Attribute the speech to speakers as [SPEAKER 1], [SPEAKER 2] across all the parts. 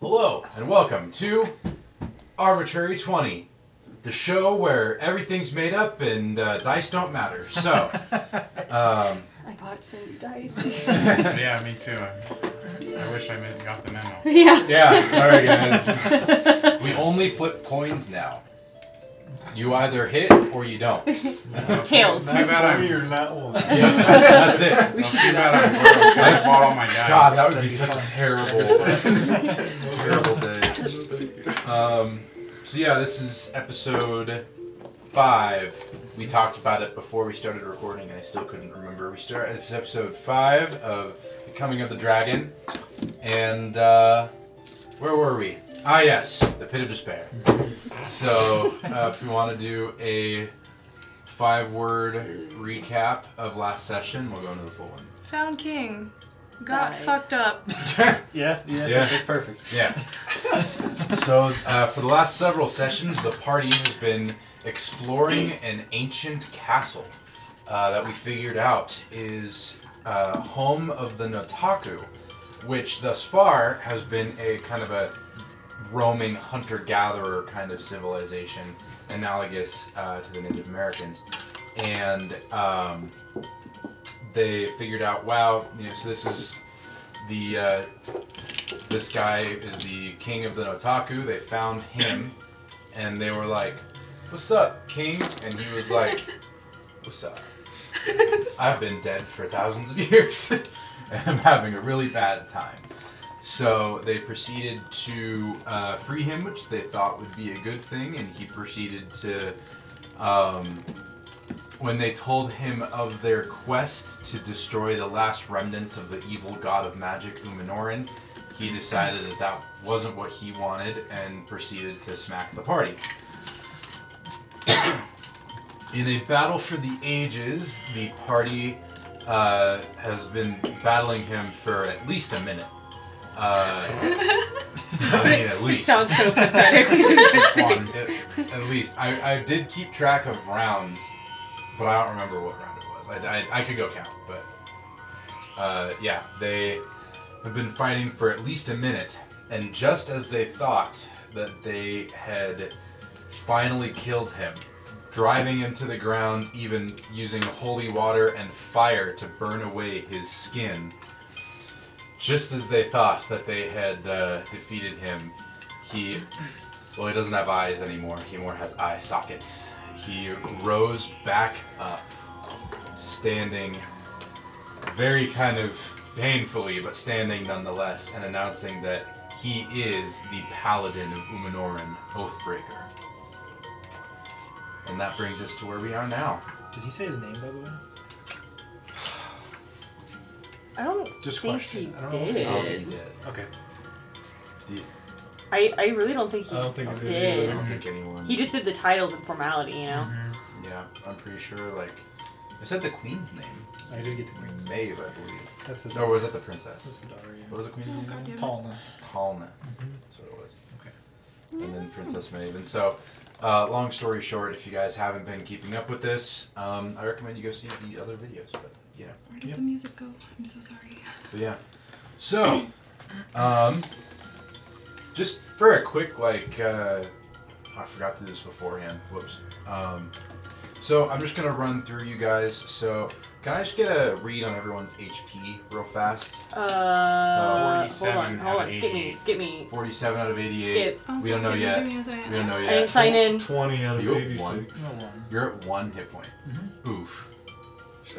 [SPEAKER 1] Hello, and welcome to Arbitrary 20, the show where everything's made up and uh, dice don't matter. So, um,
[SPEAKER 2] I bought some dice.
[SPEAKER 3] yeah, me too. I, I wish I made, got the memo.
[SPEAKER 2] yeah.
[SPEAKER 1] yeah, sorry guys. we only flip coins now. You either hit or you don't.
[SPEAKER 2] Tails.
[SPEAKER 3] Too bad I'm.
[SPEAKER 4] You're not one.
[SPEAKER 1] That's, that's it.
[SPEAKER 3] Well, too bad I'm broke. I
[SPEAKER 1] That's-
[SPEAKER 3] bought all my dice.
[SPEAKER 1] God, that would be such a terrible, terrible day. Um, so yeah, this is episode five. We talked about it before we started recording, and I still couldn't remember. We start. This is episode five of the Coming of the Dragon, and uh, where were we? Ah, yes, the Pit of Despair. So, uh, if we want to do a five-word recap of last session, we'll go into the full one.
[SPEAKER 5] Found King. Got
[SPEAKER 2] Died.
[SPEAKER 5] fucked up.
[SPEAKER 4] Yeah, yeah,
[SPEAKER 1] Yeah.
[SPEAKER 4] that's perfect.
[SPEAKER 1] Yeah. so, uh, for the last several sessions, the party has been exploring an ancient castle uh, that we figured out is uh, home of the Notaku, which thus far has been a kind of a roaming hunter gatherer kind of civilization, analogous uh, to the Native Americans. And um, they figured out, wow, you know, so this is the uh, this guy is the king of the Notaku. They found him, and they were like, "What's up, king?" And he was like, "What's up? I've been dead for thousands of years, and I'm having a really bad time." So they proceeded to uh, free him, which they thought would be a good thing, and he proceeded to. Um, when they told him of their quest to destroy the last remnants of the evil god of magic, Uminoran, he decided that that wasn't what he wanted and proceeded to smack the party. In a battle for the ages, the party uh, has been battling him for at least a minute. Uh, I mean, at
[SPEAKER 2] It
[SPEAKER 1] least.
[SPEAKER 2] sounds so pathetic.
[SPEAKER 1] One, at, at least. I, I did keep track of rounds, but I don't remember what round it was. I, I, I could go count, but uh, yeah, they have been fighting for at least a minute, and just as they thought that they had finally killed him, driving him to the ground, even using holy water and fire to burn away his skin. Just as they thought that they had uh, defeated him, he well, he doesn't have eyes anymore. He more has eye sockets. He rose back up, standing very kind of painfully, but standing nonetheless, and announcing that he is the paladin of Uminoran, Oathbreaker. And that brings us to where we are now.
[SPEAKER 4] Did he say his name, by the way?
[SPEAKER 2] I don't
[SPEAKER 4] Just
[SPEAKER 2] think
[SPEAKER 4] question. I don't know
[SPEAKER 2] he
[SPEAKER 4] if
[SPEAKER 2] did.
[SPEAKER 4] he-
[SPEAKER 1] Oh, he did.
[SPEAKER 4] Okay.
[SPEAKER 2] I, I really don't think he
[SPEAKER 4] I don't think he
[SPEAKER 1] I
[SPEAKER 2] did.
[SPEAKER 4] did.
[SPEAKER 1] don't think anyone.
[SPEAKER 2] He just did the titles and formality, you know?
[SPEAKER 4] Mm-hmm.
[SPEAKER 1] Yeah, I'm pretty sure. Like, I said the queen's name.
[SPEAKER 4] I did get the queen's name.
[SPEAKER 1] Maeve, I believe.
[SPEAKER 4] That's the
[SPEAKER 1] Or
[SPEAKER 4] daughter.
[SPEAKER 1] was it the princess?
[SPEAKER 4] That's the daughter, yeah.
[SPEAKER 1] What was the queen's
[SPEAKER 2] Oh,
[SPEAKER 1] name? again?
[SPEAKER 4] Paulina.
[SPEAKER 1] Halna. That's what it was. Okay. And then Princess Maeve. And so, uh, long story short, if you guys haven't been keeping up with this, um, I recommend you go see the other videos. But you know,
[SPEAKER 5] Where
[SPEAKER 4] did the
[SPEAKER 5] music go? I'm so sorry.
[SPEAKER 1] but yeah. So, um, just for a quick like, uh, I forgot to do this beforehand. Whoops. Um, so I'm just gonna run through you guys. So can I just get a read on everyone's HP real fast?
[SPEAKER 2] Uh, hold
[SPEAKER 3] 47
[SPEAKER 2] on, hold
[SPEAKER 3] out
[SPEAKER 2] on.
[SPEAKER 3] of
[SPEAKER 2] Skip me,
[SPEAKER 3] 88.
[SPEAKER 2] skip me.
[SPEAKER 1] 47 out of 88.
[SPEAKER 2] Skip. Oh,
[SPEAKER 5] I'm
[SPEAKER 1] We
[SPEAKER 5] so
[SPEAKER 1] don't know
[SPEAKER 5] scared.
[SPEAKER 1] yet.
[SPEAKER 5] Give me a second.
[SPEAKER 1] We don't know
[SPEAKER 2] I
[SPEAKER 1] yet.
[SPEAKER 2] didn't sign in.
[SPEAKER 4] 20 out of
[SPEAKER 1] You-
[SPEAKER 4] 86.
[SPEAKER 1] one.
[SPEAKER 4] No one.
[SPEAKER 1] You're at one hit point.
[SPEAKER 3] Mm-hmm.
[SPEAKER 1] Oof.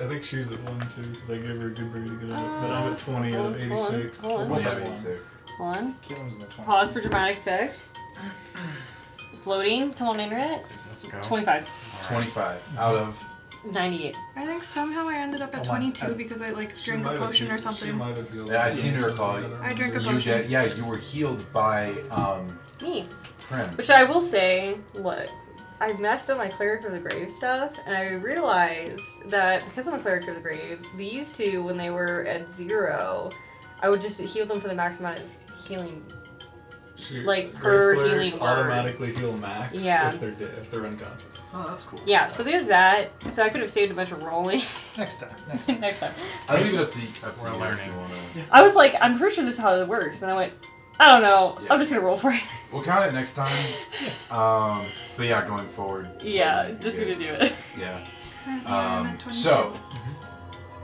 [SPEAKER 4] I think she's at 1 too, because I gave her a good grade to get out of it. But I'm at 20 out of
[SPEAKER 2] Uh, hold on,
[SPEAKER 4] 86.
[SPEAKER 2] hold on.
[SPEAKER 4] We're both
[SPEAKER 1] Yeah,
[SPEAKER 4] at one.
[SPEAKER 1] so-
[SPEAKER 2] One.
[SPEAKER 4] Keelan's in the 20s.
[SPEAKER 2] Pause for dramatic effect. Floating. Come on, internet.
[SPEAKER 3] Let's go.
[SPEAKER 2] 25.
[SPEAKER 1] 25 out of.
[SPEAKER 2] 98.
[SPEAKER 5] I think somehow I ended up at
[SPEAKER 4] Oh, mine's
[SPEAKER 5] 22
[SPEAKER 4] ten.
[SPEAKER 5] because I like
[SPEAKER 4] She
[SPEAKER 5] drank
[SPEAKER 4] might
[SPEAKER 5] a
[SPEAKER 4] have
[SPEAKER 5] potion
[SPEAKER 4] healed-
[SPEAKER 5] or
[SPEAKER 4] She
[SPEAKER 5] something.
[SPEAKER 4] might have healed.
[SPEAKER 1] Yeah, I
[SPEAKER 4] it.
[SPEAKER 1] seem to recall you-
[SPEAKER 5] I drank a
[SPEAKER 1] You
[SPEAKER 5] potion.
[SPEAKER 1] did, yeah, you were healed by um,
[SPEAKER 2] Me.
[SPEAKER 1] Prim.
[SPEAKER 2] Which I will say, look, I've messed up my Cleric of the Grave stuff, and I realized that because I'm a Cleric of the Grave, these two, when they were at zero, I would just heal them for the max amount of healing.
[SPEAKER 4] She,
[SPEAKER 2] like,
[SPEAKER 4] grave
[SPEAKER 2] per
[SPEAKER 4] clerics
[SPEAKER 2] healing word.
[SPEAKER 4] automatically heal max
[SPEAKER 2] Yeah.
[SPEAKER 4] if they're de- if they're unconscious.
[SPEAKER 1] Oh, that's cool.
[SPEAKER 2] Yeah, so there's that. So I could have saved a bunch of rolling
[SPEAKER 4] Next time. Next
[SPEAKER 2] next time.
[SPEAKER 1] I leave it up to up to
[SPEAKER 3] We're
[SPEAKER 1] you if
[SPEAKER 3] learning.
[SPEAKER 1] you wanna-
[SPEAKER 2] I was like, I'm pretty sure this is how it works, and I went, I don't know.
[SPEAKER 1] Yeah.
[SPEAKER 2] I'm just gonna roll for it.
[SPEAKER 1] We'll count it next time. Um, but yeah, going forward.
[SPEAKER 2] Yeah,
[SPEAKER 1] you're
[SPEAKER 2] just
[SPEAKER 1] good.
[SPEAKER 2] gonna do it.
[SPEAKER 1] Yeah.
[SPEAKER 5] Currently, I'm
[SPEAKER 1] Um,
[SPEAKER 5] at 22.
[SPEAKER 1] so,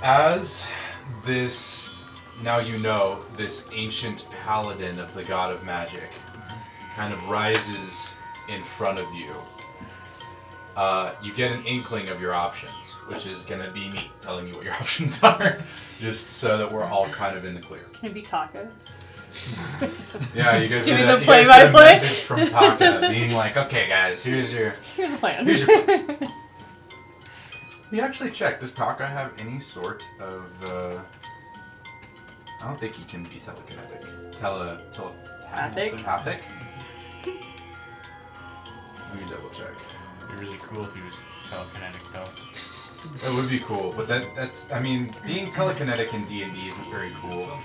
[SPEAKER 1] as this, now you know, this ancient paladin of the god of magic kind of rises in front of you, uh, you get an inkling of your options, which is going to be me telling you what your options are, just so that we're all kind of in the clear.
[SPEAKER 2] Can it be taco?
[SPEAKER 1] Yeah, you guys
[SPEAKER 2] Doing
[SPEAKER 1] get a,
[SPEAKER 2] the
[SPEAKER 1] you guys get a
[SPEAKER 2] play-by-play?
[SPEAKER 1] message from Taka being like, okay, guys, here's your.
[SPEAKER 2] Here's a plan.
[SPEAKER 1] Here's your We actually checked. Does Taka have any sort of? Uh, I don't think he can be telekinetic. Tele telepathic.
[SPEAKER 2] Pathic?
[SPEAKER 1] Pathic. Let me double check.
[SPEAKER 3] It'd be really cool if he was telekinetic, though.
[SPEAKER 1] That would be cool, but that that's. I mean, being telekinetic in D and D isn't very cool.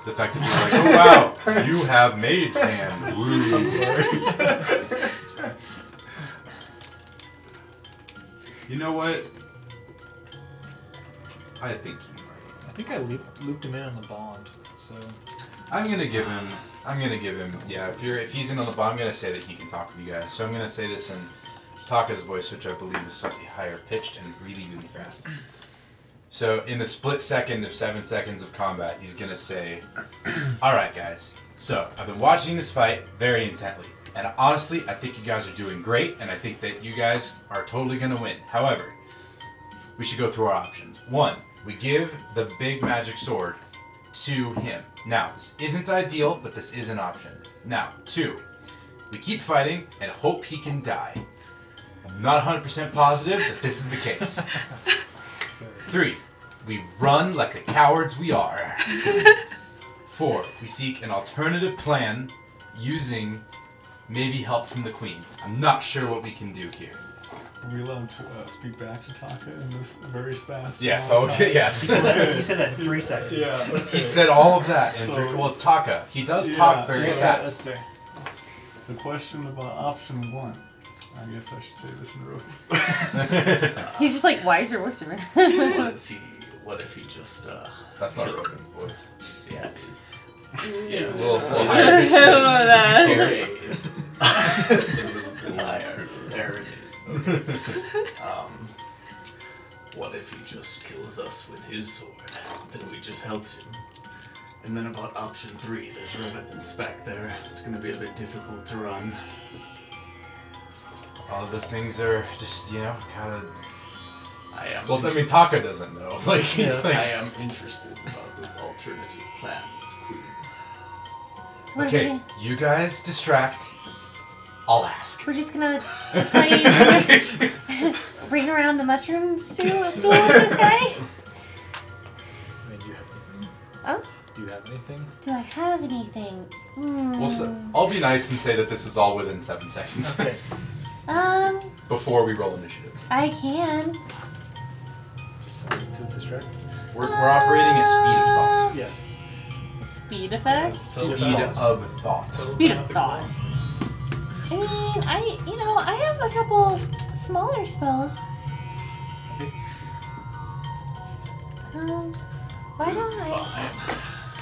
[SPEAKER 1] It's effectively like, oh wow, you have mage hand. Woo. you know what? I think you might.
[SPEAKER 4] I think I loop, looped him in on the bond. So
[SPEAKER 1] I'm gonna give him. I'm gonna give him. Yeah, if you're if he's in on the bottom, I'm gonna say that he can talk with you guys. So I'm gonna say this in Taka's voice, which I believe is slightly higher pitched and really really fast. So in the split second of seven seconds of combat, he's gonna say, "All right, guys. So I've been watching this fight very intently, and honestly, I think you guys are doing great, and I think that you guys are totally gonna win. However, we should go through our options. One, we give the big magic sword to him. Now, this isn't ideal, but this is an option. Now, two, we keep fighting and hope he can die. I'm not 100% positive that this is the case. Three, we run like the cowards we are. Four, we seek an alternative plan using maybe help from the queen. I'm not sure what we can do here.
[SPEAKER 6] We let him to, uh, speak back to Taka in this very fast.
[SPEAKER 1] Yes,
[SPEAKER 6] amount of
[SPEAKER 1] okay,
[SPEAKER 6] time.
[SPEAKER 4] Oh, he
[SPEAKER 1] yes.
[SPEAKER 4] said that, he said that in three seconds.
[SPEAKER 6] Yeah. Okay.
[SPEAKER 1] He said all of that in
[SPEAKER 6] So-
[SPEAKER 1] three, well, it's Taka. He does
[SPEAKER 6] Yeah.
[SPEAKER 1] talk very
[SPEAKER 4] Yeah, that's
[SPEAKER 1] fast.
[SPEAKER 4] fair.
[SPEAKER 6] the question about option one. I guess I should say this in Roku's.
[SPEAKER 2] He's just like, why is your voice different?
[SPEAKER 7] Let's see. What if he just, uh,
[SPEAKER 1] That's not Rogan's voice.
[SPEAKER 7] yeah, is. Yeah,
[SPEAKER 1] Well, well,
[SPEAKER 7] I
[SPEAKER 2] I don't know that.
[SPEAKER 7] Is he scary? Liar. There it is. Okay. Um, what if he just kills us with his sword? Then we just help him. And then about option three, there's revenants back there. It's gonna be a bit difficult to run.
[SPEAKER 1] All of those things are just, you know, kind of.
[SPEAKER 7] I am.
[SPEAKER 1] Well, I
[SPEAKER 7] inter-
[SPEAKER 1] mean, Taka doesn't know. Like, he's
[SPEAKER 7] I
[SPEAKER 1] like.
[SPEAKER 7] am interested about this alternative plan. Queen.
[SPEAKER 2] So what are we
[SPEAKER 1] Okay,
[SPEAKER 2] doing?
[SPEAKER 1] you guys distract. I'll ask.
[SPEAKER 2] We're just gonna play bring around the mushroom stew stool with this guy?
[SPEAKER 4] I mean, do you have anything?
[SPEAKER 2] Huh?
[SPEAKER 4] Do you have anything?
[SPEAKER 2] Do I have anything? Hmm.
[SPEAKER 1] We'll s I'll be nice and say that this is all within seven seconds
[SPEAKER 4] Okay.
[SPEAKER 2] Um,
[SPEAKER 1] before we roll initiative.
[SPEAKER 2] I can.
[SPEAKER 4] Just something to distract.
[SPEAKER 1] We're, we're operating at speed of thought.
[SPEAKER 4] Yes.
[SPEAKER 2] Speed effect?
[SPEAKER 4] Speed of
[SPEAKER 1] Speed of thought.
[SPEAKER 2] Speed of thought. I mean, I, you know, I have a couple smaller spells.
[SPEAKER 4] Okay.
[SPEAKER 2] Um, why don't I
[SPEAKER 7] Fine.
[SPEAKER 2] just.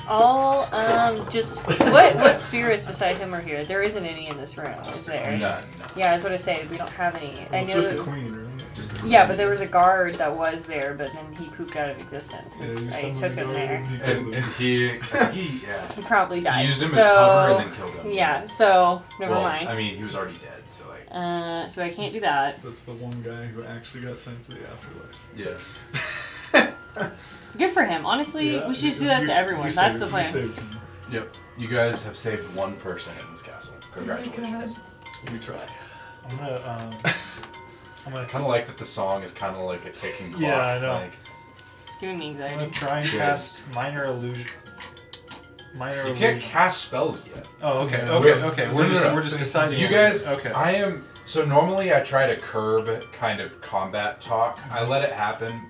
[SPEAKER 2] All, um, just. What what spirits beside him are here? There isn't any in this room, is there?
[SPEAKER 1] None.
[SPEAKER 2] Yeah, I was gonna say, we don't have any. I
[SPEAKER 6] it's
[SPEAKER 2] know.
[SPEAKER 6] just the
[SPEAKER 2] that-
[SPEAKER 6] queen, right?
[SPEAKER 1] Just the-
[SPEAKER 2] Yeah, but there was a guard that was there, but then he pooped out of existence because
[SPEAKER 6] you
[SPEAKER 2] I
[SPEAKER 6] summoned
[SPEAKER 2] took
[SPEAKER 6] the
[SPEAKER 2] him
[SPEAKER 6] guard
[SPEAKER 2] there.
[SPEAKER 6] and he
[SPEAKER 1] And, and
[SPEAKER 6] killed him.
[SPEAKER 1] he, he, yeah.
[SPEAKER 2] He probably died.
[SPEAKER 1] He used him
[SPEAKER 2] so,
[SPEAKER 1] as cover and then killed him.
[SPEAKER 2] Yeah, so never
[SPEAKER 1] Well,
[SPEAKER 2] mind.
[SPEAKER 1] I mean, he was already dead, so like.
[SPEAKER 2] uh, so I can't do that.
[SPEAKER 6] That's the one guy who actually got sent to the afterlife.
[SPEAKER 1] Yes.
[SPEAKER 2] Good for him. Honestly,
[SPEAKER 6] Yeah,
[SPEAKER 2] we should just
[SPEAKER 6] you-
[SPEAKER 2] do that
[SPEAKER 6] you
[SPEAKER 2] to
[SPEAKER 6] s-
[SPEAKER 2] everyone.
[SPEAKER 6] you
[SPEAKER 2] That's
[SPEAKER 6] saved-
[SPEAKER 2] the
[SPEAKER 6] you
[SPEAKER 2] plan.
[SPEAKER 6] saved him.
[SPEAKER 1] Yep. You guys have saved one person in this castle. Congratulations.
[SPEAKER 6] We tried.
[SPEAKER 4] I'm gonna. Um, I'm gonna.
[SPEAKER 1] I kind of like that the song is kind of like a ticking clock.
[SPEAKER 4] Yeah, I know.
[SPEAKER 1] Like,
[SPEAKER 2] It's giving me
[SPEAKER 4] I'm gonna
[SPEAKER 2] anxiety.
[SPEAKER 4] try and
[SPEAKER 1] Yes.
[SPEAKER 4] cast minor illusion. Minor
[SPEAKER 1] you
[SPEAKER 4] illusion.
[SPEAKER 1] can't cast spells yet.
[SPEAKER 4] oh, okay, okay,
[SPEAKER 6] Yeah.
[SPEAKER 1] We're-
[SPEAKER 4] okay.
[SPEAKER 1] no,
[SPEAKER 4] We're
[SPEAKER 1] no,
[SPEAKER 4] just
[SPEAKER 1] no.
[SPEAKER 4] we're just deciding.
[SPEAKER 1] You
[SPEAKER 4] what it
[SPEAKER 1] guys,
[SPEAKER 4] is. Okay.
[SPEAKER 1] I am. So normally I try to curb kind of combat talk.
[SPEAKER 4] Mhm.
[SPEAKER 1] I let it happen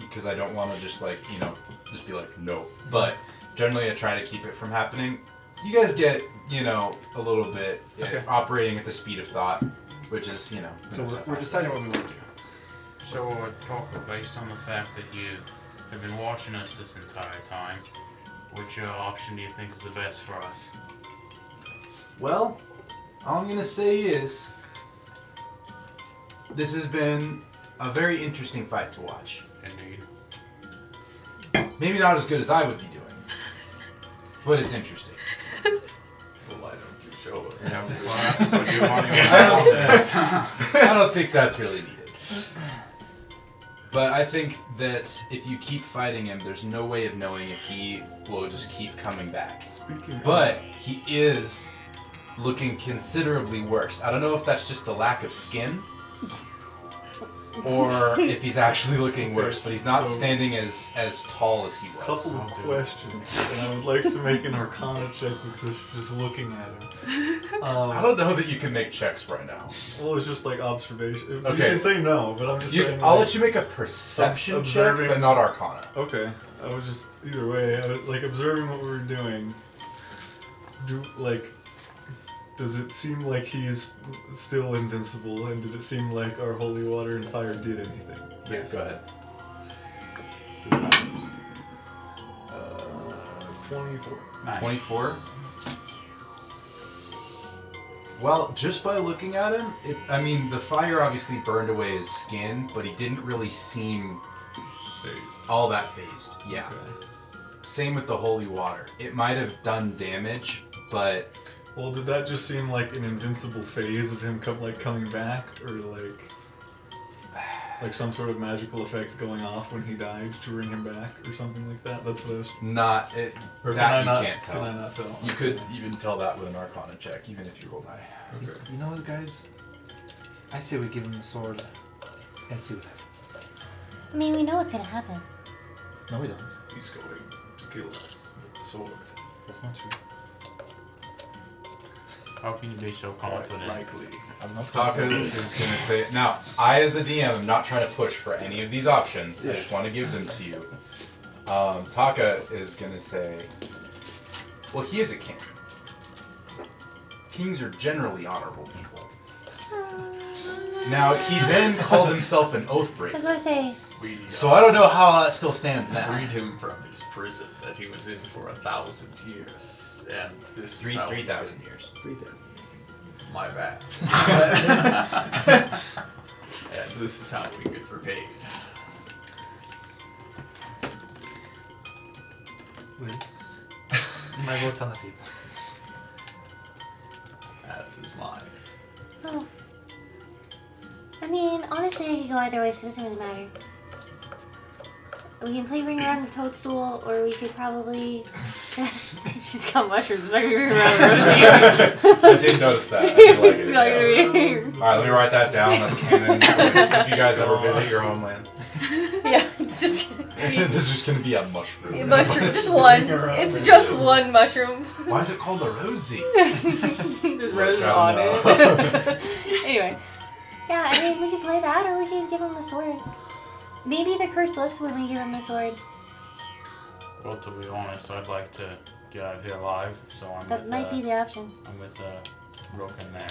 [SPEAKER 1] because I don't want to just like you know just be like no. But generally I try to keep it from happening. You guys get you know a little bit uh,
[SPEAKER 4] Okay.
[SPEAKER 1] operating at the speed of thought, which is you know.
[SPEAKER 4] so we're, we're deciding what we want to do.
[SPEAKER 3] So, uh, Talk, based on the fact that you have been watching us this entire time, which uh, option do you think is the best for us?
[SPEAKER 1] Well, all I'm gonna say is this has been a very interesting fight to watch.
[SPEAKER 3] Indeed.
[SPEAKER 1] Maybe not as good as I would be doing, but it's interesting.
[SPEAKER 8] Well, why don't you show us?
[SPEAKER 3] Yeah, well, that's what you want
[SPEAKER 1] I don't,
[SPEAKER 3] to
[SPEAKER 1] I don't think that's really needed. But I think that if you keep fighting him, there's no way of knowing if he will just keep coming back.
[SPEAKER 6] Speaking
[SPEAKER 1] But he is looking considerably worse. I don't know if that's just the lack of skin or if he's actually looking worse, but he's not
[SPEAKER 6] So-
[SPEAKER 1] standing as as tall as he
[SPEAKER 6] of,
[SPEAKER 1] was.
[SPEAKER 6] couple of questions, and I would like to make an Arcana check with this, just looking at him. Um,
[SPEAKER 1] I don't know that you can make checks right now.
[SPEAKER 6] Well, it's just like observation. You
[SPEAKER 1] Okay.
[SPEAKER 6] can say no, but I'm just
[SPEAKER 1] You-
[SPEAKER 6] saying.
[SPEAKER 1] I'll
[SPEAKER 6] like,
[SPEAKER 1] let you make a perception check,
[SPEAKER 6] observing- Oh,
[SPEAKER 1] but not arcana.
[SPEAKER 6] Okay, I was just either way. I was, like observing what we were doing. Do like, does it seem like he's still invincible, and did it seem like our holy water and fire did anything?
[SPEAKER 1] Yes. Go ahead.
[SPEAKER 6] Uh, Twenty-four.
[SPEAKER 3] Nice.
[SPEAKER 1] 24. Well, just by looking at him, it, I mean, the fire obviously burned away his skin, but he didn't really seem
[SPEAKER 6] Jeez.
[SPEAKER 1] all that phased. Yeah.
[SPEAKER 6] Okay.
[SPEAKER 1] Same with the holy water. It might have done damage, but
[SPEAKER 6] Well, did that just seem like an invincible phase of him come like coming back, or like, like some sort of magical effect going off when he died to bring him back, or something like that? That's what I was.
[SPEAKER 1] not. It,
[SPEAKER 6] Or can
[SPEAKER 1] that
[SPEAKER 6] I
[SPEAKER 1] you
[SPEAKER 6] not,
[SPEAKER 1] can't
[SPEAKER 6] Can I
[SPEAKER 1] tell.
[SPEAKER 6] not tell?
[SPEAKER 1] You could even tell that with an arcana check, even if you rolled high.
[SPEAKER 6] Okay.
[SPEAKER 4] You know what, guys? I say we give him the sword and see what happens.
[SPEAKER 2] I mean, we know what's gonna happen.
[SPEAKER 4] No, we don't.
[SPEAKER 8] He's going to kill us with the sword.
[SPEAKER 4] That's not true.
[SPEAKER 3] How can you be so
[SPEAKER 8] Quite
[SPEAKER 3] confident?
[SPEAKER 8] likely.
[SPEAKER 4] I'm not
[SPEAKER 1] Taco is gonna say now. I, as the DM, am not trying to push for any of these options. I just want to give them to you. Um, Taka is gonna say, "Well, he is a king. Kings are generally honorable people." Now he then called himself an oath
[SPEAKER 2] That's
[SPEAKER 1] breaker,
[SPEAKER 2] what I say.
[SPEAKER 8] We
[SPEAKER 1] so I don't know how that still stands now.
[SPEAKER 8] freed him from his prison that he was in for a thousand years, and this
[SPEAKER 1] Three,
[SPEAKER 8] is how
[SPEAKER 1] three thousand years.
[SPEAKER 4] Three thousand.
[SPEAKER 8] My bad. and this is how we get repaid.
[SPEAKER 4] My vote's on the table.
[SPEAKER 8] As is mine.
[SPEAKER 2] Oh. I mean, honestly, I could go either way, so it doesn't really matter. We can play ring around the toadstool, or we could probably.
[SPEAKER 9] She's got mushrooms. It's not gonna be around
[SPEAKER 1] I did notice that. I did like
[SPEAKER 9] It's
[SPEAKER 1] it,
[SPEAKER 9] not
[SPEAKER 1] yeah.
[SPEAKER 9] gonna be.
[SPEAKER 1] All right, let me write that down. That's canon. if you guys ever visit your homeland,
[SPEAKER 9] Yeah, it's just gonna
[SPEAKER 1] this is just gonna be a mushroom.
[SPEAKER 9] be mushroom. Just one. It's just one mushroom.
[SPEAKER 1] Why is it called a rosy?
[SPEAKER 9] There's roses
[SPEAKER 1] I
[SPEAKER 9] on
[SPEAKER 1] don't
[SPEAKER 9] it. anyway,
[SPEAKER 2] Yeah, I mean, we could play that, or we could give him the sword. Maybe the curse lifts when we give him the sword.
[SPEAKER 3] Well, to be honest, I'd like to get out of here alive, so I'm
[SPEAKER 2] That
[SPEAKER 3] with,
[SPEAKER 2] might
[SPEAKER 3] uh,
[SPEAKER 2] be the option.
[SPEAKER 3] I'm with uh, Rook in there.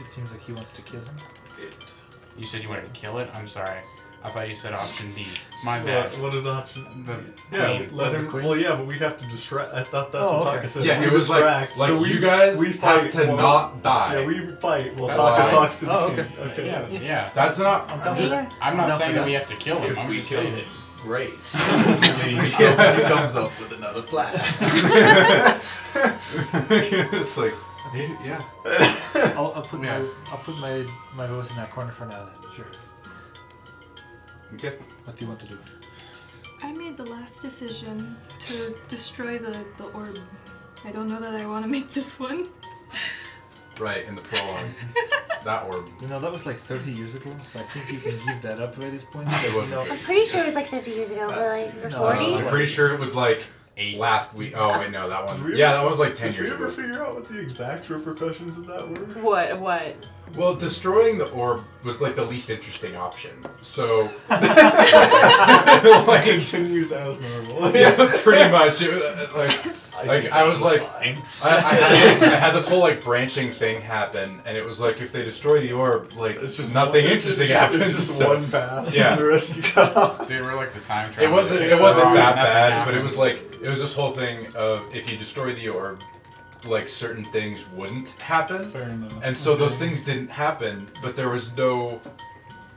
[SPEAKER 4] It seems like he wants to kill him.
[SPEAKER 8] It.
[SPEAKER 3] You said you wanted to kill it? I'm sorry. I thought you said option D. My
[SPEAKER 6] What,
[SPEAKER 3] bad.
[SPEAKER 6] what is option?
[SPEAKER 3] The
[SPEAKER 6] Yeah,
[SPEAKER 3] queen.
[SPEAKER 6] let
[SPEAKER 4] The
[SPEAKER 6] him.
[SPEAKER 4] queen?
[SPEAKER 6] Well, yeah, but we have to distract. I thought that's
[SPEAKER 4] Oh,
[SPEAKER 6] what
[SPEAKER 4] okay.
[SPEAKER 6] Taka said.
[SPEAKER 1] Yeah,
[SPEAKER 6] we
[SPEAKER 1] it was
[SPEAKER 6] distract.
[SPEAKER 1] like, like
[SPEAKER 6] so
[SPEAKER 1] you
[SPEAKER 6] we,
[SPEAKER 1] guys
[SPEAKER 6] we
[SPEAKER 1] have
[SPEAKER 6] fight
[SPEAKER 1] to
[SPEAKER 6] while-
[SPEAKER 1] not die.
[SPEAKER 6] Yeah, we fight. Well,
[SPEAKER 3] That's
[SPEAKER 6] Taka
[SPEAKER 3] fine.
[SPEAKER 6] talks to the
[SPEAKER 4] Oh,
[SPEAKER 6] king.
[SPEAKER 4] okay.
[SPEAKER 6] Okay.
[SPEAKER 3] uh, Yeah,
[SPEAKER 6] yeah.
[SPEAKER 3] yeah.
[SPEAKER 1] That's not.
[SPEAKER 4] I'm
[SPEAKER 2] Maybe
[SPEAKER 4] just,
[SPEAKER 2] there-
[SPEAKER 3] I'm not
[SPEAKER 4] Enough
[SPEAKER 3] saying
[SPEAKER 4] of
[SPEAKER 3] that
[SPEAKER 4] that.
[SPEAKER 3] we have to kill him.
[SPEAKER 8] If
[SPEAKER 3] I'm
[SPEAKER 8] we
[SPEAKER 3] just
[SPEAKER 8] kill
[SPEAKER 3] saying.
[SPEAKER 8] him, great.
[SPEAKER 1] Yeah.
[SPEAKER 8] he comes up with another plan.
[SPEAKER 1] it's like, yeah.
[SPEAKER 4] I'll, I'll put
[SPEAKER 3] Yes.
[SPEAKER 4] my I'll put my my vote in that corner for now. Then sure.
[SPEAKER 1] Okay.
[SPEAKER 4] What do you want to do?
[SPEAKER 5] I made the last decision to destroy the, the orb. I don't know that I want to make this one.
[SPEAKER 1] Right in the prologue, that orb.
[SPEAKER 4] You know that was like 30 years ago, so I think you can give that up by this point.
[SPEAKER 1] It wasn't.
[SPEAKER 2] I'm pretty sure it was like 50 years ago, but like, we're
[SPEAKER 4] No.
[SPEAKER 2] 40?
[SPEAKER 1] I'm pretty sure it was like last week. Oh wait, no, that
[SPEAKER 6] Did
[SPEAKER 1] one.
[SPEAKER 6] we
[SPEAKER 1] Yeah,
[SPEAKER 6] ever-
[SPEAKER 1] that was like ten
[SPEAKER 6] Did we
[SPEAKER 1] years
[SPEAKER 6] ever
[SPEAKER 1] ago.
[SPEAKER 6] figure out what the exact repercussions of that were?
[SPEAKER 9] what? What?
[SPEAKER 1] Well, destroying the orb was like the least interesting option. So,
[SPEAKER 6] It
[SPEAKER 1] like,
[SPEAKER 6] continues as normal.
[SPEAKER 1] yeah, pretty much. It was, uh, like, Like,
[SPEAKER 8] think
[SPEAKER 1] I was
[SPEAKER 8] that
[SPEAKER 1] like-
[SPEAKER 8] fine.
[SPEAKER 1] I, I, had this, I had this whole like branching thing happen, and it was like if they destroy the orb, like
[SPEAKER 6] It's just
[SPEAKER 1] nothing
[SPEAKER 6] one- it's
[SPEAKER 1] interesting
[SPEAKER 6] just-
[SPEAKER 1] happens.
[SPEAKER 6] It's just
[SPEAKER 1] so-
[SPEAKER 6] one path.
[SPEAKER 1] Yeah.
[SPEAKER 6] And the rest you cut off.
[SPEAKER 3] Dude, we're like the time travel.
[SPEAKER 1] It wasn't.
[SPEAKER 3] kids
[SPEAKER 1] It
[SPEAKER 3] are
[SPEAKER 1] wasn't
[SPEAKER 3] wrong,
[SPEAKER 1] that
[SPEAKER 3] nothing
[SPEAKER 1] bad, but it
[SPEAKER 3] happens.
[SPEAKER 1] was like it was this whole thing of if you destroy the orb, like certain things wouldn't happen,
[SPEAKER 6] Fair enough.
[SPEAKER 1] and so those things didn't happen. But there was no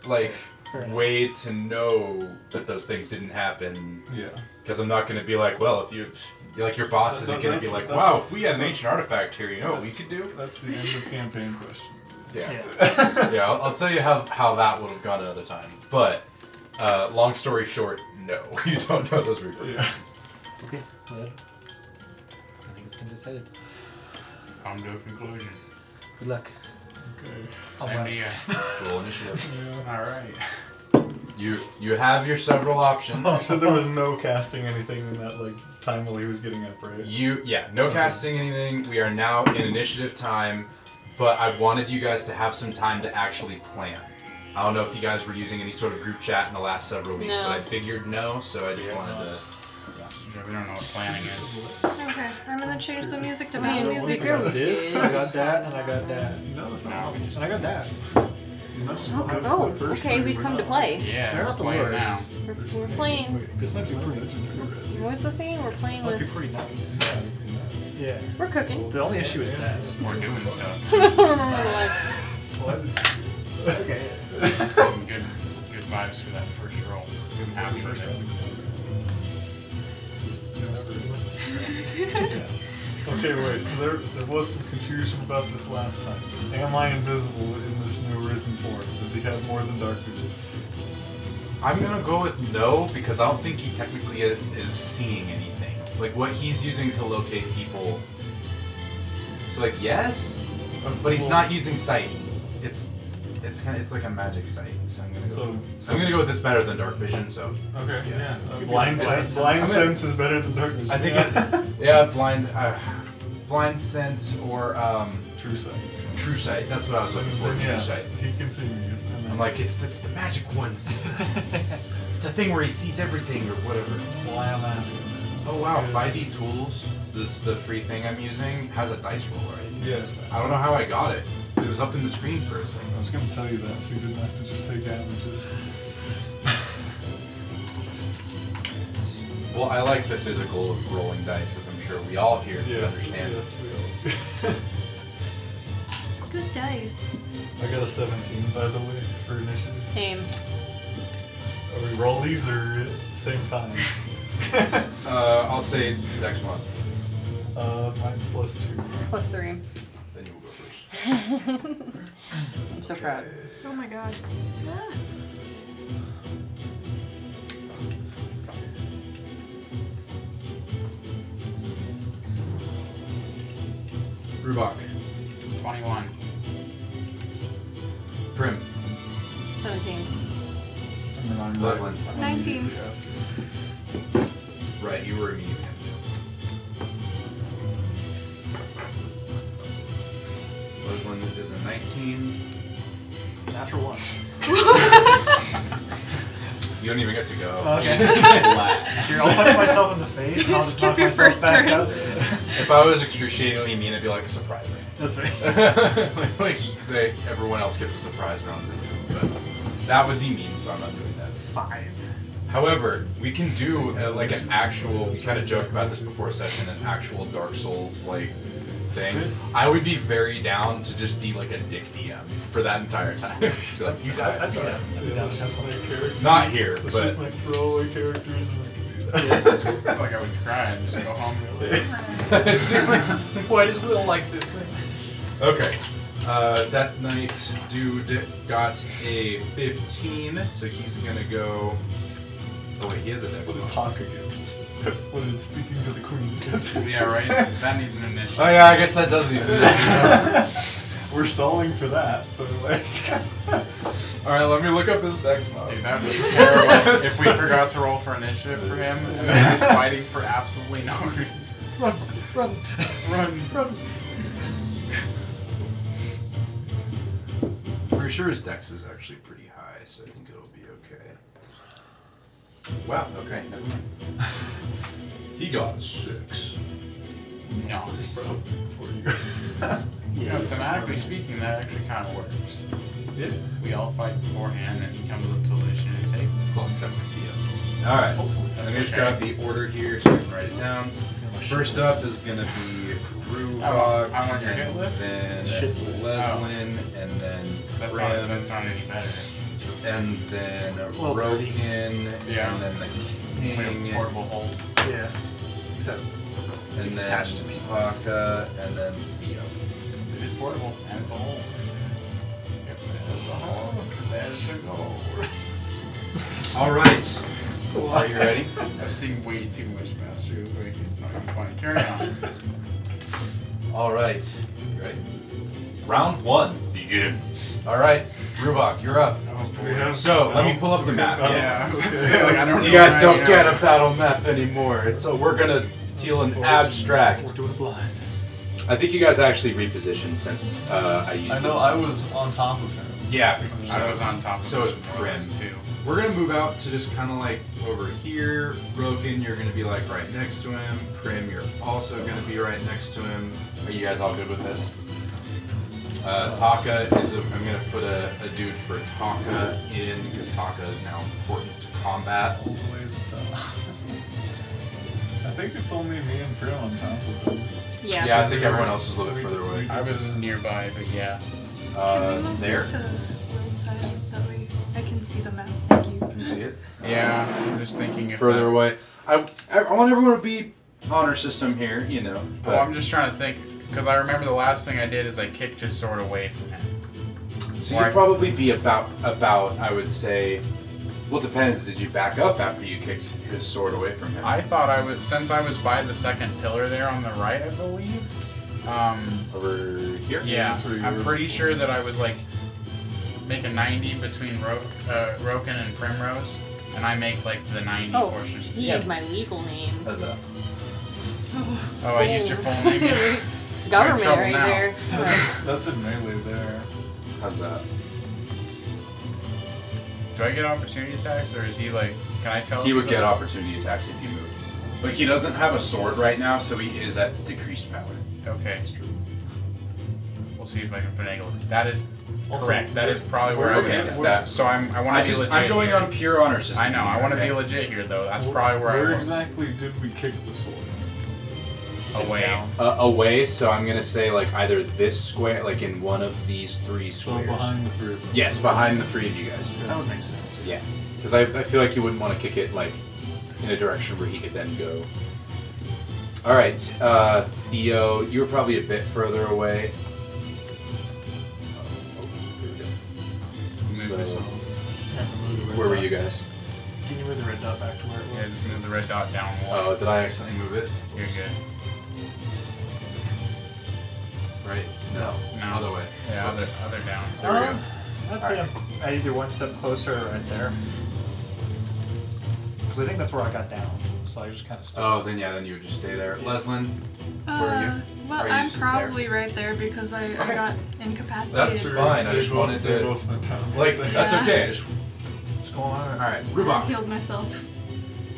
[SPEAKER 1] like
[SPEAKER 4] Fair enough.
[SPEAKER 1] way to know that those things didn't happen
[SPEAKER 6] Yeah.
[SPEAKER 1] because I'm not gonna be like, well, if you like your boss
[SPEAKER 6] That-
[SPEAKER 1] isn't
[SPEAKER 6] that-
[SPEAKER 1] gonna be
[SPEAKER 6] that's-
[SPEAKER 1] like,
[SPEAKER 6] that's-
[SPEAKER 1] wow, if we had an ancient artifact here, you know what we could do?
[SPEAKER 6] That's the end of campaign questions.
[SPEAKER 1] Yeah, yeah. I'll, I'll tell you how how that would have gone another time. But uh, long story short, no, you don't know those repercussions.
[SPEAKER 4] Okay. Well, I think it's been decided.
[SPEAKER 3] Come to a conclusion.
[SPEAKER 4] Good luck.
[SPEAKER 6] Okay.
[SPEAKER 4] All
[SPEAKER 3] Same to
[SPEAKER 4] right.
[SPEAKER 3] you.
[SPEAKER 1] Roll initiative.
[SPEAKER 6] Yeah.
[SPEAKER 3] All right.
[SPEAKER 1] You you have your several options.
[SPEAKER 6] Oh, so there was no casting anything in that like time while he was getting up, right?
[SPEAKER 1] You yeah, no casting anything. We are now in initiative time, but I wanted you guys to have some time to actually plan. I don't know if you guys were using any sort of group chat in the last several weeks, but
[SPEAKER 2] No.
[SPEAKER 1] I figured no, so I just wanted to.
[SPEAKER 3] Yeah, we don't know what planning is.
[SPEAKER 5] Okay, I'm gonna change the music to
[SPEAKER 2] I
[SPEAKER 5] battle
[SPEAKER 2] mean,
[SPEAKER 5] music.
[SPEAKER 2] we could-
[SPEAKER 4] this, I got that, and I got that.
[SPEAKER 6] You know, that's
[SPEAKER 3] No.
[SPEAKER 6] not what we
[SPEAKER 4] And I got that.
[SPEAKER 6] You must
[SPEAKER 2] Oh,
[SPEAKER 6] have got
[SPEAKER 2] oh,
[SPEAKER 6] the first
[SPEAKER 2] okay,
[SPEAKER 6] three
[SPEAKER 2] we've
[SPEAKER 6] were
[SPEAKER 2] come to
[SPEAKER 6] not.
[SPEAKER 2] play.
[SPEAKER 3] Yeah,
[SPEAKER 4] They're
[SPEAKER 3] we're
[SPEAKER 4] not the
[SPEAKER 3] playing
[SPEAKER 4] worst.
[SPEAKER 3] now.
[SPEAKER 2] We're, we're playing.
[SPEAKER 6] This might be pretty legendary. Rez.
[SPEAKER 2] What was the saying? We're playing
[SPEAKER 4] Might be
[SPEAKER 2] with.
[SPEAKER 4] pretty nice.
[SPEAKER 6] Yeah, that'd be nuts.
[SPEAKER 4] Yeah.
[SPEAKER 2] We're cooking.
[SPEAKER 4] The only issue is that.
[SPEAKER 3] We're doing stuff.
[SPEAKER 2] Like,
[SPEAKER 6] What?
[SPEAKER 4] Okay.
[SPEAKER 3] Some good, good vibes for that first roll. After it.
[SPEAKER 6] Okay, wait. So there, there was some confusion about this last time. Am I invisible in this new risen form? Does he have more than dark vision?
[SPEAKER 1] I'm gonna go with no because I don't think he technically is, is seeing anything. Like what he's using to locate people. So like yes, but he's not using sight. It's it's kind of it's like a magic sight. So I'm gonna go.
[SPEAKER 6] So-
[SPEAKER 1] so I'm gonna go with it's better than dark vision. So
[SPEAKER 3] Okay,
[SPEAKER 1] yeah.
[SPEAKER 6] Uh, blind sense, blind
[SPEAKER 1] I'm gonna-
[SPEAKER 6] sense is better than dark vision.
[SPEAKER 1] I think
[SPEAKER 6] yeah.
[SPEAKER 1] it, yeah, blind, uh, blind sense or um,
[SPEAKER 6] true sight.
[SPEAKER 1] true sight. That's what I was looking for. True
[SPEAKER 6] Yes,
[SPEAKER 1] sight.
[SPEAKER 6] he can see me. and
[SPEAKER 1] I'm
[SPEAKER 6] then-
[SPEAKER 1] like, it's it's the magic ones. it's the thing where he sees everything or whatever.
[SPEAKER 6] why I'm asking. this.
[SPEAKER 1] Oh wow,
[SPEAKER 6] Yeah.
[SPEAKER 1] 5e tools. This the free thing I'm using has a dice roll already.
[SPEAKER 6] Yes.
[SPEAKER 1] I don't know how I got it. It was up in the screen for a second.
[SPEAKER 6] I was gonna tell you that, so you didn't have to just take averages.
[SPEAKER 1] Well, I like the physical of rolling dice, as I'm sure we all here can understand.
[SPEAKER 6] Yes, we all.
[SPEAKER 5] Good dice.
[SPEAKER 6] I got a 17, by the way, for initiatives.
[SPEAKER 2] same.
[SPEAKER 6] Are we roll these or same time?
[SPEAKER 1] Uh, I'll say the next one.
[SPEAKER 6] uh, mine's plus two.
[SPEAKER 2] Plus three.
[SPEAKER 1] Then you will go first.
[SPEAKER 2] I'm so proud.
[SPEAKER 5] Oh my god. Ah,
[SPEAKER 1] Rubok,
[SPEAKER 3] 21.
[SPEAKER 1] Prim,
[SPEAKER 2] 17.
[SPEAKER 6] And then I'm
[SPEAKER 1] Leslin.
[SPEAKER 6] I'm
[SPEAKER 5] 19.
[SPEAKER 6] immediately after.
[SPEAKER 1] Right, you were immediately. Leslin is a 19.
[SPEAKER 4] Natural one.
[SPEAKER 1] You don't even get to go.
[SPEAKER 4] Okay. Here, I'll punch myself in the face. And I'll just
[SPEAKER 2] Skip
[SPEAKER 4] knock
[SPEAKER 2] your
[SPEAKER 4] myself
[SPEAKER 2] first
[SPEAKER 4] back
[SPEAKER 2] turn.
[SPEAKER 4] Up.
[SPEAKER 1] If I was excruciatingly mean, I'd be like, surprise me.
[SPEAKER 4] That's right.
[SPEAKER 1] like, like they, everyone else gets a surprise round, but that would be mean, so I'm not doing that.
[SPEAKER 4] Five.
[SPEAKER 1] However, we can do uh, like an actual. We kind of joked about this before session. An actual Dark Souls like thing. I would be very down to just be like a dick DM for that entire time. Be like, you died.
[SPEAKER 4] I'd be
[SPEAKER 1] sorry."
[SPEAKER 4] down. I'd be
[SPEAKER 6] Yeah,
[SPEAKER 4] down to
[SPEAKER 6] let's
[SPEAKER 4] have
[SPEAKER 6] just
[SPEAKER 4] something.
[SPEAKER 6] make characters.
[SPEAKER 1] Not here,
[SPEAKER 6] Let's
[SPEAKER 1] but
[SPEAKER 6] just make throwaway characters and we can do that.
[SPEAKER 3] I feel like I would cry and just go home. and be like,
[SPEAKER 1] It's just like, why does Will like this thing? Okay. Uh, Death Knight dude got a 15, so he's gonna go. Oh wait, he has a deck.
[SPEAKER 6] What a talk against. What a speaking to the queen against.
[SPEAKER 3] Yeah, right? That needs an initiative.
[SPEAKER 1] Oh yeah, I guess that does need to
[SPEAKER 6] We're stalling for that, so like.
[SPEAKER 1] Alright, let me look up his dex mod.
[SPEAKER 3] Dude, that would be terrible if we forgot to roll for initiative for him and then he's fighting for absolutely no reason. Run, run, run.
[SPEAKER 1] For sure his dex is actually pretty high, so I think it'll be okay. Wow, okay, never mind. he got a 6.
[SPEAKER 3] No. You know, thematically speaking, that actually kind of works.
[SPEAKER 6] Yeah.
[SPEAKER 3] We all fight beforehand and he comes with a solution and say,
[SPEAKER 1] Well, except for Theo. Alright,
[SPEAKER 3] Hopefully,
[SPEAKER 1] let
[SPEAKER 3] that's
[SPEAKER 1] me just
[SPEAKER 3] okay.
[SPEAKER 1] grab the order here so I can write it down. First up is gonna be Ruhog,
[SPEAKER 3] Oh, I'm on your
[SPEAKER 1] and
[SPEAKER 3] hit list? Oh.
[SPEAKER 1] then
[SPEAKER 10] Shit list.
[SPEAKER 1] Leslin, and then
[SPEAKER 3] That's not,
[SPEAKER 1] Brim,
[SPEAKER 3] that's not any better.
[SPEAKER 1] and then
[SPEAKER 4] Well, dirty.
[SPEAKER 1] Rogan,
[SPEAKER 3] Yeah.
[SPEAKER 1] and then the
[SPEAKER 3] We
[SPEAKER 1] King,
[SPEAKER 3] have portable hold.
[SPEAKER 4] Yeah. Except
[SPEAKER 1] and
[SPEAKER 4] It's
[SPEAKER 1] then
[SPEAKER 4] attached to me.
[SPEAKER 1] Paka, and then Theo.
[SPEAKER 3] It is portable and it's a hole. If there's a hole, there's a goal.
[SPEAKER 1] All right. Are you ready?
[SPEAKER 3] I've seen way too much Master. Like it's not even funny. Carry on.
[SPEAKER 1] All right. You ready? Round one. Begin. All right, Rubok, you're up.
[SPEAKER 3] Oh, boy.
[SPEAKER 6] We have-
[SPEAKER 1] So let me
[SPEAKER 6] No.
[SPEAKER 1] pull up the map.
[SPEAKER 6] Oh,
[SPEAKER 3] yeah, I was just
[SPEAKER 6] okay.
[SPEAKER 3] saying, like, I don't
[SPEAKER 1] You
[SPEAKER 3] know
[SPEAKER 1] guys
[SPEAKER 3] where I uh,
[SPEAKER 1] don't
[SPEAKER 3] am.
[SPEAKER 1] get a battle map anymore. It's so we're gonna deal an
[SPEAKER 4] we're
[SPEAKER 1] abstract.
[SPEAKER 4] doing it blind.
[SPEAKER 1] I think you guys actually repositioned since uh, I used.
[SPEAKER 11] I
[SPEAKER 1] this
[SPEAKER 11] know I
[SPEAKER 1] last-
[SPEAKER 11] was on top of her.
[SPEAKER 1] Yeah.
[SPEAKER 3] I was on top of
[SPEAKER 1] So
[SPEAKER 3] it.
[SPEAKER 1] is
[SPEAKER 3] before this,
[SPEAKER 1] Brim.
[SPEAKER 3] too.
[SPEAKER 1] We're gonna move out to just kind of like over here. Broken, you're gonna be like right next to him. Prim, you're also gonna be right next to him. Are you guys all good with this? Uh, Taka is. A, I'm gonna put a, a dude for Taka in because Taka is now important to combat.
[SPEAKER 6] All the way to the top. uh, I think it's only me and Prim on top of them.
[SPEAKER 2] Yeah.
[SPEAKER 1] Yeah, I think everyone else was a little bit further away.
[SPEAKER 3] I was nearby, but yeah.
[SPEAKER 1] Uh,
[SPEAKER 5] Can we move
[SPEAKER 1] there.
[SPEAKER 5] this to Will's side? That way I can see the map. Thank you.
[SPEAKER 1] Can you see it?
[SPEAKER 3] Yeah, I'm just thinking if
[SPEAKER 1] Further away. I, I, I want everyone to be honor system here, you know.
[SPEAKER 3] Well, Oh, I'm
[SPEAKER 1] But,
[SPEAKER 3] just trying to think because I remember the last thing I did is I kicked his sword away from him.
[SPEAKER 1] so you'd probably be about about I would say. Well, it depends. Did you back up after you kicked his sword away from him?
[SPEAKER 3] I thought I was since I was by the second pillar there on the right, I believe. Um,
[SPEAKER 1] over here.
[SPEAKER 3] yeah,
[SPEAKER 6] that's where you
[SPEAKER 3] I'm
[SPEAKER 6] were
[SPEAKER 3] pretty sure that I was like make a 90 between Ro- uh, Roken and Primrose, and I make like the 90
[SPEAKER 2] Oh,
[SPEAKER 3] portion.
[SPEAKER 2] he used my legal name.
[SPEAKER 1] How's that?
[SPEAKER 3] Oh, I used your full name. yeah.
[SPEAKER 2] Government
[SPEAKER 3] trouble
[SPEAKER 2] right
[SPEAKER 3] now.
[SPEAKER 2] there. Right.
[SPEAKER 6] That's in melee there.
[SPEAKER 1] How's that?
[SPEAKER 3] Do I get opportunity attacks, or is he like? Can I tell?
[SPEAKER 1] He
[SPEAKER 3] him
[SPEAKER 1] would get
[SPEAKER 3] that-
[SPEAKER 1] opportunity attacks if you moved. But he doesn't have a sword right now, so he is at decreased power.
[SPEAKER 3] Okay,
[SPEAKER 1] true.
[SPEAKER 3] we'll see if I can finagle this. That is
[SPEAKER 11] Also,
[SPEAKER 3] correct. That is probably where
[SPEAKER 1] Okay,
[SPEAKER 3] I am.
[SPEAKER 1] it's that.
[SPEAKER 3] So I'm. I want
[SPEAKER 1] I
[SPEAKER 3] to be
[SPEAKER 1] just,
[SPEAKER 3] legit.
[SPEAKER 1] I'm going
[SPEAKER 3] here.
[SPEAKER 1] on pure honor system.
[SPEAKER 3] I know. I
[SPEAKER 1] here,
[SPEAKER 3] want to
[SPEAKER 1] okay?
[SPEAKER 3] be legit here, though. That's probably where, I
[SPEAKER 6] Where
[SPEAKER 3] was.
[SPEAKER 6] exactly did we kick the sword?
[SPEAKER 3] Away.
[SPEAKER 1] uh, away, so I'm gonna say like either this square, like in one of these three
[SPEAKER 6] So
[SPEAKER 1] squares.
[SPEAKER 6] behind the three of them.
[SPEAKER 1] Yes, behind the three of you guys.
[SPEAKER 4] That would make sense.
[SPEAKER 1] Yeah, because I, I feel like you wouldn't want to kick it like in a direction where he could then go. All right, uh, Theo, you were probably a bit further away. Oh, there we go.
[SPEAKER 3] Move
[SPEAKER 1] So-
[SPEAKER 3] this one.
[SPEAKER 4] Time to move the red
[SPEAKER 1] Where were
[SPEAKER 4] dot.
[SPEAKER 1] you guys?
[SPEAKER 4] Can you move the red dot back to where it was?
[SPEAKER 3] Yeah, just move the red dot down one.
[SPEAKER 1] Oh, did I accidentally move it?
[SPEAKER 3] You're good.
[SPEAKER 1] Right? No.
[SPEAKER 3] No.
[SPEAKER 1] Other way.
[SPEAKER 3] Yeah, other, other down.
[SPEAKER 1] There
[SPEAKER 12] Oh,
[SPEAKER 1] we go.
[SPEAKER 4] I'd say I'm at either one step closer or right there. Because I think that's where I got down. So I just kind of stood.
[SPEAKER 1] Oh, then yeah, then you would just stay there. Leslin, Where are you?
[SPEAKER 5] Uh, well,
[SPEAKER 1] Are you
[SPEAKER 5] I'm
[SPEAKER 1] just there?
[SPEAKER 5] probably right there because I, I
[SPEAKER 1] Okay.
[SPEAKER 5] got incapacitated.
[SPEAKER 1] That's true. fine, I
[SPEAKER 6] They
[SPEAKER 1] just
[SPEAKER 6] both-
[SPEAKER 1] wanted
[SPEAKER 6] they
[SPEAKER 1] to-
[SPEAKER 6] both went down.
[SPEAKER 1] like, that's
[SPEAKER 5] Yeah.
[SPEAKER 1] okay. Just,
[SPEAKER 4] What's going on?
[SPEAKER 1] all right,
[SPEAKER 5] I
[SPEAKER 1] Rubok,
[SPEAKER 5] healed myself.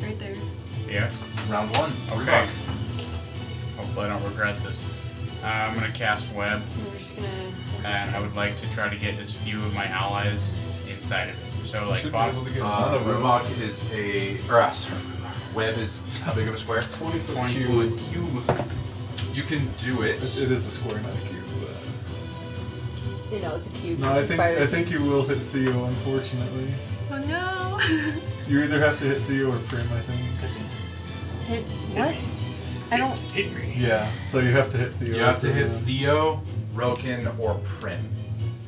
[SPEAKER 5] Right there.
[SPEAKER 3] Yes.
[SPEAKER 1] round one.
[SPEAKER 3] Okay. Hopefully, I don't regret this. Uh, I'm gonna cast web,
[SPEAKER 2] We're just gonna.
[SPEAKER 3] and I would like to try to get as few of my allies inside of it. So, like,
[SPEAKER 6] Should be
[SPEAKER 3] bottom
[SPEAKER 6] able to get
[SPEAKER 1] Uh,
[SPEAKER 6] another one.
[SPEAKER 1] Rubok is a. Or, uh, sorry, Rubok. Web is how big of a square?
[SPEAKER 6] 20 foot
[SPEAKER 3] point
[SPEAKER 6] cube.
[SPEAKER 3] fluid cube.
[SPEAKER 1] You can do it.
[SPEAKER 6] It it is a square, not a cube.
[SPEAKER 2] You know, it's a cube.
[SPEAKER 6] No, I think
[SPEAKER 2] spider.
[SPEAKER 6] I think you will hit Theo. Unfortunately,
[SPEAKER 5] Oh no!
[SPEAKER 6] you either have to hit Theo or Prim. I think.
[SPEAKER 2] Hit, what? I don't.
[SPEAKER 4] Hit me.
[SPEAKER 6] Yeah. So you have to hit Theo.
[SPEAKER 1] You have to hit
[SPEAKER 6] Yeah.
[SPEAKER 1] Theo, Roken, or Prim.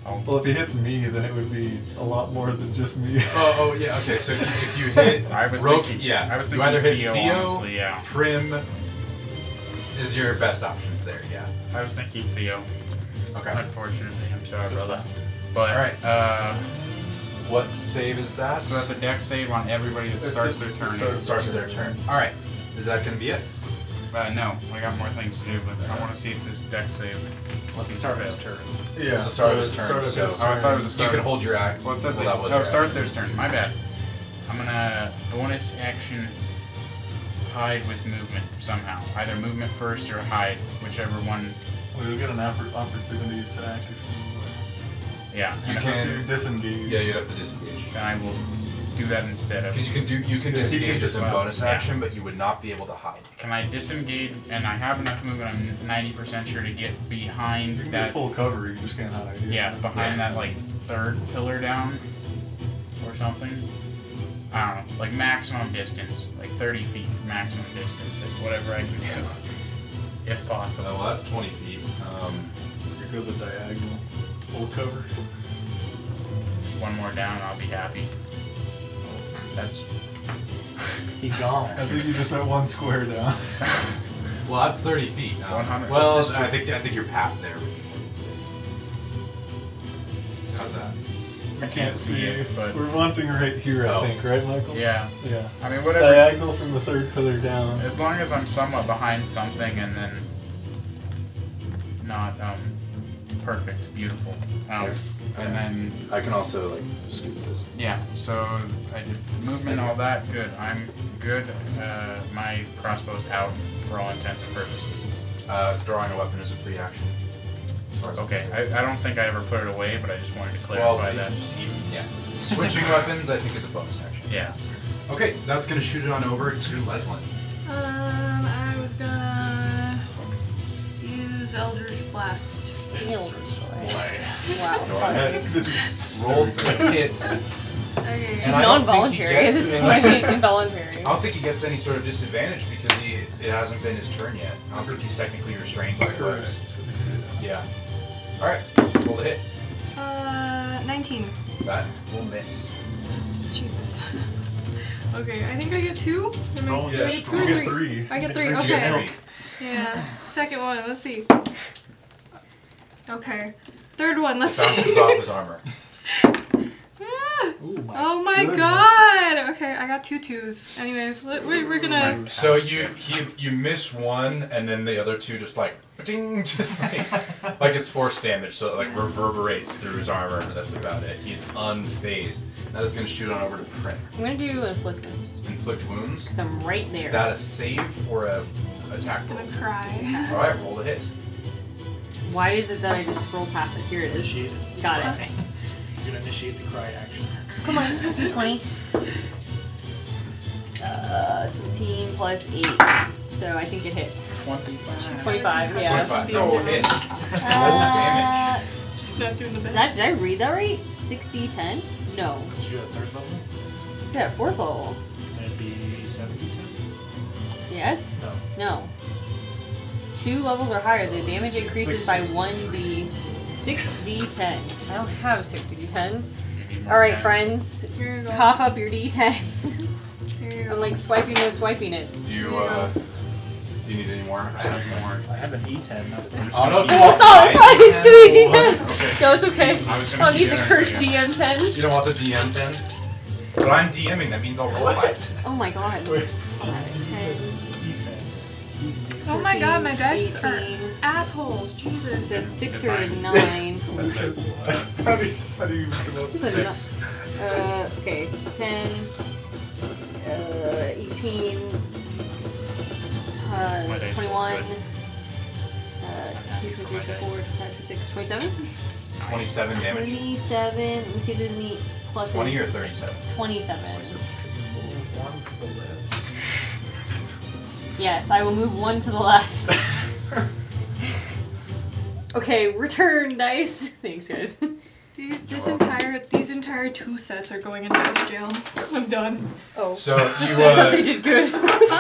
[SPEAKER 3] oh,
[SPEAKER 6] Well, if he hits me, then it would be a lot more than just me.
[SPEAKER 1] Oh, oh yeah, okay, so if you, if you hit
[SPEAKER 3] I was
[SPEAKER 1] Roken,
[SPEAKER 3] thinking.
[SPEAKER 1] yeah,
[SPEAKER 3] I was
[SPEAKER 1] you
[SPEAKER 3] thinking
[SPEAKER 1] either hit
[SPEAKER 3] Theo,
[SPEAKER 1] Theo,
[SPEAKER 3] honestly, yeah.
[SPEAKER 1] Prim is your best options there, yeah.
[SPEAKER 3] I was thinking Theo.
[SPEAKER 1] Okay.
[SPEAKER 3] Unfortunately, I'm sorry, brother. But
[SPEAKER 1] Alright.
[SPEAKER 3] uh,
[SPEAKER 1] What save is that?
[SPEAKER 3] so that's a deck save on everybody that
[SPEAKER 6] That's
[SPEAKER 3] starts
[SPEAKER 6] it.
[SPEAKER 3] their turn.
[SPEAKER 1] It starts their turn. Alright, is that gonna be it?
[SPEAKER 3] Uh, no, I got more things to do, but I want to see if this deck save.
[SPEAKER 4] Let's start his turn.
[SPEAKER 6] yeah.
[SPEAKER 1] it's the start of his
[SPEAKER 6] it's
[SPEAKER 1] turn,
[SPEAKER 6] Start of
[SPEAKER 1] so-
[SPEAKER 6] his
[SPEAKER 3] Oh, I thought it was a
[SPEAKER 1] You
[SPEAKER 3] start.
[SPEAKER 1] can hold your act.
[SPEAKER 3] Well, it says
[SPEAKER 1] well,
[SPEAKER 3] they-
[SPEAKER 1] that was
[SPEAKER 3] no,
[SPEAKER 1] your
[SPEAKER 3] start their turn. My bad. I'm gonna bonus action hide with movement somehow. Either movement first or hide, whichever one.
[SPEAKER 6] Well, you'll get an oppor- opportunity attack if you,
[SPEAKER 3] Yeah.
[SPEAKER 1] You
[SPEAKER 3] and if
[SPEAKER 1] can-
[SPEAKER 3] it's-
[SPEAKER 6] unless you disengage.
[SPEAKER 1] act. Yeah, you'd have to disengage.
[SPEAKER 3] Then I will do that instead of.
[SPEAKER 1] Because you can do you can
[SPEAKER 3] Yeah, he can
[SPEAKER 1] disengage as
[SPEAKER 3] just
[SPEAKER 1] a
[SPEAKER 3] run.
[SPEAKER 1] bonus
[SPEAKER 3] Yeah.
[SPEAKER 1] action, but you would not be able to hide.
[SPEAKER 3] Can I disengage? And I have enough movement. I'm ninety percent sure to get behind
[SPEAKER 6] You can get
[SPEAKER 3] that.
[SPEAKER 6] full cover, you just can't hide.
[SPEAKER 3] Yeah, behind that like third pillar down, or something. I don't know, like maximum distance, like thirty feet maximum distance, like whatever I can do, if
[SPEAKER 1] Oh,
[SPEAKER 3] possible.
[SPEAKER 1] well, that's 20 feet. Um,
[SPEAKER 6] You go the diagonal. Full cover.
[SPEAKER 3] One more down, I'll be happy. That's
[SPEAKER 12] He gone.
[SPEAKER 6] I think you just went one square down.
[SPEAKER 1] well, that's 30 feet. now.
[SPEAKER 3] 100.
[SPEAKER 1] Well,
[SPEAKER 3] That's true.
[SPEAKER 1] I think I think your path there. would be- How's that?
[SPEAKER 6] We can't see
[SPEAKER 3] it, but
[SPEAKER 6] We're wanting right here,
[SPEAKER 1] Oh.
[SPEAKER 6] I think, right, Michael?
[SPEAKER 3] yeah.
[SPEAKER 6] Yeah.
[SPEAKER 3] I mean, whatever.
[SPEAKER 6] Diagonal from the third pillar down.
[SPEAKER 3] As long as I'm somewhat behind something and then not um perfect, beautiful. Um, and then
[SPEAKER 1] I can also like scoop this.
[SPEAKER 3] yeah, so I did movement, all that. Good. I'm good. Uh, my crossbow's out for all intents and purposes.
[SPEAKER 1] Uh, drawing a weapon is a free action. As far as I'm
[SPEAKER 3] Okay.
[SPEAKER 1] concerned.
[SPEAKER 3] I, I don't think I ever put it away, but I just wanted to
[SPEAKER 1] Well,
[SPEAKER 3] clarify that.
[SPEAKER 1] you- yeah. Switching weapons, I think, is a bonus action.
[SPEAKER 3] Yeah.
[SPEAKER 1] Okay, that's gonna shoot it on over to Leslin.
[SPEAKER 5] Um, I was gonna use Eldritch Blast.
[SPEAKER 9] Wow.
[SPEAKER 1] Rolled to hit.
[SPEAKER 5] Okay.
[SPEAKER 1] She's
[SPEAKER 5] I-
[SPEAKER 1] I
[SPEAKER 2] It's
[SPEAKER 1] don't
[SPEAKER 2] non-voluntary.
[SPEAKER 1] think he
[SPEAKER 2] It's
[SPEAKER 1] gets
[SPEAKER 2] just
[SPEAKER 1] it.
[SPEAKER 2] like involuntary.
[SPEAKER 1] I don't think he gets any sort of disadvantage because he it hasn't been his turn yet. I don't think he's technically restrained by the ropes. Yeah. All right, roll the hit.
[SPEAKER 5] Uh, 19.
[SPEAKER 1] That will miss.
[SPEAKER 5] Jesus. Okay, I think I get two. Am I-
[SPEAKER 6] Oh,
[SPEAKER 5] do I
[SPEAKER 6] yeah,
[SPEAKER 5] get two or
[SPEAKER 6] you get
[SPEAKER 5] three?
[SPEAKER 6] three.
[SPEAKER 5] I get three.
[SPEAKER 1] You get
[SPEAKER 5] Okay.
[SPEAKER 1] three.
[SPEAKER 5] Yeah. Second one. Let's see. Okay. Third one. Let's
[SPEAKER 1] Bounces
[SPEAKER 5] see.
[SPEAKER 1] off his armor.
[SPEAKER 5] Ah!
[SPEAKER 12] Ooh, my
[SPEAKER 5] oh my
[SPEAKER 12] goodness.
[SPEAKER 5] god. Okay, I got two twos. Anyways, we- we- we're gonna.
[SPEAKER 1] So you he, you miss one, and then the other two just like ding, just like like it's force damage, so it like reverberates through his armor. But that's about it. He's unfazed. That is going to shoot on over to Prim.
[SPEAKER 2] I'm gonna do inflict wounds
[SPEAKER 1] Inflict wounds.
[SPEAKER 2] because I'm right
[SPEAKER 1] Is
[SPEAKER 2] there.
[SPEAKER 1] that a save or a attack roll?
[SPEAKER 5] gonna cry.
[SPEAKER 1] All right, roll the hit.
[SPEAKER 2] Why is it that I just scroll past it? Here it is.
[SPEAKER 12] Initiate it.
[SPEAKER 2] Got it.
[SPEAKER 12] He's gonna initiate the cry action.
[SPEAKER 2] Come on, d20. Uh, 17 plus 8. So I think it hits. 25, yeah.
[SPEAKER 1] Twenty-five. No hit. Roll
[SPEAKER 2] Uh,
[SPEAKER 1] damage.
[SPEAKER 5] She's not doing the
[SPEAKER 2] Is
[SPEAKER 5] best.
[SPEAKER 2] that, did I read that right? 60, 10? No.
[SPEAKER 12] Did you do a third level?
[SPEAKER 2] Yeah, fourth level.
[SPEAKER 12] Would it be 70
[SPEAKER 2] Yes?
[SPEAKER 12] No.
[SPEAKER 2] No. Two levels or higher, the damage increases by 1d. 6d10. I don't have 6d10. Alright, friends,
[SPEAKER 5] Here you go.
[SPEAKER 2] cough up your d10s.
[SPEAKER 5] Here you go.
[SPEAKER 2] I'm like swiping it, swiping it.
[SPEAKER 1] Do you uh, do you need any more?
[SPEAKER 3] I have some more.
[SPEAKER 12] I have an E10, not a
[SPEAKER 1] I don't know if you
[SPEAKER 2] I
[SPEAKER 1] want
[SPEAKER 2] saw it, that's why
[SPEAKER 1] the
[SPEAKER 2] I didn't do the
[SPEAKER 3] Okay.
[SPEAKER 2] d10s. No, it's okay.
[SPEAKER 3] I was gonna
[SPEAKER 2] I'll need
[SPEAKER 3] do
[SPEAKER 2] the
[SPEAKER 3] that,
[SPEAKER 2] cursed
[SPEAKER 3] yeah.
[SPEAKER 2] DM
[SPEAKER 1] die.
[SPEAKER 2] 10s.
[SPEAKER 1] You don't want the DM then? But I'm DMing. That means I'll roll it.
[SPEAKER 2] Oh my god.
[SPEAKER 12] Wait.
[SPEAKER 2] 10,
[SPEAKER 5] Oh my god, my dice
[SPEAKER 2] 18,
[SPEAKER 5] are assholes. Jesus.
[SPEAKER 2] So six or a nine.
[SPEAKER 3] That's it.
[SPEAKER 6] how, do you, how do you even go up
[SPEAKER 2] It's a
[SPEAKER 6] six?
[SPEAKER 2] Uh, okay, 10, uh, 18,
[SPEAKER 3] My
[SPEAKER 2] uh,
[SPEAKER 3] dice
[SPEAKER 2] 21,
[SPEAKER 3] rolled
[SPEAKER 2] uh,
[SPEAKER 3] happy
[SPEAKER 2] 2, 3,
[SPEAKER 3] for
[SPEAKER 2] 4,
[SPEAKER 3] my dice.
[SPEAKER 2] 5, 6, 27,
[SPEAKER 1] Twenty-seven damage.
[SPEAKER 2] 27, let me see if there's any pluses.
[SPEAKER 1] Twenty or thirty-seven.
[SPEAKER 2] 27. Yes, I will move one to the left. okay, return dice. Thanks, guys.
[SPEAKER 5] These, this entire these entire two sets are going in dice jail. I'm done.
[SPEAKER 2] Oh,
[SPEAKER 1] So you
[SPEAKER 2] I thought they
[SPEAKER 1] uh,
[SPEAKER 2] did good.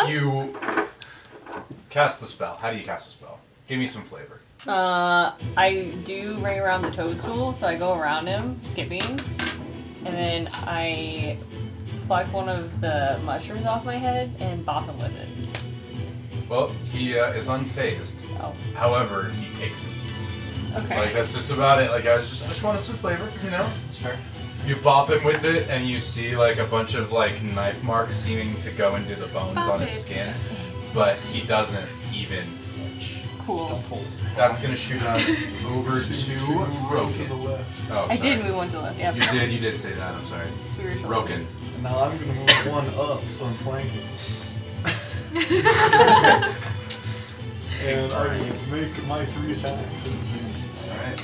[SPEAKER 1] you cast the spell. How do you cast the spell? Give me some flavor.
[SPEAKER 2] Uh, I do ring around the toadstool, so I go around him, skipping, and then I pluck one of the mushrooms off my head and bop him with it.
[SPEAKER 1] Well, he uh, is unfazed.
[SPEAKER 2] Oh,
[SPEAKER 1] However, he takes it. Like
[SPEAKER 2] okay.
[SPEAKER 1] that's just about it. Like I was just, I just wanted some flavor, you know.
[SPEAKER 12] It's fair.
[SPEAKER 1] You bop him with it, and you see like a bunch of like knife marks seeming to go into the bones
[SPEAKER 5] Bop
[SPEAKER 1] on
[SPEAKER 5] it.
[SPEAKER 1] his skin, but he doesn't even flinch.
[SPEAKER 2] Cool.
[SPEAKER 1] That's gonna shoot on over to
[SPEAKER 6] To the
[SPEAKER 1] Roken.
[SPEAKER 6] left.
[SPEAKER 1] Oh,
[SPEAKER 2] I
[SPEAKER 1] sorry.
[SPEAKER 2] did move one to left. Yep.
[SPEAKER 1] You did. You did say that. I'm sorry.
[SPEAKER 2] Spiritual.
[SPEAKER 1] Roken.
[SPEAKER 6] And now I'm gonna move one up, so I'm flanking. and I will make my three attacks.
[SPEAKER 1] All right.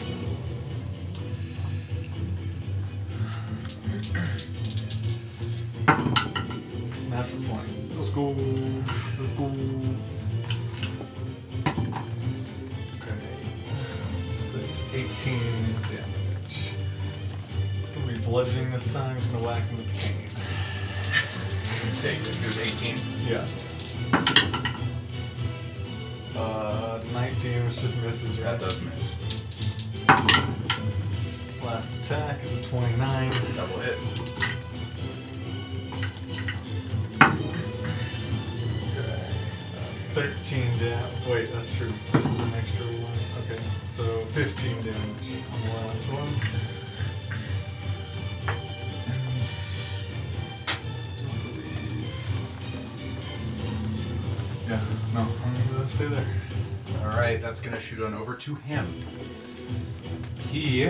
[SPEAKER 13] go. Let's go.
[SPEAKER 6] Six, 18 damage. Gonna be bludgeoning this time for lack of the pain.
[SPEAKER 1] Six, it was 18.
[SPEAKER 6] Yeah. Uh, 19, which just misses, right?
[SPEAKER 1] That does miss.
[SPEAKER 6] Last attack is a 29.
[SPEAKER 1] Double hit.
[SPEAKER 6] Okay. Uh, 13 damage. Wait, that's true. This is an extra one. Okay, so 15 damage on the last one. And I don't believe- Yeah, no, I'm gonna stay there.
[SPEAKER 1] Alright, that's gonna shoot on over to him. He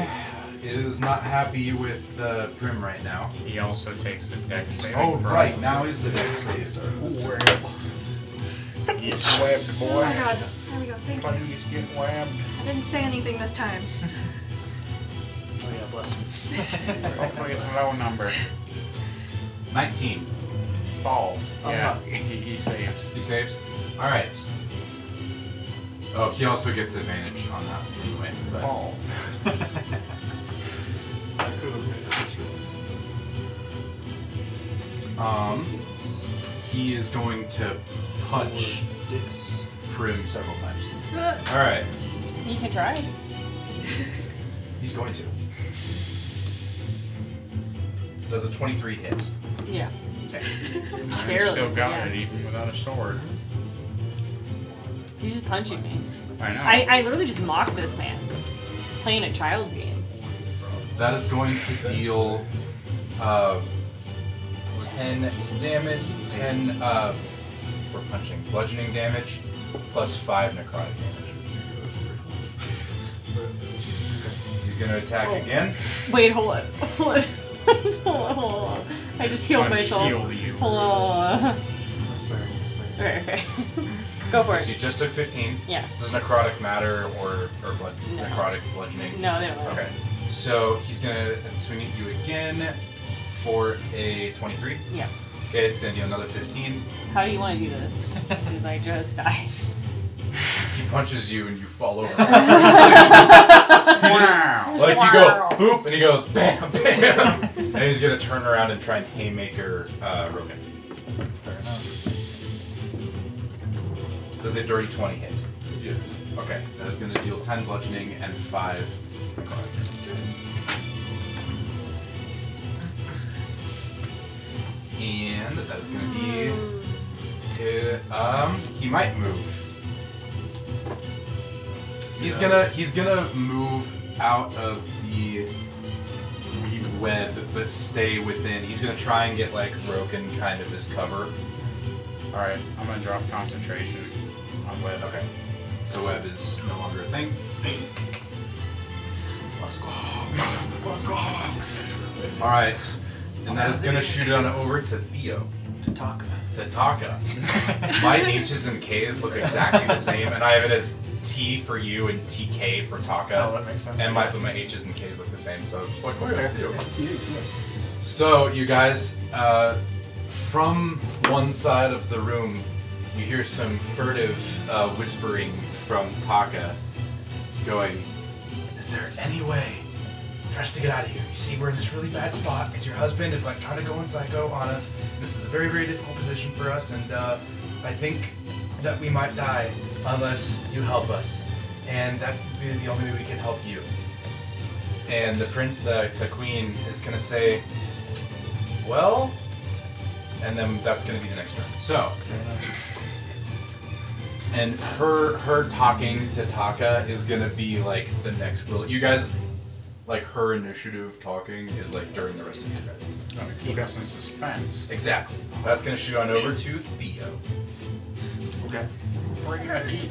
[SPEAKER 1] is not happy with uh, Prim right now.
[SPEAKER 3] He also takes the deck saving
[SPEAKER 1] Oh,
[SPEAKER 3] throw.
[SPEAKER 1] right, now is the next save.
[SPEAKER 3] Gets
[SPEAKER 5] Oh
[SPEAKER 3] webbed,
[SPEAKER 5] my god. There we go. Thank you.
[SPEAKER 3] Buddy's getting whammed.
[SPEAKER 5] I didn't say anything this time.
[SPEAKER 12] Oh yeah, bless him.
[SPEAKER 3] Hopefully it's a low number.
[SPEAKER 1] 19.
[SPEAKER 3] Falls. Yeah,
[SPEAKER 1] Unlucky.
[SPEAKER 3] he, he saves.
[SPEAKER 1] He saves. Alright. Oh, he also gets advantage on that anyway. but-
[SPEAKER 3] Falls.
[SPEAKER 6] I could have made it this round.
[SPEAKER 1] Um, he is going to punch Prim several times.
[SPEAKER 2] Uh,
[SPEAKER 1] All right,
[SPEAKER 2] You can try.
[SPEAKER 1] he's going to. Does a 23 hit?
[SPEAKER 2] Yeah.
[SPEAKER 1] Okay.
[SPEAKER 3] And I
[SPEAKER 2] Barely,
[SPEAKER 3] still got
[SPEAKER 2] yeah.
[SPEAKER 3] it even without a sword.
[SPEAKER 2] He's just punching me.
[SPEAKER 3] I know.
[SPEAKER 2] I, I literally just mocked this man. Playing a child's game.
[SPEAKER 1] That is going to deal uh, 10 damage, 10 uh, for punching, bludgeoning damage, plus 5 necrotic damage.
[SPEAKER 6] That's pretty close.
[SPEAKER 1] He's going to attack
[SPEAKER 2] Oh.
[SPEAKER 1] again.
[SPEAKER 2] Wait, hold up. Hold up. hold up. Hold up. I just healed
[SPEAKER 3] Unhealed
[SPEAKER 2] myself.
[SPEAKER 3] you.
[SPEAKER 2] Hold on.
[SPEAKER 12] That's fair. That's fair.
[SPEAKER 2] Okay, okay. Go for
[SPEAKER 1] So
[SPEAKER 2] it.
[SPEAKER 1] you just took 15.
[SPEAKER 2] Yeah.
[SPEAKER 1] Does necrotic matter or, or blood,
[SPEAKER 2] No.
[SPEAKER 1] necrotic bludgeoning?
[SPEAKER 2] No, they don't matter.
[SPEAKER 1] Okay. So he's gonna swing at you again for a 23.
[SPEAKER 2] Yeah.
[SPEAKER 1] Okay, it's gonna do another 15.
[SPEAKER 2] How do you want to do this? Because I just died.
[SPEAKER 1] He punches you and you fall over.
[SPEAKER 3] wow.
[SPEAKER 1] like you
[SPEAKER 2] Wow.
[SPEAKER 1] go boop and he goes bam bam, and he's gonna turn around and try and haymaker uh, Rogan.
[SPEAKER 12] Fair enough.
[SPEAKER 1] Does a dirty 20 hit?
[SPEAKER 14] Yes.
[SPEAKER 1] Okay, that is gonna deal 10 bludgeoning and 5 necrotic. And that is gonna be. Uh, um, he might move. He's
[SPEAKER 14] Yeah.
[SPEAKER 1] gonna he's gonna move out of the weed web, but stay within. He's gonna try and get like broken kind of his cover.
[SPEAKER 3] Alright, I'm gonna drop concentration on web.
[SPEAKER 1] Okay. So web is no longer a thing. Let's go. Let's go. All right, and that is gonna shoot on over to Theo.
[SPEAKER 12] To talk about.
[SPEAKER 1] Tataka. My H's and K's look exactly the same, and I have it as T for you and TK for Taka.
[SPEAKER 12] Oh, that makes sense.
[SPEAKER 1] And my, but my H's and K's look the same, so I'm just like,
[SPEAKER 12] Oh,
[SPEAKER 1] what's this deal?
[SPEAKER 12] Yeah.
[SPEAKER 1] So, you guys, uh, from one side of the room, you hear some furtive uh, whispering from Taka going, Is there any way for us to get out of here? You see, we're in this really bad spot because your husband is like kind of going psycho on us. This is a very, very difficult position for us, and uh, I think that we might die unless you help us. And that's really the only way we can help you. And the print, the, the queen is gonna say, "Well," and then that's gonna be the next turn. So, and her her talking to Taka is gonna be like the next little. You guys, like her initiative talking is like during the rest of you guys.
[SPEAKER 3] Gonna keep us in suspense.
[SPEAKER 1] Exactly. That's gonna shoot on over to Theo
[SPEAKER 12] Okay.
[SPEAKER 3] Bring the heat.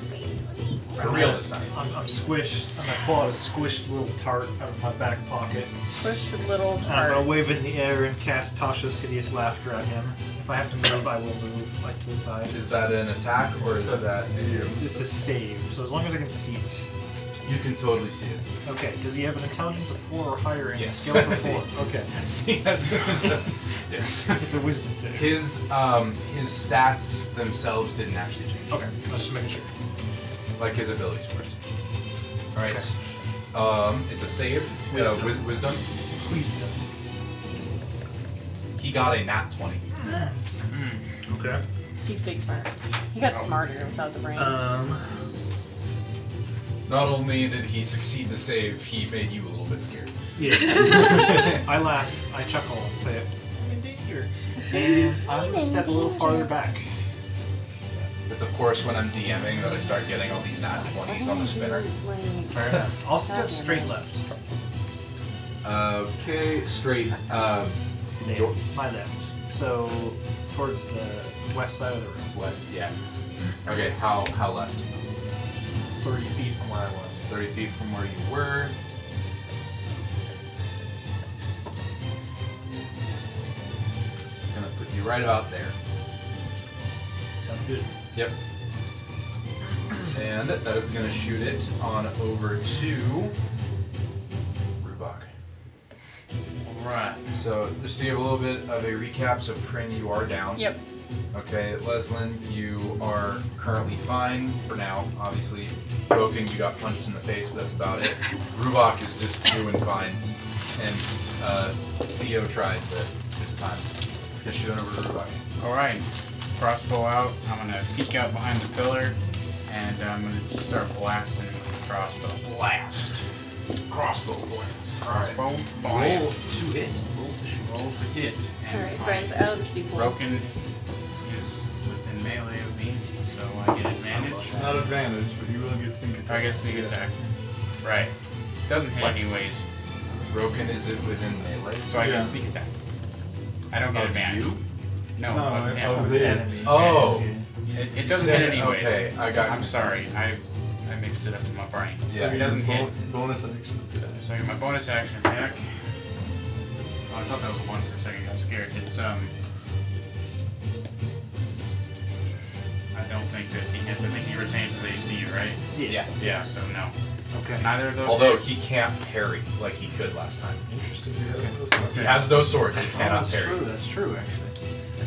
[SPEAKER 1] for real this time.
[SPEAKER 12] I'm, I'm squished. I'm gonna pull out a squished little tart out of my back pocket.
[SPEAKER 2] Squish little
[SPEAKER 12] And I'm
[SPEAKER 2] tart.
[SPEAKER 12] gonna wave it in the air and cast Tasha's hideous laughter at him. If I have to move, I will move, like to the side.
[SPEAKER 1] Is that an attack or is that?
[SPEAKER 12] This is save, so as long as I can see it.
[SPEAKER 1] You can totally see it.
[SPEAKER 4] Okay, does he have an intelligence of 4 or higher and
[SPEAKER 1] Yes.
[SPEAKER 4] skills of 4? Okay.
[SPEAKER 1] See, that's what I'm saying. yes.
[SPEAKER 4] It's a wisdom save.
[SPEAKER 1] His um his stats themselves didn't actually change.
[SPEAKER 4] Okay, I was just making sure.
[SPEAKER 1] Like his abilities were. All right. Um, it's a save. Uh,
[SPEAKER 4] Wisdom.
[SPEAKER 1] wis- wisdom. He got a nat twenty.
[SPEAKER 4] Okay.
[SPEAKER 2] He's big smart. He got
[SPEAKER 1] Um,
[SPEAKER 2] smarter without the brain.
[SPEAKER 4] Um.
[SPEAKER 1] Not only did he succeed the save, he made you a little bit scared.
[SPEAKER 4] Yeah. I laugh, I chuckle, and say it. I'm in danger. And I'm gonna step a little farther back.
[SPEAKER 1] It's of course when I'm DMing that I start getting all these nat twenties on the spinner.
[SPEAKER 4] Fair enough. I'll step straight left.
[SPEAKER 1] Okay, straight. Um,
[SPEAKER 4] Nail. My left. So towards the west side of the room.
[SPEAKER 1] West, yeah. Okay, how how left?
[SPEAKER 4] Thirty feet from where I was.
[SPEAKER 1] Thirty feet from where you were. Gonna put you right about there.
[SPEAKER 4] Sounds good.
[SPEAKER 1] Yep. And that is gonna shoot it on over to Rubok. Right. So just to give a little bit of a recap, so Prin, you are down.
[SPEAKER 2] Yep.
[SPEAKER 1] Okay, Leslin, you are currently fine for now, obviously. Broken, you got punched in the face, but that's about it. Rubok is just doing fine. And uh, Theo tried, but it's time. Let's get shoot on over to Rubok.
[SPEAKER 3] Alright, crossbow out. I'm gonna peek out behind the pillar and I'm gonna just start blasting with the crossbow. Blast! Crossbow blast.
[SPEAKER 1] Alright.
[SPEAKER 3] Crossbow fire.
[SPEAKER 1] Roll to hit.
[SPEAKER 3] Roll to shoot. Roll to hit. And
[SPEAKER 2] Alright,
[SPEAKER 3] my
[SPEAKER 2] friends, out of the people.
[SPEAKER 3] Broken is within melee of me, so I get advantage.
[SPEAKER 6] Not advantage, but you will get sneak attack.
[SPEAKER 3] I guess sneak attack. Right. Doesn't hit anyways.
[SPEAKER 1] Broken is it within melee?
[SPEAKER 3] So I
[SPEAKER 1] Yeah.
[SPEAKER 3] get sneak attack. I don't get
[SPEAKER 1] Of
[SPEAKER 3] advantage.
[SPEAKER 1] you?
[SPEAKER 3] No,
[SPEAKER 6] No,
[SPEAKER 3] of
[SPEAKER 6] of
[SPEAKER 3] him.
[SPEAKER 6] the enemy.
[SPEAKER 1] Oh.
[SPEAKER 3] It,
[SPEAKER 1] You
[SPEAKER 3] it doesn't
[SPEAKER 1] said-
[SPEAKER 3] hit anyways.
[SPEAKER 1] okay, I got
[SPEAKER 3] I'm
[SPEAKER 1] you.
[SPEAKER 3] sorry. I I mixed it up in my brain.
[SPEAKER 1] Yeah.
[SPEAKER 3] So it doesn't hit.
[SPEAKER 6] Bonus action.
[SPEAKER 3] So I get my bonus action attack. Oh, I thought that was one for a second. I got scared. It's um. I don't think 15 hits. I think he retains his AC, right?
[SPEAKER 4] Yeah.
[SPEAKER 3] Yeah. So no.
[SPEAKER 4] Okay.
[SPEAKER 3] Neither of those.
[SPEAKER 1] Although
[SPEAKER 3] hit.
[SPEAKER 1] he can't parry like he could last time.
[SPEAKER 6] Interesting.
[SPEAKER 1] He has no sword. He
[SPEAKER 4] Oh,
[SPEAKER 1] cannot
[SPEAKER 4] that's
[SPEAKER 1] parry.
[SPEAKER 4] true. That's true, actually.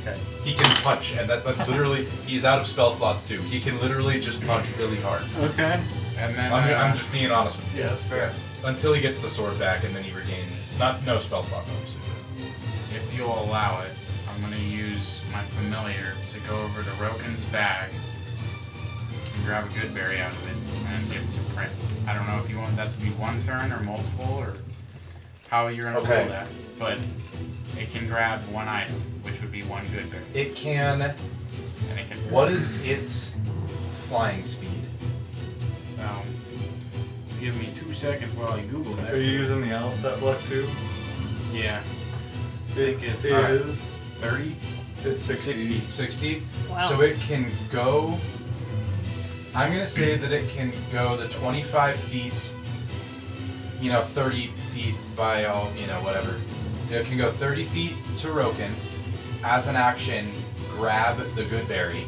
[SPEAKER 4] Okay.
[SPEAKER 1] He can punch, and that, that's literally. He's out of spell slots too. He can literally just punch really hard.
[SPEAKER 4] Okay.
[SPEAKER 3] And then
[SPEAKER 1] I'm,
[SPEAKER 3] uh,
[SPEAKER 1] I'm just being honest with you.
[SPEAKER 4] Yeah, that's fair.
[SPEAKER 1] Until he gets the sword back, and then he regains not no spell slots, obviously.
[SPEAKER 3] If you'll allow it, I'm gonna use my familiar to go over to Rokin's bag and grab a good berry out of it and give it to Print. I don't know if you want that to be one turn or multiple or how you're gonna
[SPEAKER 1] Okay.
[SPEAKER 3] roll that, but it can grab one item, which would be one good berry,
[SPEAKER 1] but- It can.
[SPEAKER 3] and it can.
[SPEAKER 1] What is its flying speed?
[SPEAKER 3] Um, give me two seconds while I Google that.
[SPEAKER 6] Are you using the owl stat block too?
[SPEAKER 3] Yeah.
[SPEAKER 6] I
[SPEAKER 3] think it's-
[SPEAKER 6] it
[SPEAKER 1] Alright.
[SPEAKER 6] is.
[SPEAKER 3] Thirty.
[SPEAKER 6] It's 60.
[SPEAKER 1] 60. 60.
[SPEAKER 2] Wow.
[SPEAKER 1] So it can go. I'm going to say that it can go the 25 feet, you know, 30 feet by all, you know, whatever. It can go 30 feet to Roken, as an action, grab the good berry,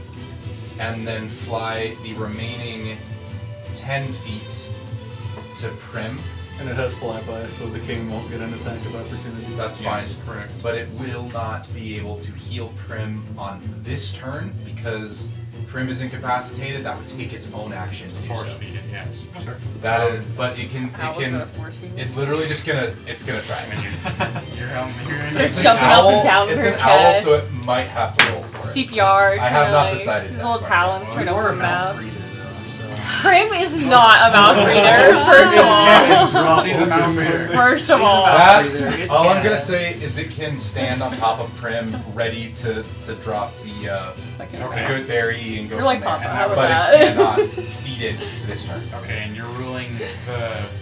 [SPEAKER 1] and then fly the remaining 10 feet to Prim.
[SPEAKER 6] And it has flyby, so the king won't get an attack of opportunity.
[SPEAKER 1] That's fine.
[SPEAKER 3] Yes, correct.
[SPEAKER 1] But it will not be able to heal Prim on this turn because Prim is incapacitated. That would take its own action. to do so.
[SPEAKER 3] Force feed it. Yes. Sure.
[SPEAKER 1] That is, but it can. It
[SPEAKER 2] Owl's gonna
[SPEAKER 1] can.
[SPEAKER 2] force feed me.
[SPEAKER 1] It's literally just gonna. It's gonna try.
[SPEAKER 3] I mean, you're, you're, helping- you're in
[SPEAKER 2] Starts
[SPEAKER 1] It's an
[SPEAKER 2] jumping up and
[SPEAKER 1] owl-
[SPEAKER 2] down in
[SPEAKER 1] It's
[SPEAKER 2] her
[SPEAKER 1] an owl, so
[SPEAKER 2] chest.
[SPEAKER 1] it might have to roll for it.
[SPEAKER 2] CPR.
[SPEAKER 1] I have
[SPEAKER 2] trying to,
[SPEAKER 1] not
[SPEAKER 2] like,
[SPEAKER 1] decided
[SPEAKER 2] His
[SPEAKER 1] that
[SPEAKER 2] little
[SPEAKER 1] quite
[SPEAKER 2] talons
[SPEAKER 1] yet.
[SPEAKER 2] trying to
[SPEAKER 1] Well,
[SPEAKER 2] work out.
[SPEAKER 4] breather, though, so.
[SPEAKER 2] Prim is not a mouth breather, first of all.
[SPEAKER 3] She's a mouth breather.
[SPEAKER 2] First of all.
[SPEAKER 1] That's
[SPEAKER 4] It's
[SPEAKER 1] all I'm
[SPEAKER 4] Canada.
[SPEAKER 1] gonna say is it can stand on top of Prim, ready to to drop the uh,
[SPEAKER 2] Second
[SPEAKER 1] the
[SPEAKER 3] round.
[SPEAKER 1] good berry and go.
[SPEAKER 2] You're like
[SPEAKER 1] from there.
[SPEAKER 2] Papa, how about
[SPEAKER 1] but
[SPEAKER 2] that?
[SPEAKER 1] it cannot feed it this turn.
[SPEAKER 3] Okay, and you're ruling the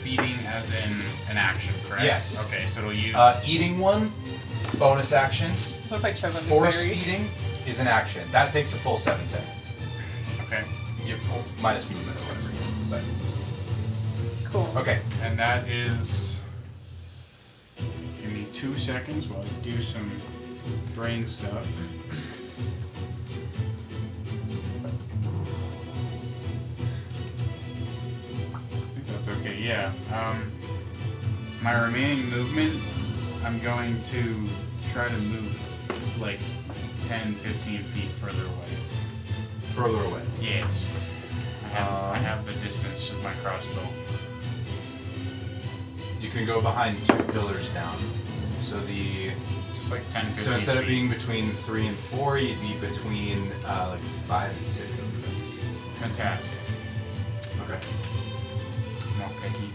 [SPEAKER 3] feeding as in an action, correct?
[SPEAKER 1] Yes.
[SPEAKER 3] Okay, so it'll use.
[SPEAKER 1] Uh, eating one, bonus action.
[SPEAKER 2] What if I choke on the
[SPEAKER 1] Force
[SPEAKER 2] berry?
[SPEAKER 1] feeding is an action. That takes a full seven seconds.
[SPEAKER 3] okay,
[SPEAKER 1] You minus movement or whatever.
[SPEAKER 2] Cool.
[SPEAKER 1] But, okay.
[SPEAKER 3] and that is. Give me two seconds while I do some brain stuff. I think that's okay. Yeah. Um, my remaining movement, I'm going to try to move like 10, 15 feet further away.
[SPEAKER 1] Further away?
[SPEAKER 3] Yes. I have, I have the distance of my crossbow.
[SPEAKER 1] You can go behind two pillars down. So the.
[SPEAKER 3] Just like 10,
[SPEAKER 1] So
[SPEAKER 3] 15
[SPEAKER 1] instead of
[SPEAKER 3] feet.
[SPEAKER 1] being between three and four, you'd be between uh, like five and six.
[SPEAKER 3] Fantastic.
[SPEAKER 1] Okay.
[SPEAKER 3] More picky.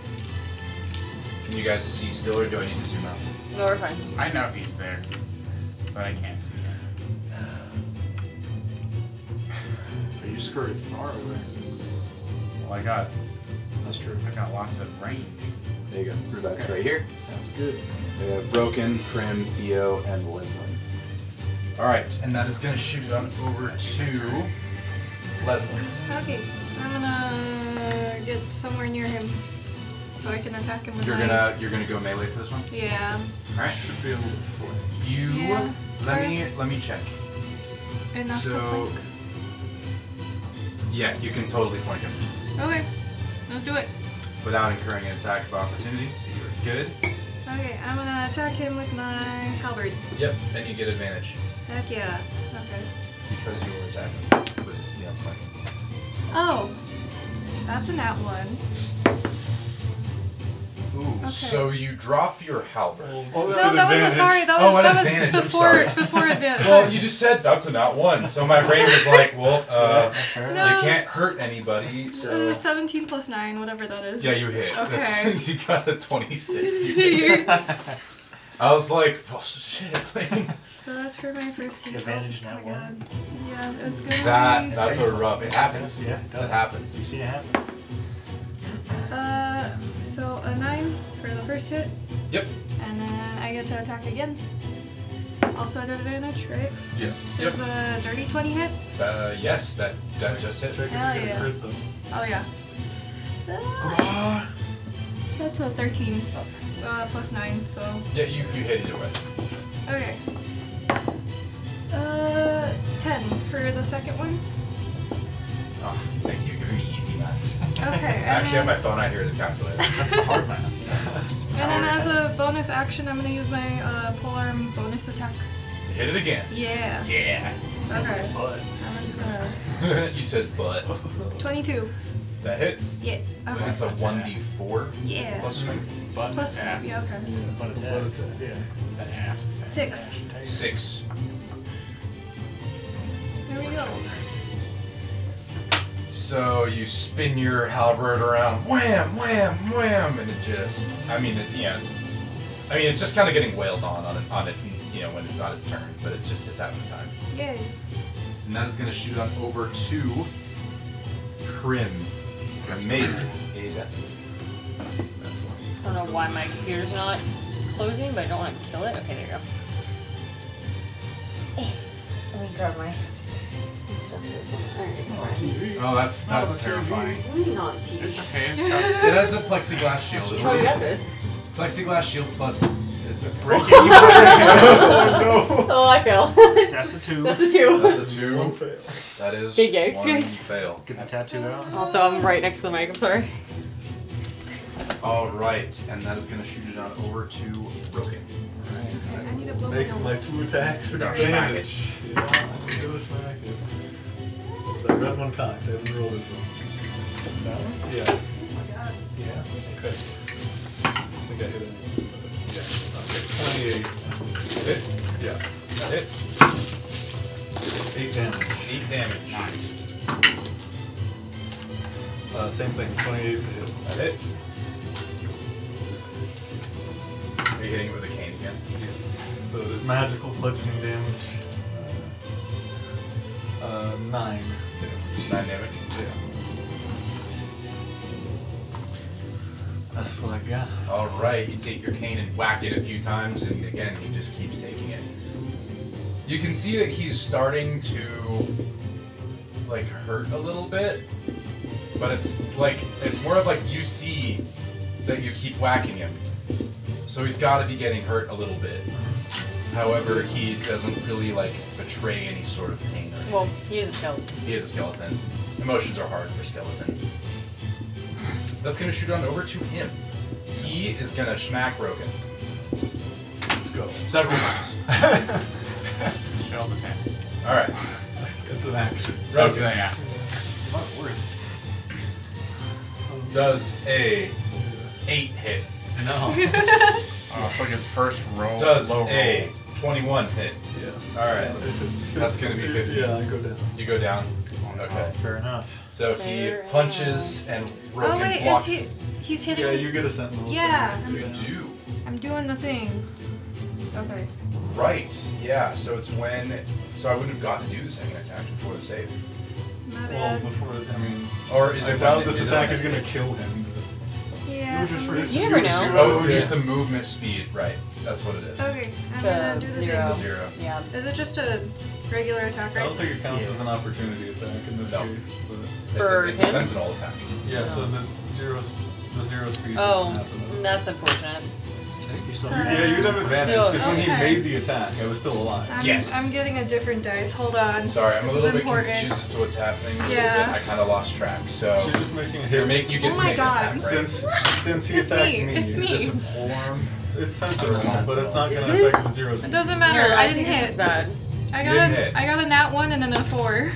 [SPEAKER 1] Can you guys see still, or do I need to zoom out?
[SPEAKER 2] No, we're fine.
[SPEAKER 3] I know he's there, but I can't see him.
[SPEAKER 4] But you skirted far away.
[SPEAKER 3] Well, I got.
[SPEAKER 4] That's true.
[SPEAKER 3] I got lots of range.
[SPEAKER 1] There you go. That's right here.
[SPEAKER 4] Sounds good.
[SPEAKER 1] We have Broken, Prim, Theo, and Leslie. All right, and that is going to shoot it on over to Leslie.
[SPEAKER 5] Okay, I'm gonna get somewhere near him so I can attack him with
[SPEAKER 1] You're
[SPEAKER 5] my.
[SPEAKER 1] gonna you're gonna go melee for this one.
[SPEAKER 5] Yeah,
[SPEAKER 1] All right.
[SPEAKER 13] Should be able to flank.
[SPEAKER 1] You
[SPEAKER 5] Yeah.
[SPEAKER 1] let me let me check.
[SPEAKER 5] enough to
[SPEAKER 1] so
[SPEAKER 5] flank.
[SPEAKER 1] yeah, you can totally flank him
[SPEAKER 5] Okay, let's do it.
[SPEAKER 1] without incurring an attack of opportunity. So you're good.
[SPEAKER 5] Okay, I'm gonna attack him with my halberd.
[SPEAKER 1] Yep, and you get advantage
[SPEAKER 5] Heck yeah. Okay.
[SPEAKER 1] because you were attacking with yeah flanking.
[SPEAKER 5] Oh, that's a nat one.
[SPEAKER 1] Ooh.
[SPEAKER 5] Okay.
[SPEAKER 1] So you drop your halberd.
[SPEAKER 5] no, that was a, sorry. That was
[SPEAKER 1] oh, an
[SPEAKER 5] that
[SPEAKER 1] advantage.
[SPEAKER 5] was
[SPEAKER 1] I'm
[SPEAKER 5] before
[SPEAKER 1] sorry.
[SPEAKER 5] before Uh, advance.
[SPEAKER 1] Well, you just said that's a not one, so my brain was like, well, uh,
[SPEAKER 5] No.
[SPEAKER 1] you can't hurt anybody,
[SPEAKER 5] Uh,
[SPEAKER 1] so.
[SPEAKER 5] 17 plus 9, whatever that is.
[SPEAKER 1] Yeah, you hit.
[SPEAKER 5] Okay.
[SPEAKER 1] That's, you got a 26. You hit.
[SPEAKER 5] Figured.
[SPEAKER 1] I was like, oh, shit.
[SPEAKER 5] so that's for my first hit.
[SPEAKER 4] Advantage
[SPEAKER 5] oh,
[SPEAKER 4] now
[SPEAKER 5] my God. Yeah, it's gonna
[SPEAKER 1] that,
[SPEAKER 5] be.
[SPEAKER 1] that's a rough. It happens.
[SPEAKER 4] Yeah, it does.
[SPEAKER 1] It happens.
[SPEAKER 4] You've seen it happen.
[SPEAKER 5] Uh, so a 9 for the first hit,
[SPEAKER 1] Yep.
[SPEAKER 5] and then I get to attack again. Also at advantage, right?
[SPEAKER 1] Yes. Yep.
[SPEAKER 5] There's a dirty 20 hit.
[SPEAKER 1] Uh, yes, that, that just hits.
[SPEAKER 6] Check if you
[SPEAKER 5] Hell
[SPEAKER 6] get
[SPEAKER 5] yeah.
[SPEAKER 6] a crit though.
[SPEAKER 5] Oh, yeah. Ah, that's a 13 uh, plus 9, so.
[SPEAKER 1] Yeah, you, you hit either way.
[SPEAKER 5] Okay. Uh, 10 for the second one.
[SPEAKER 1] Oh, thank you. Giving me easy math.
[SPEAKER 5] Okay.
[SPEAKER 1] I
[SPEAKER 5] and
[SPEAKER 1] actually have
[SPEAKER 5] then-
[SPEAKER 1] my phone out here as a calculator.
[SPEAKER 5] And then as a bonus action, I'm gonna use my uh, polearm bonus attack.
[SPEAKER 1] hit it again.
[SPEAKER 5] Yeah.
[SPEAKER 1] Yeah.
[SPEAKER 5] Okay. I'm just gonna.
[SPEAKER 1] you said but.
[SPEAKER 5] 22.
[SPEAKER 1] That hits.
[SPEAKER 5] Yeah.
[SPEAKER 1] And
[SPEAKER 5] Okay.
[SPEAKER 1] It's a 1d4
[SPEAKER 5] Yeah.
[SPEAKER 1] plus strength.
[SPEAKER 13] Button
[SPEAKER 5] Plus.
[SPEAKER 13] tap.
[SPEAKER 5] Yeah. Okay.
[SPEAKER 4] But it's blood attack. Yeah.
[SPEAKER 13] That ass.
[SPEAKER 5] Six.
[SPEAKER 1] Six.
[SPEAKER 5] There we go.
[SPEAKER 1] So you spin your halberd around, wham, wham, wham, and it just, I mean, it, yeah, it's, I mean, it's just kind of getting wailed on on, on its, you know, when it's not its turn, but it's just, it's having time.
[SPEAKER 5] Yay.
[SPEAKER 1] And that is going to shoot on over to Prim. Gonna Make a, that's That's one.
[SPEAKER 2] I don't know why my computer's not closing, but I don't want to kill it. Okay, there you go. Eh,
[SPEAKER 15] Let me grab my my stuff for this one. Alright.
[SPEAKER 1] Oh, that's, that's terrifying.
[SPEAKER 15] Let me not teach.
[SPEAKER 13] Okay, it's got
[SPEAKER 1] It has a plexiglass shield. It'll
[SPEAKER 2] Oh,
[SPEAKER 1] be-
[SPEAKER 2] yeah, there is.
[SPEAKER 1] Plexiglass shield plus, it's a
[SPEAKER 13] break it.
[SPEAKER 2] Oh, I failed.
[SPEAKER 4] That's a two.
[SPEAKER 2] That's a two.
[SPEAKER 1] That's a
[SPEAKER 3] Um,
[SPEAKER 1] two.
[SPEAKER 6] fail.
[SPEAKER 1] That is
[SPEAKER 2] Big yikes,
[SPEAKER 1] one
[SPEAKER 2] guys.
[SPEAKER 1] fail.
[SPEAKER 4] Get the tattoo out.
[SPEAKER 2] Also, I'm right next to the mic. I'm sorry.
[SPEAKER 1] All right, and that is gonna shoot it on over to Broken.
[SPEAKER 5] I need to blow my
[SPEAKER 6] Make my
[SPEAKER 5] nose.
[SPEAKER 6] two attacks
[SPEAKER 1] Gosh,
[SPEAKER 6] advantage. Yeah, I'm gonna go smack it. So I got one cocked. I didn't roll this one. That one? Yeah. Yeah. Okay. I think I hit it. Yeah. Okay. 28. Hit?
[SPEAKER 1] That hits.
[SPEAKER 6] Yeah. 8 damage.
[SPEAKER 1] Eight damage.
[SPEAKER 6] Uh, same thing. 28 to hit.
[SPEAKER 1] That hits. Are you hitting it with a cane again?
[SPEAKER 6] So there's magical bludgeoning damage. Uh, uh, 9.
[SPEAKER 1] Nine damage.
[SPEAKER 6] Yeah. That's what I got.
[SPEAKER 1] All right, you take your cane and whack it a few times, and again, he just keeps taking it. You can see that he's starting to like hurt a little bit, but it's like it's more of like you see that you keep whacking him, so he's got to be getting hurt a little bit. However, he doesn't really like betray any sort of pain. Or anything.
[SPEAKER 2] Well, he is a skeleton.
[SPEAKER 1] He is a skeleton. Emotions are hard for skeletons. That's gonna shoot on over to him. He is gonna smack Rogan. Let's go. Several times.
[SPEAKER 3] Shell the tails.
[SPEAKER 1] All right.
[SPEAKER 6] It's an action.
[SPEAKER 1] Rogan.
[SPEAKER 3] yeah.
[SPEAKER 1] Does a eight hit?
[SPEAKER 3] No. oh, it's like his first roll.
[SPEAKER 1] Does
[SPEAKER 3] low
[SPEAKER 1] a
[SPEAKER 3] roll.
[SPEAKER 1] 21 hit?
[SPEAKER 6] Yes.
[SPEAKER 1] All right.
[SPEAKER 6] If it's
[SPEAKER 1] That's going to be 15.
[SPEAKER 6] Yeah, I go down.
[SPEAKER 1] You go down. Okay.
[SPEAKER 4] Fair enough.
[SPEAKER 1] So
[SPEAKER 9] Fair
[SPEAKER 1] he punches and Rogan
[SPEAKER 5] uh, oh wait,
[SPEAKER 1] blocks.
[SPEAKER 5] is he? He's hitting.
[SPEAKER 6] Yeah,
[SPEAKER 5] me.
[SPEAKER 6] you get a sentinel.
[SPEAKER 5] Yeah.
[SPEAKER 1] You do.
[SPEAKER 5] I'm doing the thing. Okay.
[SPEAKER 1] Right. Yeah. So it's when. So I wouldn't have gotten to do the second attack before the save.
[SPEAKER 5] My
[SPEAKER 6] Well,
[SPEAKER 5] bad.
[SPEAKER 6] before I mean,
[SPEAKER 1] Or is
[SPEAKER 6] I
[SPEAKER 1] it
[SPEAKER 6] doubt
[SPEAKER 1] when-
[SPEAKER 6] this
[SPEAKER 1] is it
[SPEAKER 6] attack
[SPEAKER 1] when-
[SPEAKER 6] is gonna kill him.
[SPEAKER 5] Yeah.
[SPEAKER 6] You just
[SPEAKER 5] I'm
[SPEAKER 6] raised
[SPEAKER 5] just-
[SPEAKER 2] You never
[SPEAKER 6] zero,
[SPEAKER 2] know.
[SPEAKER 6] zero.
[SPEAKER 1] Oh, it would
[SPEAKER 6] Yeah.
[SPEAKER 1] use the movement speed. Right. That's what it is.
[SPEAKER 5] Okay. I'm
[SPEAKER 2] To
[SPEAKER 5] gonna do the
[SPEAKER 2] zero.
[SPEAKER 1] Zero.
[SPEAKER 2] Yeah.
[SPEAKER 5] thing. Is it just a regular attack,
[SPEAKER 6] I don't
[SPEAKER 5] right?
[SPEAKER 6] think it counts as an opportunity attack in this
[SPEAKER 1] No.
[SPEAKER 6] case. But
[SPEAKER 1] It's,
[SPEAKER 2] For
[SPEAKER 1] a, it's a
[SPEAKER 2] him?
[SPEAKER 1] sentinel attack.
[SPEAKER 6] yeah, so the zero, s- the zero speed. doesn't
[SPEAKER 2] Oh,
[SPEAKER 6] happen.
[SPEAKER 2] that's unfortunate.
[SPEAKER 4] You still
[SPEAKER 5] Uh,
[SPEAKER 6] Yeah, you'd have advantage because when he
[SPEAKER 5] okay.
[SPEAKER 6] made the attack, I was still alive.
[SPEAKER 5] I'm,
[SPEAKER 1] Yes.
[SPEAKER 5] I'm getting a different dice. Hold on.
[SPEAKER 1] Sorry, I'm
[SPEAKER 5] this
[SPEAKER 1] a little
[SPEAKER 5] is
[SPEAKER 1] bit
[SPEAKER 5] important.
[SPEAKER 1] confused as to what's happening. a little
[SPEAKER 5] Yeah.
[SPEAKER 1] bit. I kind of lost track. So
[SPEAKER 6] She's just making a
[SPEAKER 1] you're
[SPEAKER 6] hit.
[SPEAKER 1] make, you get
[SPEAKER 5] Oh
[SPEAKER 1] to
[SPEAKER 5] my
[SPEAKER 1] make
[SPEAKER 5] God.
[SPEAKER 1] an attack, right?
[SPEAKER 6] since since he
[SPEAKER 5] Uh, It's
[SPEAKER 6] attacked
[SPEAKER 5] me,
[SPEAKER 6] me,
[SPEAKER 5] it's
[SPEAKER 1] It's
[SPEAKER 5] me.
[SPEAKER 1] just a form.
[SPEAKER 6] it's sentinel,
[SPEAKER 1] Sentinel.
[SPEAKER 6] but it's not
[SPEAKER 2] Is
[SPEAKER 6] gonna
[SPEAKER 2] it?
[SPEAKER 6] affect the zero
[SPEAKER 5] It
[SPEAKER 6] speed.
[SPEAKER 5] doesn't matter.
[SPEAKER 2] Yeah,
[SPEAKER 5] I didn't
[SPEAKER 2] think this
[SPEAKER 5] hit.
[SPEAKER 2] is bad.
[SPEAKER 5] I
[SPEAKER 1] You
[SPEAKER 5] got
[SPEAKER 1] didn't hit.
[SPEAKER 5] a, I got a nat one and then a four.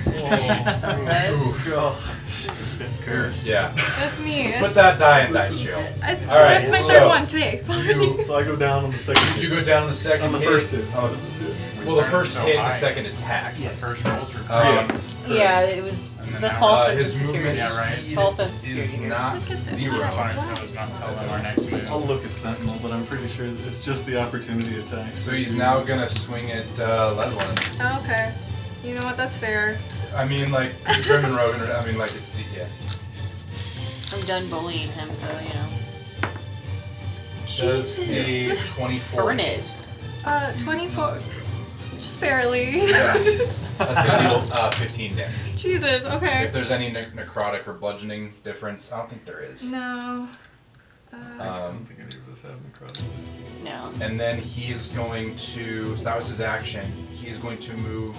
[SPEAKER 4] It's been cursed.
[SPEAKER 1] Yeah.
[SPEAKER 5] That's me.
[SPEAKER 1] Put
[SPEAKER 5] It's,
[SPEAKER 1] that die in dice, Joe.
[SPEAKER 5] I-
[SPEAKER 1] right,
[SPEAKER 5] that's my
[SPEAKER 1] so-
[SPEAKER 5] third one today.
[SPEAKER 1] You,
[SPEAKER 6] So I go down on the second.
[SPEAKER 1] you go down on the second
[SPEAKER 6] On the
[SPEAKER 1] hit.
[SPEAKER 6] first hit.
[SPEAKER 1] Oh,
[SPEAKER 3] We
[SPEAKER 1] well, the
[SPEAKER 3] started
[SPEAKER 1] first
[SPEAKER 3] so
[SPEAKER 1] hit, the
[SPEAKER 3] high.
[SPEAKER 1] second attack.
[SPEAKER 3] The first rolls were
[SPEAKER 1] Um,
[SPEAKER 6] Yes.
[SPEAKER 2] Yeah, it was
[SPEAKER 3] And then
[SPEAKER 2] the
[SPEAKER 3] now-
[SPEAKER 2] false
[SPEAKER 1] Uh,
[SPEAKER 2] sense of
[SPEAKER 1] his
[SPEAKER 2] security.
[SPEAKER 1] movement
[SPEAKER 3] Yeah, right.
[SPEAKER 1] speed
[SPEAKER 2] False sense of
[SPEAKER 1] is
[SPEAKER 2] security here.
[SPEAKER 1] not
[SPEAKER 5] Look at that.
[SPEAKER 1] zero.
[SPEAKER 3] on our toes, not tell them our next move.
[SPEAKER 6] I'll look at Sentinel, but I'm pretty sure it's just the opportunity attack.
[SPEAKER 1] So he's now gonna swing at uh, Leslin.
[SPEAKER 5] Oh, okay. You know what? That's fair.
[SPEAKER 1] I mean, like German Rogan. I mean, like it's the, yeah.
[SPEAKER 2] I'm done bullying him, so you know.
[SPEAKER 1] Does a
[SPEAKER 5] Jesus.
[SPEAKER 1] twenty-four.
[SPEAKER 2] Burn it.
[SPEAKER 5] Uh, 24. Just barely.
[SPEAKER 1] Yeah. That's gonna deal uh, fifteen damage.
[SPEAKER 5] Jesus, okay.
[SPEAKER 1] If there's any ne- necrotic or bludgeoning difference, I don't think there is.
[SPEAKER 5] No. Uh,
[SPEAKER 6] I
[SPEAKER 1] Um,
[SPEAKER 6] don't think any of us have necrotic.
[SPEAKER 2] No.
[SPEAKER 1] and then he is going to. So that was his action. He is going to move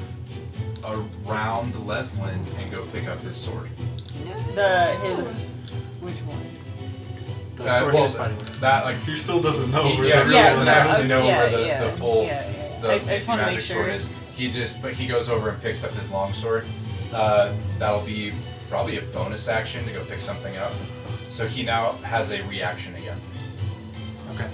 [SPEAKER 1] around Leslin and go pick up his sword.
[SPEAKER 2] The his which one?
[SPEAKER 4] The
[SPEAKER 1] Uh,
[SPEAKER 4] sword he
[SPEAKER 1] well,
[SPEAKER 4] was fighting with.
[SPEAKER 1] that like
[SPEAKER 6] He still doesn't know.
[SPEAKER 1] He,
[SPEAKER 6] where
[SPEAKER 1] yeah,
[SPEAKER 6] the
[SPEAKER 1] he
[SPEAKER 2] Yeah,
[SPEAKER 1] doesn't
[SPEAKER 2] no,
[SPEAKER 1] actually
[SPEAKER 2] uh,
[SPEAKER 1] know
[SPEAKER 2] yeah,
[SPEAKER 1] where the,
[SPEAKER 2] yeah,
[SPEAKER 1] the full
[SPEAKER 2] yeah, yeah.
[SPEAKER 1] the
[SPEAKER 2] I- I just
[SPEAKER 1] Macy
[SPEAKER 2] wanna make
[SPEAKER 1] magic sword
[SPEAKER 2] sure.
[SPEAKER 1] is. He just but he goes over and picks up his longsword. Uh, that'll be probably a bonus action to go pick something up. So he now has a reaction again.
[SPEAKER 4] Okay.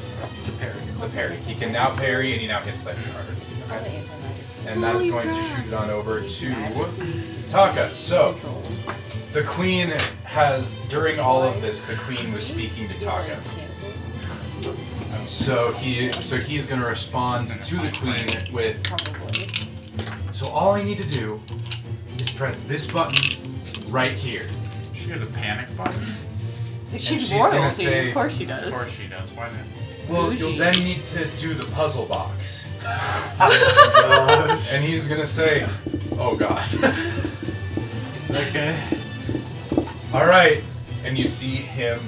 [SPEAKER 4] To parry.
[SPEAKER 1] The parry. He can now parry and he now hits slightly harder.
[SPEAKER 2] It's called the anti-magic.
[SPEAKER 1] And that is
[SPEAKER 5] Holy
[SPEAKER 1] going to
[SPEAKER 5] crap.
[SPEAKER 1] shoot it on over to
[SPEAKER 2] Magically
[SPEAKER 1] Taka. So
[SPEAKER 2] controlled.
[SPEAKER 1] the queen has during all of this, the queen was speaking to Taka. So he so he is gonna respond to the queen with
[SPEAKER 2] Probably.
[SPEAKER 1] So all I need to do is press this button right here.
[SPEAKER 3] She has a panic button.
[SPEAKER 2] She's
[SPEAKER 1] she's
[SPEAKER 2] royalty.
[SPEAKER 1] gonna say-
[SPEAKER 2] of course she
[SPEAKER 3] Of course
[SPEAKER 2] does.
[SPEAKER 3] she does. Why not?
[SPEAKER 1] Well,
[SPEAKER 2] Bougie.
[SPEAKER 1] you'll then need to do the puzzle box.
[SPEAKER 6] Oh, gosh.
[SPEAKER 1] And he's gonna say, "Oh God."
[SPEAKER 6] okay.
[SPEAKER 1] all right. And you see him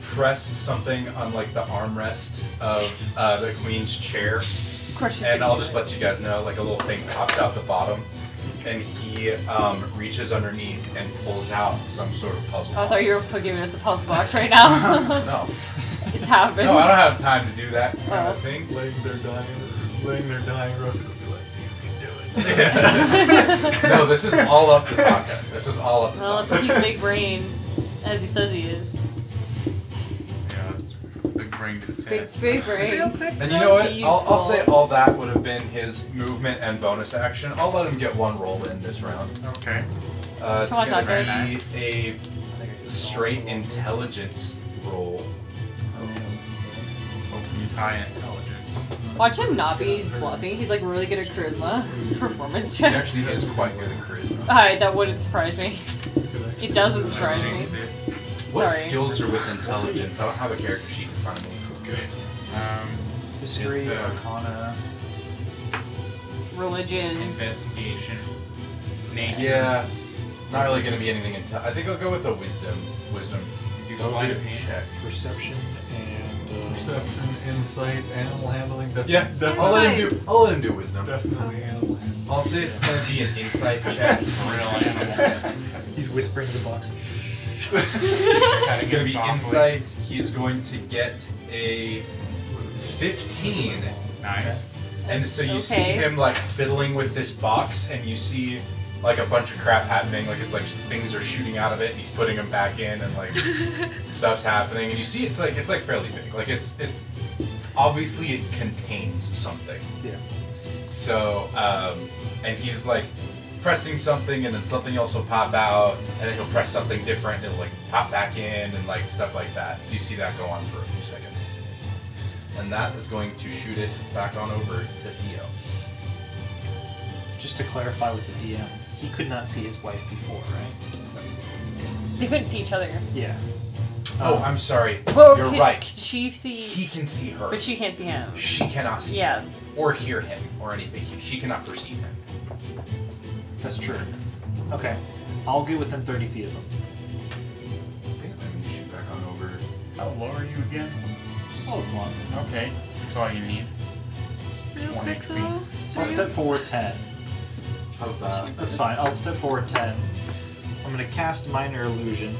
[SPEAKER 1] press something on like the armrest of uh, the queen's chair,
[SPEAKER 2] Of course she
[SPEAKER 1] and
[SPEAKER 2] does.
[SPEAKER 1] I'll just let you guys know, like a little thing pops out the bottom, and he um, reaches underneath and pulls out some sort of puzzle.
[SPEAKER 2] I thought you
[SPEAKER 1] box.
[SPEAKER 2] were giving us a puzzle box right now.
[SPEAKER 1] No,
[SPEAKER 2] it's happened.
[SPEAKER 1] no, I don't have time to do that kind
[SPEAKER 2] Oh.
[SPEAKER 1] of thing.
[SPEAKER 6] Laying there dying, laying there dying, Rocket would be like,
[SPEAKER 1] no, this is all up to Taka. This is all up to
[SPEAKER 2] well, that's
[SPEAKER 1] Taka.
[SPEAKER 2] what he's big brain, as he says he is.
[SPEAKER 3] Yeah, that's big bring to the
[SPEAKER 2] Big,
[SPEAKER 3] test.
[SPEAKER 2] big brain.
[SPEAKER 5] real quick.
[SPEAKER 1] And you know what?
[SPEAKER 2] Be
[SPEAKER 1] I'll, I'll
[SPEAKER 2] useful.
[SPEAKER 1] say all that would have been his movement and bonus action. I'll let him get one roll in this round.
[SPEAKER 3] Okay.
[SPEAKER 1] Uh, it's
[SPEAKER 2] Come on,
[SPEAKER 1] gonna
[SPEAKER 2] Taka.
[SPEAKER 1] be a straight intelligence roll.
[SPEAKER 3] Hope he's high intelligence.
[SPEAKER 2] Watch him not be bluffing. He's like really good at charisma performance
[SPEAKER 1] He
[SPEAKER 2] checks.
[SPEAKER 1] actually is quite good at charisma.
[SPEAKER 2] Alright, that wouldn't surprise me. It doesn't
[SPEAKER 3] Let's
[SPEAKER 2] surprise
[SPEAKER 3] jinx
[SPEAKER 2] me.
[SPEAKER 3] it.
[SPEAKER 1] What
[SPEAKER 2] Sorry.
[SPEAKER 1] skills are with intelligence? I don't have a character sheet in front of me.
[SPEAKER 3] Um,
[SPEAKER 4] History,
[SPEAKER 3] It's, uh,
[SPEAKER 4] Arcana.
[SPEAKER 2] Religion.
[SPEAKER 3] investigation. Nature.
[SPEAKER 1] Yeah, not really gonna be anything. Inte- I think I'll go with a wisdom. Wisdom.
[SPEAKER 3] Do sleight of hand.
[SPEAKER 1] Check.
[SPEAKER 4] Perception and. Uh,
[SPEAKER 6] perception, insight, animal handling. Def-
[SPEAKER 1] Yeah,
[SPEAKER 6] def-
[SPEAKER 1] I'll let him do. I'll let him do wisdom.
[SPEAKER 6] definitely animal handling.
[SPEAKER 1] I'll say it's gonna be an insight check.
[SPEAKER 3] Real animal.
[SPEAKER 4] He's whispering to the box.
[SPEAKER 1] it's going to be
[SPEAKER 3] softly.
[SPEAKER 1] insight. He's going to get a 15.
[SPEAKER 3] Nice.
[SPEAKER 1] And so you see
[SPEAKER 2] Okay.
[SPEAKER 1] him like fiddling with this box, and you see like a bunch of crap happening. Like it's like things are shooting out of it, and he's putting them back in, and like stuff's happening. And you see it's like it's like fairly big. Like it's it's obviously it contains something.
[SPEAKER 12] Yeah.
[SPEAKER 1] So, um, and he's like pressing something, and then something else will pop out, and then he'll press something different, and it'll like pop back in, and like stuff like that. So you see that go on for a few seconds, and that is going to shoot it back on over to Theo.
[SPEAKER 4] Just to clarify with the DM, he could not see his wife before, right?
[SPEAKER 2] They couldn't see each other.
[SPEAKER 4] Yeah. Um,
[SPEAKER 1] Oh, I'm sorry.
[SPEAKER 2] Well,
[SPEAKER 1] You're
[SPEAKER 2] could-
[SPEAKER 1] right.
[SPEAKER 2] could She see.
[SPEAKER 1] He can see her.
[SPEAKER 2] But she can't see him.
[SPEAKER 1] She cannot see
[SPEAKER 2] Yeah.
[SPEAKER 1] him or hear him or anything. He- She cannot perceive him.
[SPEAKER 4] That's true. Okay. I'll get within 30 feet of him.
[SPEAKER 1] Okay, let me shoot back on over.
[SPEAKER 3] How low are you again?
[SPEAKER 4] Just a little blunt.
[SPEAKER 3] Okay, that's all you need.
[SPEAKER 5] Real
[SPEAKER 3] One
[SPEAKER 5] quick
[SPEAKER 3] HP.
[SPEAKER 5] though,
[SPEAKER 4] So I'll step forward 10. How's that? That's fine. I'll step forward 10. I'm going to cast Minor Illusion,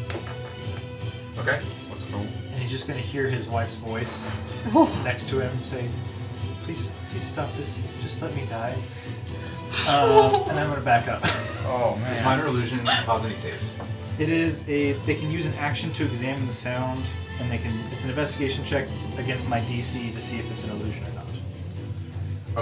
[SPEAKER 1] Okay.
[SPEAKER 3] Let's go.
[SPEAKER 4] and he's just going to hear his wife's voice next to him say, Please, please stop this. Just let me die. Uh, and I'm going to back up.
[SPEAKER 3] Oh man.
[SPEAKER 1] Does minor illusion cause any saves?
[SPEAKER 4] It is a. They can use an action to examine the sound, and they can. It's an investigation check against my DC to see if it's an illusion or not.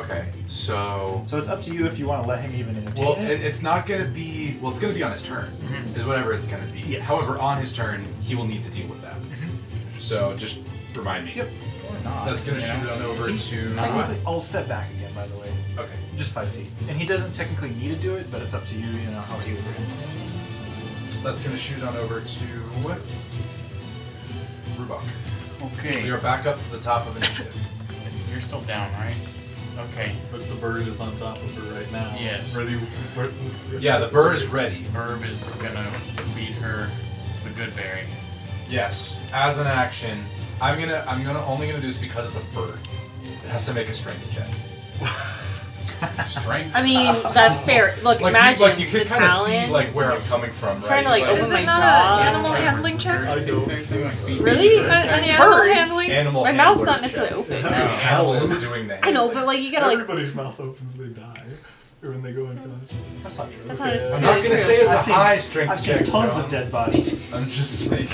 [SPEAKER 1] Okay, so
[SPEAKER 4] So it's up to you if you want to let him even entertain
[SPEAKER 1] well,
[SPEAKER 4] it.
[SPEAKER 1] it, it's not gonna be well. It's gonna be on his turn.
[SPEAKER 2] Mm-hmm.
[SPEAKER 1] Is whatever it's gonna be.
[SPEAKER 4] Yes.
[SPEAKER 1] However, on his turn, he will need to deal with that.
[SPEAKER 2] Mm-hmm.
[SPEAKER 1] So just remind me. Yep.
[SPEAKER 3] Or not.
[SPEAKER 1] That's gonna
[SPEAKER 3] you
[SPEAKER 1] shoot it
[SPEAKER 3] know?
[SPEAKER 1] on over to.
[SPEAKER 4] Technically, I'll step back again, by the way,
[SPEAKER 1] Okay.
[SPEAKER 4] just five feet. And he doesn't technically need to do it, but it's up to you. You know how he would. do it.
[SPEAKER 1] That's gonna shoot on over to what? Rubok. We
[SPEAKER 3] Okay.
[SPEAKER 1] are back up to the top of initiative.
[SPEAKER 3] You're still down, right? Okay.
[SPEAKER 6] But the bird is on top of her right now.
[SPEAKER 3] Yes.
[SPEAKER 6] Ready? re- re-
[SPEAKER 1] yeah, the bird is ready.
[SPEAKER 3] Herb is gonna feed her the good berry.
[SPEAKER 1] Yes. As an action, I'm gonna I'm gonna only gonna do this because it's a bird. It has to make a strength check.
[SPEAKER 3] Strength.
[SPEAKER 2] I mean, that's fair. Look,
[SPEAKER 1] like
[SPEAKER 2] imagine
[SPEAKER 1] you, like you
[SPEAKER 2] the
[SPEAKER 1] can kind of
[SPEAKER 2] talent.
[SPEAKER 1] see like where I'm coming from, right?
[SPEAKER 2] Trying to, like,
[SPEAKER 1] Like,
[SPEAKER 2] open
[SPEAKER 5] is
[SPEAKER 2] my
[SPEAKER 5] it not
[SPEAKER 2] jaw.
[SPEAKER 5] an Uh, animal handling check?
[SPEAKER 6] I don't.
[SPEAKER 2] Really?
[SPEAKER 5] An
[SPEAKER 2] But it's a
[SPEAKER 5] animal
[SPEAKER 2] bird.
[SPEAKER 5] handling?
[SPEAKER 1] Animal
[SPEAKER 2] My
[SPEAKER 1] handler
[SPEAKER 2] mouth's not
[SPEAKER 1] check.
[SPEAKER 2] necessarily open.
[SPEAKER 1] The towel is doing the
[SPEAKER 2] I know, but like you gotta like.
[SPEAKER 6] Everybody's mouth opens when they die, or when they go unconscious.
[SPEAKER 4] That's not true.
[SPEAKER 2] That's not
[SPEAKER 1] I'm not
[SPEAKER 2] necessarily
[SPEAKER 1] gonna
[SPEAKER 2] true.
[SPEAKER 1] say it's
[SPEAKER 4] I've
[SPEAKER 1] a
[SPEAKER 4] seen-
[SPEAKER 1] high strength
[SPEAKER 4] I've seen
[SPEAKER 1] check.
[SPEAKER 4] tons
[SPEAKER 1] John.
[SPEAKER 4] of dead bodies.
[SPEAKER 1] I'm just saying.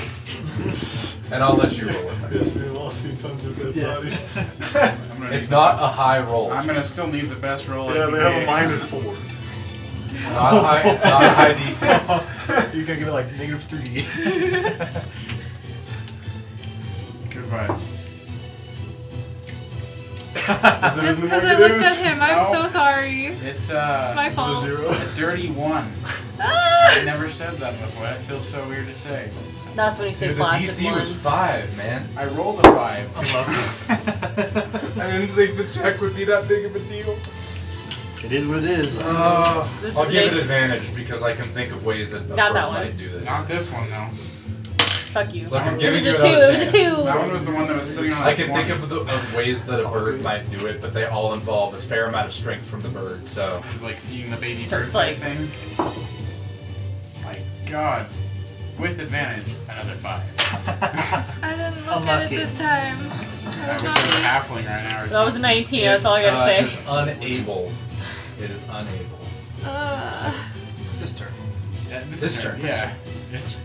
[SPEAKER 1] and I'll let you roll it.
[SPEAKER 6] Yes, we've all seen tons of dead
[SPEAKER 4] Yes.
[SPEAKER 6] bodies.
[SPEAKER 3] I'm gonna
[SPEAKER 1] It's
[SPEAKER 3] need-
[SPEAKER 1] not a high roll.
[SPEAKER 3] I'm gonna still need the best roll. I
[SPEAKER 6] Yeah,
[SPEAKER 3] can
[SPEAKER 6] they have
[SPEAKER 3] get.
[SPEAKER 6] a minus four.
[SPEAKER 1] It's not a high. It's not a high DC.
[SPEAKER 4] You're gonna give it like negative three.
[SPEAKER 3] Good vibes.
[SPEAKER 6] Is it
[SPEAKER 5] That's
[SPEAKER 6] in the
[SPEAKER 5] because I looked at
[SPEAKER 6] negatives?
[SPEAKER 5] him. I'm
[SPEAKER 3] No.
[SPEAKER 5] so sorry.
[SPEAKER 3] It's uh.
[SPEAKER 5] It's my
[SPEAKER 6] Is it
[SPEAKER 5] fault.
[SPEAKER 6] Zero.
[SPEAKER 3] A dirty one. I
[SPEAKER 5] Ah!
[SPEAKER 3] never said that before. That feels so weird to say.
[SPEAKER 2] That's when you say
[SPEAKER 1] Dude, the
[SPEAKER 2] flaccid
[SPEAKER 1] DC
[SPEAKER 2] one.
[SPEAKER 1] was five, man.
[SPEAKER 3] I rolled a five.
[SPEAKER 1] I didn't think the check would be that big of a deal.
[SPEAKER 4] it is what it is.
[SPEAKER 1] Uh,
[SPEAKER 2] This
[SPEAKER 1] I'll
[SPEAKER 2] is
[SPEAKER 1] give it
[SPEAKER 2] big.
[SPEAKER 1] advantage because I can think of ways that a
[SPEAKER 2] Not that
[SPEAKER 1] bird
[SPEAKER 2] one.
[SPEAKER 1] might do this.
[SPEAKER 3] Not this one though.
[SPEAKER 2] Fuck you.
[SPEAKER 1] Look, I'm
[SPEAKER 2] it
[SPEAKER 1] giving
[SPEAKER 2] was a
[SPEAKER 1] you
[SPEAKER 2] two.
[SPEAKER 1] another
[SPEAKER 2] It was a
[SPEAKER 1] chance.
[SPEAKER 3] That one
[SPEAKER 2] two.
[SPEAKER 3] was the one that was sitting on.
[SPEAKER 1] I
[SPEAKER 3] the
[SPEAKER 1] can think
[SPEAKER 3] corner.
[SPEAKER 1] of, the, of ways that a bird might do it, but they all involve a fair amount of strength from the bird. So
[SPEAKER 3] like feeding the baby birds
[SPEAKER 2] Starts like-
[SPEAKER 3] thing. My God, with advantage, another five.
[SPEAKER 5] I didn't look at
[SPEAKER 4] Unlucky.
[SPEAKER 5] it this time.
[SPEAKER 3] I
[SPEAKER 5] I
[SPEAKER 3] wish
[SPEAKER 5] was
[SPEAKER 3] I was
[SPEAKER 5] not
[SPEAKER 3] halfling right now. Or
[SPEAKER 2] That was a
[SPEAKER 3] something.
[SPEAKER 2] 19. That's all I
[SPEAKER 1] It's,
[SPEAKER 2] gotta
[SPEAKER 1] uh,
[SPEAKER 2] say.
[SPEAKER 1] It is unable. It is unable.
[SPEAKER 5] Uh,
[SPEAKER 4] This turn.
[SPEAKER 3] Yeah, this,
[SPEAKER 1] This
[SPEAKER 3] is-
[SPEAKER 1] turn.
[SPEAKER 3] Yeah. It's,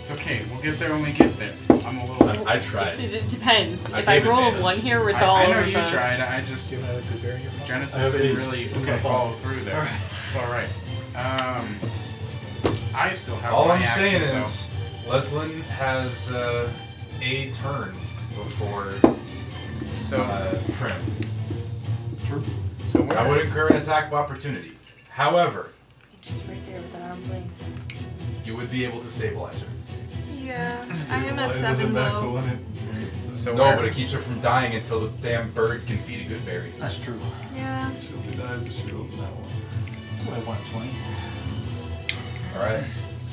[SPEAKER 3] it's okay. We'll get there when we get there. I'm a little. I,
[SPEAKER 1] I, I tried.
[SPEAKER 2] It's, it depends.
[SPEAKER 1] I
[SPEAKER 2] if I
[SPEAKER 1] gave it
[SPEAKER 2] roll
[SPEAKER 1] data.
[SPEAKER 2] one here, it's all
[SPEAKER 3] I know
[SPEAKER 2] over
[SPEAKER 3] you
[SPEAKER 2] fast.
[SPEAKER 3] tried. I just
[SPEAKER 6] I have
[SPEAKER 3] Genesis didn't
[SPEAKER 6] eight.
[SPEAKER 3] really
[SPEAKER 6] Okay.
[SPEAKER 3] follow through there.
[SPEAKER 4] Alright.
[SPEAKER 3] It's all right. Um, I still have
[SPEAKER 1] All
[SPEAKER 3] my
[SPEAKER 1] I'm
[SPEAKER 3] actions,
[SPEAKER 1] saying
[SPEAKER 3] though.
[SPEAKER 1] is, Leslin has uh, a turn before
[SPEAKER 3] so
[SPEAKER 1] uh, Prim.
[SPEAKER 3] so where,
[SPEAKER 1] I would incur an attack of opportunity. However,
[SPEAKER 2] She's right there with the arms length.
[SPEAKER 1] you would be able to stabilize her.
[SPEAKER 5] yeah, I am at
[SPEAKER 6] Why does it
[SPEAKER 5] seven
[SPEAKER 6] back to
[SPEAKER 5] though.
[SPEAKER 6] one it-
[SPEAKER 3] so
[SPEAKER 1] No,
[SPEAKER 3] where-
[SPEAKER 1] but it keeps her from dying until the damn bird can feed a good berry.
[SPEAKER 4] That's true.
[SPEAKER 5] Yeah.
[SPEAKER 6] She only dies if she rolls that one.
[SPEAKER 4] What, I want 20.
[SPEAKER 1] All right,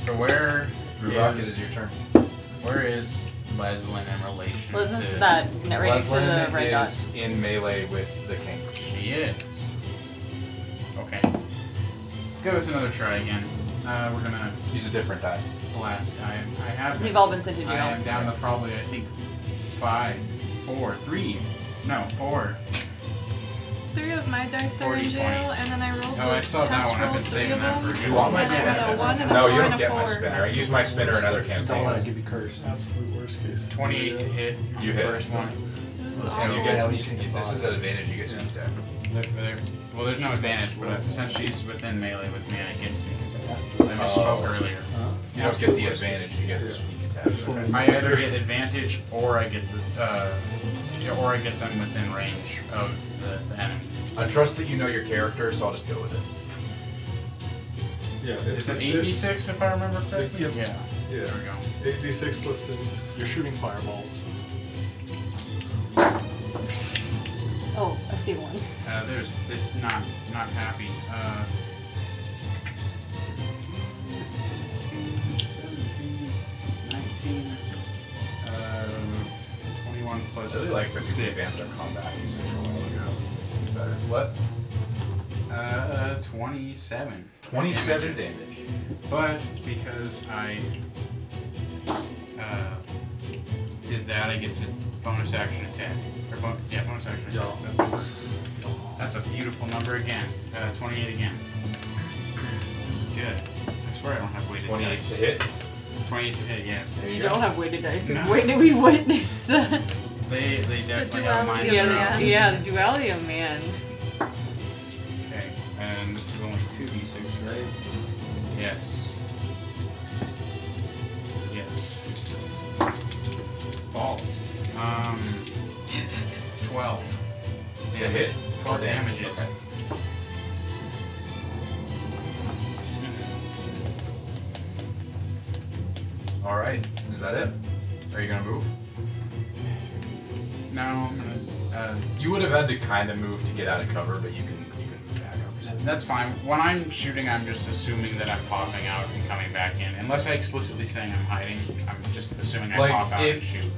[SPEAKER 3] so where
[SPEAKER 1] Rubak, it
[SPEAKER 3] is-
[SPEAKER 1] is your turn.
[SPEAKER 3] where is Leslin in relation
[SPEAKER 2] Wasn't
[SPEAKER 3] to
[SPEAKER 2] that net right next to
[SPEAKER 1] Leslin
[SPEAKER 2] the red dot?
[SPEAKER 1] is in melee with the king.
[SPEAKER 3] She is. Okay. Give us another try again. Uh, we're gonna
[SPEAKER 1] Use a different die.
[SPEAKER 3] last time. I have.
[SPEAKER 2] We've all been sent to jail.
[SPEAKER 3] I am down to probably I think five, four, three, no four.
[SPEAKER 5] Three of my dice are
[SPEAKER 3] Forty
[SPEAKER 5] in jail,
[SPEAKER 3] twenties.
[SPEAKER 5] and then I rolled.
[SPEAKER 3] Oh, I
[SPEAKER 5] the
[SPEAKER 3] saw that
[SPEAKER 5] test
[SPEAKER 3] one. I've
[SPEAKER 5] roll,
[SPEAKER 3] been
[SPEAKER 5] three
[SPEAKER 3] saving
[SPEAKER 5] of
[SPEAKER 3] that
[SPEAKER 5] them,
[SPEAKER 3] for a
[SPEAKER 5] and
[SPEAKER 3] good one.
[SPEAKER 5] then I got a one and a
[SPEAKER 1] No, you
[SPEAKER 5] four
[SPEAKER 1] don't
[SPEAKER 5] and a
[SPEAKER 1] get my
[SPEAKER 5] four.
[SPEAKER 1] spinner. I use my spinner in other campaigns.
[SPEAKER 4] Don't let it give you curse.
[SPEAKER 6] Absolute worst case.
[SPEAKER 3] 28 to hit on
[SPEAKER 1] You
[SPEAKER 3] the
[SPEAKER 1] hit.
[SPEAKER 3] first one.
[SPEAKER 1] And you guys, this is at advantage. You guys
[SPEAKER 3] Yeah.
[SPEAKER 1] keep that.
[SPEAKER 3] They're- they're- well, there's no advantage, but since she's within melee with me, I get sneak attack. I misspoke
[SPEAKER 1] Oh.
[SPEAKER 3] earlier.
[SPEAKER 1] You don't get the advantage. You get the sneak attack.
[SPEAKER 3] I either get advantage or I get the uh, yeah, or I get them within range of the, the enemy.
[SPEAKER 1] I trust that you know your character, so I'll just go with it.
[SPEAKER 6] Yeah,
[SPEAKER 3] It's an 86 if I remember correctly.
[SPEAKER 6] Yep.
[SPEAKER 3] Yeah.
[SPEAKER 6] Yeah.
[SPEAKER 3] There we go.
[SPEAKER 6] 86 plus six. You're shooting fireballs.
[SPEAKER 2] Oh, I see one.
[SPEAKER 3] Uh, there's this not not happy. Uh, um, 21
[SPEAKER 1] I
[SPEAKER 3] plus
[SPEAKER 1] really like the people
[SPEAKER 3] six.
[SPEAKER 1] advanced on combat. users a while ago. This thing's better. What?
[SPEAKER 3] Uh, 27.
[SPEAKER 1] 27
[SPEAKER 3] damages.
[SPEAKER 1] damage.
[SPEAKER 3] But because I uh, did that, I get to bonus action attack. Or bon- yeah, bonus action attack. That's, that's a beautiful number again. Uh, 28 again. This is good. I swear I don't have weighted
[SPEAKER 1] 28
[SPEAKER 3] dice.
[SPEAKER 1] to hit.
[SPEAKER 3] 28 to hit, yes.
[SPEAKER 2] You don't have weighted dice.
[SPEAKER 3] No.
[SPEAKER 2] Wait, did we witness the?
[SPEAKER 3] They, they definitely have mine.
[SPEAKER 2] yeah, the, yeah, the duality of man.
[SPEAKER 3] Okay, and this is only 2d6, right? Yes. Yes. Balls. Um, 12.
[SPEAKER 1] To
[SPEAKER 3] Damage.
[SPEAKER 1] hit.
[SPEAKER 3] 12
[SPEAKER 1] Or damage,
[SPEAKER 3] damages.
[SPEAKER 1] okay. All right. Is that it? Are you gonna move?
[SPEAKER 3] No, I'm gonna, uh,
[SPEAKER 1] You would have had to kind of move to get out of cover, but you can you can move back up.
[SPEAKER 3] that's fine. When I'm shooting, I'm just assuming that I'm popping out and coming back in. Unless I explicitly saying I'm hiding, I'm just assuming I
[SPEAKER 1] Like,
[SPEAKER 3] pop out
[SPEAKER 1] if-
[SPEAKER 3] and shoot.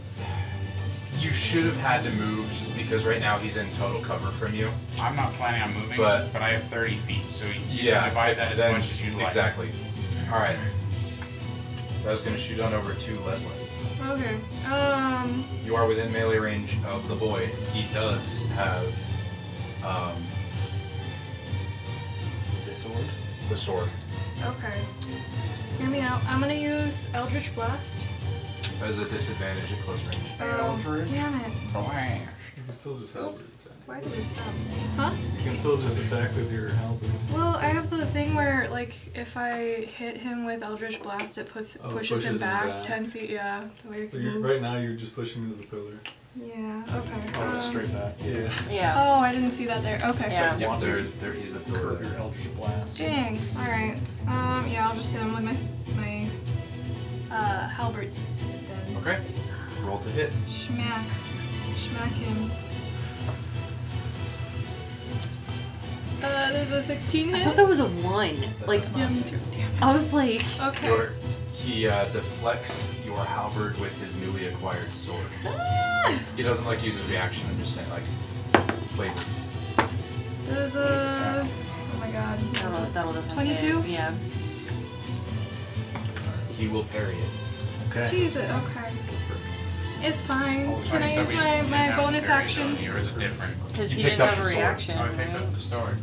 [SPEAKER 1] You should have had to move just because right now he's in total cover from you.
[SPEAKER 3] I'm not planning on moving,
[SPEAKER 1] But-
[SPEAKER 3] but, I have 30 feet, so you
[SPEAKER 1] Yeah,
[SPEAKER 3] can divide that as
[SPEAKER 1] then-
[SPEAKER 3] much as you'd like.
[SPEAKER 1] Exactly. All right. I was gonna shoot on over to Leslie.
[SPEAKER 5] Okay. Um.
[SPEAKER 1] You are within melee range of the boy. He does have um,
[SPEAKER 4] The sword.
[SPEAKER 1] the sword.
[SPEAKER 5] Okay. Hear me out. I'm gonna use Eldritch Blast.
[SPEAKER 1] As a disadvantage at close range.
[SPEAKER 5] Oh, damn it.
[SPEAKER 3] Blank.
[SPEAKER 6] You can still just halberd attack.
[SPEAKER 5] Why did it stop? Huh?
[SPEAKER 6] You can still just attack with your halberd.
[SPEAKER 5] Well, I have the thing where, like, if I hit him with Eldritch Blast, it puts
[SPEAKER 6] Oh, it
[SPEAKER 5] pushes, him
[SPEAKER 6] pushes him
[SPEAKER 5] back,
[SPEAKER 6] back.
[SPEAKER 5] ten feet. Yeah, the way you
[SPEAKER 6] So
[SPEAKER 5] can
[SPEAKER 6] you're,
[SPEAKER 5] move.
[SPEAKER 6] right now, you're just pushing into the pillar.
[SPEAKER 5] Yeah. Okay.
[SPEAKER 4] Oh,
[SPEAKER 5] um,
[SPEAKER 4] it's straight back.
[SPEAKER 6] Yeah.
[SPEAKER 2] Yeah.
[SPEAKER 5] Oh, I didn't see that there. Okay.
[SPEAKER 2] Yeah.
[SPEAKER 1] Yep, there is there is a pillar
[SPEAKER 4] Curve
[SPEAKER 1] there.
[SPEAKER 4] your Eldritch Blast.
[SPEAKER 5] Dang. All right. Um. Yeah, I'll just hit him with my my uh halberd. Then.
[SPEAKER 1] Okay. Roll to hit.
[SPEAKER 5] Schmack. Schmack him. Uh, there's a 16
[SPEAKER 2] I
[SPEAKER 5] hit.
[SPEAKER 2] thought that was a one. Like
[SPEAKER 5] yeah, me too. Damn.
[SPEAKER 2] I was like,
[SPEAKER 5] Okay.
[SPEAKER 1] Your, he uh, deflects your halberd with his newly acquired sword.
[SPEAKER 2] Ah!
[SPEAKER 1] He doesn't like use his reaction. I'm just saying like flavor.
[SPEAKER 5] There's a. Oh my god.
[SPEAKER 2] that'll, that'll definitely hit.
[SPEAKER 5] 22?
[SPEAKER 2] Yeah.
[SPEAKER 1] He will parry it.
[SPEAKER 4] Okay.
[SPEAKER 5] Jesus. Okay. It's fine.
[SPEAKER 3] Sorry,
[SPEAKER 5] Can I
[SPEAKER 3] so
[SPEAKER 5] use
[SPEAKER 3] we
[SPEAKER 5] my,
[SPEAKER 3] didn't
[SPEAKER 5] my
[SPEAKER 3] have
[SPEAKER 5] bonus action?
[SPEAKER 3] variability, Or is it different?
[SPEAKER 2] Because
[SPEAKER 1] You
[SPEAKER 2] he
[SPEAKER 1] picked
[SPEAKER 2] didn't
[SPEAKER 1] up
[SPEAKER 2] have a
[SPEAKER 1] the sword.
[SPEAKER 2] reaction.
[SPEAKER 3] Oh, I picked up
[SPEAKER 2] right?
[SPEAKER 3] the sword.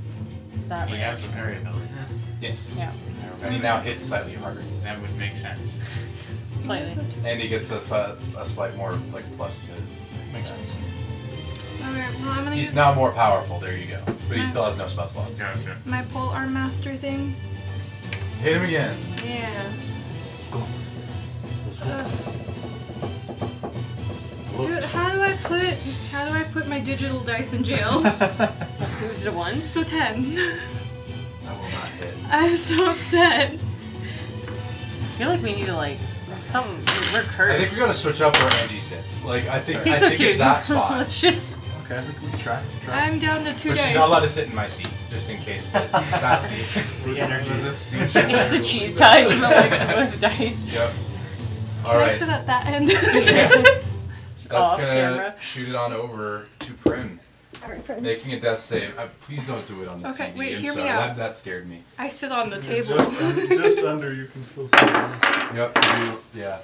[SPEAKER 2] That
[SPEAKER 3] He has a
[SPEAKER 2] reaction.
[SPEAKER 3] variability.
[SPEAKER 1] Yes.
[SPEAKER 2] Yeah.
[SPEAKER 1] And he now hits slightly harder.
[SPEAKER 3] That would make sense.
[SPEAKER 2] Slightly.
[SPEAKER 1] And he gets a, sli- a slight more like plus to his.
[SPEAKER 4] Makes sense.
[SPEAKER 5] Okay. Well, I'm gonna
[SPEAKER 1] He's
[SPEAKER 5] use
[SPEAKER 1] now more powerful. There you go. But he still has no spell slots.
[SPEAKER 3] Gotcha.
[SPEAKER 5] my pole arm master thing.
[SPEAKER 1] Hit him again.
[SPEAKER 5] Yeah.
[SPEAKER 4] Let's go.
[SPEAKER 5] Ugh. Uh, Dude, how do I put how do I put my digital dice in jail?
[SPEAKER 2] It was a one.
[SPEAKER 5] so ten.
[SPEAKER 1] I will not hit.
[SPEAKER 5] I'm so upset.
[SPEAKER 2] I feel like we need to like some
[SPEAKER 1] I
[SPEAKER 2] recurse.
[SPEAKER 1] think we gotta switch up where Angie sits. Like I think I think,
[SPEAKER 2] so too.
[SPEAKER 1] it's that spot.
[SPEAKER 2] Let's just.
[SPEAKER 4] Okay, we we can try. try.
[SPEAKER 5] I'm down to two
[SPEAKER 1] But
[SPEAKER 5] dice.
[SPEAKER 1] she's not allowed to sit in my seat, just in case that that's the
[SPEAKER 4] The energy.
[SPEAKER 2] It's the cheese touch, but like with dice.
[SPEAKER 1] Yep.
[SPEAKER 5] Can I
[SPEAKER 1] Alright.
[SPEAKER 5] sit at that end?
[SPEAKER 1] Yeah. That's
[SPEAKER 2] Off
[SPEAKER 1] gonna
[SPEAKER 2] camera.
[SPEAKER 1] shoot it on over to Prim.
[SPEAKER 15] All right, friends.
[SPEAKER 1] Making a death save. Uh, please don't do it on the
[SPEAKER 5] Okay,
[SPEAKER 1] TV.
[SPEAKER 5] wait,
[SPEAKER 1] I'm
[SPEAKER 5] hear me
[SPEAKER 1] sorry.
[SPEAKER 5] out.
[SPEAKER 1] That, that scared me.
[SPEAKER 5] I sit on the
[SPEAKER 6] You're
[SPEAKER 5] table.
[SPEAKER 6] Just, un- just under, you can still see. it.
[SPEAKER 1] Yep. You, yeah.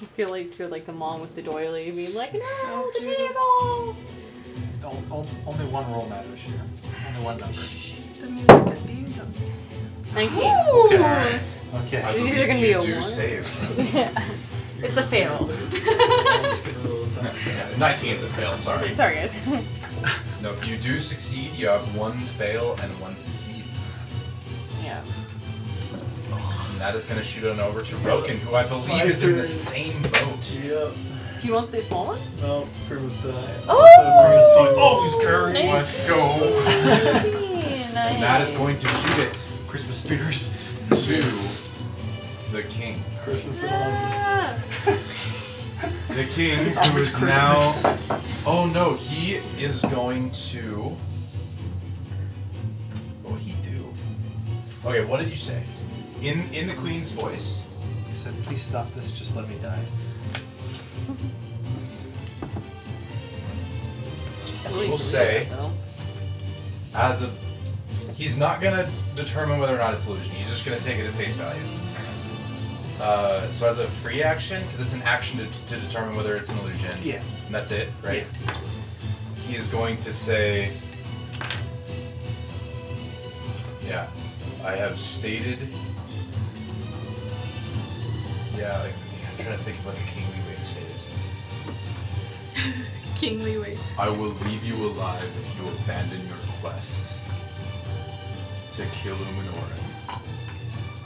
[SPEAKER 2] You feel like you're like the mom with the doily, being like, "No,
[SPEAKER 5] Oh,
[SPEAKER 2] the
[SPEAKER 5] Jesus.
[SPEAKER 2] table."
[SPEAKER 4] Ol- ol- Only one roll matters here. Only one number.
[SPEAKER 5] the music is being done.
[SPEAKER 2] Nineteen.
[SPEAKER 4] Okay. Okay.
[SPEAKER 1] I
[SPEAKER 2] These
[SPEAKER 1] believe
[SPEAKER 2] are gonna be
[SPEAKER 1] you
[SPEAKER 2] a
[SPEAKER 1] do
[SPEAKER 2] one.
[SPEAKER 1] save.
[SPEAKER 2] it's a fail.
[SPEAKER 1] Yeah, 19 is a fail, sorry.
[SPEAKER 2] Sorry, guys.
[SPEAKER 1] No, you do succeed. You have one fail and one succeed.
[SPEAKER 2] yeah.
[SPEAKER 1] And that is going to shoot on over to Roken, who I believe is in the same boat.
[SPEAKER 6] Yep.
[SPEAKER 2] Do you want the small one?
[SPEAKER 6] No, Primus died.
[SPEAKER 2] Oh!
[SPEAKER 6] Primus died.
[SPEAKER 13] Let's
[SPEAKER 2] Nice.
[SPEAKER 13] go.
[SPEAKER 2] Nineteen.
[SPEAKER 1] And that is going to shoot it. Christmas spirit. To the king.
[SPEAKER 6] Christmas in August.
[SPEAKER 1] The king
[SPEAKER 6] It's
[SPEAKER 1] who
[SPEAKER 6] always
[SPEAKER 1] is
[SPEAKER 6] Christmas.
[SPEAKER 1] now. Oh no, he is going to. What would he do? Okay, what did you say? In in the queen's voice.
[SPEAKER 4] I said, please stop this. Just let me die.
[SPEAKER 1] We'll say as a he's not gonna determine whether or not it's illusion. He's just gonna take it at face value. Uh, so as a free action, because it's an action to, to determine whether it's an illusion.
[SPEAKER 4] Yeah.
[SPEAKER 1] And that's it, right? He is going to say, "Yeah, I have stated." Yeah, like, I'm trying to think of like a kingly way to say this.
[SPEAKER 5] King Leeway.
[SPEAKER 1] I will leave you alive if you abandon your quest to kill Uminoran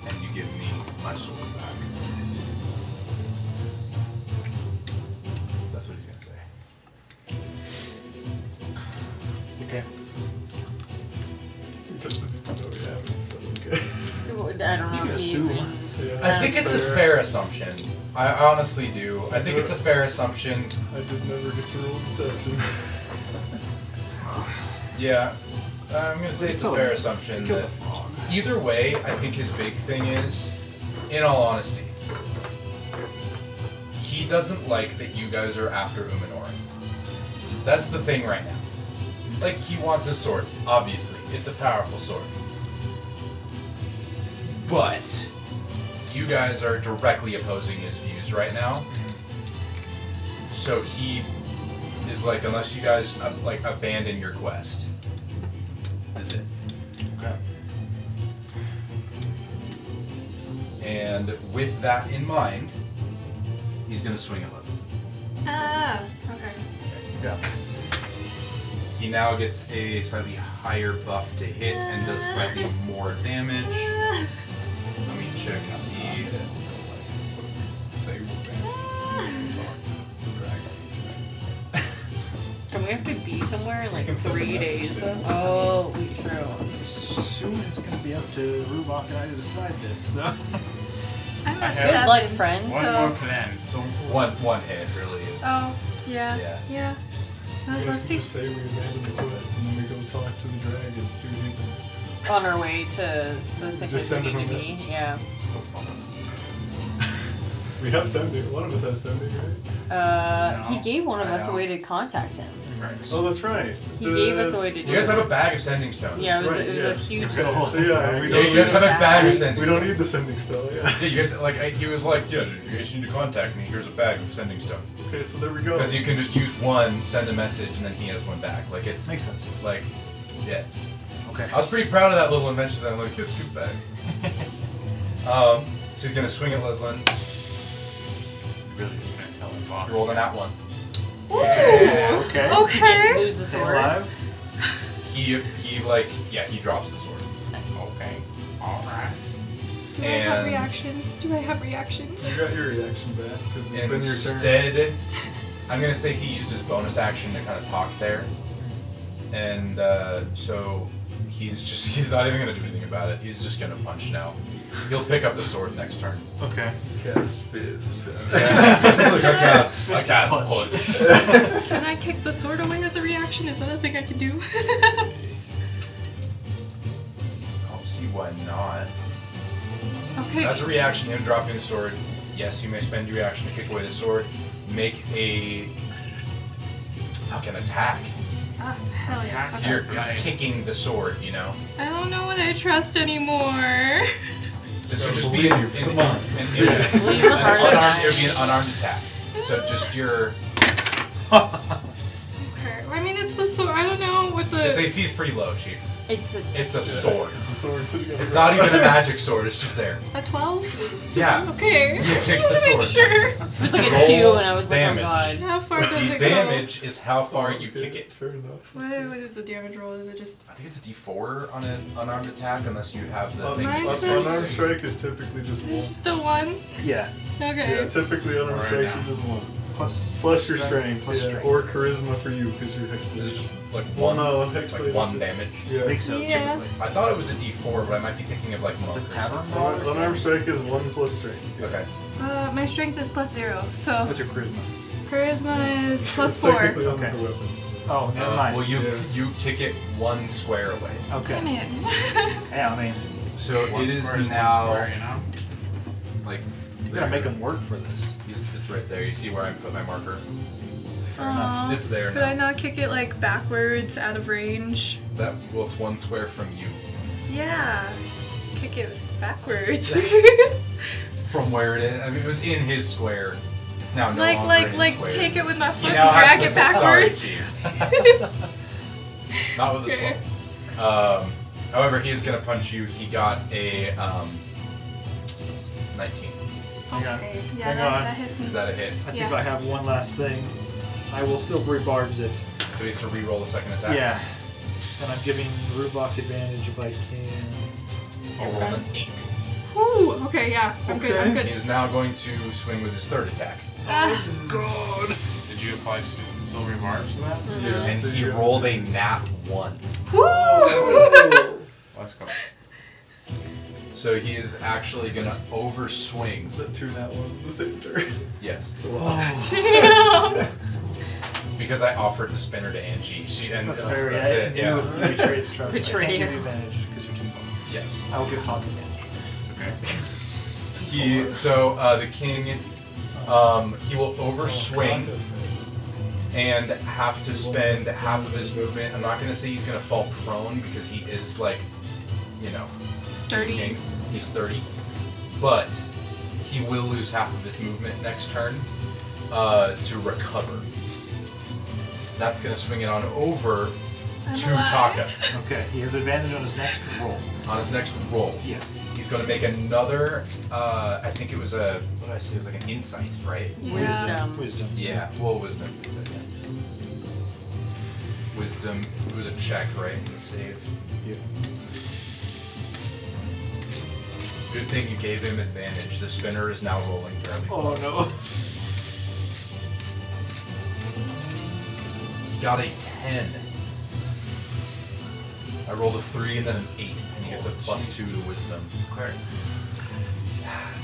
[SPEAKER 1] and you give me my soul back. That's what he's gonna say.
[SPEAKER 4] Okay.
[SPEAKER 6] He doesn't know yet, but okay.
[SPEAKER 2] I don't have the
[SPEAKER 6] Yeah.
[SPEAKER 2] Um,
[SPEAKER 1] I think it's a fair assumption. I honestly do. I think it's a fair assumption.
[SPEAKER 6] I did never get to roll deception.
[SPEAKER 1] Yeah, I'm gonna say it's a fair assumption that either way, I think his big thing is, in all honesty, he doesn't like that you guys are after Uminoran. That's the thing right now. Like he wants a sword, obviously. It's a powerful sword. But you guys are directly opposing his views right now. So he is like, unless you guys uh, like abandon your quest, is it?
[SPEAKER 4] Okay.
[SPEAKER 1] And with that in mind, he's gonna swing at Leslie.
[SPEAKER 5] Ah, okay.
[SPEAKER 1] He now gets a slightly higher buff to hit and does slightly more damage.
[SPEAKER 5] Ah,
[SPEAKER 1] Let me check and see.
[SPEAKER 2] Can we have to be somewhere in like
[SPEAKER 4] can send the
[SPEAKER 2] three
[SPEAKER 4] message
[SPEAKER 2] days
[SPEAKER 4] to
[SPEAKER 2] though?
[SPEAKER 4] him.
[SPEAKER 2] Oh, we true.
[SPEAKER 4] Soon it's gonna be up to Rubach and I to decide this. So.
[SPEAKER 5] I'm
[SPEAKER 13] I
[SPEAKER 5] at
[SPEAKER 13] have
[SPEAKER 5] seven.
[SPEAKER 2] Like friends,
[SPEAKER 13] One
[SPEAKER 5] so-
[SPEAKER 13] more plan.
[SPEAKER 1] So one one hit really is.
[SPEAKER 5] Oh, yeah.
[SPEAKER 1] Yeah.
[SPEAKER 5] Yeah. Uh,
[SPEAKER 6] Let's
[SPEAKER 5] let's see.
[SPEAKER 6] just say we abandon the quest and then we go talk to the dragon. See what he thinks.
[SPEAKER 2] On our way to the
[SPEAKER 6] Just
[SPEAKER 2] second
[SPEAKER 6] send him a
[SPEAKER 2] community.
[SPEAKER 6] message.
[SPEAKER 2] Yeah.
[SPEAKER 6] We have sending. One of us has sending, right?
[SPEAKER 2] Uh, he
[SPEAKER 13] No,
[SPEAKER 2] gave one of
[SPEAKER 13] I
[SPEAKER 2] us a
[SPEAKER 13] don't.
[SPEAKER 2] way to contact him.
[SPEAKER 6] Oh,
[SPEAKER 1] Right.
[SPEAKER 6] that's right.
[SPEAKER 2] He
[SPEAKER 6] The-
[SPEAKER 2] gave us a way to do
[SPEAKER 1] You guys have
[SPEAKER 2] it.
[SPEAKER 1] a bag of sending stones.
[SPEAKER 2] Yeah, it was,
[SPEAKER 6] right,
[SPEAKER 2] it was
[SPEAKER 6] yeah.
[SPEAKER 2] a huge.
[SPEAKER 6] Okay, so Oh, yeah, we
[SPEAKER 1] Yeah,
[SPEAKER 6] don't,
[SPEAKER 1] you guys have a bag of sending.
[SPEAKER 6] we don't need the sending spell, yeah.
[SPEAKER 1] Yeah, you guys like I, he was like, yeah, if you guys need to contact me, here's a bag of sending stones.
[SPEAKER 6] Okay, so there we go.
[SPEAKER 1] Because you can just use one, send a message, and then he has one back. Like it's
[SPEAKER 4] Makes sense.
[SPEAKER 1] like, yeah.
[SPEAKER 4] Okay.
[SPEAKER 1] I was pretty proud of that little invention. That I'm like, here's two bag. um, so he's gonna swing at Leslin.
[SPEAKER 3] Really just gonna tell the boss.
[SPEAKER 1] Roll the nat one.
[SPEAKER 4] Yeah, okay.
[SPEAKER 2] Didn't
[SPEAKER 5] Okay.
[SPEAKER 2] lose the
[SPEAKER 4] Stay
[SPEAKER 2] sword.
[SPEAKER 4] alive.
[SPEAKER 1] He he like yeah he drops the sword.
[SPEAKER 3] Okay. Alright.
[SPEAKER 5] Do I have
[SPEAKER 1] And-
[SPEAKER 5] reactions? Do I have reactions?
[SPEAKER 6] You got your reaction back because it's been your turn.
[SPEAKER 1] Instead, I'm gonna say he used his bonus action to kind of talk there, and uh, so he's just he's not even gonna do anything about it. He's just gonna punch now. He'll pick up the sword next turn.
[SPEAKER 4] Okay.
[SPEAKER 6] Cast fist.
[SPEAKER 1] cast, I
[SPEAKER 4] Fist
[SPEAKER 1] cast
[SPEAKER 4] punch.
[SPEAKER 1] punch.
[SPEAKER 5] Can I kick the sword away as a reaction? Is that a thing I can do?
[SPEAKER 1] I don't see why not.
[SPEAKER 5] okay.
[SPEAKER 1] As a reaction, him dropping the sword. Yes, you may spend your reaction to kick away the sword. Make a fucking attack.
[SPEAKER 5] Ah, hell yeah. Okay.
[SPEAKER 1] You're, you're kicking the sword, you know.
[SPEAKER 5] I don't know what I trust anymore.
[SPEAKER 1] This would just be an, an, an, an,
[SPEAKER 5] Leave the heart
[SPEAKER 1] unarmed.
[SPEAKER 5] alive.
[SPEAKER 1] It would be an unarmed attack. So just your.
[SPEAKER 5] Okay. I mean, it's the sword. I don't know what the.
[SPEAKER 1] Its AC is pretty low, chief.
[SPEAKER 2] It's a.
[SPEAKER 1] It's a sword.
[SPEAKER 6] It's a sword sitting on
[SPEAKER 1] It's
[SPEAKER 6] the
[SPEAKER 1] not even
[SPEAKER 6] ground.
[SPEAKER 1] a magic sword. It's just there.
[SPEAKER 5] A 12?
[SPEAKER 1] Yeah.
[SPEAKER 5] Okay.
[SPEAKER 1] You kick the
[SPEAKER 5] I wanna
[SPEAKER 1] sword.
[SPEAKER 5] make sure.
[SPEAKER 2] It was like a
[SPEAKER 1] Roll
[SPEAKER 2] two, and I was like,
[SPEAKER 1] damage.
[SPEAKER 2] oh god.
[SPEAKER 5] How far does
[SPEAKER 1] The
[SPEAKER 5] it
[SPEAKER 1] damage is how far you kick it.
[SPEAKER 6] Oh, Fair enough.
[SPEAKER 5] go? What, what is the damage roll? Is it just.
[SPEAKER 1] I think it's a D4 on an unarmed attack, unless you have the
[SPEAKER 6] Un-
[SPEAKER 1] thing.
[SPEAKER 5] Mine
[SPEAKER 6] un-
[SPEAKER 5] says-
[SPEAKER 6] unarmed strike is typically just one.
[SPEAKER 5] There's just a one?
[SPEAKER 6] Yeah.
[SPEAKER 5] Okay.
[SPEAKER 6] Yeah, typically unarmed
[SPEAKER 1] Alright,
[SPEAKER 6] strikes
[SPEAKER 1] now.
[SPEAKER 6] are just one.
[SPEAKER 4] Plus-
[SPEAKER 6] plus your
[SPEAKER 4] Strength,
[SPEAKER 6] strength,
[SPEAKER 4] plus
[SPEAKER 6] yeah,
[SPEAKER 4] strength.
[SPEAKER 6] or charisma for you because you're hexblade.
[SPEAKER 1] Like
[SPEAKER 6] Well,
[SPEAKER 1] one,
[SPEAKER 6] no, actually,
[SPEAKER 1] like one
[SPEAKER 6] it's
[SPEAKER 1] damage.
[SPEAKER 6] uh, Yeah.
[SPEAKER 4] Think so,
[SPEAKER 5] Yeah.
[SPEAKER 4] typically.
[SPEAKER 1] I thought it was a D4, but I might be thinking of like monk or something.
[SPEAKER 6] Unarmed, unarmed strike is one plus strength.
[SPEAKER 1] Okay.
[SPEAKER 5] Uh, my strength is plus zero, so
[SPEAKER 4] What's your charisma?
[SPEAKER 5] charisma is plus
[SPEAKER 6] It's
[SPEAKER 5] four.
[SPEAKER 6] Technically
[SPEAKER 4] Okay.
[SPEAKER 6] under weapon.
[SPEAKER 4] Oh, never
[SPEAKER 1] Uh,
[SPEAKER 4] mind.
[SPEAKER 1] well, you you kick it one square away.
[SPEAKER 5] Damn
[SPEAKER 4] okay.
[SPEAKER 5] it.
[SPEAKER 4] Yeah, I mean,
[SPEAKER 1] So
[SPEAKER 3] One
[SPEAKER 1] it is
[SPEAKER 3] square is one
[SPEAKER 1] now
[SPEAKER 3] square, you know?
[SPEAKER 1] like
[SPEAKER 4] we gotta make him work for this.
[SPEAKER 1] He's- It's right there. You see where I put my marker?
[SPEAKER 5] Aw.
[SPEAKER 1] It's there
[SPEAKER 5] Um, Could I
[SPEAKER 1] now.
[SPEAKER 5] not kick it like backwards out of range?
[SPEAKER 1] That well, it's one square from you.
[SPEAKER 5] Yeah. Kick it backwards.
[SPEAKER 1] From where it is, I mean, it was in his square. It's now no
[SPEAKER 5] like
[SPEAKER 1] longer in
[SPEAKER 5] like
[SPEAKER 1] his
[SPEAKER 5] like
[SPEAKER 1] square.
[SPEAKER 5] take it with my
[SPEAKER 1] He
[SPEAKER 5] foot
[SPEAKER 1] now
[SPEAKER 5] and
[SPEAKER 1] has
[SPEAKER 5] drag
[SPEAKER 1] to
[SPEAKER 5] it
[SPEAKER 1] look sorry
[SPEAKER 5] backwards.
[SPEAKER 1] to you. Not with
[SPEAKER 5] Okay.
[SPEAKER 1] the twelve. Um, however, he is gonna punch you. He got a um, nineteen.
[SPEAKER 4] Hang on.
[SPEAKER 5] Okay. Yeah,
[SPEAKER 4] Hang
[SPEAKER 5] that,
[SPEAKER 4] on.
[SPEAKER 5] that hits me.
[SPEAKER 1] Is that a hit?
[SPEAKER 4] I think
[SPEAKER 5] Yeah.
[SPEAKER 4] I have one last thing. I will silvery barbs it.
[SPEAKER 1] So he has to re-roll a second attack.
[SPEAKER 4] Yeah. And I'm giving Rubok advantage if I can.
[SPEAKER 1] He rolled an eight.
[SPEAKER 5] Ooh, okay, yeah. I'm good, I'm
[SPEAKER 1] He
[SPEAKER 5] good.
[SPEAKER 1] is now going to swing with his third attack.
[SPEAKER 5] Ah,
[SPEAKER 3] Did you apply sil- silvery barbs to that?
[SPEAKER 5] Mm-hmm.
[SPEAKER 6] Yeah,
[SPEAKER 1] and
[SPEAKER 6] so
[SPEAKER 1] he
[SPEAKER 6] you-
[SPEAKER 1] rolled a nat one.
[SPEAKER 5] woo!
[SPEAKER 3] Let's go.
[SPEAKER 1] So he is actually gonna overswing.
[SPEAKER 6] Is that two nat ones in the same turn?
[SPEAKER 1] Yes,
[SPEAKER 5] Damn!
[SPEAKER 1] because I offered the spinner to Angie. She and uh,
[SPEAKER 4] That's fair.
[SPEAKER 1] that's
[SPEAKER 4] yeah.
[SPEAKER 1] it.
[SPEAKER 4] You,
[SPEAKER 1] Yeah.
[SPEAKER 4] know, you betray its trust. I
[SPEAKER 2] Betrayal.
[SPEAKER 4] can't give you advantage because you're too far.
[SPEAKER 1] Yes.
[SPEAKER 4] I will give Talk advantage.
[SPEAKER 3] It's okay.
[SPEAKER 1] He so uh, the king, um, he will
[SPEAKER 6] Oh,
[SPEAKER 1] overswing and have to spend half of his movement. I'm not gonna say he's gonna fall prone because he is like, you know, He's, a
[SPEAKER 5] Sturdy.
[SPEAKER 1] king. He's 30. But he will lose half of his movement next turn uh, to recover. That's going to swing it on over
[SPEAKER 5] I'm
[SPEAKER 1] to
[SPEAKER 5] alive.
[SPEAKER 1] Taka
[SPEAKER 4] Okay. He has advantage on his next roll.
[SPEAKER 1] on his next roll.
[SPEAKER 4] Yeah.
[SPEAKER 1] He's going to make another, uh, I think it was a, what did I say? It was like an insight, right?
[SPEAKER 5] Yeah.
[SPEAKER 2] Wisdom.
[SPEAKER 4] Wisdom.
[SPEAKER 1] Yeah. Well, wisdom. Wisdom. It was a check, right? The save.
[SPEAKER 6] Yeah.
[SPEAKER 1] Good thing you gave him advantage. The spinner is now rolling for everyone.
[SPEAKER 4] Oh no.
[SPEAKER 1] Got a 10. I rolled a 3 and then an 8, and he gets a plus 2 to wisdom.
[SPEAKER 4] Okay.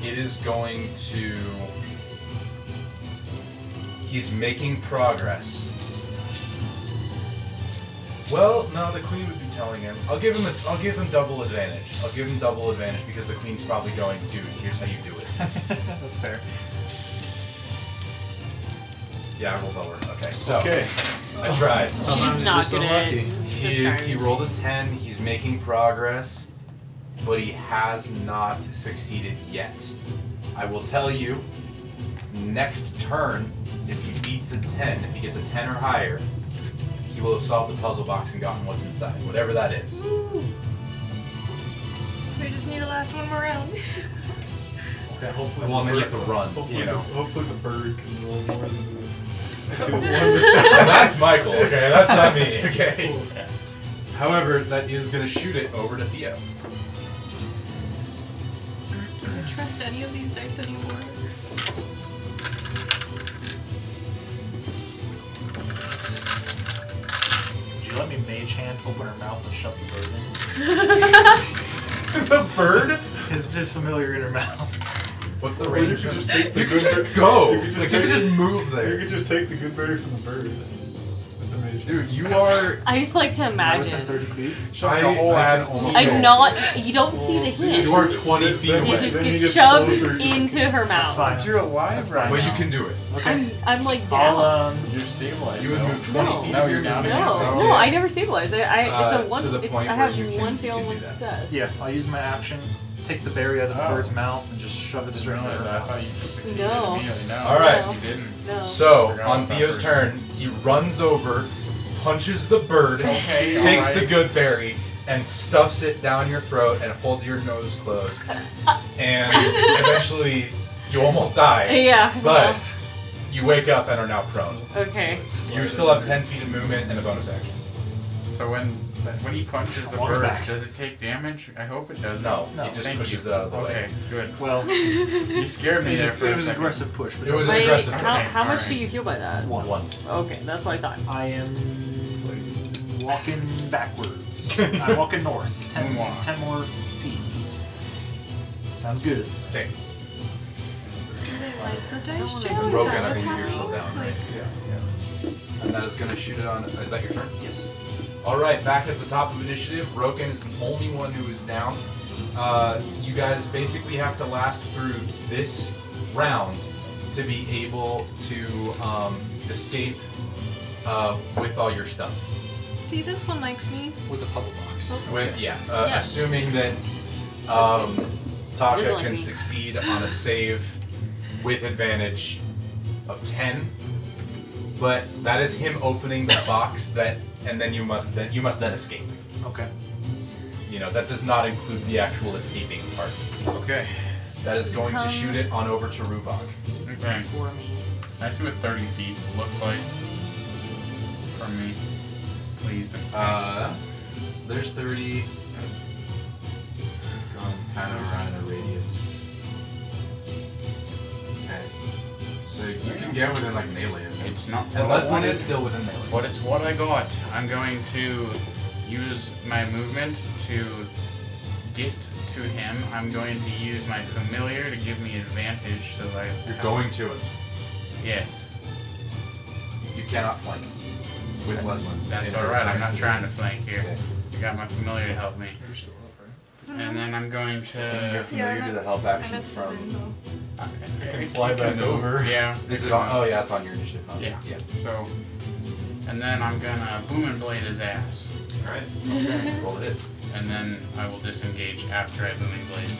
[SPEAKER 1] It is going to. He's making progress. Well, no, the queen would be telling him. I'll give him. A, I'll give him double advantage. I'll give him double advantage because the queen's probably going, dude. Here's how you do it.
[SPEAKER 4] That's fair.
[SPEAKER 1] Yeah, I rolled lower. Okay, so
[SPEAKER 4] Okay.
[SPEAKER 1] I tried.
[SPEAKER 2] She's
[SPEAKER 4] Sometimes
[SPEAKER 2] just
[SPEAKER 4] it's
[SPEAKER 2] not
[SPEAKER 4] just
[SPEAKER 2] good at
[SPEAKER 4] unlucky.
[SPEAKER 1] He, he rolled a 10. He's making progress, but he has not succeeded yet. I will tell you next turn, if he beats a 10, if he gets a 10 or higher, he will have solved the puzzle box and gotten what's inside, whatever that is.
[SPEAKER 5] We just need to last one more round.
[SPEAKER 4] Okay. Hopefully.
[SPEAKER 1] Well, and then you have to run,
[SPEAKER 6] Hopefully,
[SPEAKER 1] you know.
[SPEAKER 6] the, hopefully the bird can roll more than the two
[SPEAKER 4] One
[SPEAKER 6] one
[SPEAKER 4] this
[SPEAKER 6] this time.
[SPEAKER 1] That's Michael, okay? That's not me, okay? However, that is going to shoot it over to Theo.
[SPEAKER 5] Do I trust any of these dice anymore?
[SPEAKER 4] Would you let me mage hand open her mouth and shove the bird in?
[SPEAKER 6] the bird?
[SPEAKER 4] His, his familiar in her mouth.
[SPEAKER 1] What's the
[SPEAKER 6] Or
[SPEAKER 1] range?
[SPEAKER 6] you could
[SPEAKER 1] of-
[SPEAKER 6] just take the
[SPEAKER 1] You could
[SPEAKER 6] good
[SPEAKER 1] just
[SPEAKER 6] bird-
[SPEAKER 1] go.
[SPEAKER 6] you could just
[SPEAKER 1] Like, you could
[SPEAKER 6] take-
[SPEAKER 1] just move
[SPEAKER 6] You
[SPEAKER 1] there.
[SPEAKER 6] could just take the good berry from the bird. with the mage.
[SPEAKER 1] Dude, you are
[SPEAKER 2] I just like to
[SPEAKER 4] Within
[SPEAKER 2] imagine.
[SPEAKER 4] 30 feet.
[SPEAKER 1] I,
[SPEAKER 3] Like a whole
[SPEAKER 1] I
[SPEAKER 3] ass
[SPEAKER 1] can almost
[SPEAKER 2] I
[SPEAKER 1] say-
[SPEAKER 2] not. You don't see the
[SPEAKER 1] You are
[SPEAKER 2] hint.
[SPEAKER 1] 20 feet
[SPEAKER 6] Then-
[SPEAKER 2] It
[SPEAKER 1] away.
[SPEAKER 6] then
[SPEAKER 2] just
[SPEAKER 6] he
[SPEAKER 2] gets
[SPEAKER 6] gets
[SPEAKER 2] shoved
[SPEAKER 6] closer to-
[SPEAKER 2] into her
[SPEAKER 4] That's
[SPEAKER 2] mouth.
[SPEAKER 4] fine. You're alive right
[SPEAKER 1] But you can do it.
[SPEAKER 4] Okay.
[SPEAKER 2] I'm, I'm like
[SPEAKER 4] I'll
[SPEAKER 2] down.
[SPEAKER 1] uh,
[SPEAKER 4] um.
[SPEAKER 13] You're stabilized.
[SPEAKER 1] stabilize. You would move 20 feet.
[SPEAKER 3] No, you're down again.
[SPEAKER 2] No,
[SPEAKER 3] so-
[SPEAKER 2] no, I never stabilize. I, I
[SPEAKER 1] Uh,
[SPEAKER 2] it's a one.
[SPEAKER 1] to the
[SPEAKER 2] it's,
[SPEAKER 1] point
[SPEAKER 2] I
[SPEAKER 1] where
[SPEAKER 2] have
[SPEAKER 1] you can-
[SPEAKER 2] one
[SPEAKER 1] you
[SPEAKER 2] fail,
[SPEAKER 1] can
[SPEAKER 2] one
[SPEAKER 1] do that.
[SPEAKER 2] success.
[SPEAKER 4] Yeah, I'll use my action, take the berry out of the
[SPEAKER 2] Oh.
[SPEAKER 4] bird's mouth, and just shove it straight in
[SPEAKER 3] realize
[SPEAKER 4] their
[SPEAKER 3] that. I
[SPEAKER 4] mouth.
[SPEAKER 3] thought you just succeeded
[SPEAKER 2] No.
[SPEAKER 3] immediately. No.
[SPEAKER 1] All right.
[SPEAKER 3] You didn't.
[SPEAKER 2] Oh.
[SPEAKER 1] So
[SPEAKER 3] Forgot
[SPEAKER 1] on
[SPEAKER 3] about
[SPEAKER 1] Theo's
[SPEAKER 3] that.
[SPEAKER 1] turn, he runs over, punches the bird,
[SPEAKER 3] Okay,
[SPEAKER 1] takes
[SPEAKER 3] alright.
[SPEAKER 1] the good berry, and stuffs it down your throat and holds your nose closed. And eventually, you almost die.
[SPEAKER 2] Yeah.
[SPEAKER 1] But you wake up and are now prone.
[SPEAKER 2] Okay.
[SPEAKER 1] You still have 10 feet of movement and a bonus action.
[SPEAKER 3] So when when he punches the
[SPEAKER 1] Walk
[SPEAKER 3] bird,
[SPEAKER 1] back.
[SPEAKER 3] does it take damage? I hope it doesn't.
[SPEAKER 1] No, he just
[SPEAKER 3] Thank
[SPEAKER 1] pushes
[SPEAKER 3] you.
[SPEAKER 1] it out of the way.
[SPEAKER 3] okay, good.
[SPEAKER 4] Well,
[SPEAKER 3] you scared me
[SPEAKER 4] it was a-
[SPEAKER 3] there for a
[SPEAKER 4] it was an
[SPEAKER 3] second.
[SPEAKER 4] aggressive push, but
[SPEAKER 1] It was an
[SPEAKER 2] Wait,
[SPEAKER 1] aggressive
[SPEAKER 2] how,
[SPEAKER 1] attack.
[SPEAKER 2] how much
[SPEAKER 1] Alright.
[SPEAKER 2] do you heal by that?
[SPEAKER 4] One.
[SPEAKER 2] Okay, that's what I thought.
[SPEAKER 4] I am walking backwards. I'm walking north. Ten,
[SPEAKER 3] Moonwalk.
[SPEAKER 4] ten more feet. Sounds good.
[SPEAKER 1] Take.
[SPEAKER 5] Like the dice
[SPEAKER 1] It's
[SPEAKER 5] jail? Is
[SPEAKER 1] broken,
[SPEAKER 5] that
[SPEAKER 1] I
[SPEAKER 5] what's
[SPEAKER 1] mean you're
[SPEAKER 5] happening?
[SPEAKER 1] still down, right?
[SPEAKER 5] Like,
[SPEAKER 1] Yeah. yeah. And that is going to shoot it on. Is that your turn?
[SPEAKER 4] Yes.
[SPEAKER 1] All right, back at the top of initiative. Roken is the only one who is down. Uh, you guys basically have to last through this round to be able to um, escape uh, with all your stuff.
[SPEAKER 5] See, this one likes me.
[SPEAKER 4] With the puzzle box.
[SPEAKER 1] With yeah, uh,
[SPEAKER 5] Yeah.
[SPEAKER 1] assuming that um, Taka
[SPEAKER 5] Doesn't like
[SPEAKER 1] can
[SPEAKER 5] me.
[SPEAKER 1] succeed on a save with advantage of ten, but that is him opening the box that, and then you must then you must then escape.
[SPEAKER 4] Okay.
[SPEAKER 1] You know that does not include the actual escaping part.
[SPEAKER 3] Okay.
[SPEAKER 1] That is going to
[SPEAKER 3] Come.
[SPEAKER 1] shoot it on over to Ruvok.
[SPEAKER 3] Okay. I see what 30 feet looks like from me. Please.
[SPEAKER 1] Uh, there's 30. Going kind of around a radius. Okay. So you can get within like melee. of it.
[SPEAKER 3] It's not what I
[SPEAKER 1] Unless that
[SPEAKER 3] wanted,
[SPEAKER 1] is still within melee.
[SPEAKER 3] But it's what I got. I'm going to use my movement to get to him. I'm going to use my familiar to give me advantage so that I.
[SPEAKER 1] You're going to it.
[SPEAKER 3] Yes.
[SPEAKER 1] You cannot flank with Leslie.
[SPEAKER 3] That's alright, I'm not trying to flank here. I got my familiar to help me. And then I'm going
[SPEAKER 1] Can
[SPEAKER 3] to.
[SPEAKER 1] your Uh, familiar do the help
[SPEAKER 5] I'm
[SPEAKER 1] action
[SPEAKER 5] at seven,
[SPEAKER 1] from?
[SPEAKER 5] though.
[SPEAKER 1] You
[SPEAKER 3] It
[SPEAKER 1] fly
[SPEAKER 3] can
[SPEAKER 1] back
[SPEAKER 3] move.
[SPEAKER 1] over.
[SPEAKER 3] Yeah.
[SPEAKER 1] Is it
[SPEAKER 3] can
[SPEAKER 1] on?
[SPEAKER 3] move.
[SPEAKER 1] Oh yeah, it's on your initiative. Huh?
[SPEAKER 3] Yeah.
[SPEAKER 1] Yeah.
[SPEAKER 3] So, and then I'm gonna boom and blade his ass.
[SPEAKER 1] All right. Roll it.
[SPEAKER 3] And then I will disengage after I boom and blade.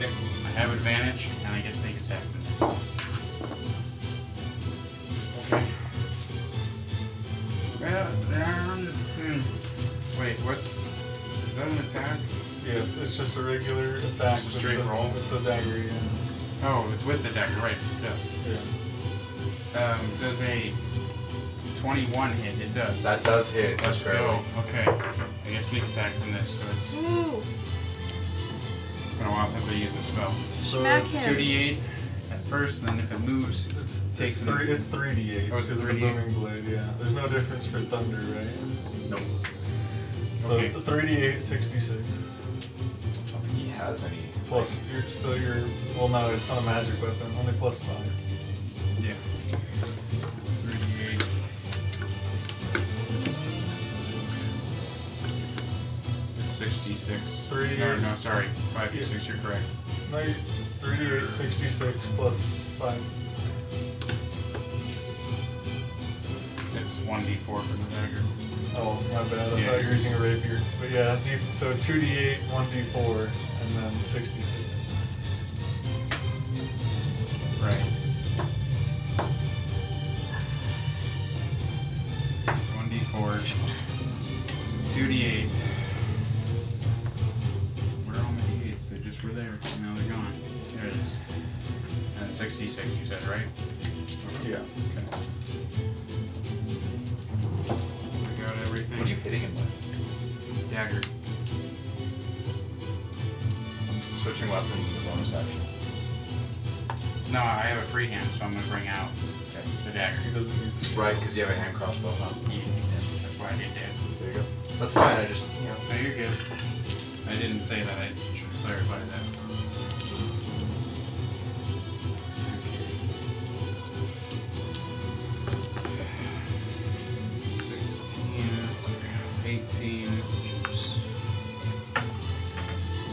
[SPEAKER 3] I have advantage, and I get sneak attack from this. Okay. Well, um, hmm. Wait, what's is that an attack?
[SPEAKER 6] Yes, it's just a regular attack.
[SPEAKER 3] Just a
[SPEAKER 6] with
[SPEAKER 3] straight
[SPEAKER 6] the,
[SPEAKER 3] roll?
[SPEAKER 6] With the dagger, yeah.
[SPEAKER 3] Oh, it's with the dagger, right? Yeah.
[SPEAKER 6] yeah.
[SPEAKER 3] Um, does a 21 hit? It does.
[SPEAKER 1] That does hit.
[SPEAKER 3] Let's
[SPEAKER 1] barely.
[SPEAKER 3] go. Okay. I get sneak attack from this, so it's
[SPEAKER 5] Ooh,
[SPEAKER 3] been a while since I used the spell.
[SPEAKER 6] So
[SPEAKER 5] Smack
[SPEAKER 6] it's,
[SPEAKER 5] him.
[SPEAKER 3] 2d8 at first, and then if it moves,
[SPEAKER 6] It's,
[SPEAKER 3] it takes
[SPEAKER 6] it's, three, it's 3d8.
[SPEAKER 3] Oh, it's
[SPEAKER 6] because of the
[SPEAKER 3] 3d8.
[SPEAKER 6] booming blade, yeah. There's no difference for thunder, right?
[SPEAKER 3] Nope.
[SPEAKER 6] So
[SPEAKER 3] Okay.
[SPEAKER 6] the 3d8, 66.
[SPEAKER 1] I don't think he has any.
[SPEAKER 6] Plus, you're still your. Well, no, it's not a magic weapon. Only plus 5.
[SPEAKER 3] Yeah. 3d8. It's 66.
[SPEAKER 6] Three
[SPEAKER 3] No, no,
[SPEAKER 6] years.
[SPEAKER 3] sorry. 5d6, you're correct.
[SPEAKER 6] No, you're 3d8, 66 plus 5.
[SPEAKER 3] It's 1d4 for the dagger.
[SPEAKER 6] Oh, my bad. I
[SPEAKER 3] Yeah.
[SPEAKER 6] thought you were using a rapier. But yeah, D- so 2d8, 1d4, and then 66.
[SPEAKER 3] Right. 1d4. 2d8. Where are all my d8s? They just were there. Now they're gone. There it is. And 66, you said, right?
[SPEAKER 6] Yeah.
[SPEAKER 3] Okay. I got everything.
[SPEAKER 1] What are you hitting him with?
[SPEAKER 3] Dagger.
[SPEAKER 1] Switching weapons is a bonus action.
[SPEAKER 3] No, I have a free hand, so I'm going to bring out the dagger.
[SPEAKER 6] He doesn't use it.
[SPEAKER 1] Right, because you have a hand crossbow. Huh?
[SPEAKER 3] Yeah, that's why I did that.
[SPEAKER 1] There you go. That's fine. I just you know.
[SPEAKER 3] No, you're good. I didn't say that. I should clarify that. Okay. 16, 18,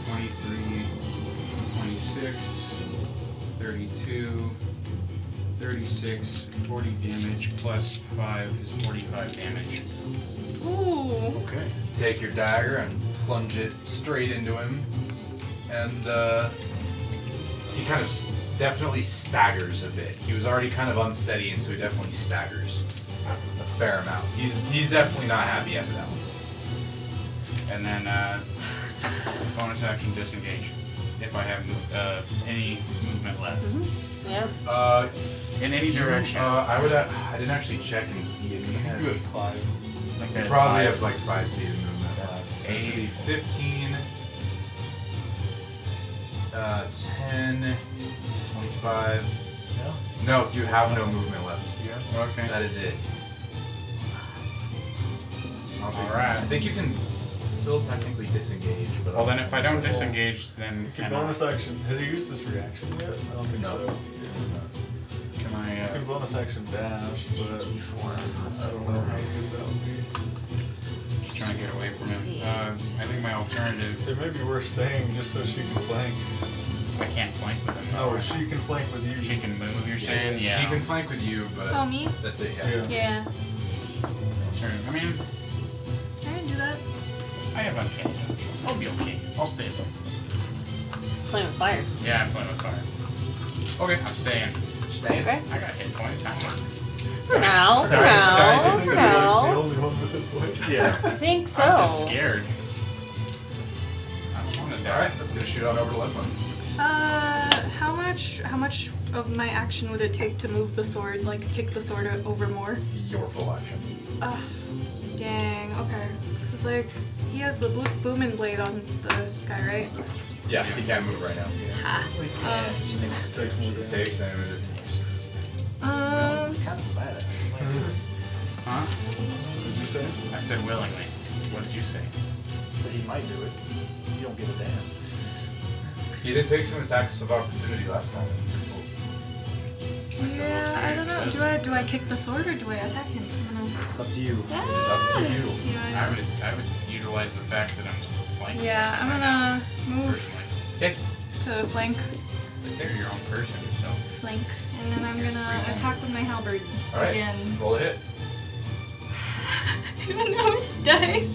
[SPEAKER 3] 23, 26, 32, 36, 40 damage plus 5 is 45 damage.
[SPEAKER 9] Ooh.
[SPEAKER 1] Okay. Take your dagger and plunge it straight into him, and uh, he kind of s- definitely staggers a bit. He was already kind of unsteady, and so he definitely staggers a fair amount. He's he's definitely not happy after that one.
[SPEAKER 3] And then uh, bonus action disengage if I have uh, any movement left.
[SPEAKER 2] Yep.
[SPEAKER 1] Uh,
[SPEAKER 3] in any direction.
[SPEAKER 1] Uh, I would. Uh, I didn't actually check and see if you had
[SPEAKER 3] You had
[SPEAKER 1] five.
[SPEAKER 3] Okay,
[SPEAKER 1] You probably
[SPEAKER 3] five.
[SPEAKER 1] have like five feet of movement. left. So this would be
[SPEAKER 3] eight.
[SPEAKER 1] fifteen. Uh, 10, 25. No. you have no movement left.
[SPEAKER 3] Yeah. Okay.
[SPEAKER 1] That is it. All
[SPEAKER 3] right.
[SPEAKER 1] I think you can still technically disengage, but
[SPEAKER 3] Well, then if I don't disengage, then can
[SPEAKER 6] Can bonus
[SPEAKER 3] I,
[SPEAKER 6] action. Has he used this reaction yet? I don't think
[SPEAKER 1] No.
[SPEAKER 6] so.
[SPEAKER 3] can I
[SPEAKER 6] You
[SPEAKER 3] uh,
[SPEAKER 6] can bonus action dash, but I don't know how good that would be.
[SPEAKER 3] just trying to get away from him? Uh, I think my alternative,
[SPEAKER 6] It may be worth staying just so she can flank.
[SPEAKER 3] I can't flank with him.
[SPEAKER 6] No, Oh, she can flank with you.
[SPEAKER 3] Oh. She can move, you're saying? Yeah.
[SPEAKER 1] She can flank with you, but
[SPEAKER 5] Oh, me?
[SPEAKER 1] that's it. Yeah.
[SPEAKER 6] Yeah.
[SPEAKER 5] Yeah.
[SPEAKER 3] Alternative. I mean,
[SPEAKER 5] I can do that.
[SPEAKER 3] I have uncanny dodge. I'll be okay. I'll stay with him.
[SPEAKER 2] Flame of fire.
[SPEAKER 3] Yeah, I'm playing with fire. Okay, I'm staying.
[SPEAKER 1] Stay.
[SPEAKER 2] Okay.
[SPEAKER 3] I got hit points. I'm
[SPEAKER 2] For now.
[SPEAKER 3] Guys,
[SPEAKER 2] For now.
[SPEAKER 3] guys,
[SPEAKER 2] For
[SPEAKER 3] it's
[SPEAKER 6] The
[SPEAKER 2] now.
[SPEAKER 6] only one with a point.
[SPEAKER 2] I think so.
[SPEAKER 3] I'm just scared. I don't want to
[SPEAKER 1] All
[SPEAKER 3] die.
[SPEAKER 1] right, let's go shoot on over to Leslie.
[SPEAKER 5] Uh, how much? How much of my action would it take to move the sword? Like kick the sword o- over more?
[SPEAKER 1] Your full action.
[SPEAKER 5] Ugh. Dang. Okay. Cause like he has the blue booming blade on the guy, right?
[SPEAKER 1] Yeah, he can't move right now.
[SPEAKER 5] Ha.
[SPEAKER 1] Takes damage.
[SPEAKER 5] Um.
[SPEAKER 4] Kind of badass.
[SPEAKER 3] Huh?
[SPEAKER 6] What did you say?
[SPEAKER 3] I said willingly. What did you say?
[SPEAKER 4] So he might do it. You don't give a damn.
[SPEAKER 1] He did take some attacks of opportunity last time.
[SPEAKER 5] Yeah. I don't know. Do I do I kick the sword or do I attack him? I don't know.
[SPEAKER 4] It's up to you.
[SPEAKER 1] It is up to you.
[SPEAKER 3] I
[SPEAKER 5] Yeah.
[SPEAKER 3] would, I would utilize the fact that I'm flanking.
[SPEAKER 5] Yeah. I'm gonna move
[SPEAKER 1] Okay.
[SPEAKER 5] to flank,
[SPEAKER 3] But they're your own person, so.
[SPEAKER 5] flank, and then I'm gonna attack with my halberd
[SPEAKER 1] All right.
[SPEAKER 5] again.
[SPEAKER 1] Roll a hit.
[SPEAKER 5] I don't know how much dice.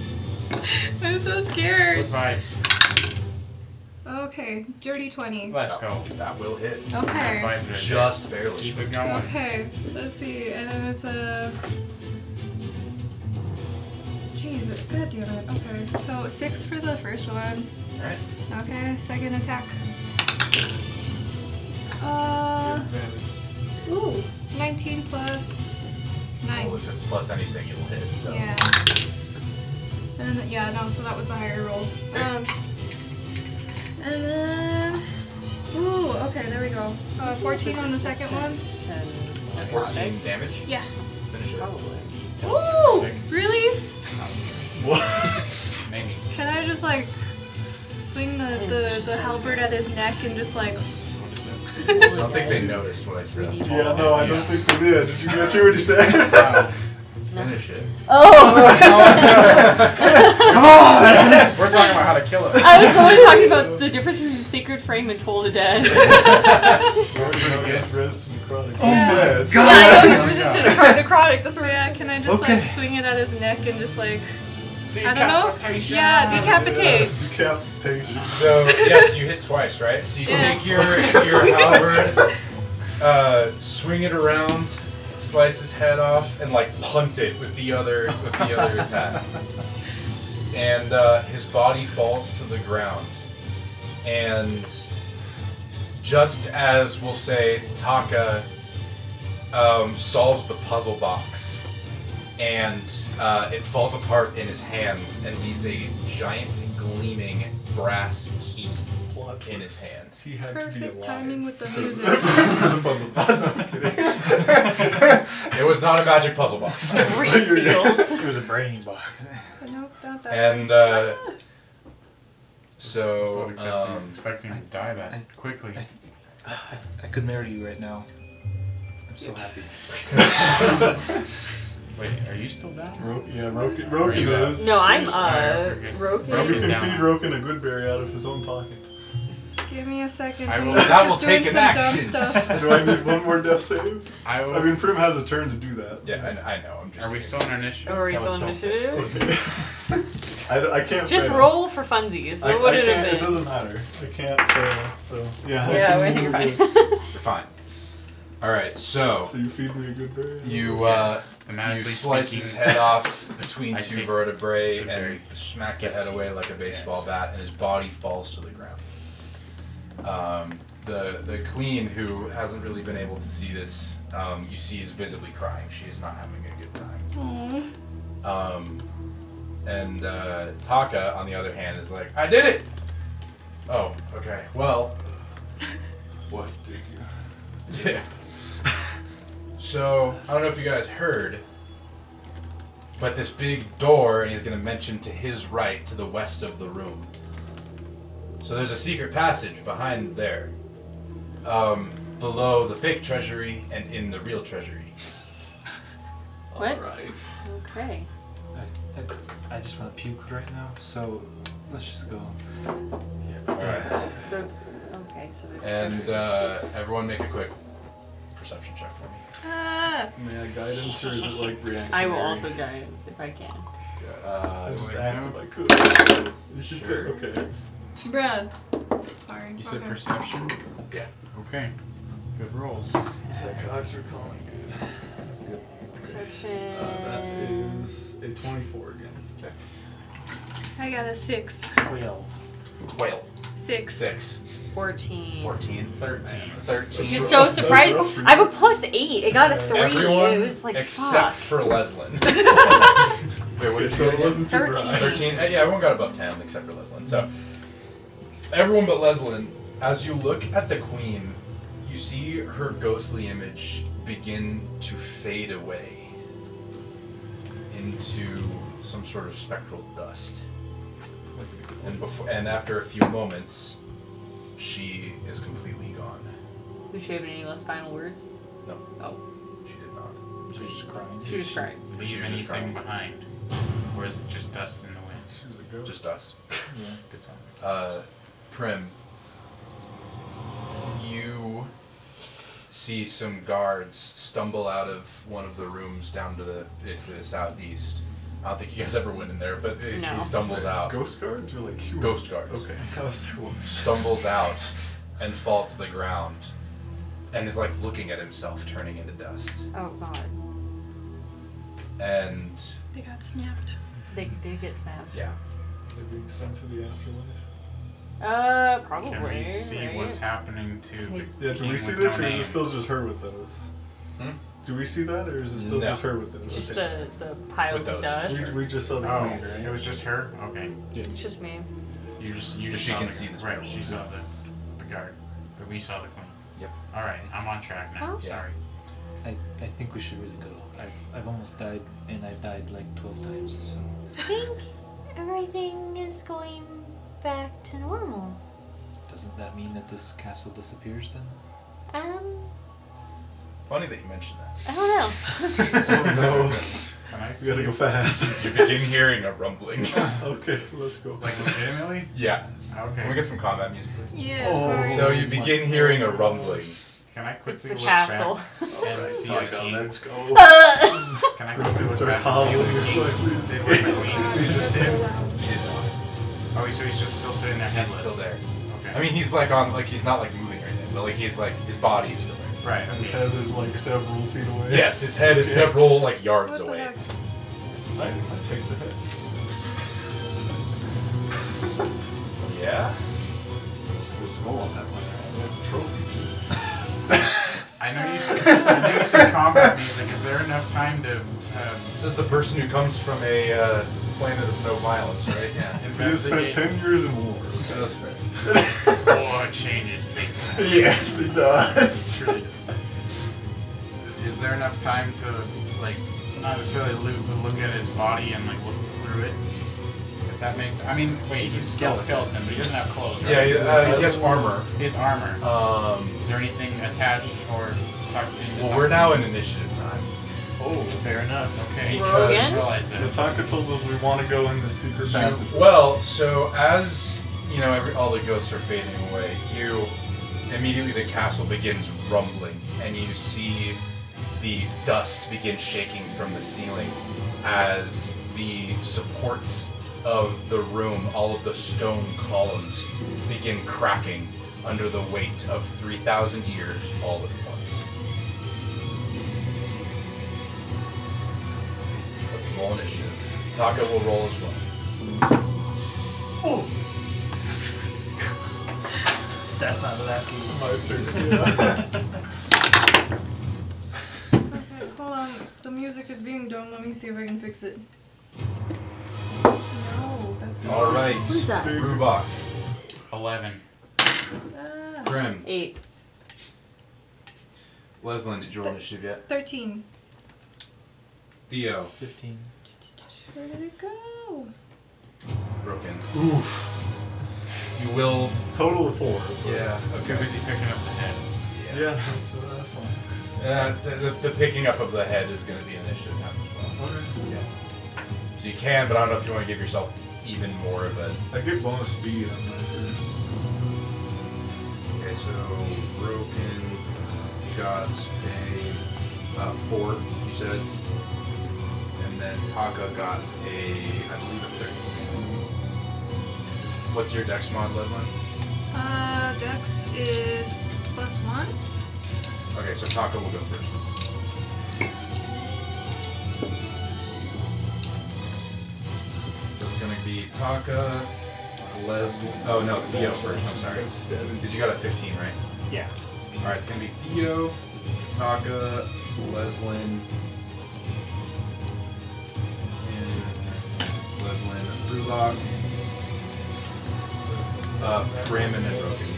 [SPEAKER 5] I'm so scared.
[SPEAKER 3] Good vibes.
[SPEAKER 5] Okay, dirty 20.
[SPEAKER 3] Let's go.
[SPEAKER 1] That will hit.
[SPEAKER 3] Good
[SPEAKER 5] Okay.
[SPEAKER 3] vibes right
[SPEAKER 1] Just
[SPEAKER 3] there.
[SPEAKER 1] barely.
[SPEAKER 3] Keep it going.
[SPEAKER 5] Okay, let's see. And then it's a. Jesus, god damn it. Okay, so six for the first one.
[SPEAKER 1] All right.
[SPEAKER 5] Okay, second attack. Uh, ooh, 19 plus 9.
[SPEAKER 1] Well, if it's plus anything, it'll hit. So.
[SPEAKER 5] Yeah. And then- yeah, no, so that was the higher roll. Um, and then, ooh, okay, there we go. Uh, 14 on the second one.
[SPEAKER 2] Ten.
[SPEAKER 1] Fourteen damage.
[SPEAKER 5] Yeah.
[SPEAKER 1] Finish it.
[SPEAKER 2] Probably.
[SPEAKER 5] Ooh, really?
[SPEAKER 3] Maybe.
[SPEAKER 5] Can I just like swing the the, the halberd at his neck and just like?
[SPEAKER 3] What is it?
[SPEAKER 1] I don't think they noticed what I said.
[SPEAKER 6] Yeah, no, I don't think we did. Did you guys hear what he said?
[SPEAKER 3] Wow.
[SPEAKER 1] Finish it.
[SPEAKER 2] Oh!
[SPEAKER 6] Oh,
[SPEAKER 3] We're talking about how to kill it.
[SPEAKER 2] I was only talking about the difference between Sacred Frame and Toll the Dead.
[SPEAKER 6] Dead.
[SPEAKER 2] Yeah, I know he's resistant to chronic necrotic. That's where
[SPEAKER 5] Yeah, can I just
[SPEAKER 12] Okay.
[SPEAKER 5] like swing it at his neck and just like? I don't know. Yeah, decapitate.
[SPEAKER 6] Yes, decapitation.
[SPEAKER 1] So yes, you hit twice, right? So you
[SPEAKER 5] Yeah.
[SPEAKER 1] take your your halberd, uh, swing it around, slice his head off, and like punt it with the other with the other attack. And uh, his body falls to the ground. And just as we'll say, Taka um, solves the puzzle box, and uh, it falls apart in his hands and leaves a giant gleaming brass key
[SPEAKER 6] Plot
[SPEAKER 1] in his hands.
[SPEAKER 6] He had to be
[SPEAKER 5] Perfect
[SPEAKER 6] alive.
[SPEAKER 5] timing with the
[SPEAKER 6] So-
[SPEAKER 5] music.
[SPEAKER 6] for the puzzle. I'm kidding.
[SPEAKER 1] It was not a magic puzzle box.
[SPEAKER 2] Three seals.
[SPEAKER 4] It was a brain box.
[SPEAKER 5] Nope, not that.
[SPEAKER 1] and uh, so, um,
[SPEAKER 3] I'm Oh, expecting to die that
[SPEAKER 12] I-
[SPEAKER 3] quickly.
[SPEAKER 12] I- I, I could marry you right now. I'm so happy.
[SPEAKER 3] Wait, are you still down?
[SPEAKER 6] Ro- yeah, Roken,
[SPEAKER 3] Are
[SPEAKER 6] Roken
[SPEAKER 3] you up?
[SPEAKER 6] is.
[SPEAKER 2] No, I'm
[SPEAKER 3] Alright,
[SPEAKER 2] uh,
[SPEAKER 3] okay.
[SPEAKER 2] Roken.
[SPEAKER 6] Roken can
[SPEAKER 3] down.
[SPEAKER 6] feed Roken a good berry out of his own pocket.
[SPEAKER 5] Give me a second.
[SPEAKER 1] I
[SPEAKER 5] I'm
[SPEAKER 1] will-
[SPEAKER 5] just
[SPEAKER 1] that will
[SPEAKER 5] doing
[SPEAKER 1] take an
[SPEAKER 5] some dumb
[SPEAKER 1] action.
[SPEAKER 5] stuff.
[SPEAKER 6] do I need one more death save?
[SPEAKER 1] I, will-
[SPEAKER 6] I mean, Prim has a turn to do that.
[SPEAKER 1] Yeah, I, I know. I'm just.
[SPEAKER 3] Are we still on initiative?
[SPEAKER 9] Are we still on initiative?
[SPEAKER 6] I, d- I can't.
[SPEAKER 9] Just
[SPEAKER 6] fail.
[SPEAKER 9] roll for funsies. What
[SPEAKER 6] I,
[SPEAKER 9] would
[SPEAKER 6] I
[SPEAKER 9] it have
[SPEAKER 6] can't-
[SPEAKER 9] been?
[SPEAKER 6] It doesn't matter. I can't fail. So yeah.
[SPEAKER 9] Yeah,
[SPEAKER 6] I
[SPEAKER 9] I think you're fine.
[SPEAKER 1] You're fine. All right, so
[SPEAKER 6] So you feed me a good bird.
[SPEAKER 1] you uh, you
[SPEAKER 3] Thematically
[SPEAKER 1] slice
[SPEAKER 3] speaking,
[SPEAKER 1] his head off between
[SPEAKER 3] I
[SPEAKER 1] two
[SPEAKER 3] take
[SPEAKER 1] vertebrae and smack the head away like a baseball bat, and his body falls to the ground. Um, the the queen, who hasn't really been able to see this, um, you see, is visibly crying. She is not having a good time.
[SPEAKER 5] Aw.
[SPEAKER 1] Um, and uh, Taka, on the other hand, is like, I did it! Oh, okay. Well,
[SPEAKER 13] What did you?
[SPEAKER 1] yeah. so, I don't know if you guys heard, but this big door, and he's going to mention to his right, to the west of the room. So, there's a secret passage behind there, um, below the fake treasury and in the real treasury.
[SPEAKER 2] What?
[SPEAKER 14] Right.
[SPEAKER 2] Okay.
[SPEAKER 4] I, I, I just want to puke right now, so let's just go.
[SPEAKER 1] All right.
[SPEAKER 2] Those- okay, so there's
[SPEAKER 1] And uh, everyone make a quick perception check for me.
[SPEAKER 5] Ah.
[SPEAKER 6] May I guidance or is it like reaction?
[SPEAKER 2] I will also guidance if I can.
[SPEAKER 1] Uh,
[SPEAKER 6] I just
[SPEAKER 1] do I
[SPEAKER 6] asked
[SPEAKER 1] know?
[SPEAKER 6] if I could. You should
[SPEAKER 1] Sure.
[SPEAKER 6] say okay.
[SPEAKER 5] Bruh. Sorry.
[SPEAKER 3] You said
[SPEAKER 5] Okay.
[SPEAKER 3] perception?
[SPEAKER 1] Yeah.
[SPEAKER 3] Okay. Good rolls.
[SPEAKER 6] Psychods are calling it. That's good.
[SPEAKER 2] Perception.
[SPEAKER 6] Uh, that is a 24 again. Okay.
[SPEAKER 5] I got a six.
[SPEAKER 1] Twelve.
[SPEAKER 5] Six.
[SPEAKER 1] Six.
[SPEAKER 2] 14.
[SPEAKER 1] 14. 13.
[SPEAKER 2] I
[SPEAKER 1] 13.
[SPEAKER 2] was just so surprised.
[SPEAKER 6] rough for you.
[SPEAKER 2] I have a plus eight. It got a three.
[SPEAKER 1] Everyone
[SPEAKER 2] it was like
[SPEAKER 1] except
[SPEAKER 2] fuck.
[SPEAKER 1] for Leslin. Wait, what
[SPEAKER 6] Okay,
[SPEAKER 1] did
[SPEAKER 6] so
[SPEAKER 1] you
[SPEAKER 6] it
[SPEAKER 1] get?
[SPEAKER 6] wasn't super
[SPEAKER 2] Thirteen.
[SPEAKER 6] high.
[SPEAKER 1] 13. Uh, Yeah, everyone got above 10 except for Leslin. So, everyone but Leslin, as you look at the queen, you see her ghostly image begin to fade away into some sort of spectral dust. And, before, and after a few moments, she is completely gone.
[SPEAKER 2] Did she have any less final words?
[SPEAKER 1] No,
[SPEAKER 2] Oh,
[SPEAKER 1] she did not.
[SPEAKER 4] She's just crying.
[SPEAKER 2] she was crying.
[SPEAKER 1] She
[SPEAKER 3] Leave
[SPEAKER 1] was just crying.
[SPEAKER 3] anything behind. Or is it just dust in the wind?
[SPEAKER 13] She was a ghost.
[SPEAKER 1] Just dust.
[SPEAKER 4] Yeah.
[SPEAKER 3] Good song.
[SPEAKER 1] Uh, Prim, you see some guards stumble out of one of the rooms down to the basically the southeast. I don't think you guys ever went in there, but he,
[SPEAKER 2] No.
[SPEAKER 1] he stumbles out.
[SPEAKER 6] Ghost guards or like human?
[SPEAKER 1] Ghost guards.
[SPEAKER 6] Okay. I was like, what?
[SPEAKER 1] Stumbles out and falls to the ground, and is like looking at himself, turning into dust.
[SPEAKER 2] Oh god,
[SPEAKER 1] And
[SPEAKER 5] They got snapped.
[SPEAKER 2] they did get snapped.
[SPEAKER 1] yeah,
[SPEAKER 6] They're being sent to the afterlife.
[SPEAKER 2] Uh, probably.
[SPEAKER 3] Can we see
[SPEAKER 2] right?
[SPEAKER 3] what's happening to the
[SPEAKER 6] Yeah,
[SPEAKER 3] scene
[SPEAKER 6] do we see
[SPEAKER 3] with
[SPEAKER 6] this
[SPEAKER 3] no
[SPEAKER 6] or is
[SPEAKER 3] name?
[SPEAKER 6] it still just her with those?
[SPEAKER 1] Hmm?
[SPEAKER 6] Do we see that or is it still
[SPEAKER 1] No.
[SPEAKER 6] just her with those?
[SPEAKER 2] Just
[SPEAKER 6] Okay.
[SPEAKER 2] the the piles
[SPEAKER 1] With
[SPEAKER 2] of
[SPEAKER 1] those.
[SPEAKER 2] dust.
[SPEAKER 6] We, we just saw the
[SPEAKER 3] Oh,
[SPEAKER 6] queen, right?
[SPEAKER 3] it was just her? Okay.
[SPEAKER 2] It's just me.
[SPEAKER 3] You just you
[SPEAKER 1] 'Cause
[SPEAKER 3] just
[SPEAKER 1] she
[SPEAKER 3] saw
[SPEAKER 1] can
[SPEAKER 3] the,
[SPEAKER 1] see this
[SPEAKER 3] Right,
[SPEAKER 1] werewolf,
[SPEAKER 3] she
[SPEAKER 1] yeah.
[SPEAKER 3] saw the, the guard. But we saw the queen.
[SPEAKER 1] Yep.
[SPEAKER 3] Alright, I'm on track now.
[SPEAKER 2] Oh.
[SPEAKER 1] Yeah.
[SPEAKER 3] Sorry.
[SPEAKER 12] I, I think we should really go. I've, I've almost died, and I've died like 12 times, so.
[SPEAKER 15] I think everything is going back to normal.
[SPEAKER 12] Doesn't that mean that this castle disappears then?
[SPEAKER 15] Um,
[SPEAKER 1] funny that you mentioned that.
[SPEAKER 15] I don't know.
[SPEAKER 6] no.
[SPEAKER 3] Can I
[SPEAKER 6] We
[SPEAKER 3] see
[SPEAKER 6] gotta go fast.
[SPEAKER 1] You begin hearing a rumbling.
[SPEAKER 6] okay, let's go.
[SPEAKER 3] like legitimately?
[SPEAKER 1] yeah.
[SPEAKER 3] Okay.
[SPEAKER 1] Can we get some combat music? please?
[SPEAKER 5] Yeah,
[SPEAKER 4] Oh.
[SPEAKER 5] sorry.
[SPEAKER 1] So you begin hearing a rumbling.
[SPEAKER 3] Can I
[SPEAKER 2] It's
[SPEAKER 3] quickly
[SPEAKER 2] the
[SPEAKER 3] look
[SPEAKER 2] castle. Uh,
[SPEAKER 3] back and see the
[SPEAKER 14] Taka,
[SPEAKER 3] key?
[SPEAKER 14] let's go.
[SPEAKER 3] Can I
[SPEAKER 6] Everyone
[SPEAKER 3] quickly look
[SPEAKER 6] starts
[SPEAKER 3] back and see the
[SPEAKER 6] hobbling. It's
[SPEAKER 3] key?
[SPEAKER 6] like,
[SPEAKER 3] Is
[SPEAKER 6] please.
[SPEAKER 3] it with the
[SPEAKER 5] God,
[SPEAKER 3] queen?
[SPEAKER 6] It's
[SPEAKER 5] that's
[SPEAKER 6] just
[SPEAKER 5] so
[SPEAKER 6] him.
[SPEAKER 5] loud.
[SPEAKER 1] He did not.
[SPEAKER 3] Oh, so he's just still sitting there
[SPEAKER 1] He's
[SPEAKER 3] headless.
[SPEAKER 1] still there.
[SPEAKER 3] Okay.
[SPEAKER 1] I mean, he's like on, like he's not like moving or anything, but like he's like his body is still there.
[SPEAKER 3] right.
[SPEAKER 6] His head is like several feet away.
[SPEAKER 1] Yes, his head is several like yards
[SPEAKER 5] What the
[SPEAKER 1] away.
[SPEAKER 5] heck?
[SPEAKER 6] I, I take the head.
[SPEAKER 1] Yeah.
[SPEAKER 6] It's just a skull on that one. That's a trophy.
[SPEAKER 3] I know you said, I know you said combat music. Is there enough time to um,
[SPEAKER 1] This is the person who comes from a uh, planet of no violence, right? Yeah.
[SPEAKER 6] You just spent
[SPEAKER 3] investigate?
[SPEAKER 6] 10 years in war.
[SPEAKER 1] That's fair.
[SPEAKER 3] Oh, it changes big time.
[SPEAKER 6] yes, he
[SPEAKER 3] It
[SPEAKER 6] does.
[SPEAKER 3] truly does. Is there enough time to, like, not necessarily loot, but look at his body and, like, look through it? If that makes I mean, wait, he's still skeleton, but he doesn't have clothes, right?
[SPEAKER 1] Yeah, he, uh, he has armor.
[SPEAKER 3] He has armor.
[SPEAKER 1] Um.
[SPEAKER 3] Is there anything attached or tucked into
[SPEAKER 1] Well, we're
[SPEAKER 3] something?
[SPEAKER 1] now in initiative time.
[SPEAKER 3] Oh, fair enough. Okay.
[SPEAKER 2] Roll
[SPEAKER 3] I
[SPEAKER 2] again?
[SPEAKER 3] realize that.
[SPEAKER 6] Nataka told us we want to go in the secret
[SPEAKER 1] You-
[SPEAKER 6] passage.
[SPEAKER 1] well, so as you know, every, all the ghosts are fading away. You immediately the castle begins rumbling, and you see the dust begin shaking from the ceiling as the supports of the room, all of the stone columns, begin cracking under the weight of 3,000 years all at once. Let's roll initiative. Taka will roll as well.
[SPEAKER 4] That's not that easy.
[SPEAKER 5] Okay, hold on. The music is being dumb. Let me see if I can fix it. No, that's not.
[SPEAKER 1] All right.
[SPEAKER 5] Who's that?
[SPEAKER 1] Rubach.
[SPEAKER 3] 11.
[SPEAKER 5] ah.
[SPEAKER 1] Grim.
[SPEAKER 2] Eight.
[SPEAKER 1] Leslin, did you roll initiative yet?
[SPEAKER 5] Thirteen.
[SPEAKER 1] Theo.
[SPEAKER 12] 15.
[SPEAKER 5] Where did it go?
[SPEAKER 1] Broken. Oof. You will.
[SPEAKER 6] Total of four.
[SPEAKER 1] Yeah.
[SPEAKER 3] Too busy picking up the head.
[SPEAKER 6] Yeah, that's, that's fine.
[SPEAKER 1] Uh, the, the, the picking up of the head is going to be an initiative time as well.
[SPEAKER 6] Okay.
[SPEAKER 1] So you can, but I don't know if you want to give yourself even more of a.
[SPEAKER 6] I get bonus speed on my first.
[SPEAKER 1] Okay, so broken got a uh, four, you said, and then Taka got a, I believe, a thirteen. What's your dex mod, Leslin?
[SPEAKER 5] Uh, Dex is plus one.
[SPEAKER 1] Okay, so Taka will go first. That's gonna be Taka, Leslie. Oh no, Theo first. I'm sorry. Because you got a 15, right?
[SPEAKER 4] Yeah.
[SPEAKER 1] All right, it's gonna be Theo, Taka, Leslin, and Leslin Brulog, uh, Prim, and then Broken.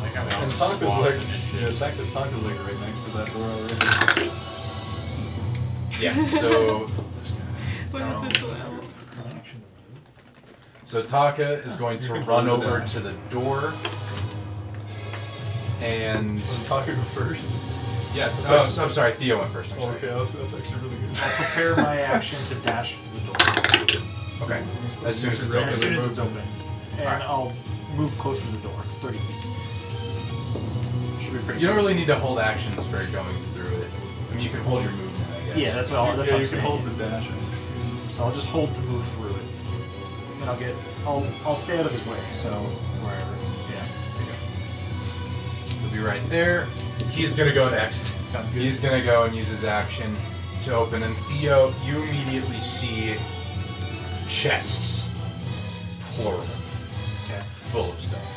[SPEAKER 3] Like I'm
[SPEAKER 6] And
[SPEAKER 3] out
[SPEAKER 6] Taka's
[SPEAKER 3] swamped
[SPEAKER 6] like, yeah,
[SPEAKER 3] initiative.
[SPEAKER 6] Taka, Taka's like right next to that door already.
[SPEAKER 1] Yeah. So
[SPEAKER 5] When was
[SPEAKER 1] Oh.
[SPEAKER 5] this allowed?
[SPEAKER 1] So Taka is going to
[SPEAKER 6] You can
[SPEAKER 1] run
[SPEAKER 6] hold it
[SPEAKER 1] over
[SPEAKER 6] down.
[SPEAKER 1] to the door. And
[SPEAKER 6] So Taka go first.
[SPEAKER 1] yeah,
[SPEAKER 6] That's
[SPEAKER 1] oh,
[SPEAKER 6] actually-
[SPEAKER 1] so- I'm sorry, Theo went first. I'm
[SPEAKER 6] Oh,
[SPEAKER 1] sorry.
[SPEAKER 6] okay, that's, that's actually really good.
[SPEAKER 4] I prepare my action to dash through the door.
[SPEAKER 1] Okay. As soon as it's
[SPEAKER 4] as soon
[SPEAKER 1] open,
[SPEAKER 4] as it's open. And
[SPEAKER 1] Alright.
[SPEAKER 4] I'll move closer to the door, 30 feet. Should be pretty
[SPEAKER 1] you don't
[SPEAKER 4] close.
[SPEAKER 1] really need to hold actions for going through it. I mean, you can hold your movement, I guess.
[SPEAKER 4] Yeah, that's what I'll, Oh, that's
[SPEAKER 6] yeah,
[SPEAKER 4] what I'm
[SPEAKER 6] you can
[SPEAKER 4] saying.
[SPEAKER 6] hold the dash.
[SPEAKER 4] So I'll just hold to move through it. And I'll get, I'll, I'll stay out of his way, so wherever. Yeah.
[SPEAKER 1] He'll be right there. He's gonna go next.
[SPEAKER 4] Sounds good.
[SPEAKER 1] He's gonna go and use his action to open. And Theo, you immediately see chests, plural,
[SPEAKER 4] Okay.
[SPEAKER 1] full of stuff.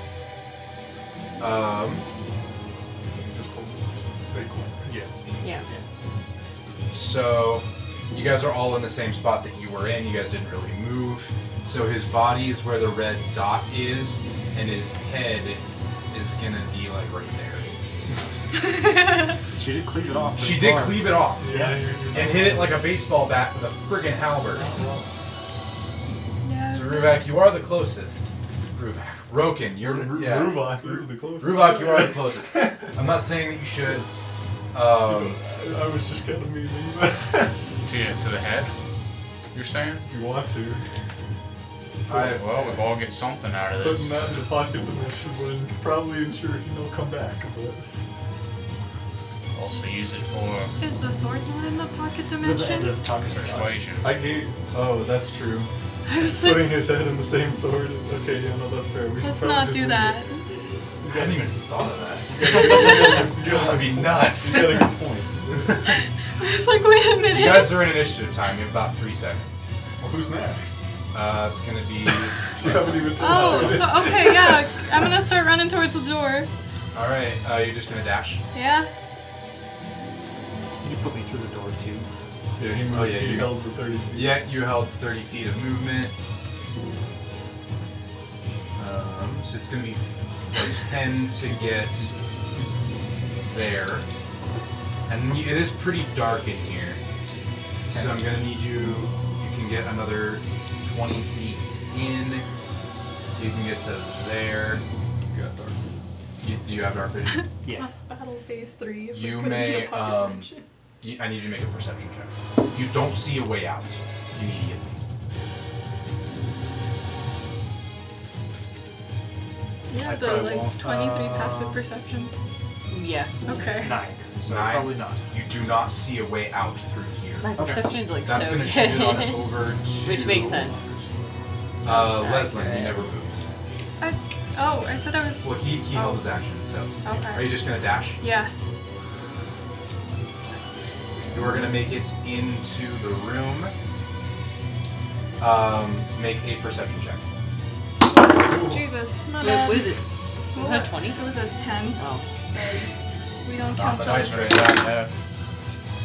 [SPEAKER 1] Um,
[SPEAKER 6] Just told us this was the fake one.
[SPEAKER 4] Yeah.
[SPEAKER 2] Yeah.
[SPEAKER 1] So you guys are all in the same spot that you were in. You guys didn't really move. So his body is where the red dot is, and his head is gonna be like right there.
[SPEAKER 4] She did cleave it off.
[SPEAKER 1] She
[SPEAKER 4] pretty
[SPEAKER 1] did
[SPEAKER 4] far.
[SPEAKER 1] cleave it off
[SPEAKER 4] Yeah.
[SPEAKER 1] and hit it like a baseball bat with a friggin' halberd.
[SPEAKER 5] Yeah.
[SPEAKER 1] So Ruvak, you are the closest. Ruvak, Roken, you're
[SPEAKER 6] Ru-
[SPEAKER 1] yeah.
[SPEAKER 6] Rubach, this is the closest.
[SPEAKER 1] Ruvak, you are the closest. I'm not saying that you should. Um,
[SPEAKER 6] I, I was just kind of memeing.
[SPEAKER 3] To, to the head? You're saying?
[SPEAKER 6] if you want to,
[SPEAKER 1] I,
[SPEAKER 3] Well, we've all get something out of
[SPEAKER 6] putting
[SPEAKER 3] this.
[SPEAKER 6] that in the pocket dimension would probably ensure he'll come back. But
[SPEAKER 3] Also use it for
[SPEAKER 5] Is the sword not in the pocket
[SPEAKER 4] The, the,
[SPEAKER 5] dimension?
[SPEAKER 4] the top is
[SPEAKER 3] persuasion.
[SPEAKER 6] I gave. Oh, that's true.
[SPEAKER 5] I was
[SPEAKER 6] Putting
[SPEAKER 5] like,
[SPEAKER 6] his head in the same sword is okay. Yeah, no, that's fair. We should
[SPEAKER 5] let's
[SPEAKER 6] probably
[SPEAKER 5] not
[SPEAKER 6] just
[SPEAKER 5] do
[SPEAKER 6] leave
[SPEAKER 5] that.
[SPEAKER 1] I hadn't even thought of that.
[SPEAKER 6] it. You got
[SPEAKER 1] That'd
[SPEAKER 6] a good-
[SPEAKER 1] be nuts.
[SPEAKER 6] you got a good point.
[SPEAKER 5] I was like, wait a minute.
[SPEAKER 1] You guys are in initiative time. You have about three seconds.
[SPEAKER 6] Well, who's next?
[SPEAKER 1] Uh, it's gonna be.
[SPEAKER 6] You haven't even told
[SPEAKER 5] Oh,
[SPEAKER 6] us.
[SPEAKER 5] so okay, yeah. I'm gonna start running towards the door.
[SPEAKER 1] All right. Uh, you're just gonna dash.
[SPEAKER 5] Yeah.
[SPEAKER 4] You put me through the door too.
[SPEAKER 6] Yeah, he moved.
[SPEAKER 1] Oh, yeah,
[SPEAKER 6] he
[SPEAKER 1] you-
[SPEAKER 6] held the thirty. feet.
[SPEAKER 1] Yeah, you held 30 feet of movement. Um, so it's gonna be like 10 to get there, and y- it is pretty dark in here. So I'm gonna need you. You can get another 20 feet in, so you can get to there. You got dark. You, do you have dark vision?
[SPEAKER 4] Yeah.
[SPEAKER 5] Plus battle phase three. If
[SPEAKER 1] You
[SPEAKER 5] we put it in
[SPEAKER 1] may,
[SPEAKER 5] the pocket
[SPEAKER 1] um,
[SPEAKER 5] dimension.
[SPEAKER 1] You- I need you to make a perception check. You don't see a way out immediately.
[SPEAKER 5] You have the
[SPEAKER 4] probably
[SPEAKER 5] like
[SPEAKER 4] won't.
[SPEAKER 5] 23
[SPEAKER 1] uh,
[SPEAKER 5] passive perception.
[SPEAKER 2] Yeah.
[SPEAKER 5] Okay.
[SPEAKER 4] Nine. So
[SPEAKER 1] Nine.
[SPEAKER 4] probably not.
[SPEAKER 1] You do not see a way out through here.
[SPEAKER 2] My perception's like
[SPEAKER 1] That's
[SPEAKER 2] so
[SPEAKER 1] gonna shoot it on
[SPEAKER 2] good.
[SPEAKER 1] over to.
[SPEAKER 2] Which makes sense.
[SPEAKER 1] Uh, Leslie, you never moved.
[SPEAKER 5] I, oh, I said I was.
[SPEAKER 1] Well, he, he held his
[SPEAKER 2] Oh.
[SPEAKER 1] action, so.
[SPEAKER 5] Okay.
[SPEAKER 1] Are you just gonna dash?
[SPEAKER 5] Yeah.
[SPEAKER 1] You are gonna make it into the room. Um, make a perception check.
[SPEAKER 5] Jesus. My
[SPEAKER 2] Wait,
[SPEAKER 5] bad.
[SPEAKER 2] what is it? Was that
[SPEAKER 5] What?
[SPEAKER 2] 20?
[SPEAKER 5] It was a 10.
[SPEAKER 2] Oh.
[SPEAKER 5] We don't
[SPEAKER 1] Not
[SPEAKER 5] count
[SPEAKER 1] the
[SPEAKER 5] that.
[SPEAKER 1] dice tray.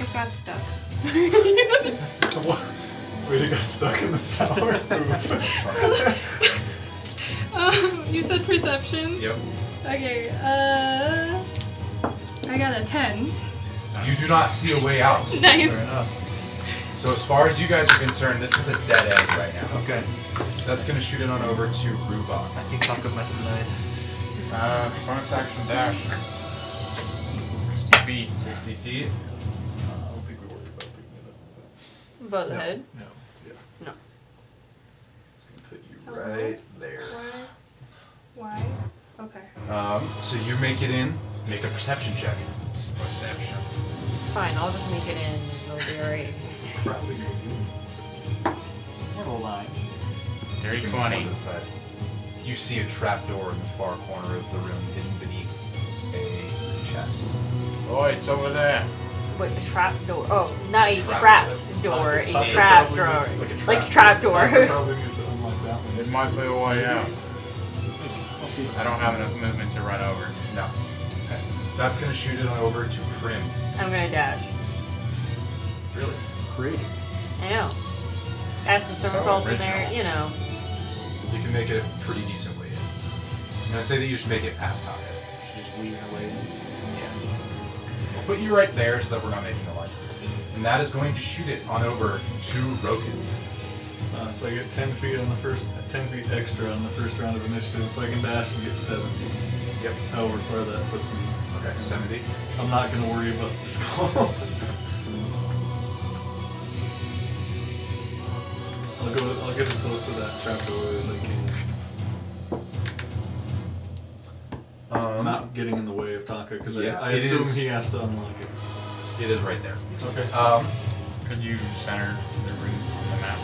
[SPEAKER 5] It got stuck.
[SPEAKER 6] Wait, it got stuck in the tower.
[SPEAKER 5] um, you said perception?
[SPEAKER 1] Yep.
[SPEAKER 5] Okay, uh. I got a 10.
[SPEAKER 1] You do not see a way out.
[SPEAKER 5] Nice.
[SPEAKER 1] Fair enough. So as far as you guys are concerned, this is a dead end right now.
[SPEAKER 4] Okay.
[SPEAKER 1] That's gonna shoot it on over to Rubok.
[SPEAKER 4] I think I'll get my blood.
[SPEAKER 13] Uh, bonus action dash.
[SPEAKER 1] 60 feet. 60 feet.
[SPEAKER 6] Uh, I don't think we worried about picking it up.
[SPEAKER 2] Above the head?
[SPEAKER 6] No. Yeah.
[SPEAKER 2] No.
[SPEAKER 1] Put you right there.
[SPEAKER 5] Why? Okay.
[SPEAKER 1] Um, so you make it in. Make a perception check. Perception.
[SPEAKER 2] It's fine, I'll just make it in. It'll be alright.
[SPEAKER 1] Probably.
[SPEAKER 4] Mortal line.
[SPEAKER 3] Dirty
[SPEAKER 1] Give me one
[SPEAKER 3] 20.
[SPEAKER 1] to the side. You see a trap door in the far corner of the room, hidden beneath a chest.
[SPEAKER 3] Oh, it's over there.
[SPEAKER 2] Wait, a trap door. Oh, not a
[SPEAKER 1] Trap.
[SPEAKER 2] trapped door, a
[SPEAKER 1] Tucker
[SPEAKER 2] trap
[SPEAKER 1] probably
[SPEAKER 2] door.
[SPEAKER 1] needs- like a trap
[SPEAKER 2] Like a trap
[SPEAKER 6] Tucker
[SPEAKER 2] door.
[SPEAKER 6] probably needs to unlock that one.
[SPEAKER 3] It might be a way out.
[SPEAKER 4] We'll see.
[SPEAKER 3] I don't have enough movement to run over.
[SPEAKER 1] No. That's gonna shoot it on over to Prim.
[SPEAKER 2] I'm gonna dash.
[SPEAKER 1] Really?
[SPEAKER 4] Creative.
[SPEAKER 2] I know. After somersaults in there, you know.
[SPEAKER 1] You can make it a pretty decent way in. I'm gonna say that you just make it past Haka.
[SPEAKER 4] She just weaving away.
[SPEAKER 1] We'll put you right there so that we're not making a line. And that is going to shoot it on over to Roken.
[SPEAKER 6] Uh, so I get 10 feet on the first, 10 feet extra on the first round of initiative, so I can dash and get 70.
[SPEAKER 1] Yep.
[SPEAKER 6] However far that puts me.
[SPEAKER 1] Okay, 70.
[SPEAKER 6] I'm not gonna worry about the skull. I'll go. I'll get as close to that trapdoor as I can. I'm
[SPEAKER 1] Um,
[SPEAKER 6] not getting in the way of Taka because
[SPEAKER 1] Yeah,
[SPEAKER 6] I, I
[SPEAKER 1] it
[SPEAKER 6] assume
[SPEAKER 1] is-
[SPEAKER 6] he has to unlock it.
[SPEAKER 1] It is right there.
[SPEAKER 6] Okay.
[SPEAKER 1] Um,
[SPEAKER 3] Could you center the room on the map?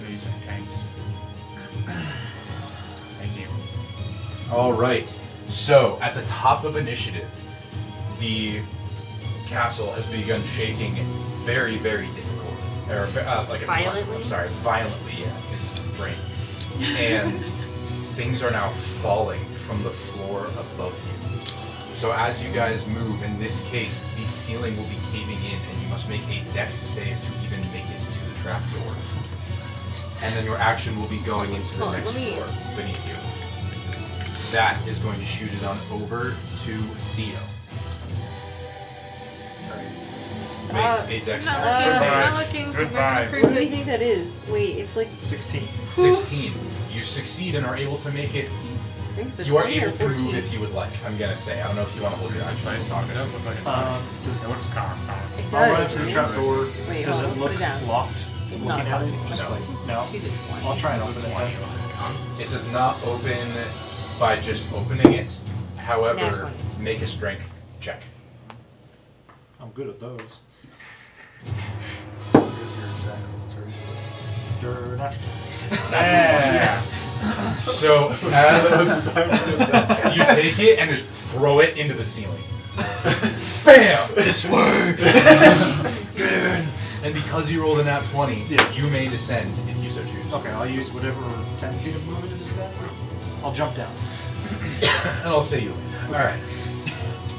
[SPEAKER 3] Please and thanks. Thank you.
[SPEAKER 1] All right. So at the top of initiative, the castle has begun shaking very, very difficult, or uh, like
[SPEAKER 2] Violently?
[SPEAKER 1] A, I'm sorry, violently. Yeah, it's just brain. And things are now falling from the floor above you. So as you guys move, in this case, the ceiling will be caving in, and you must make a dex save to even make it to the trapdoor. And then your action will be going into the
[SPEAKER 2] Hold on,
[SPEAKER 1] next
[SPEAKER 2] let me-
[SPEAKER 1] floor beneath you. That is going to shoot it on over to Theo. Make
[SPEAKER 2] Uh,
[SPEAKER 1] a dex save.
[SPEAKER 5] not looking-
[SPEAKER 1] Save.
[SPEAKER 5] not
[SPEAKER 3] vibes.
[SPEAKER 5] looking
[SPEAKER 3] Good
[SPEAKER 5] for very
[SPEAKER 3] vibes.
[SPEAKER 5] crazy.
[SPEAKER 9] What do you think that is? Wait, it's like
[SPEAKER 4] 16.
[SPEAKER 1] 16. You succeed and are able to make it.
[SPEAKER 9] I think it's a
[SPEAKER 1] You are
[SPEAKER 9] 20 or
[SPEAKER 1] able to
[SPEAKER 9] 14.
[SPEAKER 1] move if you would like, I'm going to say. I don't know if you want to hold your eyesight. so I'm
[SPEAKER 3] It
[SPEAKER 1] gonna-
[SPEAKER 3] does look like it's
[SPEAKER 4] Um, does,
[SPEAKER 3] It looks comic
[SPEAKER 9] It
[SPEAKER 3] comic.
[SPEAKER 4] I'll run
[SPEAKER 9] does.
[SPEAKER 4] through the
[SPEAKER 9] right?
[SPEAKER 4] trapdoor.
[SPEAKER 9] Wait,
[SPEAKER 4] Does
[SPEAKER 9] hold on,
[SPEAKER 4] it
[SPEAKER 9] let's
[SPEAKER 4] look
[SPEAKER 9] put it down.
[SPEAKER 4] locked?
[SPEAKER 2] It's
[SPEAKER 4] Looking at
[SPEAKER 2] not
[SPEAKER 4] it?
[SPEAKER 2] locked.
[SPEAKER 4] Just
[SPEAKER 1] No.
[SPEAKER 4] like, no.
[SPEAKER 2] She's at 20.
[SPEAKER 4] I'll try and open
[SPEAKER 3] It's
[SPEAKER 4] it.
[SPEAKER 3] a 20.
[SPEAKER 4] then.
[SPEAKER 1] It does not open by just opening it.
[SPEAKER 2] Nat
[SPEAKER 1] However,
[SPEAKER 2] 20.
[SPEAKER 1] make a strength check.
[SPEAKER 4] I'm good at those.
[SPEAKER 3] Yeah.
[SPEAKER 1] So as you take it and just throw it into the ceiling. Bam! This way. and because you rolled a nat twenty,
[SPEAKER 4] Yeah.
[SPEAKER 1] you may descend if you so choose.
[SPEAKER 4] Okay, I'll use whatever 10 feet of movement it is at. I'll jump down.
[SPEAKER 1] And I'll say you win. All right.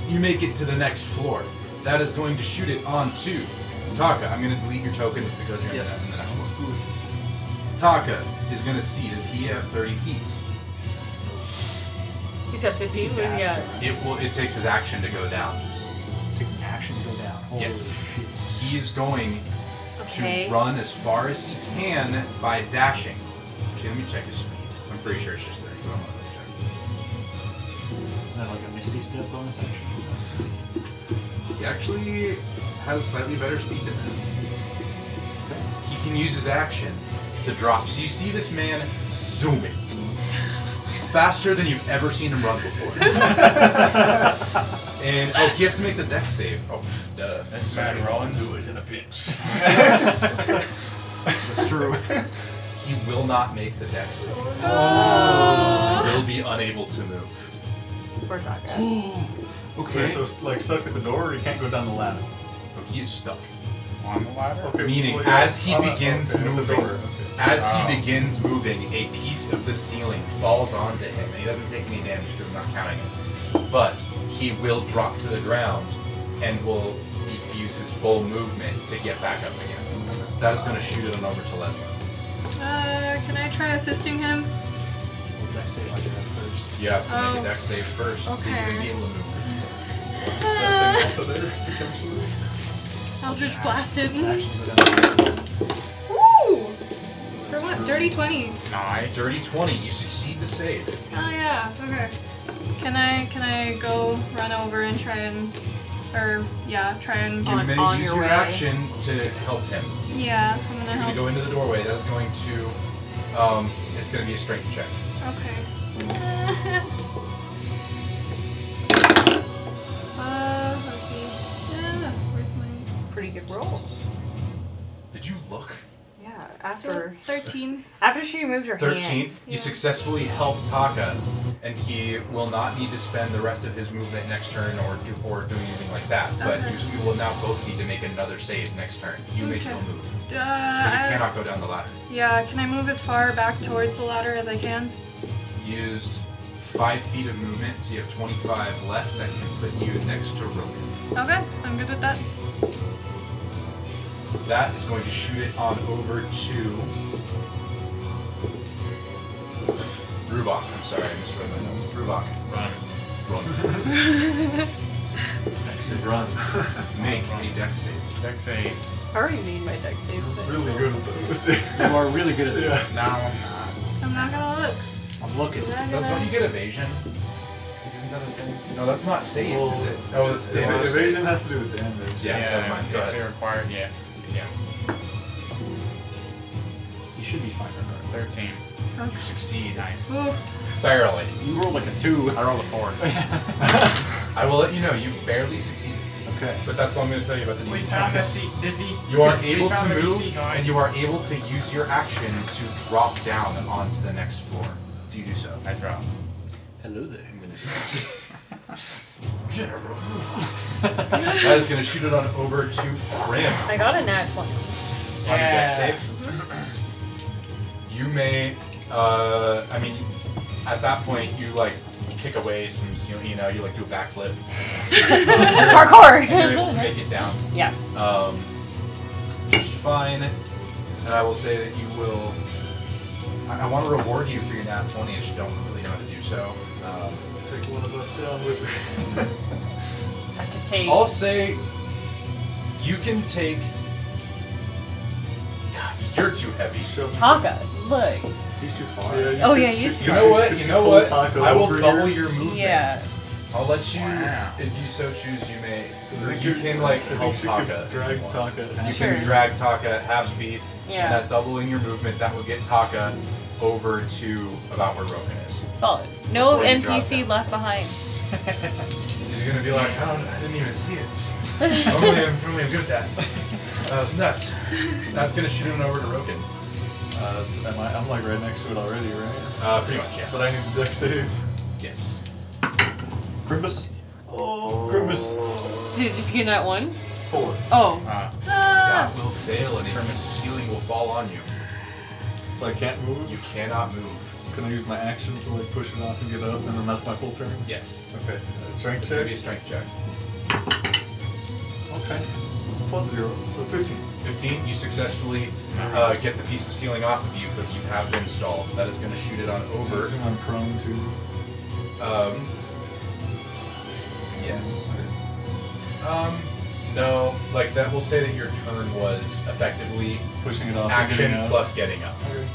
[SPEAKER 1] You make it to the next floor. That is going to shoot it on to Taka. I'm going to delete your token because you're
[SPEAKER 4] Yes.
[SPEAKER 1] going to have the next floor. Taka is going to see. Does he have thirty feet?
[SPEAKER 2] He's got 15? What does he got?
[SPEAKER 4] Dash.
[SPEAKER 1] It will. It takes his action to go down.
[SPEAKER 4] Takes an action to go down. Holy
[SPEAKER 1] Yes.
[SPEAKER 4] shit.
[SPEAKER 1] He is going
[SPEAKER 2] Okay.
[SPEAKER 1] to run as far as he can by dashing. Okay, let me check his speed. I'm pretty sure it's just 30. but I'm gonna double
[SPEAKER 4] Is that like a Misty Step bonus action?
[SPEAKER 1] check. He actually has slightly better speed than that. He can use his action to drop. So you see this man zooming faster than you've ever seen him run before. and oh, he has to make the dex save. Oh, pff, duh.
[SPEAKER 14] That's Matt Rollins. Do it in a pinch.
[SPEAKER 1] That's true. He will not make the dex save.
[SPEAKER 9] Uh,
[SPEAKER 1] Oh. Will be unable to move.
[SPEAKER 9] Poor Gaga.
[SPEAKER 1] Okay.
[SPEAKER 6] So it's like stuck at the door, or he can't go down the ladder.
[SPEAKER 1] Oh, he is stuck.
[SPEAKER 3] On the ladder?
[SPEAKER 1] Meaning,
[SPEAKER 6] well, yeah,
[SPEAKER 1] as he
[SPEAKER 6] on the-
[SPEAKER 1] begins
[SPEAKER 6] uh, okay, at the
[SPEAKER 1] moving,
[SPEAKER 6] door, okay. Um,
[SPEAKER 1] as
[SPEAKER 6] Wow.
[SPEAKER 1] he begins moving, a piece of the ceiling falls onto him, and he doesn't take any damage because I'm not counting it. But he will drop to the ground and will need to use his full movement to get back up again. That is going to shoot it on over to Leslie.
[SPEAKER 5] Uh, can I try assisting him?
[SPEAKER 1] You have to make
[SPEAKER 5] Oh.
[SPEAKER 1] a dex save first to even
[SPEAKER 5] Okay.
[SPEAKER 1] be able to move.
[SPEAKER 5] Uh, Eldritch blasted. Woo! For what? Dirty twenty.
[SPEAKER 1] Nice. Dirty 20, you succeed the save.
[SPEAKER 5] Oh yeah. Okay. Can I can I go run over and try and or yeah try and
[SPEAKER 1] You may use your, action to help him.
[SPEAKER 5] Yeah, I'm gonna
[SPEAKER 1] You're going to
[SPEAKER 5] help.
[SPEAKER 1] go into the doorway. That's going to. Um, it's going to be a strength check.
[SPEAKER 5] Okay. uh, let's see. Yeah, where's my
[SPEAKER 9] Pretty good roll.
[SPEAKER 1] Did you look?
[SPEAKER 9] Yeah,
[SPEAKER 5] So,
[SPEAKER 9] after
[SPEAKER 5] thirteen?
[SPEAKER 9] after she removed her
[SPEAKER 1] 13.
[SPEAKER 9] hand.
[SPEAKER 1] You successfully help Taka, and he will not need to spend the rest of his movement next turn or do, or doing anything like that. But
[SPEAKER 5] Okay.
[SPEAKER 1] you, you will now both need to make another save next turn. You may
[SPEAKER 5] Okay.
[SPEAKER 1] still move.
[SPEAKER 5] Uh,
[SPEAKER 1] But you
[SPEAKER 5] I,
[SPEAKER 1] cannot go down the ladder.
[SPEAKER 5] yeah. Can I move as far back towards the ladder as I can?
[SPEAKER 1] Used five feet of movement, so you have 25 left. That can put you next to Rogan.
[SPEAKER 5] Okay, I'm good with that.
[SPEAKER 1] That is going to shoot it on over to Rubok. I'm sorry, I misread my notes. Rubok. Run. Run.
[SPEAKER 6] Exit run.
[SPEAKER 1] Make a dex save.
[SPEAKER 3] Dex save.
[SPEAKER 9] I already need my deck save. but
[SPEAKER 6] Really
[SPEAKER 9] still.
[SPEAKER 6] good at those.
[SPEAKER 4] You are really good at
[SPEAKER 6] Yeah.
[SPEAKER 4] this.
[SPEAKER 3] No, I'm not.
[SPEAKER 5] I'm not gonna look.
[SPEAKER 4] I'm looking.
[SPEAKER 5] I'm not
[SPEAKER 1] Don't, don't
[SPEAKER 5] gonna.
[SPEAKER 1] you get evasion? Isn't that a thing? No, that's not saves, is it? Oh, that's
[SPEAKER 6] Ev-
[SPEAKER 1] damage.
[SPEAKER 6] Evasion has to do with damage.
[SPEAKER 1] Yeah, never mind. Go
[SPEAKER 3] if
[SPEAKER 1] ahead.
[SPEAKER 3] They required, yeah. Yeah.
[SPEAKER 4] You should be fine. Right?
[SPEAKER 3] 13.
[SPEAKER 1] You succeed.
[SPEAKER 3] Nice.
[SPEAKER 5] Ooh,
[SPEAKER 1] Barely.
[SPEAKER 4] You rolled like a two.
[SPEAKER 3] I rolled a 4.
[SPEAKER 1] I will let you know, you barely succeeded.
[SPEAKER 4] Okay.
[SPEAKER 1] But that's all I'm going to tell you about the DC contest.
[SPEAKER 3] seat. Did these?
[SPEAKER 1] You are able to move, and you are able to use your action to drop down onto the next floor. Do you do so?
[SPEAKER 3] I dropped.
[SPEAKER 12] Hello there.
[SPEAKER 1] General that is going to shoot it on over to Grim.
[SPEAKER 9] I got a nat 20.
[SPEAKER 1] On your deck save. You may, uh, I mean, at that point, you like kick away some, ceil- you know, you like do a backflip.
[SPEAKER 9] Parkour!
[SPEAKER 1] and you're able to make it down.
[SPEAKER 9] Yeah.
[SPEAKER 1] um, just fine. And I will say that you will. I, I want to reward you for your nat 20, I just don't really know how to do so. Um,
[SPEAKER 6] Take one of us down with her.
[SPEAKER 9] I could take.
[SPEAKER 1] I'll say you can take. God, You're too heavy.
[SPEAKER 6] Shove-
[SPEAKER 2] Taka, look.
[SPEAKER 4] He's too far.
[SPEAKER 6] Yeah, you
[SPEAKER 2] Oh,
[SPEAKER 6] could-
[SPEAKER 2] yeah, you used to
[SPEAKER 1] You know
[SPEAKER 6] could-
[SPEAKER 1] what?
[SPEAKER 6] could
[SPEAKER 1] You
[SPEAKER 6] just
[SPEAKER 1] know
[SPEAKER 6] pull
[SPEAKER 1] what?
[SPEAKER 6] Taco
[SPEAKER 1] I will
[SPEAKER 6] over
[SPEAKER 1] double
[SPEAKER 6] here.
[SPEAKER 1] your movement.
[SPEAKER 2] Yeah.
[SPEAKER 1] I'll let you,
[SPEAKER 3] Wow.
[SPEAKER 1] if you so choose, you may.
[SPEAKER 6] I think
[SPEAKER 1] You
[SPEAKER 6] she-
[SPEAKER 1] can like
[SPEAKER 6] I think
[SPEAKER 1] help
[SPEAKER 6] she could
[SPEAKER 1] Taka. if you
[SPEAKER 6] Drag
[SPEAKER 1] want.
[SPEAKER 6] Taka.
[SPEAKER 1] You
[SPEAKER 2] Sure.
[SPEAKER 1] can drag Taka at half speed,
[SPEAKER 2] Yeah.
[SPEAKER 1] and that doubling your movement, that will get Taka over to about where Roken is.
[SPEAKER 2] Solid. No
[SPEAKER 1] Before you drop
[SPEAKER 2] NPC
[SPEAKER 1] down.
[SPEAKER 2] left behind.
[SPEAKER 1] He's gonna be like, I don't, I didn't even see it. normally, I'm, normally I'm good at that. That was nuts. That's gonna shoot him over to Roken.
[SPEAKER 6] Uh, so am I, I'm like right next to it already, right?
[SPEAKER 1] Uh, pretty much, yeah.
[SPEAKER 6] But I need the deck save.
[SPEAKER 1] Yes.
[SPEAKER 4] Grimbus?
[SPEAKER 6] Oh.
[SPEAKER 4] Grimace.
[SPEAKER 2] Did it just get that one?
[SPEAKER 6] Four.
[SPEAKER 2] Oh.
[SPEAKER 3] Uh,
[SPEAKER 1] That will fail, and a piece of ceiling will fall on you.
[SPEAKER 6] So I can't move?
[SPEAKER 1] You cannot move.
[SPEAKER 6] Can I use my action to like push it off and get up, and then that's my full turn?
[SPEAKER 1] Yes.
[SPEAKER 6] Okay. Uh, strength
[SPEAKER 1] It's gonna be
[SPEAKER 6] check.
[SPEAKER 1] a strength check.
[SPEAKER 6] Okay. Plus zero, so fifteen.
[SPEAKER 1] 15, you successfully uh, get the piece of ceiling off of you, but you have been stalled. That is going to shoot it on
[SPEAKER 6] I
[SPEAKER 1] over.
[SPEAKER 6] assume I'm prone to.
[SPEAKER 1] Um, yes. Um, no, like that will say that your turn was effectively
[SPEAKER 6] Pushing it off. and
[SPEAKER 1] action
[SPEAKER 6] getting out.
[SPEAKER 1] plus getting up.
[SPEAKER 6] Okay.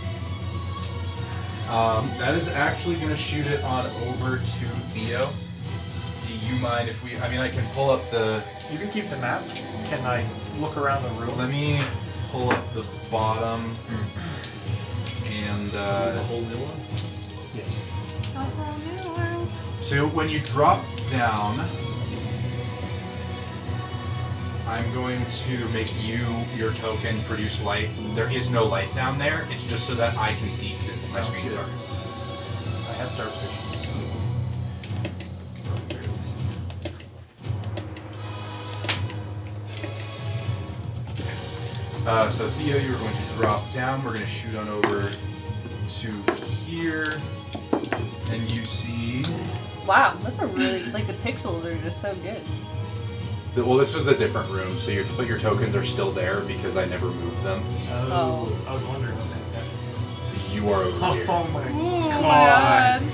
[SPEAKER 1] Um, that is actually going to shoot it on over to Theo. Do you mind if we? I mean, I can pull up the.
[SPEAKER 4] You can keep the map. Can I look around the room?
[SPEAKER 1] Let me pull up the Mm-hmm. bottom. And uh,
[SPEAKER 4] Yes.
[SPEAKER 1] So when you drop down, I'm going to make you your token produce light. There is no light down there. It's just so that I can see because my
[SPEAKER 4] Sounds
[SPEAKER 1] screen's
[SPEAKER 4] good.
[SPEAKER 1] dark.
[SPEAKER 4] I have dark vision, so. Oh, there it is.
[SPEAKER 1] Uh, so Theo, you're going to drop down. We're going to shoot on over to here, and you see.
[SPEAKER 2] Wow, that's a really like the pixels are just so good.
[SPEAKER 1] Well, this was a different room, so your but your tokens are still there because I never moved them.
[SPEAKER 4] Oh, I was wondering what that
[SPEAKER 1] You are over here.
[SPEAKER 4] Oh my
[SPEAKER 5] Oh my
[SPEAKER 4] god.
[SPEAKER 5] god.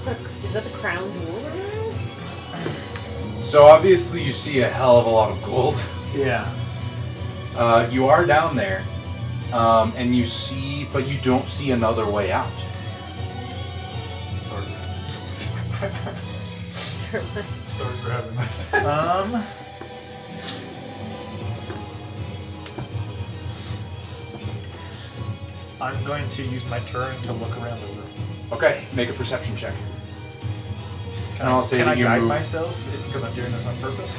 [SPEAKER 16] Is that, is that the crown jewel? right
[SPEAKER 1] So obviously you see a hell of a lot of gold.
[SPEAKER 4] Yeah.
[SPEAKER 1] Uh, you are down there, um, and you see, but you don't see another way out.
[SPEAKER 6] Start
[SPEAKER 16] Start with-
[SPEAKER 6] Start grabbing.
[SPEAKER 4] um. I'm going to use my turn to look around the room.
[SPEAKER 1] Okay, make a perception check.
[SPEAKER 4] Can
[SPEAKER 1] and I'll say
[SPEAKER 4] can
[SPEAKER 1] that
[SPEAKER 4] I
[SPEAKER 1] you
[SPEAKER 4] guide
[SPEAKER 1] move.
[SPEAKER 4] myself because I'm doing this on purpose?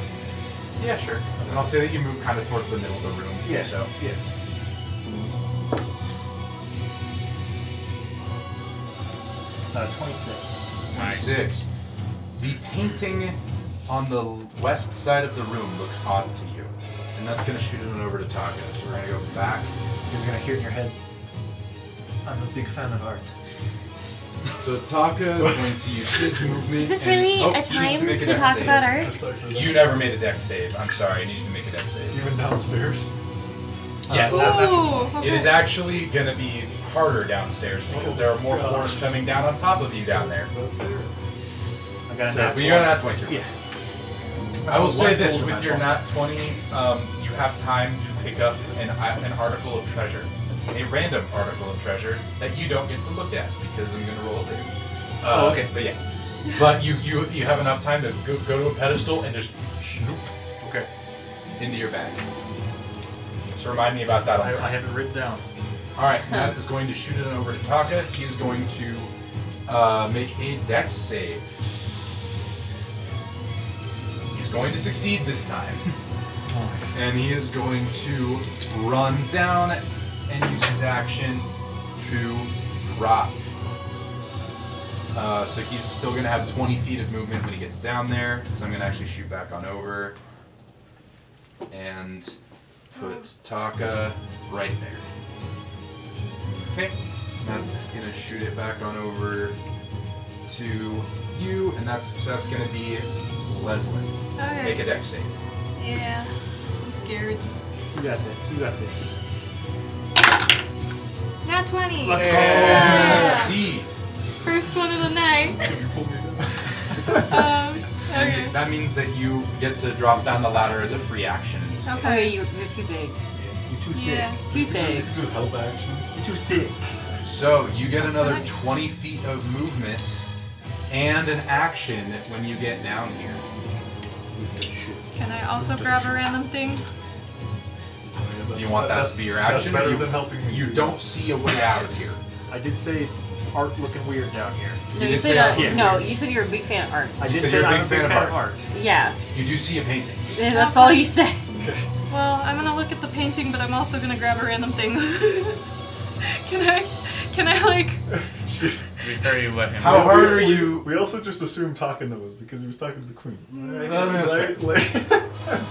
[SPEAKER 1] Yeah, sure. And I'll say that you move kind of towards the middle of the room.
[SPEAKER 4] Yeah.
[SPEAKER 1] So.
[SPEAKER 4] Yeah. Uh, 26.
[SPEAKER 1] 26. The painting on the west side of the room looks odd to you. And that's going to shoot it on over to Taka. So we're going to go back.
[SPEAKER 4] He's gonna hear in your head. I'm a big fan of art.
[SPEAKER 1] So Taka is going to use his movement.
[SPEAKER 15] Is this
[SPEAKER 1] and-
[SPEAKER 15] really
[SPEAKER 1] oh,
[SPEAKER 15] a
[SPEAKER 1] he needs
[SPEAKER 15] time
[SPEAKER 1] make a
[SPEAKER 15] to
[SPEAKER 1] dex
[SPEAKER 15] talk
[SPEAKER 1] save.
[SPEAKER 15] about art?
[SPEAKER 1] You never made a deck save. I'm sorry. I needed to make a deck save.
[SPEAKER 6] Even downstairs.
[SPEAKER 1] Yes.
[SPEAKER 6] Ooh,
[SPEAKER 1] oh, It
[SPEAKER 6] okay.
[SPEAKER 1] is actually going to be harder downstairs because there are more
[SPEAKER 6] gosh.
[SPEAKER 1] floors coming down on top of you down there.
[SPEAKER 6] That's fair.
[SPEAKER 4] I got a
[SPEAKER 1] So,
[SPEAKER 4] nat
[SPEAKER 1] but you got a nat
[SPEAKER 4] 20.
[SPEAKER 1] 20, sir.
[SPEAKER 4] Yeah.
[SPEAKER 1] I will
[SPEAKER 4] Uh,
[SPEAKER 1] say
[SPEAKER 4] one
[SPEAKER 1] this:
[SPEAKER 4] gold in
[SPEAKER 1] with
[SPEAKER 4] my
[SPEAKER 1] your
[SPEAKER 4] pocket.
[SPEAKER 1] nat twenty, um, you have time to pick up an, i- an article of treasure, a random article of treasure that you don't get to look at because I'm going to roll it later.
[SPEAKER 4] Oh, okay.
[SPEAKER 1] But yeah, but you you you have enough time to go, go to a pedestal and just snoop. Okay. Into your bag. So remind me about that.
[SPEAKER 4] I, I have it written down.
[SPEAKER 1] All right, Matt is going to shoot it over to Taka. He is going to uh, make a dex save. He's going to succeed this time. And he is going to run down and use his action to drop. Uh, so he's still going to have 20 feet of movement when he gets down there. So I'm going to actually shoot back on over and put Taka right there. Okay. And that's going to shoot it back on over to you. And that's so that's going to be Leslie.
[SPEAKER 5] Okay.
[SPEAKER 1] Make a dex save.
[SPEAKER 5] Yeah. I'm scared.
[SPEAKER 4] You got this. You got this.
[SPEAKER 5] Not 20.
[SPEAKER 4] Let's go.
[SPEAKER 5] Yeah.
[SPEAKER 1] Succeed.
[SPEAKER 5] First one of the night. um, okay.
[SPEAKER 1] That means that you get to drop down the ladder as a free action.
[SPEAKER 2] Okay, you're, you're too big.
[SPEAKER 4] You're too
[SPEAKER 2] Yeah. Too big.
[SPEAKER 6] Just help action. Oh,
[SPEAKER 4] You're too thick.
[SPEAKER 1] So you get another 20 feet of movement and an action when you get down here.
[SPEAKER 5] Can I also grab a random thing?
[SPEAKER 1] Do you want that to be your
[SPEAKER 6] That's
[SPEAKER 1] action?
[SPEAKER 6] better
[SPEAKER 1] you,
[SPEAKER 6] than helping me.
[SPEAKER 1] You don't see a way out of here.
[SPEAKER 4] I did say art looking weird down here.
[SPEAKER 2] No,
[SPEAKER 1] You
[SPEAKER 2] you,
[SPEAKER 1] just
[SPEAKER 2] said
[SPEAKER 1] say
[SPEAKER 2] uh,
[SPEAKER 1] I'm here.
[SPEAKER 2] no. You said you're a big fan of art.
[SPEAKER 4] I
[SPEAKER 1] You
[SPEAKER 4] did
[SPEAKER 1] said
[SPEAKER 4] say
[SPEAKER 1] you're a
[SPEAKER 4] I'm
[SPEAKER 1] big fan of art.
[SPEAKER 2] Yeah,
[SPEAKER 1] You do see a painting.
[SPEAKER 2] yeah, that's all you said.
[SPEAKER 5] Well, I'm gonna look at the painting, but I'm also gonna grab a random thing. can I? Can I like?
[SPEAKER 3] be fair, you let him.
[SPEAKER 1] How
[SPEAKER 6] We-
[SPEAKER 1] hard
[SPEAKER 6] we-
[SPEAKER 1] are you-
[SPEAKER 6] We also just assumed Taka knows because he was talking to the queen. Right?
[SPEAKER 1] No, no, it's
[SPEAKER 6] Right?
[SPEAKER 1] fine.
[SPEAKER 6] Like-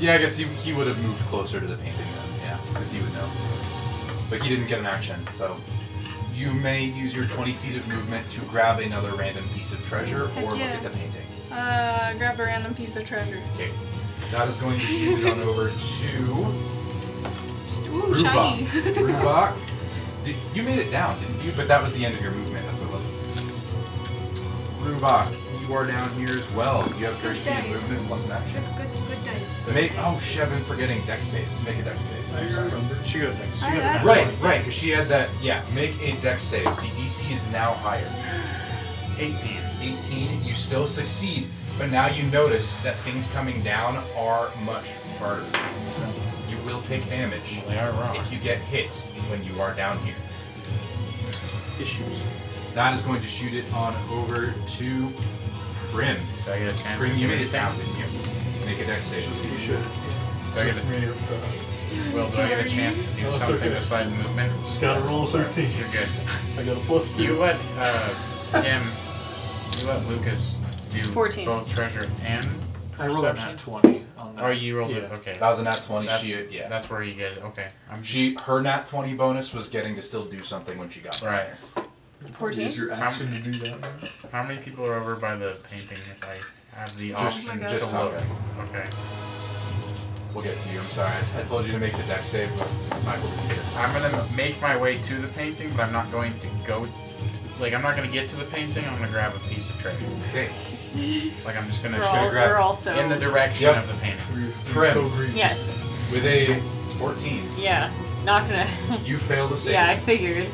[SPEAKER 1] Yeah, I guess he, he would have moved closer to the painting then, yeah, because he would know. But he didn't get an action, so you may use your 20 feet of movement to grab another random piece of treasure
[SPEAKER 5] Heck
[SPEAKER 1] or look
[SPEAKER 5] yeah.
[SPEAKER 1] at the painting.
[SPEAKER 5] Uh, grab a random piece of treasure.
[SPEAKER 1] Okay, that is going to shoot it on over to
[SPEAKER 5] Ooh,
[SPEAKER 1] Rubach.
[SPEAKER 5] shiny.
[SPEAKER 1] Rubach, did, you made it down, didn't you? But that was the end of your movement. That's what it was. Rubach, you are down here as well. You have 30 feet of
[SPEAKER 5] Dice.
[SPEAKER 1] movement plus an action.
[SPEAKER 5] Good, good, good dice.
[SPEAKER 1] Make oh shit! I've been forgetting deck saves. Make a deck save.
[SPEAKER 6] I remember.
[SPEAKER 4] She got a dex. She
[SPEAKER 5] I-
[SPEAKER 4] got a
[SPEAKER 5] I-
[SPEAKER 4] dex.
[SPEAKER 1] Right, right, because she had that. Yeah, make a deck save. The DC is now higher. 18. 18, you still succeed, but now you notice that things coming down are much harder. You will take damage
[SPEAKER 3] They are wrong.
[SPEAKER 1] if you get hit when you are down here.
[SPEAKER 4] Issues.
[SPEAKER 1] That is going to shoot it on over to Prim.
[SPEAKER 3] Do I get a chance
[SPEAKER 1] Prim,
[SPEAKER 3] to
[SPEAKER 1] you
[SPEAKER 3] give
[SPEAKER 1] made
[SPEAKER 3] it
[SPEAKER 1] it
[SPEAKER 3] a
[SPEAKER 1] down,
[SPEAKER 3] chance?
[SPEAKER 1] didn't you? Make a dex save.
[SPEAKER 6] You should.
[SPEAKER 3] Do I get
[SPEAKER 6] Just
[SPEAKER 3] a-
[SPEAKER 6] made up
[SPEAKER 3] Will, do I get a chance to do
[SPEAKER 6] No, it's
[SPEAKER 3] something
[SPEAKER 6] okay.
[SPEAKER 3] besides movement?
[SPEAKER 6] Just gotta roll a 13.
[SPEAKER 3] You're good.
[SPEAKER 6] I got a plus two.
[SPEAKER 3] You let uh, him, you let Lucas do
[SPEAKER 2] 14.
[SPEAKER 3] both treasure and.
[SPEAKER 12] I rolled a
[SPEAKER 3] perception?
[SPEAKER 12] 20 on that.
[SPEAKER 3] Oh, you rolled it.
[SPEAKER 12] Yeah.
[SPEAKER 3] Okay.
[SPEAKER 1] That was a nat 20.
[SPEAKER 3] That's,
[SPEAKER 1] She- yeah.
[SPEAKER 3] That's where you get it. Okay. I'm
[SPEAKER 1] She her nat twenty bonus was getting to still do something when she got down
[SPEAKER 3] Right.
[SPEAKER 1] there.
[SPEAKER 6] Use your action to do that. now.
[SPEAKER 3] How many people are over by the painting if I have the
[SPEAKER 1] Just-
[SPEAKER 3] option
[SPEAKER 1] Oh my
[SPEAKER 3] to
[SPEAKER 1] gosh.
[SPEAKER 3] look?
[SPEAKER 1] Okay.
[SPEAKER 3] Okay.
[SPEAKER 1] We'll get to you. I'm sorry. I, I told you to make the dex save, but Michael didn't get it.
[SPEAKER 3] I'm gonna make my way to the painting, but I'm not going to go. To, like I'm not gonna get to the painting. I'm gonna grab a piece of treasure.
[SPEAKER 1] Okay.
[SPEAKER 3] Like I'm just gonna,
[SPEAKER 2] We're all- we're all so-
[SPEAKER 3] in the direction
[SPEAKER 1] Yep.
[SPEAKER 3] of the painting.
[SPEAKER 1] Prim.
[SPEAKER 2] Yes.
[SPEAKER 1] With a 14.
[SPEAKER 2] Yeah, it's not gonna.
[SPEAKER 1] You fail to save.
[SPEAKER 2] yeah, I figured.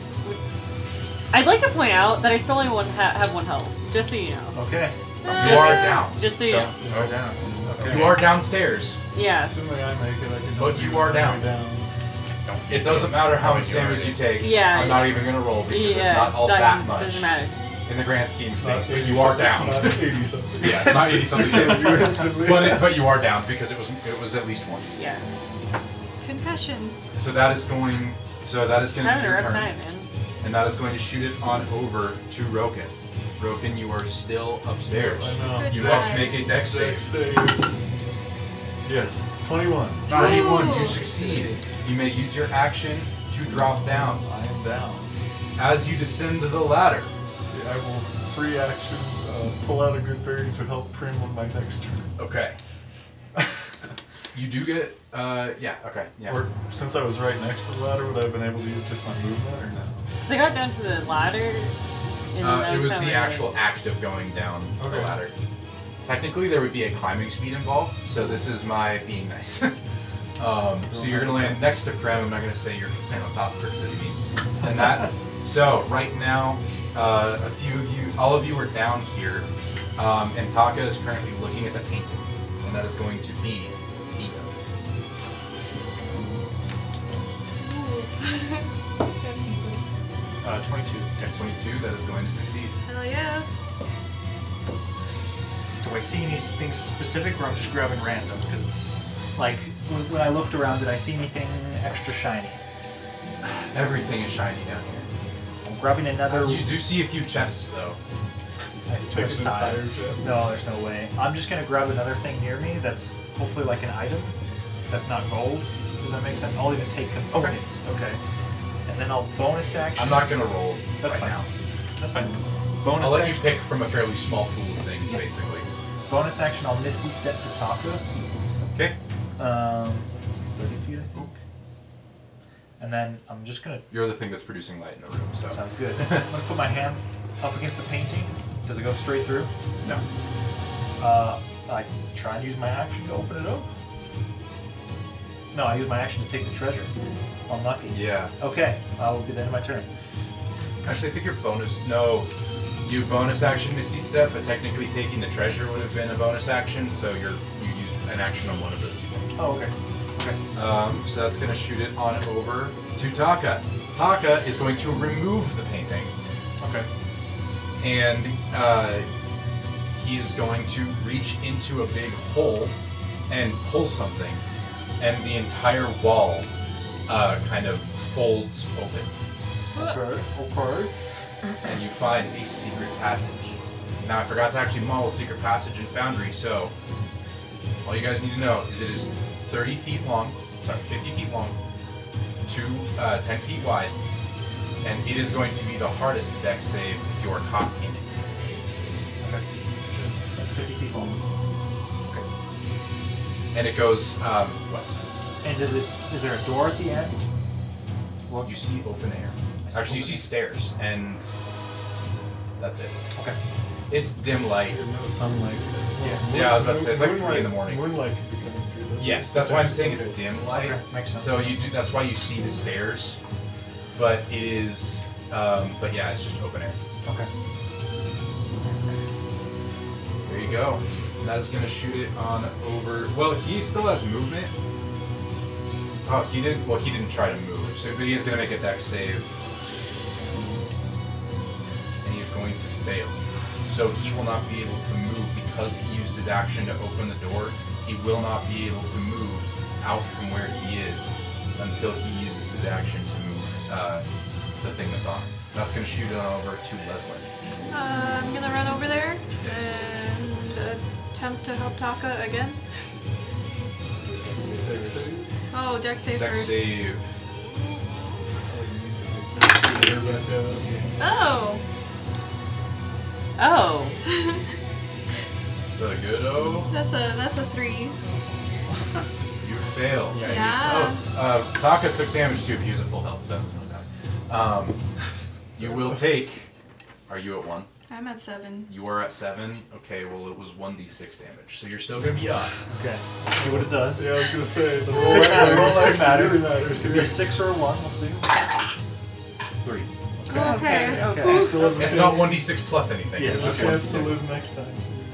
[SPEAKER 2] I'd like to point out that I still only one ha- have one health, just so you know.
[SPEAKER 4] Okay.
[SPEAKER 2] Just-
[SPEAKER 1] You are down.
[SPEAKER 2] Just so you know.
[SPEAKER 1] You are down. Oh. You are downstairs,
[SPEAKER 2] Yeah.
[SPEAKER 6] Assuming I make it, I can.
[SPEAKER 1] but you are down.
[SPEAKER 4] Um,
[SPEAKER 1] It doesn't matter how much damage you take.
[SPEAKER 2] Yeah.
[SPEAKER 1] I'm not even gonna roll because
[SPEAKER 2] yeah.
[SPEAKER 1] it's not all
[SPEAKER 2] doesn't-
[SPEAKER 1] that much
[SPEAKER 2] Doesn't matter.
[SPEAKER 1] in the grand scheme of
[SPEAKER 6] not
[SPEAKER 1] things. But
[SPEAKER 6] 80
[SPEAKER 1] you are down.
[SPEAKER 6] something, it's not 80 something.
[SPEAKER 1] yeah, it's not eighty something.
[SPEAKER 6] You instantly-
[SPEAKER 1] but it, but you are down because it was it was at least one.
[SPEAKER 2] Yeah.
[SPEAKER 5] Confession.
[SPEAKER 1] So that is going. So that is
[SPEAKER 2] Just
[SPEAKER 1] going to be
[SPEAKER 2] having a
[SPEAKER 1] your
[SPEAKER 2] rough
[SPEAKER 1] turn,
[SPEAKER 2] time, man.
[SPEAKER 1] and that is going to shoot it on over to Roken. Roken, you are still upstairs.
[SPEAKER 6] I know.
[SPEAKER 1] You
[SPEAKER 6] Dex-
[SPEAKER 1] must make a dex save.
[SPEAKER 6] Yes, 21.
[SPEAKER 1] 21, you succeed. You may use your action to drop down.
[SPEAKER 6] I am down.
[SPEAKER 1] As you descend to the ladder,
[SPEAKER 6] I will free action uh, pull out a good berry to help Prim on my next turn.
[SPEAKER 1] okay, you do get, uh, yeah, okay, yeah.
[SPEAKER 6] Or since I was right next to the ladder, would I have been able to use just my movement or no?
[SPEAKER 2] Cause I got down to the ladder. And then
[SPEAKER 1] Uh,
[SPEAKER 2] that
[SPEAKER 1] it was
[SPEAKER 2] kinda
[SPEAKER 1] the
[SPEAKER 2] like-
[SPEAKER 1] actual act of going down the
[SPEAKER 6] Okay.
[SPEAKER 1] ladder. Technically, there would be a climbing speed involved, so this is my being nice. um, so you're gonna land next to Prem. I'm not gonna say you're gonna land on top of her because I mean, and that. So right now, uh, a few of you, all of you, are down here, um, and Taka is currently looking at the painting, and that is going to be Ego.
[SPEAKER 4] Uh, 22.
[SPEAKER 1] Dex 22. That is going to succeed.
[SPEAKER 5] Hell yeah.
[SPEAKER 4] Do I see anything specific, or I'm just grabbing random? Because it's like when, when I looked around, did I see anything extra shiny?
[SPEAKER 1] Everything is shiny down here.
[SPEAKER 4] I'm grabbing another.
[SPEAKER 1] You do see a few chests though.
[SPEAKER 4] That's too much
[SPEAKER 6] Takes an
[SPEAKER 4] time.
[SPEAKER 6] entire chest.
[SPEAKER 4] No, there's no way. I'm just gonna grab another thing near me that's hopefully like an item that's not gold. Does that make sense? I'll even take components. Okay. And then I'll bonus action.
[SPEAKER 1] I'm not gonna roll
[SPEAKER 4] That's
[SPEAKER 1] right
[SPEAKER 4] fine.
[SPEAKER 1] now.
[SPEAKER 4] That's fine. Bonus
[SPEAKER 1] I'll let
[SPEAKER 4] action.
[SPEAKER 1] you pick from a fairly small pool of things,
[SPEAKER 4] Yeah.
[SPEAKER 1] basically.
[SPEAKER 4] Bonus action. I'll misty step to Taka.
[SPEAKER 1] Okay.
[SPEAKER 4] Um, it's 30 feet, I think. And then I'm just gonna.
[SPEAKER 1] You're the thing that's producing light in the room, so.
[SPEAKER 4] Sounds good. I'm gonna put my hand up against the painting. Does it go straight through?
[SPEAKER 1] no.
[SPEAKER 4] Uh, I try and use my action to open it up. No, I use my action to take the treasure. I'm lucky.
[SPEAKER 1] Yeah.
[SPEAKER 4] Okay, I will be the end of my turn.
[SPEAKER 1] Actually, I think your bonus. No. You bonus action Misty Step, but technically taking the treasure would have been a bonus action, so you're you used an action on one of those two things.
[SPEAKER 4] Oh, okay. Okay.
[SPEAKER 1] Um, so that's going to shoot it on over to Taka. Taka is going to remove the painting,
[SPEAKER 4] Okay.
[SPEAKER 1] and uh, he is going to reach into a big hole and pull something, and the entire wall uh, kind of folds open.
[SPEAKER 4] Okay. Okay.
[SPEAKER 1] and you find a secret passage. Now I forgot to actually model secret passage in Foundry, so all you guys need to know is it is 30 feet long, sorry, 50 feet long, to uh, 10 feet wide, and it is going to be the hardest to deck save if you are caught in it.
[SPEAKER 4] Okay. That's 50 feet long. Okay.
[SPEAKER 1] And it goes um, west.
[SPEAKER 4] And is it? Is there a door at the end?
[SPEAKER 1] You see open air.
[SPEAKER 4] I see
[SPEAKER 1] Actually, you
[SPEAKER 4] open
[SPEAKER 1] see
[SPEAKER 4] air.
[SPEAKER 1] stairs, and that's it.
[SPEAKER 4] Okay.
[SPEAKER 1] It's dim light.
[SPEAKER 6] No sunlight.
[SPEAKER 4] Yeah.
[SPEAKER 1] Yeah, I was about to say, it's like
[SPEAKER 6] Moonlight-
[SPEAKER 1] three in the morning.
[SPEAKER 6] Moonlight could be coming through. though.
[SPEAKER 1] Yes, that's why I'm saying
[SPEAKER 6] Okay.
[SPEAKER 1] it's dim light.
[SPEAKER 4] Okay, makes sense.
[SPEAKER 1] So you do. That's why you see the stairs, but it is. Um, but yeah, it's just open air.
[SPEAKER 4] Okay.
[SPEAKER 1] There you go. That is gonna shoot it on over. Well, he still has movement. Oh, he did. Well, he didn't try to move. So, but he is gonna make a dex save. And going to fail. So he will not be able to move because he used his action to open the door. He will not be able to move out from where he is until he uses his action to move uh, the thing that's on. him. That's going to shoot it on over to Leslie.
[SPEAKER 5] Uh, I'm gonna run over there and attempt to help Taka again. Oh, deck save
[SPEAKER 1] Dex
[SPEAKER 5] first.
[SPEAKER 1] save.
[SPEAKER 5] Oh!
[SPEAKER 2] Oh.
[SPEAKER 1] Is that a good O?
[SPEAKER 5] That's a that's a three.
[SPEAKER 1] You fail.
[SPEAKER 5] Yeah, you Yeah.
[SPEAKER 1] Oh, uh, Taka took damage too, but he was at full health, so that doesn't really matter. Um, you will take. Are you at one?
[SPEAKER 5] I'm at seven.
[SPEAKER 1] You are at seven. Okay, well it was one d six damage, so you're still gonna be up.
[SPEAKER 4] Okay. See what it does.
[SPEAKER 6] Yeah, I was gonna say,
[SPEAKER 4] It's
[SPEAKER 6] the
[SPEAKER 4] could
[SPEAKER 6] roll
[SPEAKER 4] matter.
[SPEAKER 6] actually-
[SPEAKER 4] It's
[SPEAKER 6] roll
[SPEAKER 4] could
[SPEAKER 6] actually
[SPEAKER 4] matter.
[SPEAKER 6] really matters.
[SPEAKER 4] This could be a six or a one. We'll see.
[SPEAKER 1] Three.
[SPEAKER 5] Okay.
[SPEAKER 4] Okay.
[SPEAKER 5] Okay.
[SPEAKER 1] It's not one d six plus anything.
[SPEAKER 6] Yeah,
[SPEAKER 1] it's
[SPEAKER 6] there's
[SPEAKER 1] just
[SPEAKER 6] a chance to
[SPEAKER 1] 1d6.
[SPEAKER 6] live next time.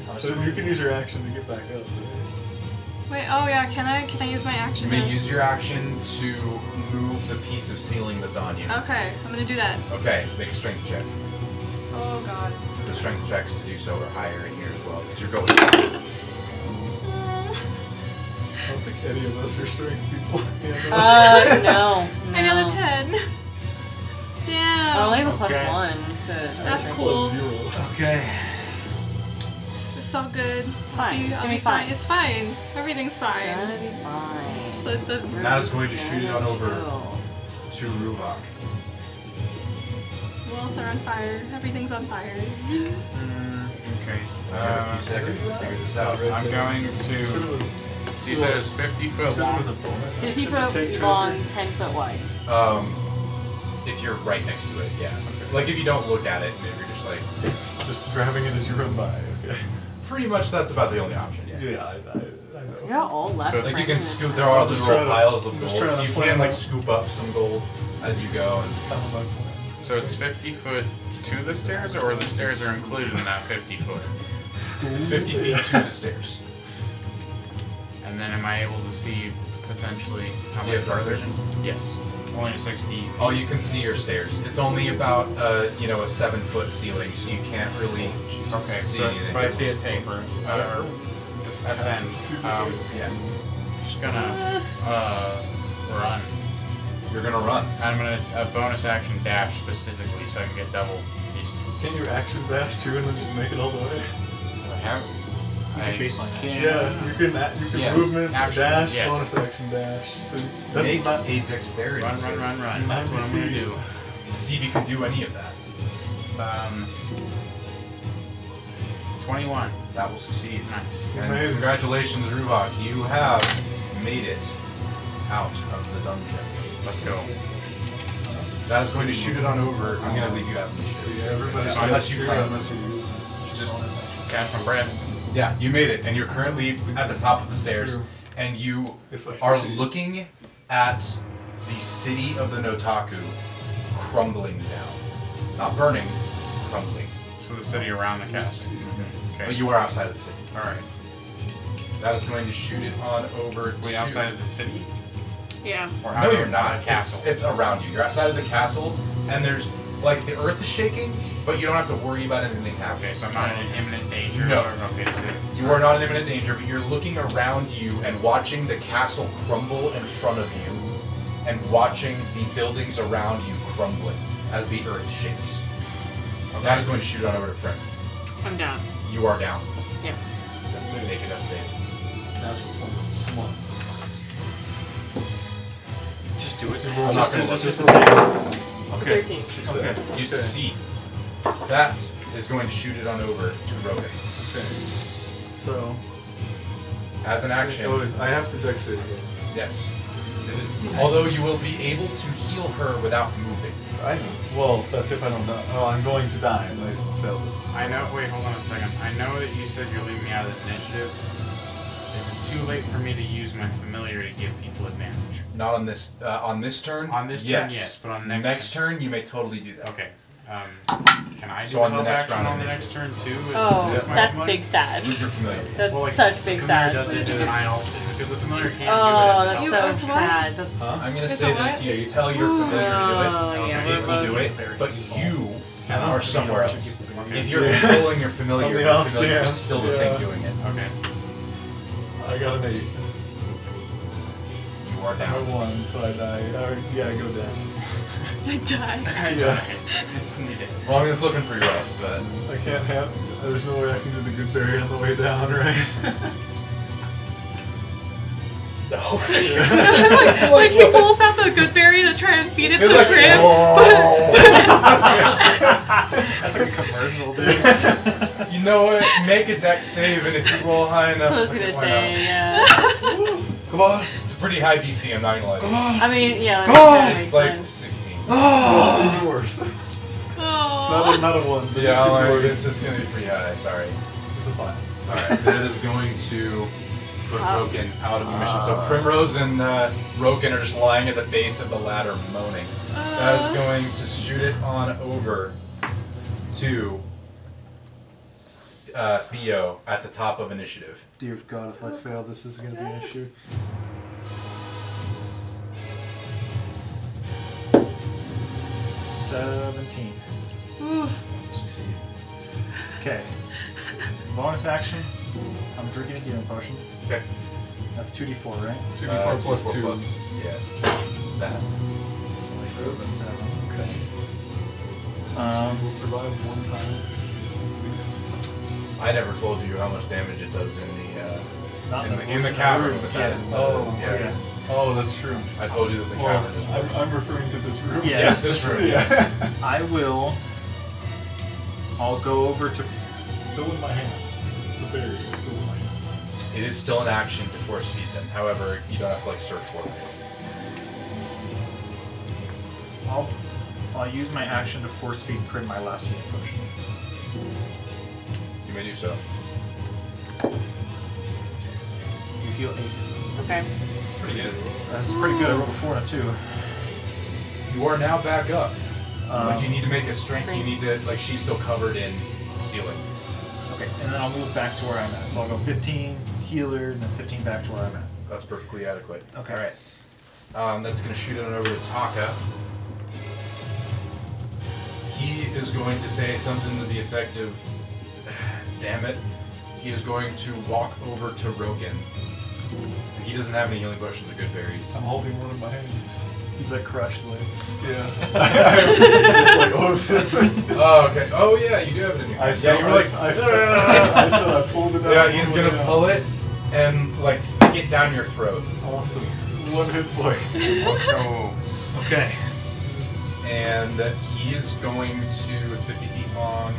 [SPEAKER 6] So
[SPEAKER 1] Awesome.
[SPEAKER 6] you can use your action to get back up.
[SPEAKER 5] Wait. Oh yeah. Can I can I use my action?
[SPEAKER 1] You may
[SPEAKER 5] now?
[SPEAKER 1] use your action to move the piece of ceiling that's on you.
[SPEAKER 5] Okay. I'm gonna do that.
[SPEAKER 1] Okay, make a strength check.
[SPEAKER 5] Oh god.
[SPEAKER 1] The strength checks to do so are higher in here as well because you're going.
[SPEAKER 6] I don't think any of us are strength people.
[SPEAKER 2] Uh, no.
[SPEAKER 5] I got a ten. Damn.
[SPEAKER 2] I only have a plus one to.
[SPEAKER 5] That's cool.
[SPEAKER 4] Okay.
[SPEAKER 5] It's, it's all good. It's
[SPEAKER 2] fine. It's gonna be fine.
[SPEAKER 5] It's fine. Everything's fine. It's
[SPEAKER 2] gonna be fine.
[SPEAKER 5] Just let the
[SPEAKER 1] Now it's going to shoot it on over to Ruvok. Uh,
[SPEAKER 5] walls are on fire. Everything's on fire.
[SPEAKER 3] Mm, Okay. Uh,
[SPEAKER 1] I have a few seconds to figure this out.
[SPEAKER 3] I'm going to.
[SPEAKER 1] Said it was-
[SPEAKER 3] So you said it was 50 foot long.
[SPEAKER 2] 50 foot long, 10 foot wide.
[SPEAKER 1] Um, if you're right next to it, yeah. Like if you don't look at it, maybe you're just like
[SPEAKER 6] just grabbing it as you run by. Okay.
[SPEAKER 1] Pretty much, that's about the only option. Yeah.
[SPEAKER 6] Yeah, I, I, I know.
[SPEAKER 2] You're all left.
[SPEAKER 1] like you can
[SPEAKER 2] Franklin.
[SPEAKER 1] scoop. There are
[SPEAKER 6] I'm just
[SPEAKER 1] little
[SPEAKER 6] trying to-
[SPEAKER 1] piles of
[SPEAKER 6] I'm just
[SPEAKER 1] gold,
[SPEAKER 6] trying
[SPEAKER 1] so
[SPEAKER 6] to
[SPEAKER 1] you
[SPEAKER 6] plan
[SPEAKER 1] can like
[SPEAKER 6] out.
[SPEAKER 1] scoop up some gold as you go. And
[SPEAKER 3] So it's 50 foot to the stairs, or the stairs are included in that 50 foot?
[SPEAKER 1] it's 50 feet to the stairs.
[SPEAKER 3] And then am I able to see potentially how
[SPEAKER 1] Do
[SPEAKER 3] much
[SPEAKER 1] you have dark
[SPEAKER 3] further?
[SPEAKER 1] vision?
[SPEAKER 3] Yes. Only 60.
[SPEAKER 1] Oh, you can see your stairs. It's only about uh, you know a seven foot ceiling, so you can't really
[SPEAKER 3] Oh, Okay,
[SPEAKER 1] see
[SPEAKER 3] so
[SPEAKER 1] anything.
[SPEAKER 3] if I see a taper, uh, or just ascend, um,
[SPEAKER 1] yeah.
[SPEAKER 3] just gonna uh, run.
[SPEAKER 1] You're gonna run.
[SPEAKER 3] I'm gonna a bonus action dash specifically so I can get double distance.
[SPEAKER 6] Can you action dash too and then just make it all the way?
[SPEAKER 3] I have.
[SPEAKER 4] You
[SPEAKER 3] I
[SPEAKER 4] can baseline action.
[SPEAKER 6] Yeah, you can a- you can
[SPEAKER 3] Yes.
[SPEAKER 6] movement
[SPEAKER 3] Actions,
[SPEAKER 6] dash
[SPEAKER 3] yes.
[SPEAKER 6] bonus action dash. So that's
[SPEAKER 1] Make
[SPEAKER 6] not
[SPEAKER 1] a dexterity.
[SPEAKER 3] Run,
[SPEAKER 1] save.
[SPEAKER 3] run, run, run. That's what I'm gonna do.
[SPEAKER 1] To see if you can do any of that.
[SPEAKER 3] Um, 21.
[SPEAKER 1] That will succeed.
[SPEAKER 3] Nice.
[SPEAKER 1] And congratulations, Ruvok. You have made it out of the dungeon.
[SPEAKER 3] Let's go.
[SPEAKER 1] That is going to shoot it on over. I'm going to leave you out of the ship.
[SPEAKER 6] Yeah, everybody
[SPEAKER 1] Unless,
[SPEAKER 6] should
[SPEAKER 1] you plan-
[SPEAKER 6] have two, unless you
[SPEAKER 3] Just catch my breath.
[SPEAKER 1] Yeah, you made it, and you're currently at the top of the stairs,
[SPEAKER 6] True.
[SPEAKER 1] and you
[SPEAKER 6] If I
[SPEAKER 1] are
[SPEAKER 6] succeed.
[SPEAKER 1] looking at the city of the Notaku crumbling down. Not burning, crumbling.
[SPEAKER 3] So the city around the castle.
[SPEAKER 1] But
[SPEAKER 3] Okay.
[SPEAKER 1] you are outside of the city.
[SPEAKER 3] All right.
[SPEAKER 1] That is going to shoot it on over
[SPEAKER 3] We
[SPEAKER 1] to-
[SPEAKER 3] outside of the city.
[SPEAKER 2] Yeah.
[SPEAKER 3] Or
[SPEAKER 1] no,
[SPEAKER 3] outside
[SPEAKER 1] you're
[SPEAKER 3] of
[SPEAKER 1] not.
[SPEAKER 3] The
[SPEAKER 1] It's,
[SPEAKER 3] castle.
[SPEAKER 1] it's around you. You're outside of the castle, and there's like the earth is shaking, but you don't have to worry about anything happening.
[SPEAKER 3] okay, so I'm not in imminent danger.
[SPEAKER 1] No.
[SPEAKER 3] or- Okay, so
[SPEAKER 1] You are not in imminent danger, but you're looking around you and watching the castle crumble in front of you, and watching the buildings around you crumbling as the earth shakes. That is going to shoot out over to Prim.
[SPEAKER 2] I'm down.
[SPEAKER 1] You are down.
[SPEAKER 2] Yeah.
[SPEAKER 1] That's it. Make it that save.
[SPEAKER 4] Just do it.
[SPEAKER 1] I'm
[SPEAKER 4] Just
[SPEAKER 1] not gonna
[SPEAKER 4] do-
[SPEAKER 1] look
[SPEAKER 4] just
[SPEAKER 1] at
[SPEAKER 4] do it.
[SPEAKER 2] It's a
[SPEAKER 4] Okay.
[SPEAKER 2] 13.
[SPEAKER 4] Okay.
[SPEAKER 1] You succeed. That is going to shoot it on over to Rogan.
[SPEAKER 6] So
[SPEAKER 1] As an action,
[SPEAKER 6] Oh, I have to dex it again.
[SPEAKER 1] Yes. Is it- Although you will be able to heal her without moving.
[SPEAKER 6] I well, that's if I don't know. Oh, I'm going to die if I fail this.
[SPEAKER 3] I know. Wait, hold on a second. I know that you said you're leaving me out of the initiative. Is it too late for me to use my familiar to give people advantage?
[SPEAKER 1] Not on this uh, on this turn.
[SPEAKER 3] On this turn, yes, but on next
[SPEAKER 1] turn, you may totally do that.
[SPEAKER 3] Okay. Um, can I do
[SPEAKER 1] So on the
[SPEAKER 3] help
[SPEAKER 1] next
[SPEAKER 3] action
[SPEAKER 1] round
[SPEAKER 3] on the next
[SPEAKER 1] initiative.
[SPEAKER 3] turn too? with-
[SPEAKER 2] Oh,
[SPEAKER 3] with my
[SPEAKER 2] that's
[SPEAKER 3] familiar?
[SPEAKER 2] big sad.
[SPEAKER 1] Use your familiar.
[SPEAKER 2] That's
[SPEAKER 3] Well, like,
[SPEAKER 2] such big
[SPEAKER 3] familiar
[SPEAKER 2] sad.
[SPEAKER 3] Does it,
[SPEAKER 2] Oh,
[SPEAKER 3] and then I also because the familiar can't do it. as
[SPEAKER 2] that's
[SPEAKER 3] an
[SPEAKER 2] so
[SPEAKER 3] outcome.
[SPEAKER 2] sad. That's
[SPEAKER 1] I'm gonna
[SPEAKER 5] It's
[SPEAKER 1] say
[SPEAKER 5] a
[SPEAKER 1] that
[SPEAKER 5] what?
[SPEAKER 1] if you tell your familiar to do it,
[SPEAKER 2] Oh, yeah,
[SPEAKER 1] it
[SPEAKER 2] we're
[SPEAKER 1] will do
[SPEAKER 2] both-
[SPEAKER 1] it. But you Uh, or somewhere else.
[SPEAKER 13] Okay.
[SPEAKER 1] If you're
[SPEAKER 6] Yeah.
[SPEAKER 1] controlling your familiar,
[SPEAKER 6] On the
[SPEAKER 1] your
[SPEAKER 6] off
[SPEAKER 1] familiar is
[SPEAKER 6] chance,
[SPEAKER 1] still the
[SPEAKER 6] yeah.
[SPEAKER 1] thing doing it.
[SPEAKER 13] Okay.
[SPEAKER 6] I got an eight.
[SPEAKER 1] You are down.
[SPEAKER 6] I won, so I die. Or, yeah, I go down.
[SPEAKER 5] I die.
[SPEAKER 6] Yeah.
[SPEAKER 3] It's needed.
[SPEAKER 1] Well, I mean, it's looking pretty rough, but
[SPEAKER 6] I can't have. There's no way I can do the good berry on the way down, right?
[SPEAKER 1] no.
[SPEAKER 5] like, like he pulls out the good berry to try and feed it
[SPEAKER 6] It's
[SPEAKER 5] to
[SPEAKER 6] like-
[SPEAKER 5] Grim.
[SPEAKER 1] oh. that's like a commercial, dude. you know what? Make a deck save, and if you roll high enough,
[SPEAKER 2] That's what I was gonna
[SPEAKER 1] why
[SPEAKER 2] say,
[SPEAKER 1] not?
[SPEAKER 2] yeah.
[SPEAKER 1] Come on, it's a pretty high DC. I'm not gonna lie. to you.
[SPEAKER 2] I mean, yeah,
[SPEAKER 1] Come
[SPEAKER 2] that
[SPEAKER 1] on!
[SPEAKER 2] makes
[SPEAKER 1] It's like
[SPEAKER 2] sense.
[SPEAKER 1] 16.
[SPEAKER 6] Oh, even worse.
[SPEAKER 5] Oh.
[SPEAKER 6] Not, a- not a one. But
[SPEAKER 1] Yeah,
[SPEAKER 6] even
[SPEAKER 1] well, I
[SPEAKER 6] worse.
[SPEAKER 1] guess it's gonna be pretty high. Sorry.
[SPEAKER 6] It's a five.
[SPEAKER 1] All right, that is going to put
[SPEAKER 2] Wow.
[SPEAKER 1] Rogan out of commission. So Primrose and uh, Rogan are just lying at the base of the ladder, moaning. that is going to shoot it on over to uh, Theo at the top of initiative.
[SPEAKER 12] Dear God, if I fail, this is going to be an issue.
[SPEAKER 4] Seventeen.
[SPEAKER 5] Ooh.
[SPEAKER 4] Succeed. Okay. Bonus action. I'm drinking a healing potion.
[SPEAKER 1] Okay.
[SPEAKER 4] That's two d four, right?
[SPEAKER 6] Two d
[SPEAKER 1] Uh,
[SPEAKER 6] four plus
[SPEAKER 1] 2d4
[SPEAKER 6] two.
[SPEAKER 1] plus- yeah. That.
[SPEAKER 4] Seven. Okay. Um,
[SPEAKER 6] we'll survive one time. At least.
[SPEAKER 1] I never told you how much damage it does in the uh,
[SPEAKER 4] Not
[SPEAKER 1] in,
[SPEAKER 4] in
[SPEAKER 1] the,
[SPEAKER 4] the
[SPEAKER 1] in the
[SPEAKER 4] room.
[SPEAKER 1] cavern.
[SPEAKER 4] Room,
[SPEAKER 1] But
[SPEAKER 4] yeah.
[SPEAKER 1] that is
[SPEAKER 6] Oh,
[SPEAKER 1] yeah.
[SPEAKER 4] yeah.
[SPEAKER 6] Oh, that's true.
[SPEAKER 1] I told you that the
[SPEAKER 6] Well,
[SPEAKER 1] cavern is.
[SPEAKER 6] I'm, I'm referring to this room.
[SPEAKER 1] Yes, this room,
[SPEAKER 6] Yeah.
[SPEAKER 4] I will. I'll go over to.
[SPEAKER 6] still in my hand. The berry is still in my hand.
[SPEAKER 1] It is still an action to force feed them. However, you don't have to like search for them.
[SPEAKER 4] I'll. I'll use my action to force feed Prim my last healing potion.
[SPEAKER 1] You may do so.
[SPEAKER 4] You heal eight.
[SPEAKER 2] Okay.
[SPEAKER 1] It's pretty good.
[SPEAKER 4] That's pretty good. I rolled a four and a two.
[SPEAKER 1] You are now back up. like you
[SPEAKER 4] Um,
[SPEAKER 1] need to make a strength. You
[SPEAKER 2] Strength.
[SPEAKER 1] need to like she's still covered in ceiling.
[SPEAKER 4] Okay, and then I'll move back to where I'm at. So I'll go 15 healer, and then 15 back to where I'm at.
[SPEAKER 1] That's perfectly adequate.
[SPEAKER 4] Okay.
[SPEAKER 1] All right. Um, that's going to shoot it over to Taka. He is going to say something to the effect of, "Damn it!" He is going to walk over to Rogan. He doesn't have any healing potions or good berries.
[SPEAKER 6] I'm holding one in my hand.
[SPEAKER 4] He's like crushed, like.
[SPEAKER 6] Yeah. It's like, oh, shit.
[SPEAKER 1] Oh, okay. Oh, yeah, you do have it in your
[SPEAKER 6] I
[SPEAKER 1] hand. yeah,
[SPEAKER 6] felt-
[SPEAKER 1] you were like,
[SPEAKER 6] I- I felt- I said I pulled it out
[SPEAKER 1] Yeah,
[SPEAKER 6] and
[SPEAKER 1] he's
[SPEAKER 6] pulled
[SPEAKER 1] gonna
[SPEAKER 6] it out.
[SPEAKER 1] pull it and like stick it down your throat.
[SPEAKER 6] Awesome. One hit point.
[SPEAKER 13] Let's go.
[SPEAKER 4] Okay.
[SPEAKER 1] and he is going to. It's 50 feet long.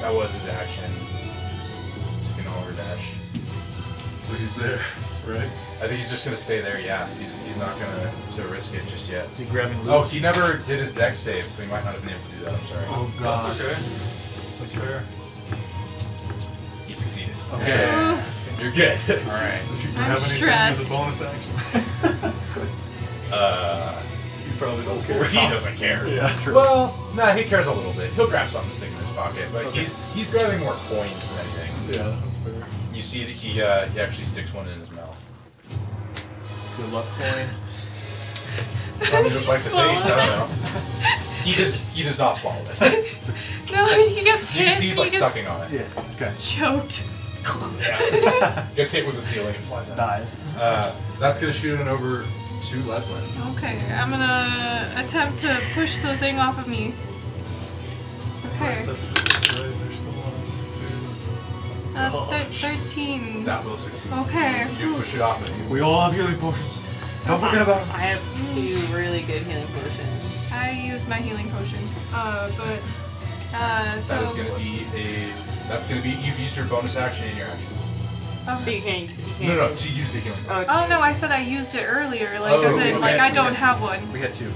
[SPEAKER 1] That was his action. He's gonna overdash.
[SPEAKER 6] So he's there, right?
[SPEAKER 1] I think he's just gonna stay there. Yeah, he's, he's not gonna to risk it just yet.
[SPEAKER 4] Is he grabbing loot?
[SPEAKER 1] Oh, he never did his deck save, so he might not have been able to do that. I'm sorry.
[SPEAKER 4] Oh, God.
[SPEAKER 6] That's fair.
[SPEAKER 1] He succeeded.
[SPEAKER 6] Oh,
[SPEAKER 13] Okay.
[SPEAKER 1] You're good.
[SPEAKER 13] All right.
[SPEAKER 6] Does he
[SPEAKER 5] I'm
[SPEAKER 6] have anything as
[SPEAKER 5] stressed.
[SPEAKER 6] a bonus action?
[SPEAKER 1] Uh,
[SPEAKER 6] you probably don't care.
[SPEAKER 1] well, he doesn't care.
[SPEAKER 6] Yeah. That's true.
[SPEAKER 1] Well, nah, he cares a little bit. He'll grab something to stick in his pocket, but
[SPEAKER 6] Okay.
[SPEAKER 1] he's he's grabbing more coins than anything.
[SPEAKER 6] Yeah, that's fair.
[SPEAKER 1] You see that he uh, he actually sticks one in his mouth.
[SPEAKER 4] Good luck, coin.
[SPEAKER 1] Probably just like the
[SPEAKER 5] Swallow
[SPEAKER 1] taste. I don't know. He does. He does not swallow it.
[SPEAKER 5] No, he gets
[SPEAKER 1] You
[SPEAKER 5] hit.
[SPEAKER 1] can see he's
[SPEAKER 5] he
[SPEAKER 1] like
[SPEAKER 5] gets
[SPEAKER 1] sucking on it.
[SPEAKER 4] Yeah, okay.
[SPEAKER 5] choked.
[SPEAKER 1] Yeah. Gets hit with the ceiling and flies out.
[SPEAKER 4] Dies.
[SPEAKER 1] Uh, that's gonna shoot it over to Leslin.
[SPEAKER 5] Okay, I'm gonna attempt to push the thing off of me. Okay,
[SPEAKER 6] That's right, there's still one,
[SPEAKER 5] uh, thir- 13.
[SPEAKER 1] That will succeed.
[SPEAKER 5] Okay.
[SPEAKER 1] You push it off of you.
[SPEAKER 4] We all have healing potions. Don't forget about them.
[SPEAKER 2] I have two really good healing potions.
[SPEAKER 5] I used my healing potion. Uh, but, uh, so.
[SPEAKER 1] That is gonna be a. That's gonna be. You've used your bonus action and your action.
[SPEAKER 5] Okay.
[SPEAKER 2] So you can't. You can't
[SPEAKER 1] No, no. To use the healing.
[SPEAKER 2] Oh,
[SPEAKER 5] uh, Oh no, I said I used it earlier, like
[SPEAKER 1] Oh,
[SPEAKER 5] as in
[SPEAKER 1] okay.
[SPEAKER 5] like I
[SPEAKER 4] Yeah.
[SPEAKER 5] don't have one.
[SPEAKER 4] We had two.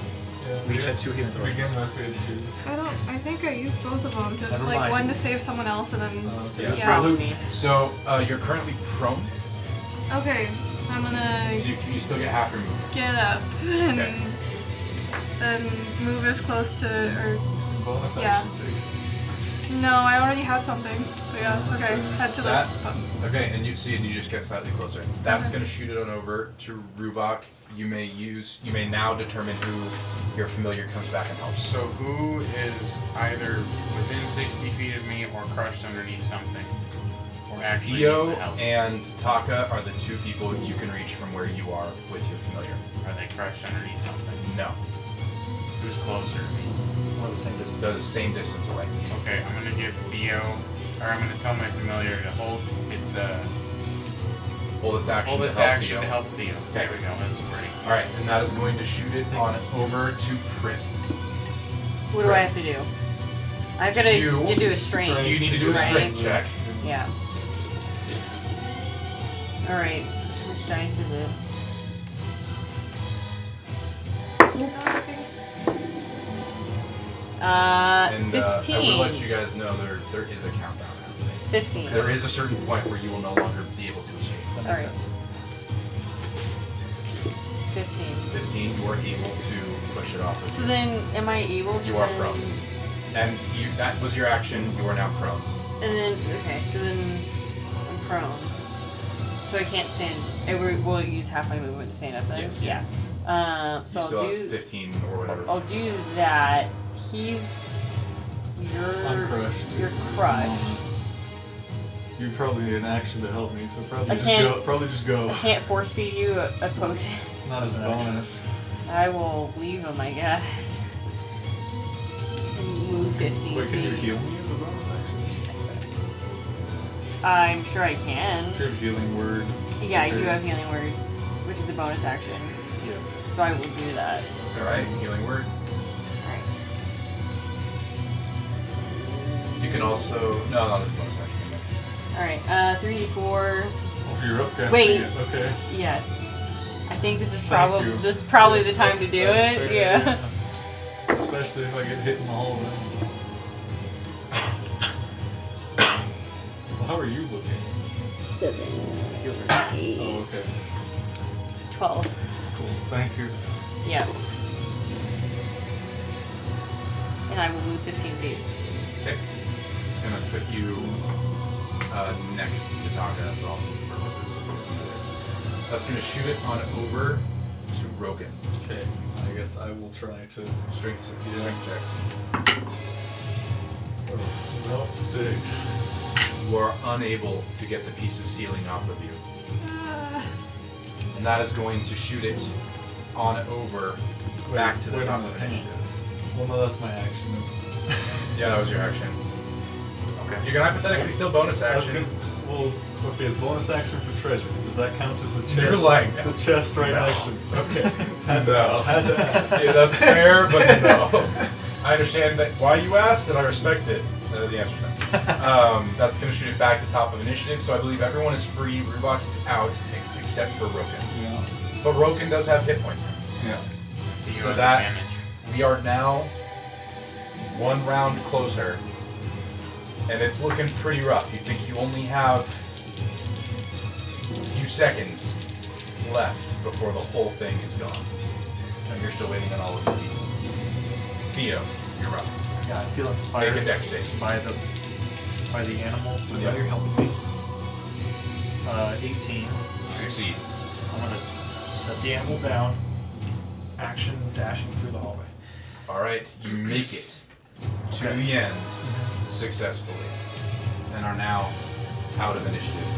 [SPEAKER 6] Yeah,
[SPEAKER 4] We each had two healing
[SPEAKER 6] To begin
[SPEAKER 4] potions.
[SPEAKER 6] with, we had two.
[SPEAKER 5] I don't I think I used both of them to
[SPEAKER 4] Never
[SPEAKER 5] like
[SPEAKER 4] mind.
[SPEAKER 5] one to save someone else and then
[SPEAKER 1] Uh,
[SPEAKER 6] Uh,
[SPEAKER 1] Yeah.
[SPEAKER 5] yeah.
[SPEAKER 2] probably.
[SPEAKER 1] So uh, you're currently prone.
[SPEAKER 5] Okay, I'm
[SPEAKER 1] So
[SPEAKER 5] gonna
[SPEAKER 1] you, you still get half your movement.
[SPEAKER 5] get up and
[SPEAKER 1] Okay.
[SPEAKER 5] then move as close to or
[SPEAKER 6] Bonus
[SPEAKER 5] Yeah.
[SPEAKER 6] action takes.
[SPEAKER 5] No, I already had something. But yeah, okay. Head to the.
[SPEAKER 1] That, okay, and you see, and you just get slightly closer. That's
[SPEAKER 16] Uh-huh.
[SPEAKER 1] going to shoot it on over to Rubok. You may use, you may now determine who your familiar comes back and helps.
[SPEAKER 3] So who is either within 60 feet of me or crushed underneath something? Or actually
[SPEAKER 1] Io
[SPEAKER 3] needs help?
[SPEAKER 1] and Taka are the two people you can reach from where you are with your familiar.
[SPEAKER 3] Are they crushed underneath something?
[SPEAKER 1] No.
[SPEAKER 3] Who's closer to me?
[SPEAKER 1] Or the same distance. They're the same distance away.
[SPEAKER 3] Okay, I'm gonna give Theo, or I'm gonna tell my familiar to hold its uh,
[SPEAKER 1] Hold its action.
[SPEAKER 3] hold
[SPEAKER 1] to
[SPEAKER 3] its
[SPEAKER 1] help
[SPEAKER 3] action
[SPEAKER 1] Io.
[SPEAKER 3] to help Theo. There we go. That's great.
[SPEAKER 1] All right, and that is going to shoot it on over to Prim.
[SPEAKER 16] What do I have to do? I've got to
[SPEAKER 1] You-
[SPEAKER 16] do a strength.
[SPEAKER 1] You need to do a
[SPEAKER 16] right?
[SPEAKER 1] strength check.
[SPEAKER 16] Yeah. All right. Which dice is it? Uh,
[SPEAKER 1] And uh, I will let you guys know there there is a countdown happening.
[SPEAKER 16] 15.
[SPEAKER 1] There is a certain point where you will no longer be able to escape.
[SPEAKER 16] That makes Alright. sense. 15.
[SPEAKER 1] 15, you are able to push it off. of
[SPEAKER 2] So
[SPEAKER 1] you.
[SPEAKER 2] then, am I able to?
[SPEAKER 1] you are
[SPEAKER 2] then-
[SPEAKER 1] prone. And you that was your action, you are now prone.
[SPEAKER 16] And then okay, so then I'm prone, so I can't stand. I will will use half my movement to stand up. Then
[SPEAKER 1] Yes.
[SPEAKER 16] yeah. Um, so
[SPEAKER 1] you still
[SPEAKER 16] I'll
[SPEAKER 1] have
[SPEAKER 16] do.
[SPEAKER 1] 15 or whatever.
[SPEAKER 16] I'll do that. He's. You're.
[SPEAKER 6] I'm crushed. Um,
[SPEAKER 16] You're crushed.
[SPEAKER 6] You probably need an action to help me, so probably
[SPEAKER 16] I
[SPEAKER 6] just
[SPEAKER 16] can't-
[SPEAKER 6] go. Probably just go.
[SPEAKER 16] I can't force feed you a, a potion.
[SPEAKER 6] Not as a bonus.
[SPEAKER 16] I will leave him, I guess. Move 15
[SPEAKER 6] Wait, can you
[SPEAKER 16] feet.
[SPEAKER 6] heal me as a bonus action?
[SPEAKER 16] I'm sure I can.
[SPEAKER 6] You have healing word.
[SPEAKER 16] Yeah, I do
[SPEAKER 6] Okay.
[SPEAKER 16] have healing word, which is a bonus action.
[SPEAKER 6] Yeah.
[SPEAKER 16] So I will do that.
[SPEAKER 1] Alright, healing word.
[SPEAKER 16] Alright.
[SPEAKER 1] You can also no not as bonus action.
[SPEAKER 16] Alright, uh, 3d4.
[SPEAKER 6] Oh, so you're upcasting
[SPEAKER 16] Wait.
[SPEAKER 6] it, Okay.
[SPEAKER 16] Yes. I think this is
[SPEAKER 6] Thank
[SPEAKER 16] probably
[SPEAKER 6] you.
[SPEAKER 16] this is probably the time
[SPEAKER 6] That's-
[SPEAKER 16] to do
[SPEAKER 6] that's
[SPEAKER 16] it.
[SPEAKER 6] fair,
[SPEAKER 16] Yeah.
[SPEAKER 6] yeah. Especially if I get hit in the hole. Then. well, how are you looking?
[SPEAKER 16] Seven.
[SPEAKER 6] Oh, okay.
[SPEAKER 16] 12.
[SPEAKER 6] Cool. Thank you.
[SPEAKER 16] Yeah. And I will move 15 feet.
[SPEAKER 1] Okay. It's gonna put you uh, next to Taka for all intents and purposes. That's gonna shoot it on over to Rogan.
[SPEAKER 6] Okay. I guess I will try to.
[SPEAKER 1] Strength,
[SPEAKER 6] Yeah.
[SPEAKER 1] strength check.
[SPEAKER 6] Oh, well, six.
[SPEAKER 1] You are unable to get the piece of ceiling off of you.
[SPEAKER 5] Uh,
[SPEAKER 1] And that is going to shoot it on over back to the
[SPEAKER 6] wait,
[SPEAKER 1] top
[SPEAKER 6] I'm
[SPEAKER 1] of it.
[SPEAKER 6] Well, no, that's my action.
[SPEAKER 1] Yeah, that was your action. Okay. You can hypothetically still bonus
[SPEAKER 6] That's
[SPEAKER 1] action.
[SPEAKER 6] good. Well, okay, it's bonus action for treasure. Does that count as the chest?
[SPEAKER 1] You're lying.
[SPEAKER 6] The chest right
[SPEAKER 1] No.
[SPEAKER 6] next to me. Okay. Had to-
[SPEAKER 1] No.
[SPEAKER 6] had to ask.
[SPEAKER 1] Yeah, that's fair, but no. I understand that why you asked, and I respect it. Uh, the answer is no. Um, that's going to shoot it back to top of initiative, so I believe everyone is free. Rubok is out, ex- except for Roken.
[SPEAKER 6] Yeah.
[SPEAKER 1] But Roken does have hit points now.
[SPEAKER 6] Yeah.
[SPEAKER 3] Theo
[SPEAKER 1] So
[SPEAKER 3] has
[SPEAKER 1] that-
[SPEAKER 3] advantage.
[SPEAKER 1] We are now one round closer, and it's looking pretty rough. You think you only have a few seconds left before the whole thing is gone. And you're still waiting on all of the people. Theo, you're up.
[SPEAKER 4] Yeah, I feel inspired
[SPEAKER 1] Make a dex save.
[SPEAKER 4] by the by the animal for
[SPEAKER 1] Yeah.
[SPEAKER 4] yeah. you're helping me. Uh, 18.
[SPEAKER 1] You succeed.
[SPEAKER 4] I'm gonna set the animal down. Action dashing through the hallway.
[SPEAKER 1] All right, you make it to the end successfully, and are now out of initiative.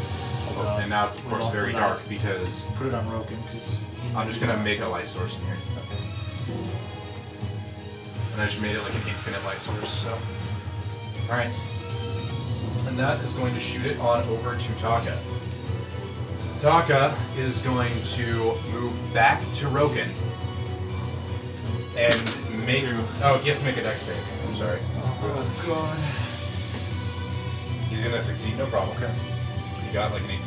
[SPEAKER 4] Uh,
[SPEAKER 1] and now it's of
[SPEAKER 4] we
[SPEAKER 1] course
[SPEAKER 4] lost
[SPEAKER 1] very
[SPEAKER 4] the
[SPEAKER 1] dark
[SPEAKER 4] light.
[SPEAKER 1] because
[SPEAKER 4] Put it on Roken because
[SPEAKER 1] I'm just gonna make a light source in here. And I just made it like an infinite light source, so. Alright. And that is going to shoot it on over to Taka. Taka is going to move back to Rogan and make. Oh, he has to make a dex save. I'm sorry.
[SPEAKER 4] Oh god.
[SPEAKER 1] He's gonna succeed, no problem. He got like an 18.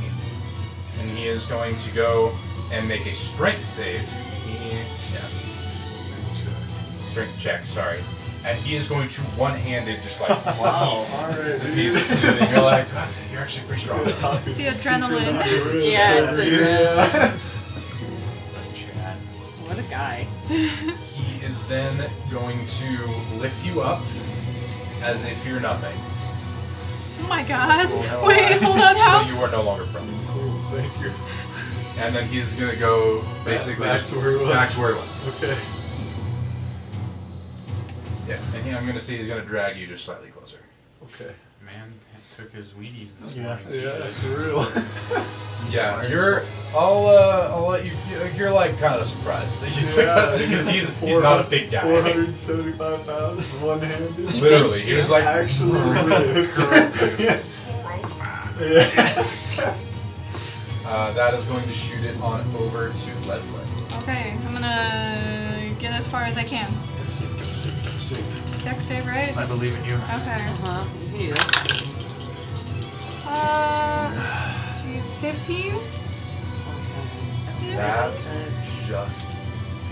[SPEAKER 1] And he is going to go and make a strength save. He, yeah. Strength check, sorry. And he is going to one handed just like
[SPEAKER 6] Wow.
[SPEAKER 1] eat
[SPEAKER 6] All right.
[SPEAKER 1] the piece of steel. And you're like, "That's it, you're actually pretty strong.
[SPEAKER 6] the
[SPEAKER 16] adrenaline. Yeah, it's What a guy.
[SPEAKER 1] He is then going to lift you up as if you're nothing.
[SPEAKER 5] Oh my god.
[SPEAKER 1] Cool, no,
[SPEAKER 5] Wait,
[SPEAKER 1] uh,
[SPEAKER 5] hold on.
[SPEAKER 1] so
[SPEAKER 5] How?
[SPEAKER 1] you are no longer prone.
[SPEAKER 6] Thank you.
[SPEAKER 1] And then he's gonna go basically
[SPEAKER 6] back to where it was.
[SPEAKER 1] Back to where it was.
[SPEAKER 6] Okay.
[SPEAKER 1] Yeah, and he, I'm gonna see he's gonna drag you just slightly closer.
[SPEAKER 6] Okay.
[SPEAKER 3] Man took his Wheaties this
[SPEAKER 6] Yeah.
[SPEAKER 3] morning.
[SPEAKER 6] Yeah,
[SPEAKER 3] Jesus.
[SPEAKER 6] for real.
[SPEAKER 1] Yeah, you're. I'll uh, I'll let you. You're like kind of surprised that he's
[SPEAKER 6] Yeah,
[SPEAKER 1] like because he's he's not a big guy.
[SPEAKER 6] 475 pounds, one handed.
[SPEAKER 1] He Literally, benched he was you. like-
[SPEAKER 6] actually lived. yeah. Yeah.
[SPEAKER 1] Uh, that is going to shoot it on over to Leslie.
[SPEAKER 5] Okay, I'm gonna get as far as I can. Deck save, right?
[SPEAKER 4] I believe in you.
[SPEAKER 5] Okay. Uh-huh.
[SPEAKER 16] You can do this.
[SPEAKER 5] Uh, geez, 15?
[SPEAKER 1] That just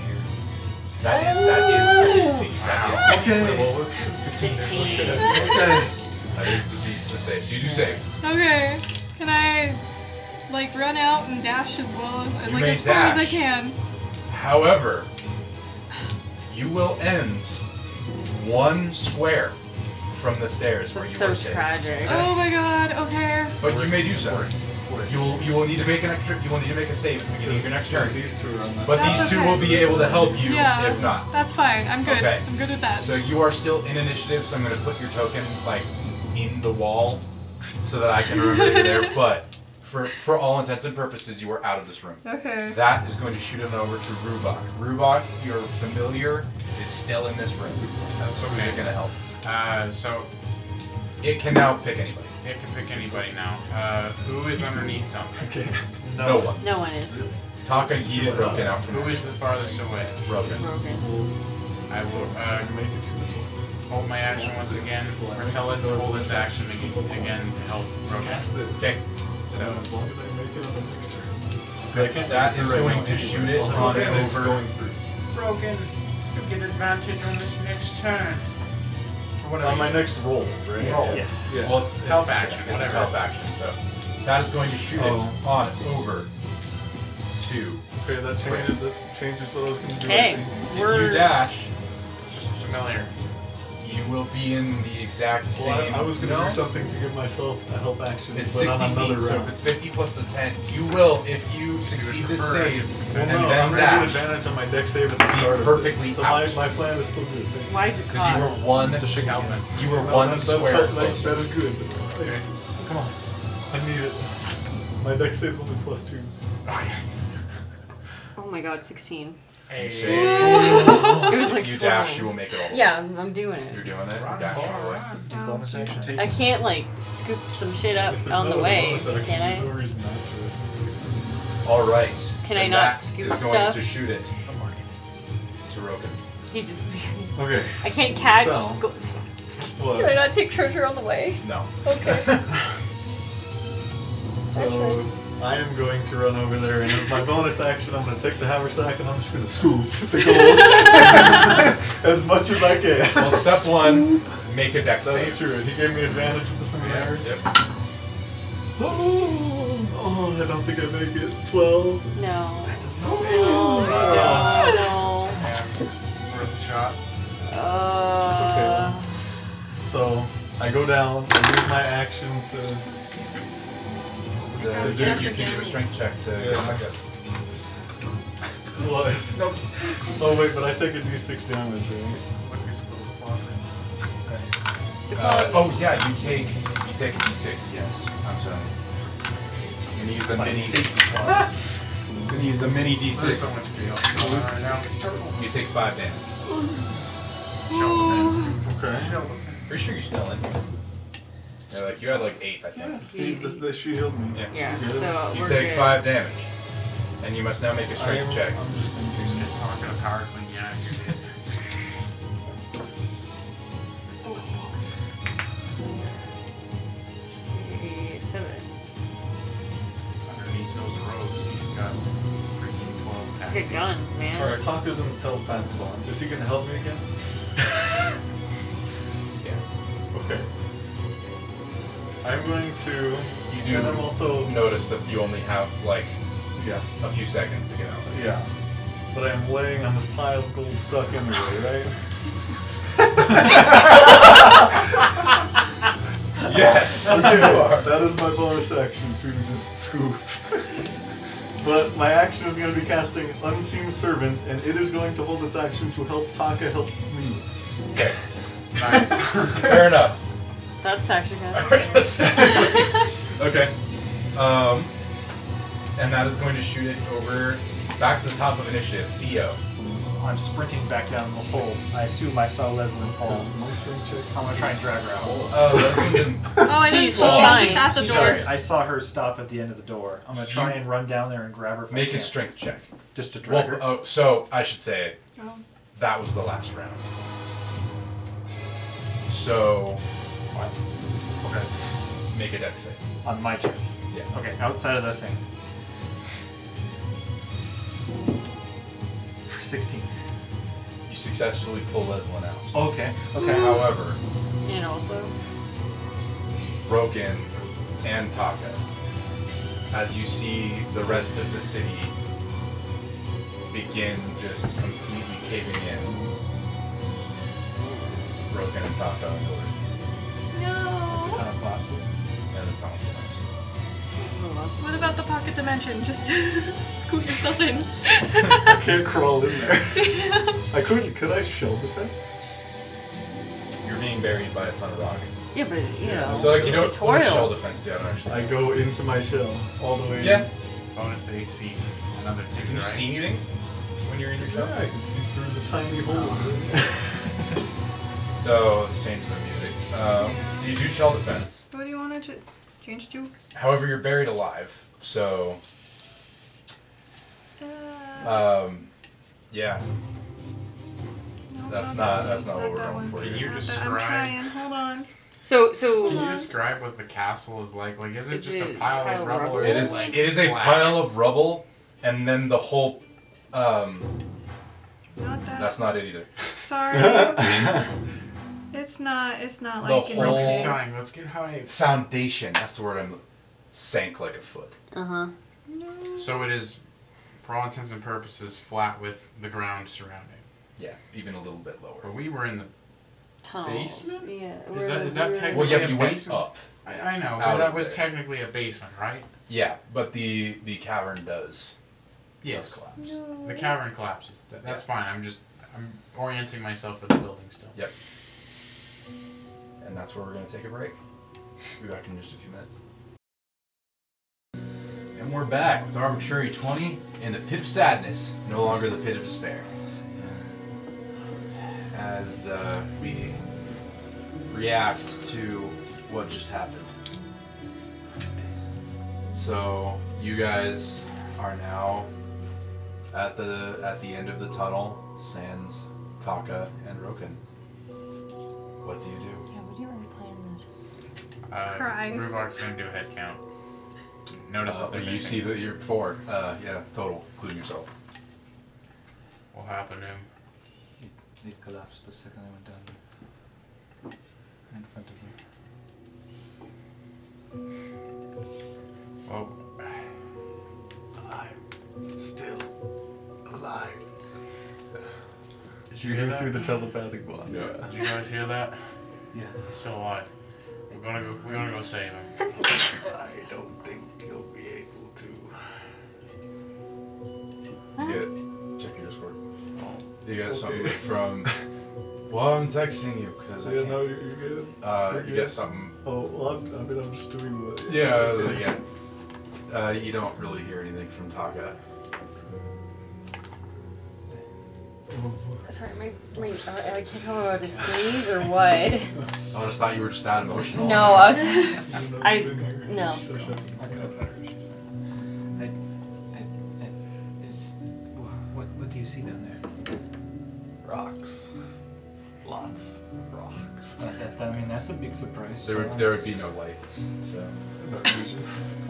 [SPEAKER 1] barely seems. That is that
[SPEAKER 16] Oh!
[SPEAKER 1] is the DC. That is the
[SPEAKER 6] Okay.
[SPEAKER 1] so what was it? 15.
[SPEAKER 6] Fifteen.
[SPEAKER 1] Okay. That is the seats to save. So you do save.
[SPEAKER 5] Okay. Can I, like, run out and dash as well?
[SPEAKER 1] You
[SPEAKER 5] like,
[SPEAKER 1] may
[SPEAKER 5] as far as I
[SPEAKER 1] dash.
[SPEAKER 5] can.
[SPEAKER 1] However, you will end one square from the stairs where you
[SPEAKER 16] That's so
[SPEAKER 1] were saved.
[SPEAKER 16] tragic.
[SPEAKER 5] Oh my god, okay.
[SPEAKER 1] But you may do so. You will you will need to make an extra you will need to make a save at the beginning of your next turn.
[SPEAKER 6] These two are on that.
[SPEAKER 1] But
[SPEAKER 5] That's
[SPEAKER 1] these two
[SPEAKER 5] okay.
[SPEAKER 1] will be able to help you
[SPEAKER 5] yeah,
[SPEAKER 1] if not.
[SPEAKER 5] That's fine. I'm good.
[SPEAKER 1] Okay.
[SPEAKER 5] I'm good with that.
[SPEAKER 1] So you are still in initiative, so I'm gonna put your token like in the wall so that I can remember that you're there. But for for all intents and purposes, you are out of this room.
[SPEAKER 5] Okay.
[SPEAKER 1] That is going to shoot him over to Rubok. Rubok, your familiar is still in this room. So who's it gonna help?
[SPEAKER 3] Uh, so
[SPEAKER 1] it can now pick anybody.
[SPEAKER 3] It can pick anybody now. Uh, who is underneath something?
[SPEAKER 1] Okay. No, one.
[SPEAKER 16] No one is.
[SPEAKER 1] Taka yeeted Roken out from
[SPEAKER 3] Who
[SPEAKER 1] this
[SPEAKER 3] is the farthest away?
[SPEAKER 1] Roken.
[SPEAKER 3] I will uh, hold my action once again, or tell it to hold its action ag- again to help Rogan.
[SPEAKER 1] Okay.
[SPEAKER 3] So,
[SPEAKER 6] As long as I make it on the next turn.
[SPEAKER 1] That is going to shoot it on
[SPEAKER 3] Okay.
[SPEAKER 1] over. Going through.
[SPEAKER 3] Rogan, you get advantage on this next turn. Or whatever.
[SPEAKER 6] On my
[SPEAKER 3] you-
[SPEAKER 6] next roll, right?
[SPEAKER 3] Roll.
[SPEAKER 6] Yeah.
[SPEAKER 1] Well, it's, it's
[SPEAKER 3] Help action,
[SPEAKER 1] yeah, it's a
[SPEAKER 3] whatever.
[SPEAKER 1] help action. So that is going to shoot
[SPEAKER 6] Oh.
[SPEAKER 1] it on over to.
[SPEAKER 6] Okay, that changes, that changes what I was going to do. I
[SPEAKER 16] Hey,
[SPEAKER 6] think.
[SPEAKER 1] If
[SPEAKER 16] we're-
[SPEAKER 1] you dash,
[SPEAKER 3] It's just familiar.
[SPEAKER 1] you will be in the exact same.
[SPEAKER 6] Well, I, I was going to
[SPEAKER 1] no,
[SPEAKER 6] do something to give myself a help action.
[SPEAKER 1] It's
[SPEAKER 6] but on
[SPEAKER 1] 60 feet,
[SPEAKER 6] another
[SPEAKER 1] so
[SPEAKER 6] round.
[SPEAKER 1] if it's 50 plus the 10, you will, if you succeed this
[SPEAKER 6] prefer
[SPEAKER 1] save,
[SPEAKER 6] if-
[SPEAKER 1] and
[SPEAKER 6] well, no,
[SPEAKER 1] then
[SPEAKER 6] I'm gonna get
[SPEAKER 1] dash.
[SPEAKER 6] advantage on my deck save at the
[SPEAKER 1] be
[SPEAKER 6] start of this.
[SPEAKER 1] perfectly
[SPEAKER 6] So
[SPEAKER 1] out.
[SPEAKER 6] my, my plan is still good.
[SPEAKER 16] Why is it
[SPEAKER 1] Because you
[SPEAKER 16] cost?
[SPEAKER 1] were one, you were
[SPEAKER 6] Well,
[SPEAKER 1] one
[SPEAKER 6] that's-
[SPEAKER 1] square
[SPEAKER 6] that's, that's,
[SPEAKER 1] closer.
[SPEAKER 6] that is good. Come on. I need it. My deck save's only plus two.
[SPEAKER 16] Oh my god, 16.
[SPEAKER 1] You
[SPEAKER 16] It was like
[SPEAKER 1] save. You dash,
[SPEAKER 16] swirling.
[SPEAKER 1] you will make it all.
[SPEAKER 16] Yeah, I'm- I'm doing
[SPEAKER 1] You're
[SPEAKER 16] it.
[SPEAKER 1] doing it. You're dashing all the way.
[SPEAKER 4] Bonus action.
[SPEAKER 16] I can't like scoop some shit up Oh, on the way, can I?
[SPEAKER 1] All right.
[SPEAKER 16] Can I
[SPEAKER 1] and
[SPEAKER 16] not
[SPEAKER 1] that
[SPEAKER 16] scoop
[SPEAKER 1] is going
[SPEAKER 16] stuff?
[SPEAKER 1] to shoot it. To Roken.
[SPEAKER 16] He just.
[SPEAKER 6] Okay.
[SPEAKER 16] I can't catch.
[SPEAKER 1] So-
[SPEAKER 16] go-
[SPEAKER 6] What?
[SPEAKER 16] Can I not take treasure on the way?
[SPEAKER 1] No.
[SPEAKER 16] Okay.
[SPEAKER 6] So I am going to run over there, and as my bonus action, I'm going to take the haversack and I'm just going to scoop the gold as much as I can.
[SPEAKER 1] Well, step one, make a dex
[SPEAKER 6] That
[SPEAKER 1] save.
[SPEAKER 6] is true. and He gave me advantage with the familiar.
[SPEAKER 1] Yes.
[SPEAKER 6] Oh, oh, I don't think I make it. Twelve.
[SPEAKER 16] No. Oh,
[SPEAKER 6] That does not make it.
[SPEAKER 16] No.
[SPEAKER 3] Yeah, worth a shot.
[SPEAKER 16] No. Uh,
[SPEAKER 6] So I go down. I use my action to.
[SPEAKER 1] To do, you can do a strength check to.
[SPEAKER 6] Yes. What? Oh wait, but I take a d6 damage.
[SPEAKER 1] Uh, oh yeah, you take you take a d6. Yes, I'm sorry. I'm gonna use the mini. I'm gonna use the mini d6.
[SPEAKER 3] There's so much chaos going on right now.
[SPEAKER 1] You take five damage.
[SPEAKER 6] Okay.
[SPEAKER 1] Pretty sure you're still in. here. Yeah, like you had like eight, I think.
[SPEAKER 6] She, th- th- she healed me.
[SPEAKER 1] Yeah.
[SPEAKER 16] Yeah, so
[SPEAKER 1] you
[SPEAKER 16] we're
[SPEAKER 1] take
[SPEAKER 16] good. um,
[SPEAKER 1] five damage, and you must now make a strength
[SPEAKER 6] I'm-
[SPEAKER 1] check.
[SPEAKER 6] I'm just gonna use it.
[SPEAKER 3] Talking to power clean, yeah, you're dead.
[SPEAKER 16] three, seven.
[SPEAKER 3] Underneath those robes, he's got freaking 12
[SPEAKER 16] He's got guns, man.
[SPEAKER 6] Alright, Taka's in the telepathic bond. Is he gonna help me again? yeah. Okay. I'm going to.
[SPEAKER 1] You do
[SPEAKER 6] And I'm also.
[SPEAKER 1] notice that you only have like
[SPEAKER 6] Yeah.
[SPEAKER 1] a few seconds to get out. of it.
[SPEAKER 6] Yeah. But I'm laying on this pile of gold stuck anyway, right?
[SPEAKER 1] Yes,
[SPEAKER 6] Okay,
[SPEAKER 1] you are.
[SPEAKER 6] That is my bonus action to just scoop. but my action is going to be casting Unseen Servant, and it is going to hold its action to help Taka help me.
[SPEAKER 1] Okay. Fair enough.
[SPEAKER 16] That's actually kind of
[SPEAKER 1] okay. Um, and that is going to shoot it over back to the top of initiative. Theo.
[SPEAKER 4] I'm sprinting back down the hole. I assume I saw Leslin fall. I'm gonna try and drag her out.
[SPEAKER 1] Oh, Leslin.
[SPEAKER 5] Oh, I didn't- She's well, she's fine. just at the door.
[SPEAKER 4] Sorry, I saw her stop at the end of the door. I'm gonna try
[SPEAKER 1] You-
[SPEAKER 4] and run down there and grab her. If
[SPEAKER 1] Make
[SPEAKER 4] I
[SPEAKER 1] a
[SPEAKER 4] can.
[SPEAKER 1] strength check.
[SPEAKER 4] Just to drag
[SPEAKER 1] Well,
[SPEAKER 4] her.
[SPEAKER 1] oh, so I should say
[SPEAKER 5] Oh.
[SPEAKER 1] that was the last round. So. Okay. Make a dex save.
[SPEAKER 4] On my turn.
[SPEAKER 1] Yeah.
[SPEAKER 4] Okay, outside of that thing. 16.
[SPEAKER 1] You successfully pull Leslin out.
[SPEAKER 4] Okay, okay.
[SPEAKER 1] However,
[SPEAKER 16] And also,
[SPEAKER 1] Broken and Taka, as you see the rest of the city begin just completely caving in, Broken and Taka are yours.
[SPEAKER 5] No.
[SPEAKER 4] The tunnel collapses.
[SPEAKER 1] And the tunnel collapses.
[SPEAKER 5] What about the pocket dimension? Just scoot yourself in.
[SPEAKER 6] I can't crawl in there. I could. Could I shell defense?
[SPEAKER 1] You're being buried by a ton of rock.
[SPEAKER 16] yeah, but you know,
[SPEAKER 1] So like you
[SPEAKER 16] it's
[SPEAKER 1] don't
[SPEAKER 16] a
[SPEAKER 1] what does
[SPEAKER 16] toil.
[SPEAKER 1] shell defense do? I don't actually.
[SPEAKER 6] I go into my shell all the way.
[SPEAKER 1] Yeah.
[SPEAKER 3] Bonus to AC. Another two.
[SPEAKER 1] Can you
[SPEAKER 3] right?
[SPEAKER 1] see anything when you're in your
[SPEAKER 6] In.
[SPEAKER 1] shell?
[SPEAKER 6] Yeah, I can see through the tiny hole.
[SPEAKER 1] So let's change the music. Um, so you do shell defense.
[SPEAKER 5] What do you want to change to?
[SPEAKER 1] However, you're buried alive. So.
[SPEAKER 5] Uh,
[SPEAKER 1] Um, yeah. That's not that's not what we're going for.
[SPEAKER 3] Can
[SPEAKER 1] here.
[SPEAKER 3] you
[SPEAKER 5] I'm
[SPEAKER 3] describe?
[SPEAKER 5] trying. Hold on.
[SPEAKER 16] So so
[SPEAKER 2] Uh-huh.
[SPEAKER 3] Can you describe what the castle is like? Like, is it
[SPEAKER 16] Is
[SPEAKER 3] just
[SPEAKER 16] it
[SPEAKER 3] a pile, of rubble? or
[SPEAKER 1] It is
[SPEAKER 3] Like
[SPEAKER 1] it is a
[SPEAKER 3] flat?
[SPEAKER 1] pile of rubble, and then the whole. Um,
[SPEAKER 5] Not that.
[SPEAKER 1] that's not it either.
[SPEAKER 5] Sorry. it's not. It's not
[SPEAKER 1] The
[SPEAKER 5] like. in
[SPEAKER 1] whole-
[SPEAKER 5] Rook-
[SPEAKER 3] It's dying. Let's get high.
[SPEAKER 1] Foundation. That's the word I'm. Sank like a foot.
[SPEAKER 16] uh huh.
[SPEAKER 3] So it is, for all intents and purposes, flat with the ground surrounding.
[SPEAKER 1] Yeah, even a little bit lower.
[SPEAKER 3] But we were in the
[SPEAKER 16] Tunnels.
[SPEAKER 3] Basement?
[SPEAKER 16] Yeah.
[SPEAKER 3] Is that- is that technically-
[SPEAKER 1] Well, yeah, but
[SPEAKER 3] a
[SPEAKER 1] you went
[SPEAKER 3] basement?
[SPEAKER 1] up.
[SPEAKER 3] I, I know,
[SPEAKER 1] Out
[SPEAKER 3] but that
[SPEAKER 1] of
[SPEAKER 3] was
[SPEAKER 1] it.
[SPEAKER 3] technically a basement, right?
[SPEAKER 1] Yeah, but the the cavern does.
[SPEAKER 3] Yes.
[SPEAKER 1] Does collapse.
[SPEAKER 3] The cavern collapses. That, that's fine. I'm just I'm orienting myself with the building still.
[SPEAKER 1] Yep. And that's where we're gonna take a break. We'll be back in just a few minutes. And we're back with Arbitrary 20 in the pit of sadness, no longer the pit of despair. As uh, we react to what just happened. So you guys are now at the at the end of the tunnel, Sans, Taka, and Roken. What do you do?
[SPEAKER 2] Yeah, we didn't really plan this.
[SPEAKER 3] Uh,
[SPEAKER 5] Cry.
[SPEAKER 3] Ruvark's gonna do a head count. Notice
[SPEAKER 1] Uh,
[SPEAKER 3] that they're
[SPEAKER 1] you see
[SPEAKER 3] missing.
[SPEAKER 1] that you're four. Uh, yeah, total, including yourself.
[SPEAKER 3] What happened to him?
[SPEAKER 12] It collapsed the second I went down there. In front of you.
[SPEAKER 3] Well,
[SPEAKER 14] I'm still alive.
[SPEAKER 3] did
[SPEAKER 6] You
[SPEAKER 3] hear
[SPEAKER 6] hear
[SPEAKER 3] that?
[SPEAKER 6] through the telepathic block.
[SPEAKER 3] Did you guys hear that?
[SPEAKER 12] Yeah.
[SPEAKER 3] He's still alive. We're gonna go. We're gonna go save him.
[SPEAKER 14] I don't think you'll be able to.
[SPEAKER 1] You get, check your Discord. You get something from. Well, I'm texting you because I
[SPEAKER 6] Yeah, no,
[SPEAKER 1] can't.
[SPEAKER 6] you're, you're good.
[SPEAKER 1] Uh,
[SPEAKER 6] You're
[SPEAKER 1] you
[SPEAKER 6] good.
[SPEAKER 1] get something.
[SPEAKER 6] Oh, well, I'm, I mean, I'm just doing what.
[SPEAKER 1] Yeah, I was like, yeah. Uh, you don't really hear anything from Taka.
[SPEAKER 6] Oh,
[SPEAKER 16] Sorry, my, my I I can't tell if I to sneeze or what.
[SPEAKER 1] I just thought you were just that emotional.
[SPEAKER 2] No, I was.
[SPEAKER 16] I no.
[SPEAKER 12] I, I, I, is, wha- what, what do you see down there?
[SPEAKER 14] Rocks. Lots of rocks.
[SPEAKER 12] Uh, that- I mean, that's a big surprise.
[SPEAKER 1] There
[SPEAKER 12] so-
[SPEAKER 4] Um,
[SPEAKER 1] would, there would be no light. So.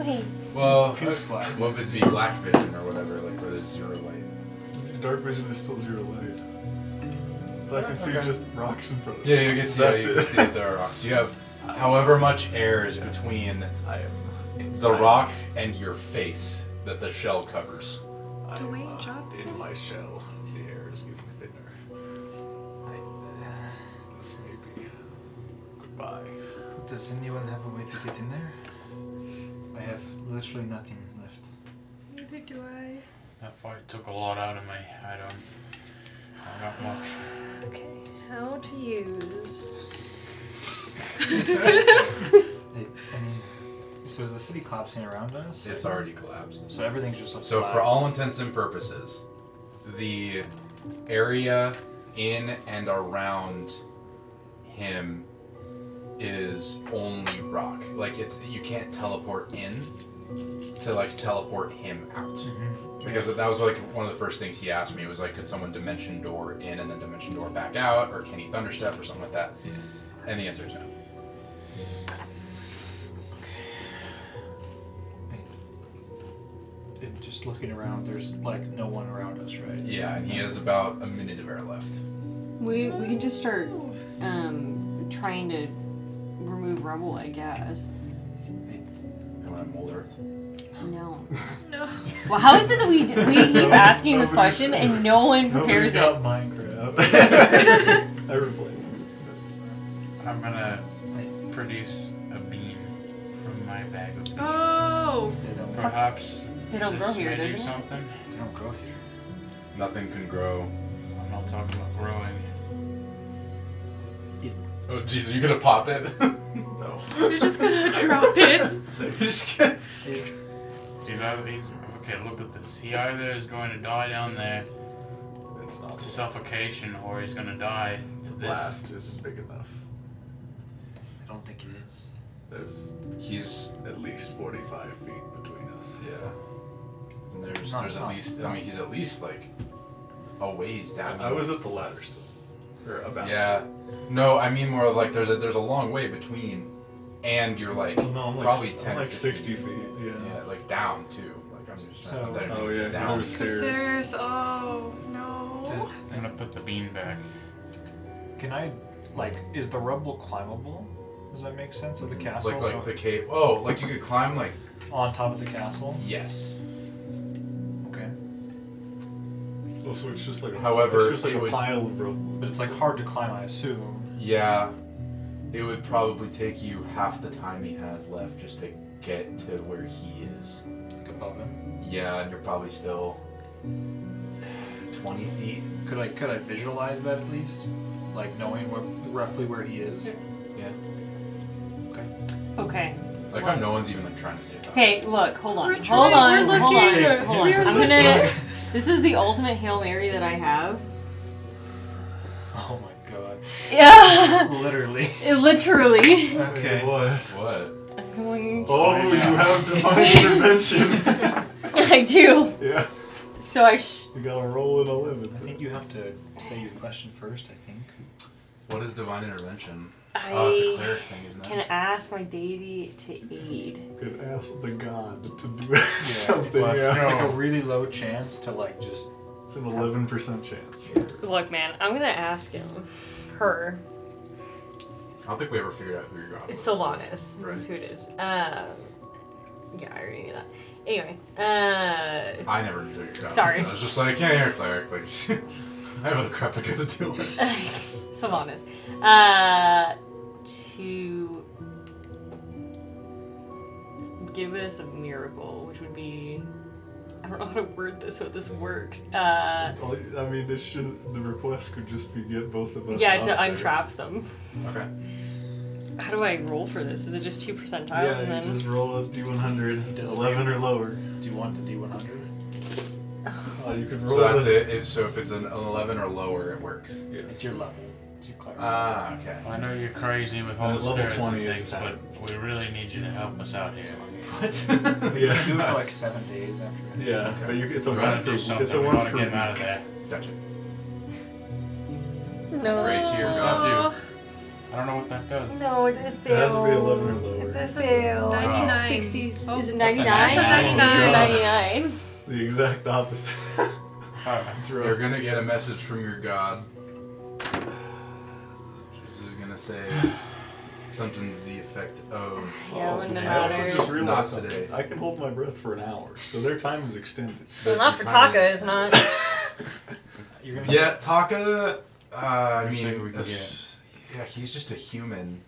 [SPEAKER 15] Okay.
[SPEAKER 1] Well, uh,
[SPEAKER 12] Could fly.
[SPEAKER 1] what would be black vision or whatever, like where there's zero light?
[SPEAKER 6] Dark vision is still zero light. So I can see
[SPEAKER 1] Okay.
[SPEAKER 6] just rocks in front of
[SPEAKER 1] Yeah,
[SPEAKER 6] me.
[SPEAKER 1] you can see, yeah,
[SPEAKER 6] That's
[SPEAKER 1] you can
[SPEAKER 6] it.
[SPEAKER 1] see that there are rocks. You have however much air is between
[SPEAKER 14] I am
[SPEAKER 1] the
[SPEAKER 14] inside.
[SPEAKER 1] rock and your face that the shell covers.
[SPEAKER 14] I'm,
[SPEAKER 5] Dwayne
[SPEAKER 14] uh,
[SPEAKER 5] Johnson.
[SPEAKER 14] in my shell. The air is getting thinner. I, this may be goodbye.
[SPEAKER 4] Does anyone have a way to get in there? I have literally nothing left.
[SPEAKER 5] Neither do I.
[SPEAKER 3] That fight took a lot out of me. I don't. I got much.
[SPEAKER 9] How to use.
[SPEAKER 4] I, I mean, so is the city collapsing around us?
[SPEAKER 1] It's already collapsed.
[SPEAKER 4] So everything's just left
[SPEAKER 1] So for
[SPEAKER 4] flat.
[SPEAKER 1] all intents and purposes, the area in and around him is only rock. Like it's you can't teleport in to like teleport him out.
[SPEAKER 4] Mhm.
[SPEAKER 1] Because that was like one of the first things he asked me was like, could someone dimension door in and then dimension door back out, or can he thunderstep or something like that? And the answer is no.
[SPEAKER 4] And just looking around, there's like no one around us, right?
[SPEAKER 1] Yeah, and he has about a minute of air left.
[SPEAKER 2] We we can just start um trying to remove rubble, I guess.
[SPEAKER 1] And when I'm old Earth.
[SPEAKER 2] No. No. Well, how is it that we d- we keep asking this question and no one
[SPEAKER 17] Nobody's
[SPEAKER 2] prepares it?
[SPEAKER 17] got Minecraft. I replay.
[SPEAKER 3] I'm gonna produce a bean from my bag of beans.
[SPEAKER 5] Oh!
[SPEAKER 3] Perhaps
[SPEAKER 5] They don't
[SPEAKER 3] this
[SPEAKER 5] grow here,
[SPEAKER 3] may do
[SPEAKER 5] does it?
[SPEAKER 3] something.
[SPEAKER 4] They don't grow here.
[SPEAKER 1] Nothing can grow.
[SPEAKER 3] I'm not talking about growing.
[SPEAKER 1] Oh jeez, are you gonna pop it? no.
[SPEAKER 5] You're just gonna drop it.
[SPEAKER 1] So you're just gonna.
[SPEAKER 3] He's either he's okay. Look at this. He either is going to die down there.
[SPEAKER 1] It's not.
[SPEAKER 3] To suffocation, or he's going to die to this.
[SPEAKER 18] Blast isn't big enough.
[SPEAKER 4] I don't think it is.
[SPEAKER 18] There's
[SPEAKER 1] He's
[SPEAKER 18] at least 45 feet between us.
[SPEAKER 1] Yeah. And there's
[SPEAKER 18] Not-
[SPEAKER 1] there's at
[SPEAKER 18] not-
[SPEAKER 1] least I
[SPEAKER 18] not-
[SPEAKER 1] mean he's at least like a ways down.
[SPEAKER 18] I was at the ladder still. Or about.
[SPEAKER 1] Yeah. No, I mean more of like there's a there's a long way between, and you're like
[SPEAKER 6] Well, no, I'm like
[SPEAKER 1] probably
[SPEAKER 6] s- I'm
[SPEAKER 1] ten.
[SPEAKER 6] like
[SPEAKER 1] 15.
[SPEAKER 6] 60 feet, yeah.
[SPEAKER 1] Yeah, like down too. Like I'm just
[SPEAKER 6] So-
[SPEAKER 1] trying to
[SPEAKER 6] Oh, yeah, 'cause
[SPEAKER 1] down.
[SPEAKER 6] there was stairs.
[SPEAKER 5] Serious? Oh, no.
[SPEAKER 3] I'm gonna put the bean back.
[SPEAKER 4] Uh, Can I, like, is the rubble climbable? Does that make sense? Of the castle?
[SPEAKER 1] Like like
[SPEAKER 4] So-
[SPEAKER 1] the cave. Oh, like you could climb like
[SPEAKER 4] on top of the castle.
[SPEAKER 1] yes.
[SPEAKER 4] Okay.
[SPEAKER 6] Well, Oh, so it's just like a,
[SPEAKER 1] However,
[SPEAKER 6] it's just like
[SPEAKER 1] it
[SPEAKER 6] a
[SPEAKER 1] would-
[SPEAKER 6] pile of rope.
[SPEAKER 4] But it's like hard to climb, I assume.
[SPEAKER 1] Yeah. It would probably take you half the time he has left just to get to where he is.
[SPEAKER 4] Like above him.
[SPEAKER 1] Yeah, and you're probably still twenty feet.
[SPEAKER 4] Could I could I visualize that at least, like knowing where, roughly where he is?
[SPEAKER 1] Yeah.
[SPEAKER 4] Okay.
[SPEAKER 2] Okay.
[SPEAKER 1] Like how no one's even like trying to see it.
[SPEAKER 2] Okay, look, hold on,
[SPEAKER 5] We're
[SPEAKER 2] hold
[SPEAKER 5] trying-
[SPEAKER 2] on,
[SPEAKER 5] we're
[SPEAKER 2] hold
[SPEAKER 5] looking.
[SPEAKER 2] on, hold on.
[SPEAKER 5] We're
[SPEAKER 2] I'm
[SPEAKER 5] looking.
[SPEAKER 2] gonna. This is the ultimate hail mary that I have.
[SPEAKER 4] Oh my god.
[SPEAKER 2] Yeah.
[SPEAKER 4] Literally.
[SPEAKER 2] It literally.
[SPEAKER 4] Okay.
[SPEAKER 6] What?
[SPEAKER 1] What?
[SPEAKER 2] I'm going.
[SPEAKER 6] Oh, you have divine intervention.
[SPEAKER 2] I do.
[SPEAKER 6] yeah.
[SPEAKER 2] So I. Sh-
[SPEAKER 6] You gotta roll an 11.
[SPEAKER 4] I think you have to say your question first. I think.
[SPEAKER 1] What is divine intervention?
[SPEAKER 2] I
[SPEAKER 1] oh, it's a cleric thing, isn't
[SPEAKER 2] can
[SPEAKER 1] it?
[SPEAKER 2] ask my deity to aid.
[SPEAKER 6] could ask the god to do something.
[SPEAKER 4] It's,
[SPEAKER 6] yeah.
[SPEAKER 4] it's like a really low chance to like just.
[SPEAKER 6] It's an 11% chance.
[SPEAKER 2] Look, man, I'm gonna ask him. Her.
[SPEAKER 1] I don't think we ever figured out who your god
[SPEAKER 9] It's
[SPEAKER 1] was.
[SPEAKER 9] Solanas.
[SPEAKER 1] Right.
[SPEAKER 9] That's who it is. Um, yeah, I already knew that. Anyway, uh,
[SPEAKER 1] I never knew your god.
[SPEAKER 9] Sorry.
[SPEAKER 1] I was just like, yeah, you're a cleric. Like, I have other crap I gotta do. with.
[SPEAKER 9] Solanas. Uh, to
[SPEAKER 2] Give us a miracle, which would be. I don't know how to word this so this works. Uh,
[SPEAKER 6] All- I mean, this should, the request could just be get both of us.
[SPEAKER 2] yeah,
[SPEAKER 6] out
[SPEAKER 2] to
[SPEAKER 6] there.
[SPEAKER 2] untrap them.
[SPEAKER 1] okay.
[SPEAKER 2] How do I roll for this? Is it just two percentiles
[SPEAKER 6] Yeah,
[SPEAKER 2] and
[SPEAKER 6] you
[SPEAKER 2] then?
[SPEAKER 6] just roll a d100,
[SPEAKER 4] doesn't
[SPEAKER 6] 11 or lower.
[SPEAKER 4] Do you want the D100?
[SPEAKER 6] Uh, you could roll.
[SPEAKER 1] So that's
[SPEAKER 6] a-
[SPEAKER 1] it. If, so if it's an 11 or lower, it works.
[SPEAKER 4] It's your level. It's your
[SPEAKER 12] Uh,
[SPEAKER 4] cleric.
[SPEAKER 1] Ah, okay.
[SPEAKER 3] I know you're crazy with all the
[SPEAKER 6] Uh, level
[SPEAKER 3] spirits
[SPEAKER 6] 20
[SPEAKER 3] and
[SPEAKER 6] is
[SPEAKER 3] things, but we really need you to help us out here.
[SPEAKER 1] What?
[SPEAKER 4] You can do it for like
[SPEAKER 6] that's-
[SPEAKER 4] seven days after.
[SPEAKER 6] Yeah, but you, it's a
[SPEAKER 3] We gotta
[SPEAKER 6] once
[SPEAKER 3] do
[SPEAKER 6] per
[SPEAKER 3] something.
[SPEAKER 6] It's a
[SPEAKER 3] we
[SPEAKER 6] once
[SPEAKER 3] gotta
[SPEAKER 6] per
[SPEAKER 3] get him out of
[SPEAKER 6] week.
[SPEAKER 3] there.
[SPEAKER 1] Gotcha.
[SPEAKER 9] no,
[SPEAKER 1] Pray to your
[SPEAKER 3] What does
[SPEAKER 1] god.
[SPEAKER 3] that do? I don't know what that does.
[SPEAKER 9] no, it fails.
[SPEAKER 6] It has to be 11 or lower.
[SPEAKER 9] It fails.
[SPEAKER 3] Wow.
[SPEAKER 9] It's
[SPEAKER 5] 99.
[SPEAKER 6] Oh,
[SPEAKER 9] 60s. Is it
[SPEAKER 3] That's a
[SPEAKER 9] 99?
[SPEAKER 3] nine.
[SPEAKER 9] It's 99.
[SPEAKER 6] The exact opposite. That's
[SPEAKER 1] You're
[SPEAKER 6] right.
[SPEAKER 1] gonna get a message from your god. This is gonna say something to the effect of.
[SPEAKER 2] Yeah, wouldn't
[SPEAKER 6] I
[SPEAKER 2] have
[SPEAKER 6] also
[SPEAKER 2] mattered.
[SPEAKER 6] Oh, just
[SPEAKER 1] Not
[SPEAKER 6] realized something.
[SPEAKER 1] today.
[SPEAKER 6] I can hold my breath for an hour, so their time is extended.
[SPEAKER 1] the-
[SPEAKER 9] Well, not
[SPEAKER 1] the
[SPEAKER 9] for
[SPEAKER 1] time
[SPEAKER 9] Taka,
[SPEAKER 1] is-
[SPEAKER 9] it's not.
[SPEAKER 4] You're gonna
[SPEAKER 1] Yeah, Taka. Uh, I
[SPEAKER 3] Looks
[SPEAKER 1] mean,
[SPEAKER 3] like we could
[SPEAKER 1] that's- yeah, he's just a human.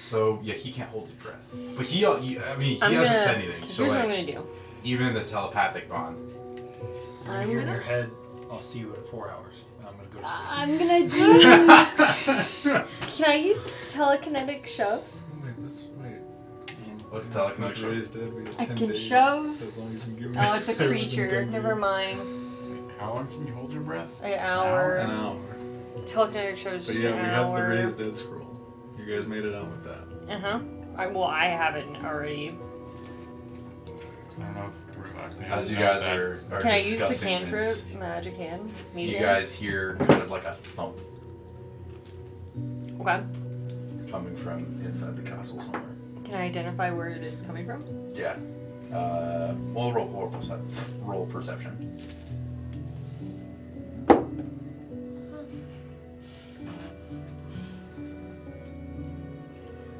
[SPEAKER 1] So yeah, he can't hold his breath. But he, uh, he- I mean, he
[SPEAKER 2] I'm
[SPEAKER 1] hasn't
[SPEAKER 2] gonna-
[SPEAKER 1] said anything.
[SPEAKER 2] here's
[SPEAKER 1] so
[SPEAKER 2] what
[SPEAKER 1] like,
[SPEAKER 2] I'm gonna do.
[SPEAKER 1] Even the telepathic bond.
[SPEAKER 4] You're
[SPEAKER 2] I'm
[SPEAKER 4] here in
[SPEAKER 2] gonna-
[SPEAKER 4] your head. I'll see you in four hours. And I'm gonna go to sleep.
[SPEAKER 2] I'm gonna use. Can I use telekinetic shove?
[SPEAKER 6] Wait, that's wait.
[SPEAKER 1] What's telekinetic?
[SPEAKER 6] Raised dead. We have
[SPEAKER 2] I
[SPEAKER 6] 10
[SPEAKER 2] can
[SPEAKER 6] days,
[SPEAKER 2] shove.
[SPEAKER 6] As long as you give me.
[SPEAKER 2] Oh, it's a creature. Never mind.
[SPEAKER 13] How long can you hold your breath?
[SPEAKER 2] An hour.
[SPEAKER 6] An hour.
[SPEAKER 2] Telekinetic shove is
[SPEAKER 6] But
[SPEAKER 2] just
[SPEAKER 6] yeah,
[SPEAKER 2] an
[SPEAKER 6] we have
[SPEAKER 2] hour.
[SPEAKER 6] the raised dead scroll. You guys made it out with that.
[SPEAKER 2] Uh huh. I well, I haven't already.
[SPEAKER 13] I don't know if we're not gonna
[SPEAKER 1] As you
[SPEAKER 13] know
[SPEAKER 1] guys
[SPEAKER 13] that.
[SPEAKER 1] are, are
[SPEAKER 2] Can I use the
[SPEAKER 1] discussing
[SPEAKER 2] cantrip
[SPEAKER 1] this,
[SPEAKER 2] magic hand?
[SPEAKER 1] you
[SPEAKER 2] Medium?
[SPEAKER 1] guys hear kind of like a thump
[SPEAKER 2] Okay.
[SPEAKER 1] coming from inside the castle somewhere.
[SPEAKER 2] Can I identify where it's coming from?
[SPEAKER 1] Yeah. Uh, well, roll, roll, percep- roll perception.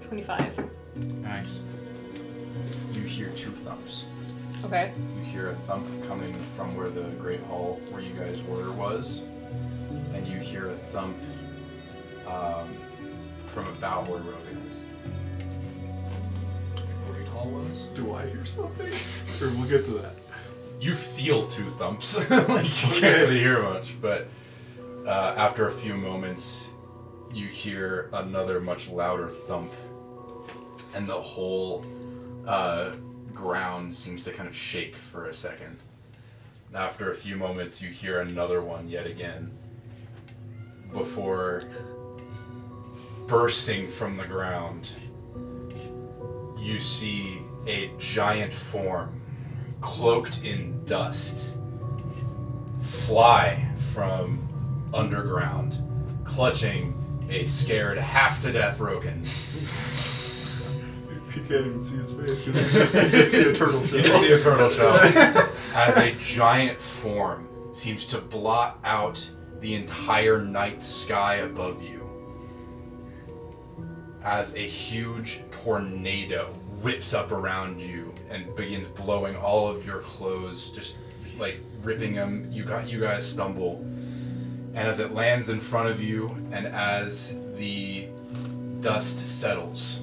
[SPEAKER 2] Twenty-five.
[SPEAKER 1] Nice. You hear two thumps.
[SPEAKER 2] Okay.
[SPEAKER 1] You hear a thump coming from where the great hall where you guys were was, and you hear a thump um, from about where Rogan is.
[SPEAKER 4] Great hall was.
[SPEAKER 6] Do I hear something? or we'll get to that.
[SPEAKER 1] You feel two thumps. like you can't really hear much, but uh, after a few moments, you hear another much louder thump, and the whole uh, ground seems to kind of shake for a second. And After a few moments, you hear another one yet again, before bursting from the ground. You see a giant form cloaked in dust fly from underground, clutching a scared half to death Rogan.
[SPEAKER 6] You can't even see his face because you just see a turtle shell.
[SPEAKER 1] You just see a turtle shell. As a giant form seems to blot out the entire night sky above you. As a huge tornado whips up around you and begins blowing all of your clothes, just like ripping them. You got you guys stumble. And as it lands in front of you and as the dust settles,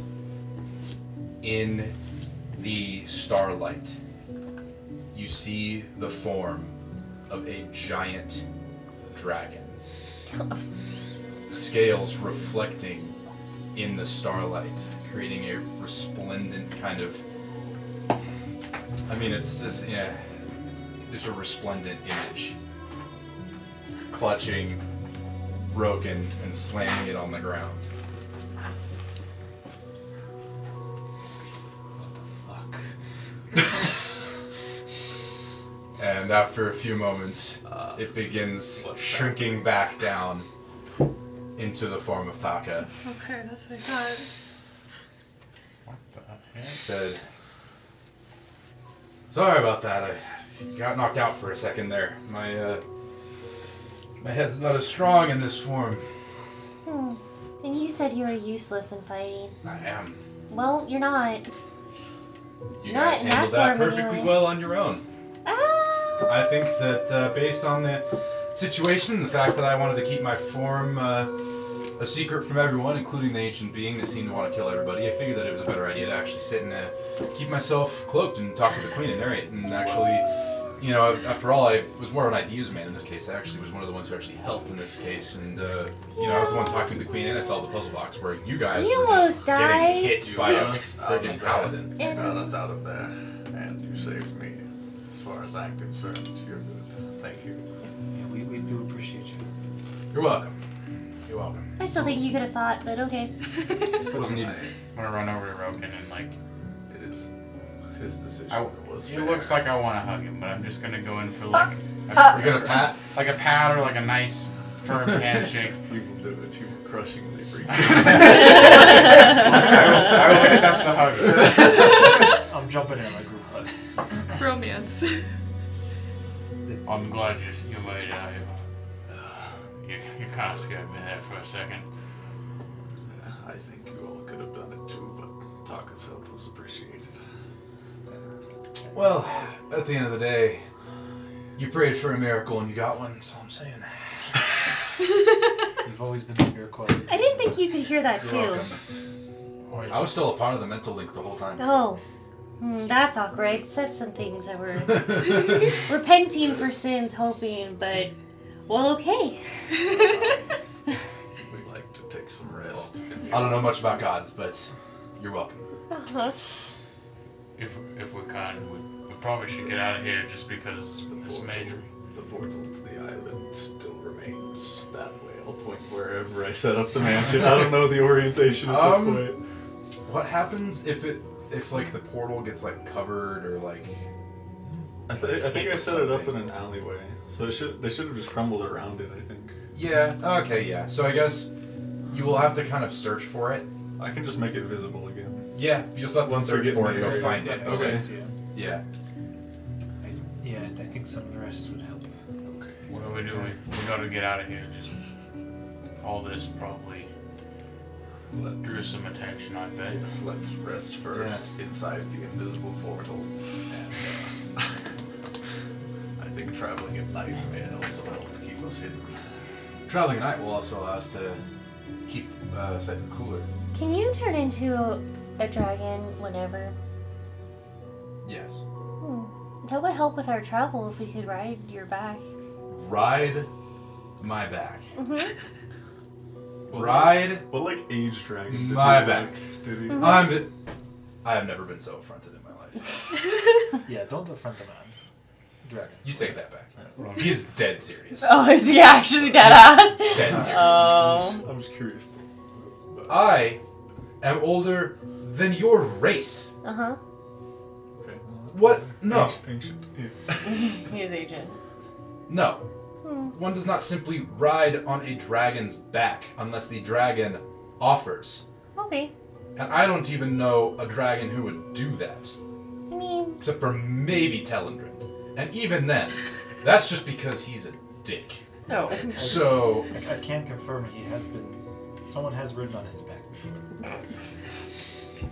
[SPEAKER 1] in the starlight, you see the form of a giant dragon. Scales reflecting in the starlight, creating a resplendent kind of. I mean, it's just, yeah. There's a resplendent image. Clutching Roken and slamming it on the ground. And after a few moments, it begins shrinking back down into the form of Taka.
[SPEAKER 5] Okay, that's what I thought.
[SPEAKER 1] Said, "Sorry about that. I got knocked out for a second there. My uh, my head's not as strong in this form.
[SPEAKER 15] Hmm. And you said you were useless in fighting.
[SPEAKER 1] I am.
[SPEAKER 15] Well, you're not.
[SPEAKER 1] You
[SPEAKER 15] Not
[SPEAKER 1] guys
[SPEAKER 15] in that
[SPEAKER 1] handled that
[SPEAKER 15] form,
[SPEAKER 1] perfectly
[SPEAKER 15] anyway.
[SPEAKER 1] well on your own.
[SPEAKER 15] Um,
[SPEAKER 1] I think that uh, based on the situation, the fact that I wanted to keep my form uh, a secret from everyone, including the ancient being that seemed to want to kill everybody, I figured that it was a better idea to actually sit and uh, keep myself cloaked and talk to the queen and narrate. And actually, you know, after all, I was more of an ideas man in this case. I actually was one of the ones who actually helped in this case, and uh, you know, I was the one talking to the queen, and I solved the puzzle box where you guys
[SPEAKER 15] You
[SPEAKER 1] was
[SPEAKER 15] almost
[SPEAKER 1] just getting
[SPEAKER 15] died.
[SPEAKER 1] hit by a friggin' paladin.
[SPEAKER 14] You got us out of there, and you saved me. As far as I'm concerned, you're good. Thank you.
[SPEAKER 4] Yeah, we, we do appreciate you.
[SPEAKER 1] You're welcome. You're welcome.
[SPEAKER 15] I still think you could have fought, but okay.
[SPEAKER 1] Wasn't even.
[SPEAKER 13] I'm gonna run over to Roken and like.
[SPEAKER 14] It is his decision.
[SPEAKER 13] I,
[SPEAKER 14] was
[SPEAKER 13] it
[SPEAKER 14] fair.
[SPEAKER 13] looks like I want to hug him, but I'm just gonna go in for like. a-
[SPEAKER 14] Uh, You're gonna pat?
[SPEAKER 13] Like a pat or like a nice firm handshake.
[SPEAKER 14] You will do it. You will crushingly breathe.
[SPEAKER 13] I, will, I will accept the hug.
[SPEAKER 4] I'm jumping in like group hug.
[SPEAKER 5] Romance.
[SPEAKER 13] I'm glad you, you made it out here. You, you kind of scared me there for a second.
[SPEAKER 14] I think you all could have done it too, but Taka's help was appreciated.
[SPEAKER 1] Well, at the end of the day, you prayed for a miracle and you got one. That's all I'm saying.
[SPEAKER 4] You've always been the miracle.
[SPEAKER 15] I didn't think you could hear that
[SPEAKER 1] You're
[SPEAKER 15] too.
[SPEAKER 1] welcome. I was still a part of the mental link the whole time.
[SPEAKER 15] Oh, Hmm, that's awkward. I said some things that were repenting for sins, hoping, but well, okay.
[SPEAKER 14] We like to take some rest.
[SPEAKER 1] I don't know much about gods, but you're welcome.
[SPEAKER 15] Uh-huh.
[SPEAKER 3] If if we can, we, we probably should get out of here just because this major.
[SPEAKER 14] The portal to the island still remains that way. I'll point wherever I set up the mansion. I don't know the orientation at this
[SPEAKER 1] Um,
[SPEAKER 14] point.
[SPEAKER 1] What happens if it if like the portal gets like covered or like
[SPEAKER 6] I, th- I think I set it up in an alleyway, so it should they should have just crumbled around it. I think.
[SPEAKER 1] Yeah, okay, yeah. So I guess you will have to kind of search for it.
[SPEAKER 6] I can just make it visible again.
[SPEAKER 1] Yeah, you just have to
[SPEAKER 6] Once we
[SPEAKER 1] search
[SPEAKER 6] get
[SPEAKER 1] for it
[SPEAKER 6] in
[SPEAKER 1] and go
[SPEAKER 6] the
[SPEAKER 1] find
[SPEAKER 6] area.
[SPEAKER 1] it.
[SPEAKER 6] Okay.
[SPEAKER 1] Yeah.
[SPEAKER 12] Yeah, I think some rest would help.
[SPEAKER 3] What do we do? We, we gotta get out of here. Just all this probably drew some attention. I bet.
[SPEAKER 14] Yes, let's rest first inside the invisible portal. And, uh, I think traveling at night may also help keep us hidden.
[SPEAKER 1] Traveling at night will also allow us to keep uh, slightly cooler.
[SPEAKER 15] Can you turn into a, a dragon whenever?
[SPEAKER 1] Yes.
[SPEAKER 15] Hmm. That would help with our travel if we could ride your back.
[SPEAKER 1] Ride my back.
[SPEAKER 15] Mhm.
[SPEAKER 1] Ride
[SPEAKER 6] What like age dragon? did
[SPEAKER 1] my
[SPEAKER 6] he,
[SPEAKER 1] back.
[SPEAKER 6] like, Did he?
[SPEAKER 15] Mhm.
[SPEAKER 1] I'm. I have never been so affronted in my life.
[SPEAKER 12] Yeah, don't affront the man. Dragon.
[SPEAKER 1] You take that back. He's dead serious.
[SPEAKER 2] Oh, is he actually dead ass?
[SPEAKER 1] Dead serious.
[SPEAKER 2] Oh.
[SPEAKER 6] I'm just curious.
[SPEAKER 1] I am older than your race.
[SPEAKER 15] Uh huh.
[SPEAKER 6] Okay.
[SPEAKER 1] What? No.
[SPEAKER 6] Ancient. ancient. Yeah.
[SPEAKER 2] He is agent.
[SPEAKER 1] No.
[SPEAKER 15] Hmm.
[SPEAKER 1] One does not simply ride on a dragon's back unless the dragon offers.
[SPEAKER 15] Okay.
[SPEAKER 1] And I don't even know a dragon who would do that.
[SPEAKER 15] I mean,
[SPEAKER 1] Except for maybe Telendrin. And even then, that's just because he's a dick.
[SPEAKER 2] Oh.
[SPEAKER 1] So,
[SPEAKER 12] I, I can confirm he has been. Someone has ridden on his back before.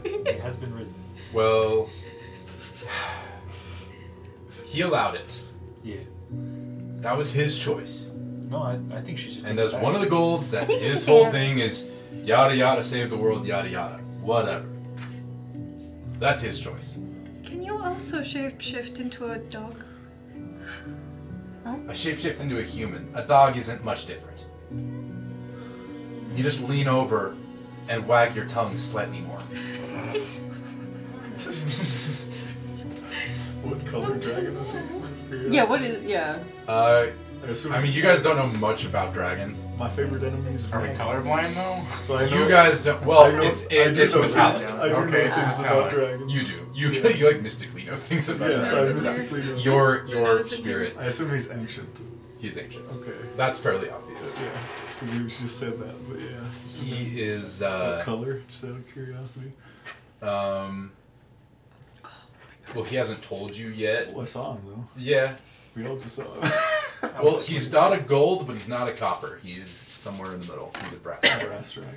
[SPEAKER 12] it has been ridden.
[SPEAKER 1] well, he allowed it.
[SPEAKER 12] Yeah.
[SPEAKER 1] That was his choice.
[SPEAKER 12] No, I, I think she should.
[SPEAKER 1] And
[SPEAKER 12] take
[SPEAKER 1] as
[SPEAKER 12] it
[SPEAKER 1] one of
[SPEAKER 12] back.
[SPEAKER 1] the goals,
[SPEAKER 15] I
[SPEAKER 1] that's
[SPEAKER 15] think you
[SPEAKER 1] his
[SPEAKER 15] should
[SPEAKER 1] whole
[SPEAKER 15] dance.
[SPEAKER 1] thing is yada yada, save the world, yada yada. Whatever. That's his choice.
[SPEAKER 5] Can you also shapeshift into a dog?
[SPEAKER 1] A shapeshift into a human. A dog isn't much different. You just lean over and wag your tongue slightly more.
[SPEAKER 6] What color dragon is he?
[SPEAKER 2] Yeah. What is? Yeah.
[SPEAKER 1] Uh,
[SPEAKER 6] I assume-
[SPEAKER 1] I mean, you guys don't know much about dragons.
[SPEAKER 6] My favorite enemies
[SPEAKER 3] Are we colorblind though?
[SPEAKER 6] So I know,
[SPEAKER 1] You guys don't.
[SPEAKER 6] I
[SPEAKER 1] Well,
[SPEAKER 6] know-
[SPEAKER 1] it's
[SPEAKER 6] I
[SPEAKER 1] it,
[SPEAKER 6] do
[SPEAKER 1] it's
[SPEAKER 6] know-
[SPEAKER 1] metallic.
[SPEAKER 6] I do
[SPEAKER 3] Okay,
[SPEAKER 6] know things
[SPEAKER 3] it's
[SPEAKER 6] about
[SPEAKER 3] metallic.
[SPEAKER 6] dragins.
[SPEAKER 1] You do. You
[SPEAKER 6] Yeah.
[SPEAKER 1] you like mystically know things about
[SPEAKER 6] Yes, I
[SPEAKER 1] dragons.
[SPEAKER 6] mystically know.
[SPEAKER 1] Your your
[SPEAKER 5] was a
[SPEAKER 1] spirit.
[SPEAKER 6] I assume he's ancient.
[SPEAKER 1] He's ancient.
[SPEAKER 6] Okay.
[SPEAKER 1] That's fairly obvious.
[SPEAKER 6] Yeah. Because you just said that, but yeah.
[SPEAKER 1] He is.
[SPEAKER 6] what
[SPEAKER 1] Uh,
[SPEAKER 6] color? Just out of curiosity.
[SPEAKER 1] um. Well, he hasn't told you yet.
[SPEAKER 6] Well, I saw him though.
[SPEAKER 1] Yeah.
[SPEAKER 6] We all just saw him.
[SPEAKER 1] Well, he's not a gold, but he's not a copper. He's somewhere in the middle. He's a brass,
[SPEAKER 6] Brass dragon.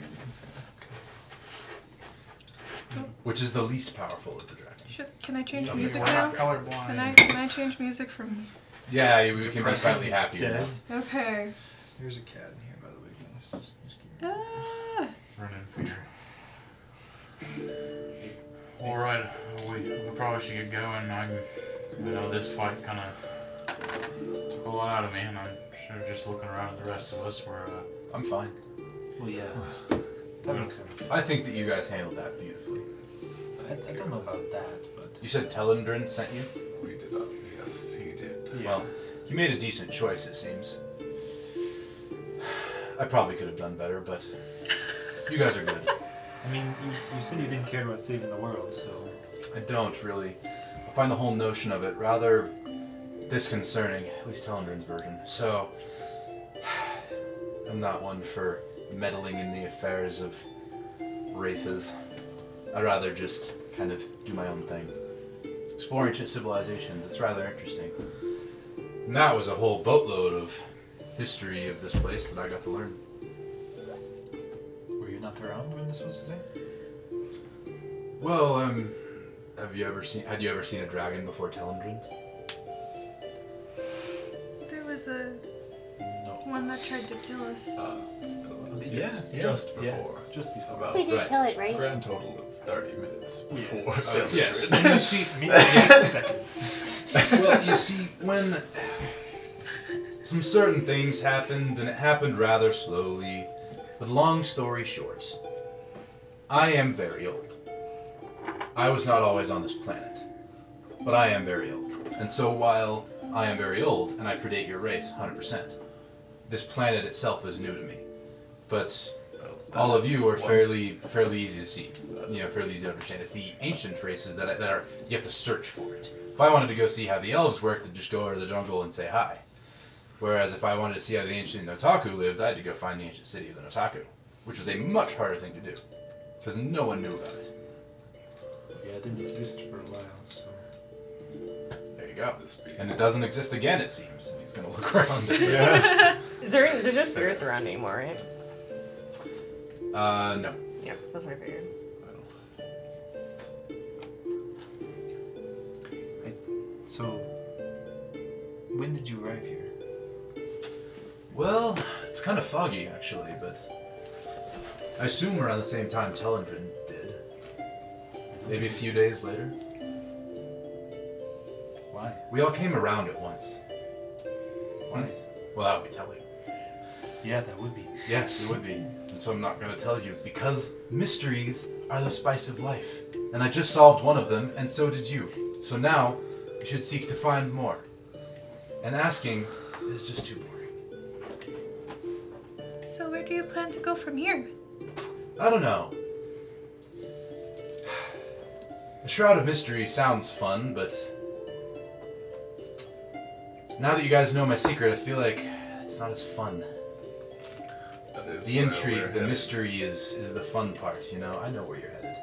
[SPEAKER 1] which is the least powerful of the dragons.
[SPEAKER 5] Should, can I change
[SPEAKER 1] Okay,
[SPEAKER 5] music
[SPEAKER 3] We're
[SPEAKER 5] now?
[SPEAKER 3] not
[SPEAKER 5] Can
[SPEAKER 3] colorblind.
[SPEAKER 5] I can I change music from?
[SPEAKER 1] Yeah, we can be
[SPEAKER 12] Depressing.
[SPEAKER 1] slightly happier.
[SPEAKER 4] Dead.
[SPEAKER 5] Okay.
[SPEAKER 12] There's a cat in here, by the way. Let's just, just keep
[SPEAKER 5] Ah,
[SPEAKER 3] Run in fear. All right, we, we probably should get going. I, I know this fight kind of took a lot out of me, and I'm sure just looking around at the rest of us, we're uh,
[SPEAKER 1] I'm fine.
[SPEAKER 12] Well, yeah. That makes sense.
[SPEAKER 1] I think that you guys handled that beautifully.
[SPEAKER 12] I, I don't know about that, but.
[SPEAKER 1] You said Telendrin sent you?
[SPEAKER 14] We did not. Yes, he did.
[SPEAKER 12] Yeah.
[SPEAKER 1] Well, you made a decent choice, it seems. I probably could have done better, but you guys are good.
[SPEAKER 12] I mean, you, you said you didn't care about saving the world, so.
[SPEAKER 1] I don't really. I find the whole notion of it rather disconcerting, at least Telendrin's version. So, I'm not one for meddling in the affairs of races. I'd rather just kind of do my own thing. Explore ancient civilizations, it's rather interesting. And that was a whole boatload of history of this place that I got to learn.
[SPEAKER 12] Were you not around when this was today?
[SPEAKER 1] Well, um, have you ever seen, had you ever seen a dragon before Telendrin?
[SPEAKER 5] there was a
[SPEAKER 12] No.
[SPEAKER 5] one that tried to kill us.
[SPEAKER 14] Uh, believe.
[SPEAKER 6] Yeah,
[SPEAKER 14] Yes,
[SPEAKER 6] yeah,
[SPEAKER 14] just
[SPEAKER 6] yeah.
[SPEAKER 14] before.
[SPEAKER 6] Just before.
[SPEAKER 14] About
[SPEAKER 15] We did kill it, right?
[SPEAKER 14] Grand total of 30 minutes before.
[SPEAKER 1] Uh, yes.
[SPEAKER 14] Delibirate.
[SPEAKER 1] You see, well, you see, when some certain things happened, and it happened rather slowly, but long story short, I am very old. I was not always on this planet, but I am very old. And so, while I am very old, and I predate your race 100%, this planet itself is new to me. But all of you are fairly fairly easy to see. You know, fairly easy to understand. It's the ancient races that, that are you have to search for it. If I wanted to go see how the elves worked, I'd just go over to the jungle and say hi. Whereas if I wanted to see how the ancient Notaku lived, I had to go find the ancient city of the Notaku, which was a much harder thing to do because no one knew about it.
[SPEAKER 12] Yeah, it didn't exist for a while, so.
[SPEAKER 1] There you go. And it doesn't exist again, it seems. And he's gonna look around.
[SPEAKER 16] Is there? Any, there's no spirits around anymore, right?
[SPEAKER 1] Uh, no.
[SPEAKER 16] Yeah, that's what I figured.
[SPEAKER 4] So, when did you arrive here?
[SPEAKER 1] Well, it's kind of foggy actually, but I assume around the same time Telendrin did. Maybe a few days later.
[SPEAKER 12] Why?
[SPEAKER 1] We all came around at once. Hmm.
[SPEAKER 12] Why?
[SPEAKER 1] Well, that would be telling.
[SPEAKER 12] Yeah, that would be.
[SPEAKER 1] Yes, it would be. And so I'm not going to tell you because mysteries are the spice of life. And I just solved one of them, and so did you. So now, you should seek to find more. And asking is just too boring.
[SPEAKER 5] So where do you plan to go from here?
[SPEAKER 1] I don't know. The Shroud of Mystery sounds fun, but now that you guys know my secret, I feel like it's not as fun. The
[SPEAKER 14] where
[SPEAKER 1] intrigue,
[SPEAKER 14] we're
[SPEAKER 1] the
[SPEAKER 14] headed.
[SPEAKER 1] mystery is is the fun part, you know? I know where you're headed.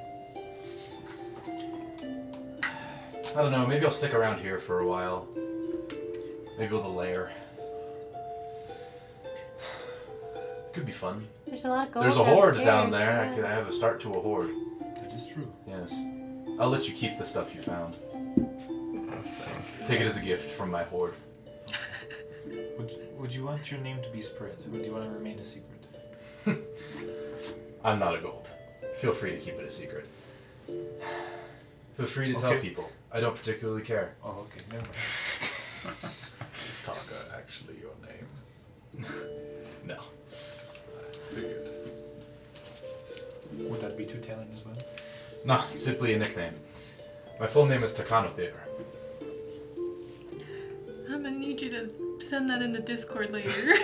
[SPEAKER 1] I don't know, maybe I'll stick around here for a while. Maybe with a lair. Could be fun.
[SPEAKER 15] There's a lot of gold.
[SPEAKER 1] There's a horde
[SPEAKER 15] downstairs,
[SPEAKER 1] down there.
[SPEAKER 15] yeah.
[SPEAKER 1] I could have a start to a horde.
[SPEAKER 12] That is true.
[SPEAKER 1] Yes. I'll let you keep the stuff you found. Take it as a gift from my horde.
[SPEAKER 4] Would, would you want your name to be spread, or do you want to remain a secret?
[SPEAKER 1] I'm not a gold. Feel free to keep it a secret. Feel free to tell
[SPEAKER 4] Okay.
[SPEAKER 1] people. I don't particularly care.
[SPEAKER 4] Oh, okay, never mind.
[SPEAKER 14] Is Taka actually your name?
[SPEAKER 1] No.
[SPEAKER 14] Figured.
[SPEAKER 4] Would that be too talent as well?
[SPEAKER 1] Nah, simply a nickname. My full name is Takano Theater.
[SPEAKER 5] I'm gonna need you to send that in the Discord later.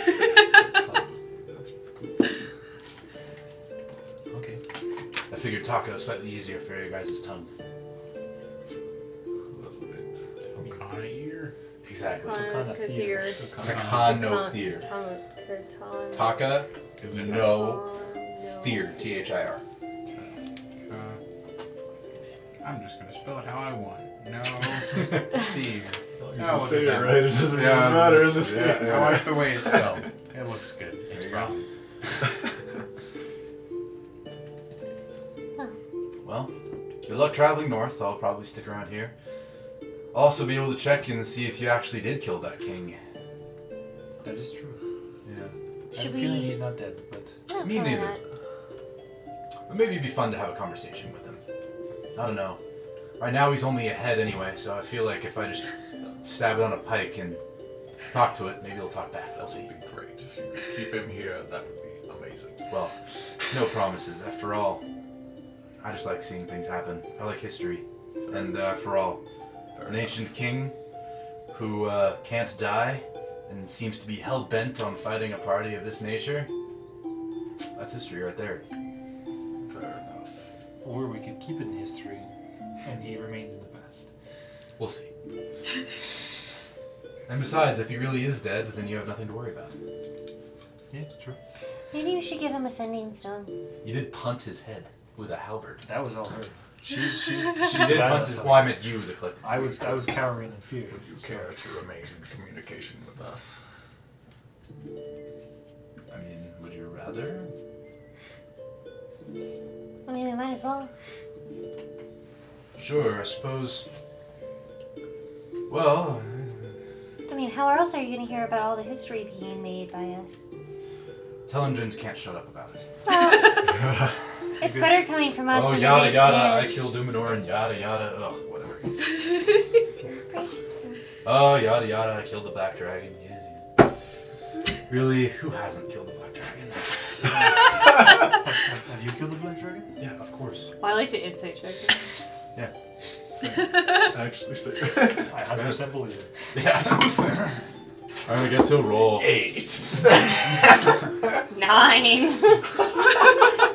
[SPEAKER 4] Okay.
[SPEAKER 1] I figured taco is slightly easier for your guys' tongue.
[SPEAKER 3] Takana ear?
[SPEAKER 1] Exactly.
[SPEAKER 9] Takana Kathir.
[SPEAKER 1] Takano Theater. Taka is no fear. T H I R.
[SPEAKER 3] Uh, I'm just gonna spell it how I want. No. Fear.
[SPEAKER 6] you
[SPEAKER 3] Oh,
[SPEAKER 6] say
[SPEAKER 3] whatever.
[SPEAKER 6] it right, it doesn't Yeah, really matter in this
[SPEAKER 3] yeah,
[SPEAKER 6] case.
[SPEAKER 3] I like the way it's spelled. It looks good. It's wrong.
[SPEAKER 1] Well, good luck traveling north. I'll probably stick around here. I'll also be able to check in and see if you actually did kill that king.
[SPEAKER 4] That is true.
[SPEAKER 1] Yeah.
[SPEAKER 4] I have a feeling he's not dead, but.
[SPEAKER 15] Yeah,
[SPEAKER 1] Me
[SPEAKER 15] probably
[SPEAKER 1] neither.
[SPEAKER 15] not.
[SPEAKER 1] But maybe it'd be fun to have a conversation with him. I don't know. Right now he's only ahead anyway, so I feel like if I just stab it on a pike and talk to it, maybe it'll talk back. I'll see.
[SPEAKER 14] It'd be great if you could keep him here. That would be amazing.
[SPEAKER 1] Well, no promises. After all, I just like seeing things happen. I like history. And uh, for all, an ancient king who uh, can't die and seems to be hell bent on fighting a party of this nature. That's history right there.
[SPEAKER 14] Fair enough.
[SPEAKER 4] Or we could keep it in history, and he remains in the past.
[SPEAKER 1] We'll see. And besides, if he really is dead, then you have nothing to worry about.
[SPEAKER 4] Yeah, true.
[SPEAKER 15] Maybe we should give him a sending stone.
[SPEAKER 1] You did punt his head with a halberd.
[SPEAKER 4] That was all her. She's, she's,
[SPEAKER 1] She did punt his. Well, I meant you as a collective.
[SPEAKER 4] I was I was cowering in fear.
[SPEAKER 14] Would you care to remain in communication with us?
[SPEAKER 1] I mean, would you rather?
[SPEAKER 15] I mean, we might as well.
[SPEAKER 1] Sure, I suppose. Well,
[SPEAKER 15] I mean, how else are you going to hear about all the history being made by us?
[SPEAKER 1] Tell him Jins can't shut up about it.
[SPEAKER 15] Well, it's better coming from us
[SPEAKER 1] oh,
[SPEAKER 15] than
[SPEAKER 1] yada
[SPEAKER 15] the
[SPEAKER 1] yada, I
[SPEAKER 15] wasteland.
[SPEAKER 1] killed Umador and yada yada, ugh, whatever. oh, yada yada, I killed the black dragon. Yeah, yeah. Really, who hasn't killed the black dragon?
[SPEAKER 4] Have you killed the black dragon?
[SPEAKER 1] Yeah, of course.
[SPEAKER 2] Well, I like to insight check. it.
[SPEAKER 1] Yeah.
[SPEAKER 6] Actually, so.
[SPEAKER 4] I 100% believe it.
[SPEAKER 1] Yeah. Alright, I guess he'll roll. Eight.
[SPEAKER 2] Nine.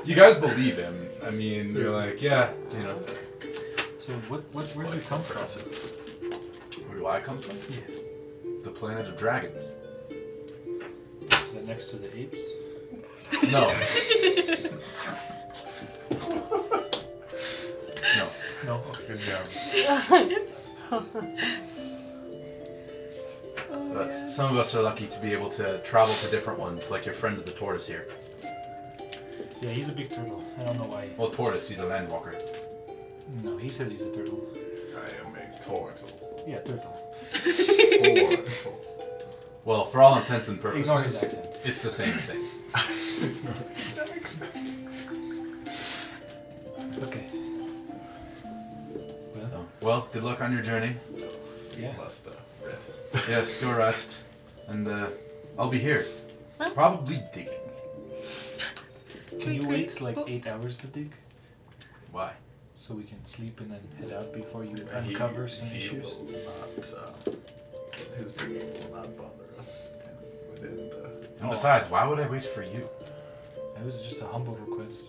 [SPEAKER 1] you guys believe him. I mean, you're like, yeah, you know.
[SPEAKER 4] So what? What? Where do you come from?
[SPEAKER 1] Where do I come from? The planet of dragons.
[SPEAKER 12] Is that next to the apes?
[SPEAKER 1] No. no.
[SPEAKER 4] No. Okay. Good job.
[SPEAKER 1] But some of us are lucky to be able to travel to different ones, like your friend of the tortoise here.
[SPEAKER 4] Yeah, he's a big turtle. I don't know why.
[SPEAKER 1] Well, tortoise, he's a land walker.
[SPEAKER 4] No, he said he's a turtle.
[SPEAKER 14] I am a turtle.
[SPEAKER 4] Yeah, turtle.
[SPEAKER 1] Well, for all intents and
[SPEAKER 4] Ignore his
[SPEAKER 1] purposes,
[SPEAKER 4] accent.
[SPEAKER 1] it's the same thing.
[SPEAKER 12] Okay.
[SPEAKER 1] So, well, good luck on your journey.
[SPEAKER 12] Yeah.
[SPEAKER 14] Must uh, rest.
[SPEAKER 1] Yes, go rest, and uh, I'll be here. Probably digging.
[SPEAKER 4] Can you
[SPEAKER 5] Quick,
[SPEAKER 4] wait
[SPEAKER 5] quick.
[SPEAKER 4] like
[SPEAKER 5] Oh.
[SPEAKER 4] eight hours to dig?
[SPEAKER 1] Why?
[SPEAKER 4] So we can sleep and then head out before you
[SPEAKER 14] He-
[SPEAKER 4] uncover some
[SPEAKER 14] he
[SPEAKER 4] issues.
[SPEAKER 14] will not, uh, his digging will not bother us within the.
[SPEAKER 1] And besides, why would I wait for you?
[SPEAKER 4] It was just a humble request.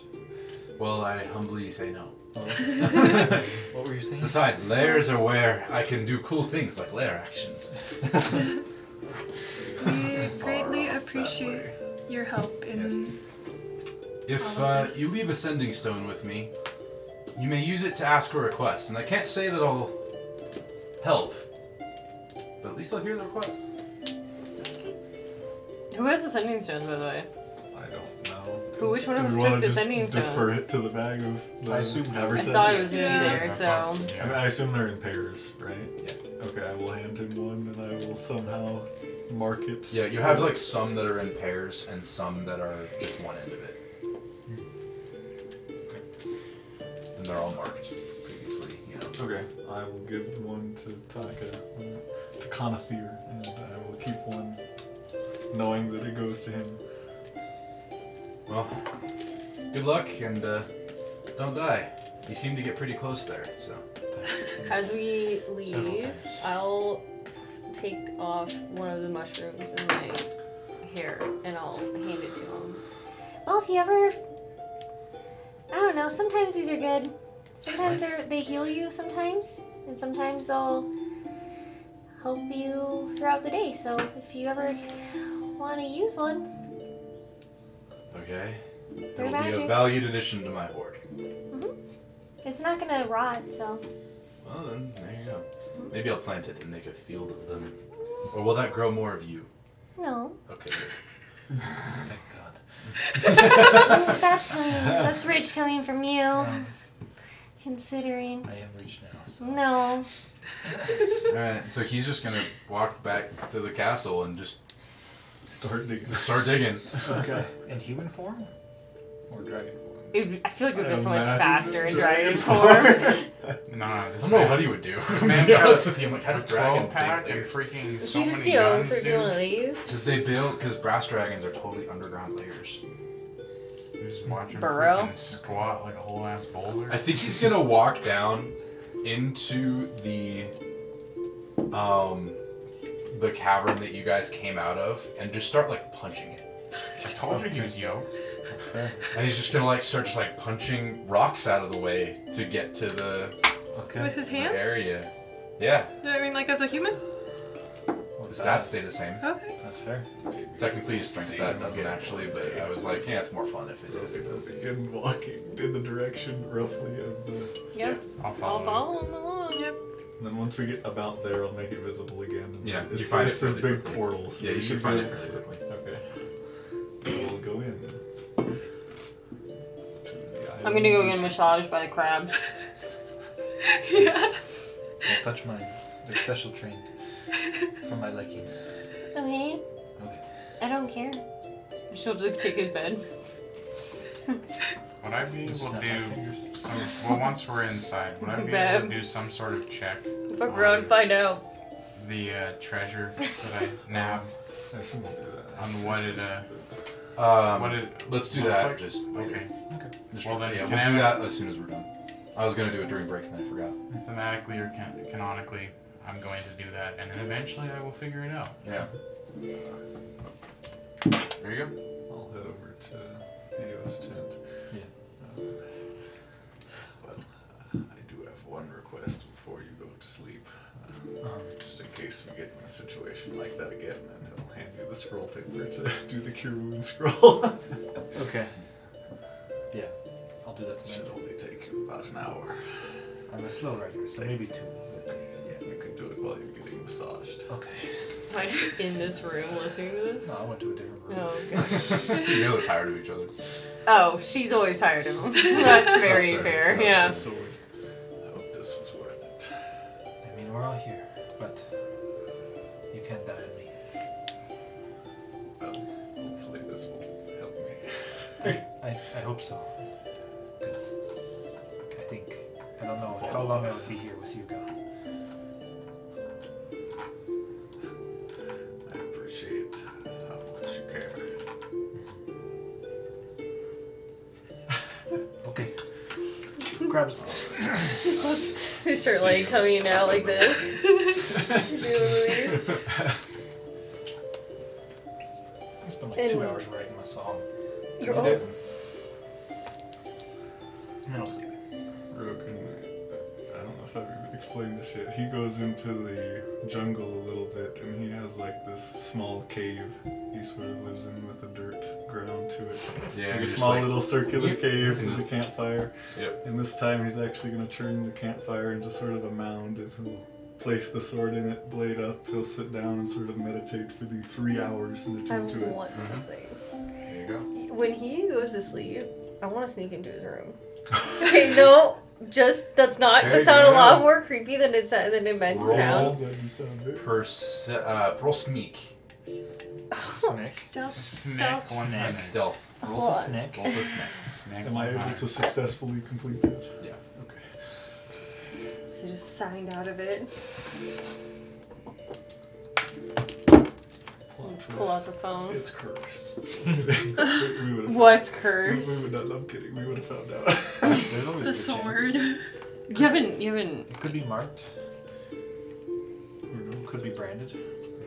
[SPEAKER 1] Well, I humbly say no.
[SPEAKER 4] Oh, what were you saying?
[SPEAKER 1] Besides, lairs are where I can do cool things like lair actions.
[SPEAKER 5] We greatly appreciate your help in.
[SPEAKER 1] If uh, you leave a sending stone with me, you may use it to ask a request, and I can't say that I'll help, but at least I'll hear the request.
[SPEAKER 2] Who has the sending stones, by the way?
[SPEAKER 6] I don't know.
[SPEAKER 2] But which one of
[SPEAKER 6] Do
[SPEAKER 2] us
[SPEAKER 6] we wanna
[SPEAKER 2] took the
[SPEAKER 6] just
[SPEAKER 2] sending
[SPEAKER 6] Defer
[SPEAKER 2] stones?
[SPEAKER 6] it to the bag of. The
[SPEAKER 4] I assume- I
[SPEAKER 2] I
[SPEAKER 6] haversack?
[SPEAKER 2] thought it was gonna be there, so
[SPEAKER 6] I, mean, I assume they're in pairs, right? Yeah. Okay, I will hand him one, and I will somehow mark it.
[SPEAKER 1] Yeah, you have like some that are in pairs and some that are just one end of it. And they're all marked previously, you know.
[SPEAKER 6] Okay, I will give one to Taka, uh, to Conathir, and I will keep one, knowing that it goes to him.
[SPEAKER 1] Well, good luck and uh, don't die. You seem to get pretty close there, so.
[SPEAKER 2] as we
[SPEAKER 1] Several
[SPEAKER 2] leave,
[SPEAKER 1] times.
[SPEAKER 2] I'll take off one of the mushrooms in my hair and I'll hand it to him.
[SPEAKER 15] Well, if you ever, I don't know. Sometimes these are good. Sometimes they're, they heal you. Sometimes, and sometimes they'll help you throughout the day. So if you ever want to use one,
[SPEAKER 1] Okay. It
[SPEAKER 15] They're
[SPEAKER 1] will be a
[SPEAKER 15] magic.
[SPEAKER 1] valued addition to my hoard.
[SPEAKER 15] it's not gonna rot. So
[SPEAKER 1] Well, then, there you go. Maybe I'll plant it and make a field of them. Or will that grow more of you?
[SPEAKER 15] no,
[SPEAKER 1] Okay. good.
[SPEAKER 15] that's coming. That's rich coming from you. Considering
[SPEAKER 12] I am rich now. So.
[SPEAKER 15] no,
[SPEAKER 1] Alright, so he's just gonna walk back to the castle and just
[SPEAKER 6] Start digging.
[SPEAKER 1] start digging.
[SPEAKER 4] Okay. In human form? Or dragon form?
[SPEAKER 2] It would, I feel like it would go so much
[SPEAKER 6] Imagine
[SPEAKER 2] faster in
[SPEAKER 6] the
[SPEAKER 2] dragon
[SPEAKER 6] dragon
[SPEAKER 2] form.
[SPEAKER 3] Nah,
[SPEAKER 1] I
[SPEAKER 3] this
[SPEAKER 1] don't know
[SPEAKER 3] man-
[SPEAKER 1] what he would do.
[SPEAKER 3] This
[SPEAKER 1] To
[SPEAKER 3] man's
[SPEAKER 1] be
[SPEAKER 3] got
[SPEAKER 1] honest with you, I'm like, how
[SPEAKER 3] a
[SPEAKER 1] do dragons
[SPEAKER 3] 12 pack
[SPEAKER 1] dig
[SPEAKER 3] and
[SPEAKER 1] layers?
[SPEAKER 3] freaking
[SPEAKER 9] Did
[SPEAKER 3] so
[SPEAKER 9] you just
[SPEAKER 3] many
[SPEAKER 9] get
[SPEAKER 3] guns,
[SPEAKER 9] or
[SPEAKER 3] dude.
[SPEAKER 9] do one of these?
[SPEAKER 1] Because they build, because brass dragons are totally underground layers.
[SPEAKER 3] You just watch him
[SPEAKER 2] Burrow?
[SPEAKER 3] freaking squat like a whole ass boulder.
[SPEAKER 1] I think he's gonna walk down into the um the cavern that you guys came out of and just start like punching it.
[SPEAKER 3] I told you he was yoked.
[SPEAKER 12] That's fair.
[SPEAKER 1] And he's just gonna like start just like punching rocks out of the way to get to the,
[SPEAKER 12] Okay.
[SPEAKER 5] With his
[SPEAKER 1] the
[SPEAKER 5] hands?
[SPEAKER 1] area. Yeah,
[SPEAKER 5] Do I mean like as a human?
[SPEAKER 1] the stats stay the same.
[SPEAKER 5] Okay.
[SPEAKER 12] That's fair.
[SPEAKER 1] Technically, his strength stat doesn't actually, but I was like, yeah, it's more fun if it if it does.
[SPEAKER 6] Begin walking in the direction roughly of the.
[SPEAKER 2] Yep.
[SPEAKER 3] I'll follow.
[SPEAKER 2] I'll
[SPEAKER 3] him.
[SPEAKER 2] follow him along.
[SPEAKER 5] Yep.
[SPEAKER 6] And then once we get about there, I'll make it visible again. and
[SPEAKER 1] Yeah,
[SPEAKER 6] it's,
[SPEAKER 1] you find it
[SPEAKER 6] it's this
[SPEAKER 1] fairly
[SPEAKER 6] big
[SPEAKER 1] quickly.
[SPEAKER 6] portal. So
[SPEAKER 1] Yeah,
[SPEAKER 6] we
[SPEAKER 1] you
[SPEAKER 6] should
[SPEAKER 1] should find
[SPEAKER 6] be
[SPEAKER 1] it
[SPEAKER 6] able
[SPEAKER 1] fairly
[SPEAKER 6] to-
[SPEAKER 1] quickly.
[SPEAKER 6] Okay. We'll go in then. To the
[SPEAKER 2] I'm gonna go
[SPEAKER 6] island.
[SPEAKER 2] get massaged by a crab.
[SPEAKER 5] Yeah.
[SPEAKER 12] Don't touch mine. They're special trained for my liking.
[SPEAKER 15] okay,
[SPEAKER 12] Okay.
[SPEAKER 15] I don't care.
[SPEAKER 2] She'll just take his bed.
[SPEAKER 3] Would I be able
[SPEAKER 2] Snap
[SPEAKER 3] to
[SPEAKER 2] my
[SPEAKER 3] do some? Well, once we're inside, would I be able
[SPEAKER 2] Babe.
[SPEAKER 3] to do some sort of check
[SPEAKER 2] Fuck around and find out.
[SPEAKER 3] the uh, treasure that I nabbed? On what it uh,
[SPEAKER 1] Um,
[SPEAKER 3] what it
[SPEAKER 1] let's do
[SPEAKER 3] looks
[SPEAKER 1] that.
[SPEAKER 3] Like?
[SPEAKER 1] Just
[SPEAKER 3] okay. Okay.
[SPEAKER 1] Just-
[SPEAKER 3] Well then,
[SPEAKER 1] yeah,
[SPEAKER 3] can
[SPEAKER 1] we'll
[SPEAKER 3] I
[SPEAKER 1] do
[SPEAKER 3] have
[SPEAKER 1] that as soon as we're done. I was gonna do it during break and I forgot.
[SPEAKER 3] it Thematically or can- canonically, I'm going to do that, and then eventually I will figure it out.
[SPEAKER 1] Yeah. There you go.
[SPEAKER 6] I'll head over to Theo's tent.
[SPEAKER 4] Yeah.
[SPEAKER 19] But uh, I do have one request before you go to sleep. Um, just in case we get in a situation like that again, and he'll hand you the scroll paper to do the cure wound scroll.
[SPEAKER 4] Okay. Yeah, I'll do that tonight.
[SPEAKER 19] Should only take you about an hour.
[SPEAKER 20] I'm a slow writer, so maybe two.
[SPEAKER 19] Yeah, you can do it while you're getting massaged.
[SPEAKER 20] Okay.
[SPEAKER 2] Am I just in this room listening to this?
[SPEAKER 4] No, I went to a different room.
[SPEAKER 2] Oh, okay.
[SPEAKER 1] You're really tired of each other.
[SPEAKER 2] oh, she's always tired of him. That's very
[SPEAKER 1] That's
[SPEAKER 2] fair.
[SPEAKER 1] fair.
[SPEAKER 2] Yeah.
[SPEAKER 1] That's fair.
[SPEAKER 19] I hope this was worth it.
[SPEAKER 4] I mean, we're all here, but you can't die on me.
[SPEAKER 19] Well, hopefully this will help me.
[SPEAKER 4] I, I, I hope so. Because I think, I don't know how long I'll be here with you gone.
[SPEAKER 19] I appreciate how much you care.
[SPEAKER 4] Okay. Grabs.
[SPEAKER 2] They start like coming out like this.
[SPEAKER 4] I spent like two
[SPEAKER 2] And-
[SPEAKER 4] hours writing my song.
[SPEAKER 2] You're
[SPEAKER 4] And
[SPEAKER 2] old.
[SPEAKER 4] then- And then I'll sleep.
[SPEAKER 6] Roken, I don't know if I've even explained this yet. He goes into the jungle a little bit and he has like this small cave he sort of lives in with a dirt ground to it.
[SPEAKER 1] Yeah,
[SPEAKER 6] Like
[SPEAKER 1] you're
[SPEAKER 6] a
[SPEAKER 1] just
[SPEAKER 6] small
[SPEAKER 1] like-
[SPEAKER 6] little circular
[SPEAKER 1] Yep.
[SPEAKER 6] cave
[SPEAKER 1] And
[SPEAKER 6] with a
[SPEAKER 1] this-
[SPEAKER 6] campfire.
[SPEAKER 1] Yep.
[SPEAKER 6] And this time he's actually going to turn the campfire into sort of a mound and he'll place the sword in it, blade up. He'll sit down and sort of meditate for the three hours and
[SPEAKER 2] I
[SPEAKER 6] attune to it.
[SPEAKER 2] want this thing.
[SPEAKER 1] There you go.
[SPEAKER 2] When he goes to sleep, I want to sneak into his room. okay, no, just that's not.
[SPEAKER 1] There
[SPEAKER 2] That sounded a
[SPEAKER 1] you
[SPEAKER 2] lot
[SPEAKER 1] go.
[SPEAKER 2] more creepy than it sa- than it meant to sound.
[SPEAKER 1] Roll perce- uh, roll sneak.
[SPEAKER 4] Snack.
[SPEAKER 2] Stealth.
[SPEAKER 1] Snack. Stealth.
[SPEAKER 2] Roll to
[SPEAKER 4] snack.
[SPEAKER 1] Roll to snack.
[SPEAKER 6] Am I able to successfully complete that?
[SPEAKER 1] Yeah.
[SPEAKER 6] Okay.
[SPEAKER 2] So just signed out of it. Pull out the phone.
[SPEAKER 6] It's cursed. We would've-
[SPEAKER 2] What's
[SPEAKER 6] we-
[SPEAKER 2] cursed?
[SPEAKER 6] We would not. I'm kidding. We would have found out. There's always
[SPEAKER 5] The sword.
[SPEAKER 2] You haven't. You haven't.
[SPEAKER 4] It could be marked. Could be branded.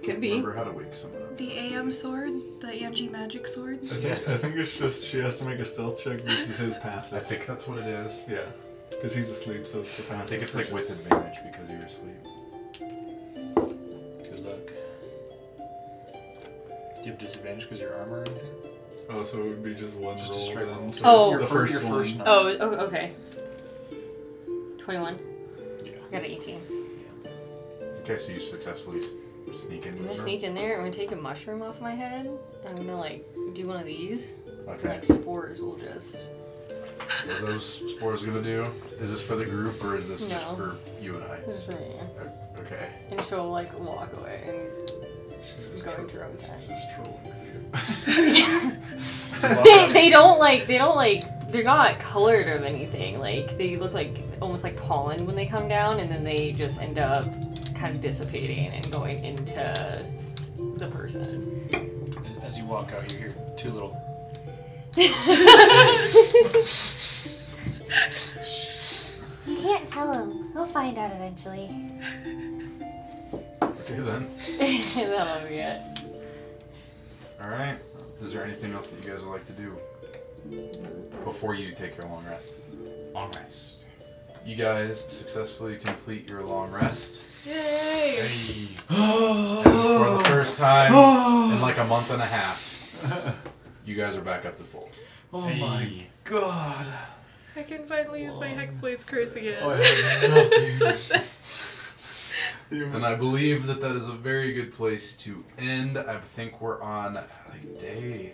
[SPEAKER 2] Could be.
[SPEAKER 1] Remember how to wake someone up.
[SPEAKER 5] The AM sword, the AMG magic sword.
[SPEAKER 6] I think, I think it's just she has to make a stealth check versus his passive.
[SPEAKER 1] I think that's what it is.
[SPEAKER 6] Yeah, because he's asleep, so it's the passive.
[SPEAKER 1] I think it's like
[SPEAKER 6] version.
[SPEAKER 1] with advantage because you're asleep.
[SPEAKER 4] Good luck. Do you have disadvantage because your armor or anything?
[SPEAKER 6] Oh, so it would be just one
[SPEAKER 4] Just a
[SPEAKER 6] roll.
[SPEAKER 4] straight
[SPEAKER 6] then.
[SPEAKER 4] roll.
[SPEAKER 6] So
[SPEAKER 2] Oh.
[SPEAKER 6] the
[SPEAKER 2] Your
[SPEAKER 4] fir-
[SPEAKER 6] first,
[SPEAKER 4] your
[SPEAKER 6] one.
[SPEAKER 4] first
[SPEAKER 2] Oh, oh, okay. Twenty-one.
[SPEAKER 4] Yeah.
[SPEAKER 2] I got an eighteen.
[SPEAKER 1] Okay, so you successfully s- sneak
[SPEAKER 2] I'm
[SPEAKER 1] in.
[SPEAKER 2] gonna sneak in there. I'm gonna take a mushroom off my head. I'm gonna like do one of these.
[SPEAKER 1] Okay.
[SPEAKER 2] Like spores will just.
[SPEAKER 1] What are those spores gonna do? Is this for the group or is this
[SPEAKER 2] No.
[SPEAKER 1] just for you and I?
[SPEAKER 2] This is really.
[SPEAKER 1] O- Okay.
[SPEAKER 2] And she'll like walk away and go into her own time. they, they don't like they don't like they're not colored or anything. Like they look like almost like pollen when they come down, and then they just end up kind of dissipating and going into the person.
[SPEAKER 4] And As you walk out, you hear two little.
[SPEAKER 15] You can't tell him. He'll find out eventually.
[SPEAKER 1] Okay then.
[SPEAKER 2] That'll be it.
[SPEAKER 1] All right. Is there anything else that you guys would like to do before you take your long rest?
[SPEAKER 3] Long rest.
[SPEAKER 1] You guys successfully complete your long rest.
[SPEAKER 2] Yay!
[SPEAKER 1] And for the first time in like a month and a half, you guys are back up to full.
[SPEAKER 20] Oh my god.
[SPEAKER 5] I can finally use my Hexblade's curse again.
[SPEAKER 6] I have
[SPEAKER 5] So sad.
[SPEAKER 1] And I believe that that is a very good place to end. I think we're on like day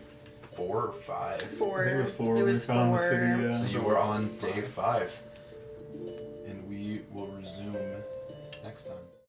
[SPEAKER 1] four or five.
[SPEAKER 6] I
[SPEAKER 2] Four.
[SPEAKER 6] think it was four. when
[SPEAKER 2] was
[SPEAKER 6] we found
[SPEAKER 2] four.
[SPEAKER 6] the
[SPEAKER 1] So
[SPEAKER 6] city. Yeah.
[SPEAKER 1] you are on day five. And we will resume next time.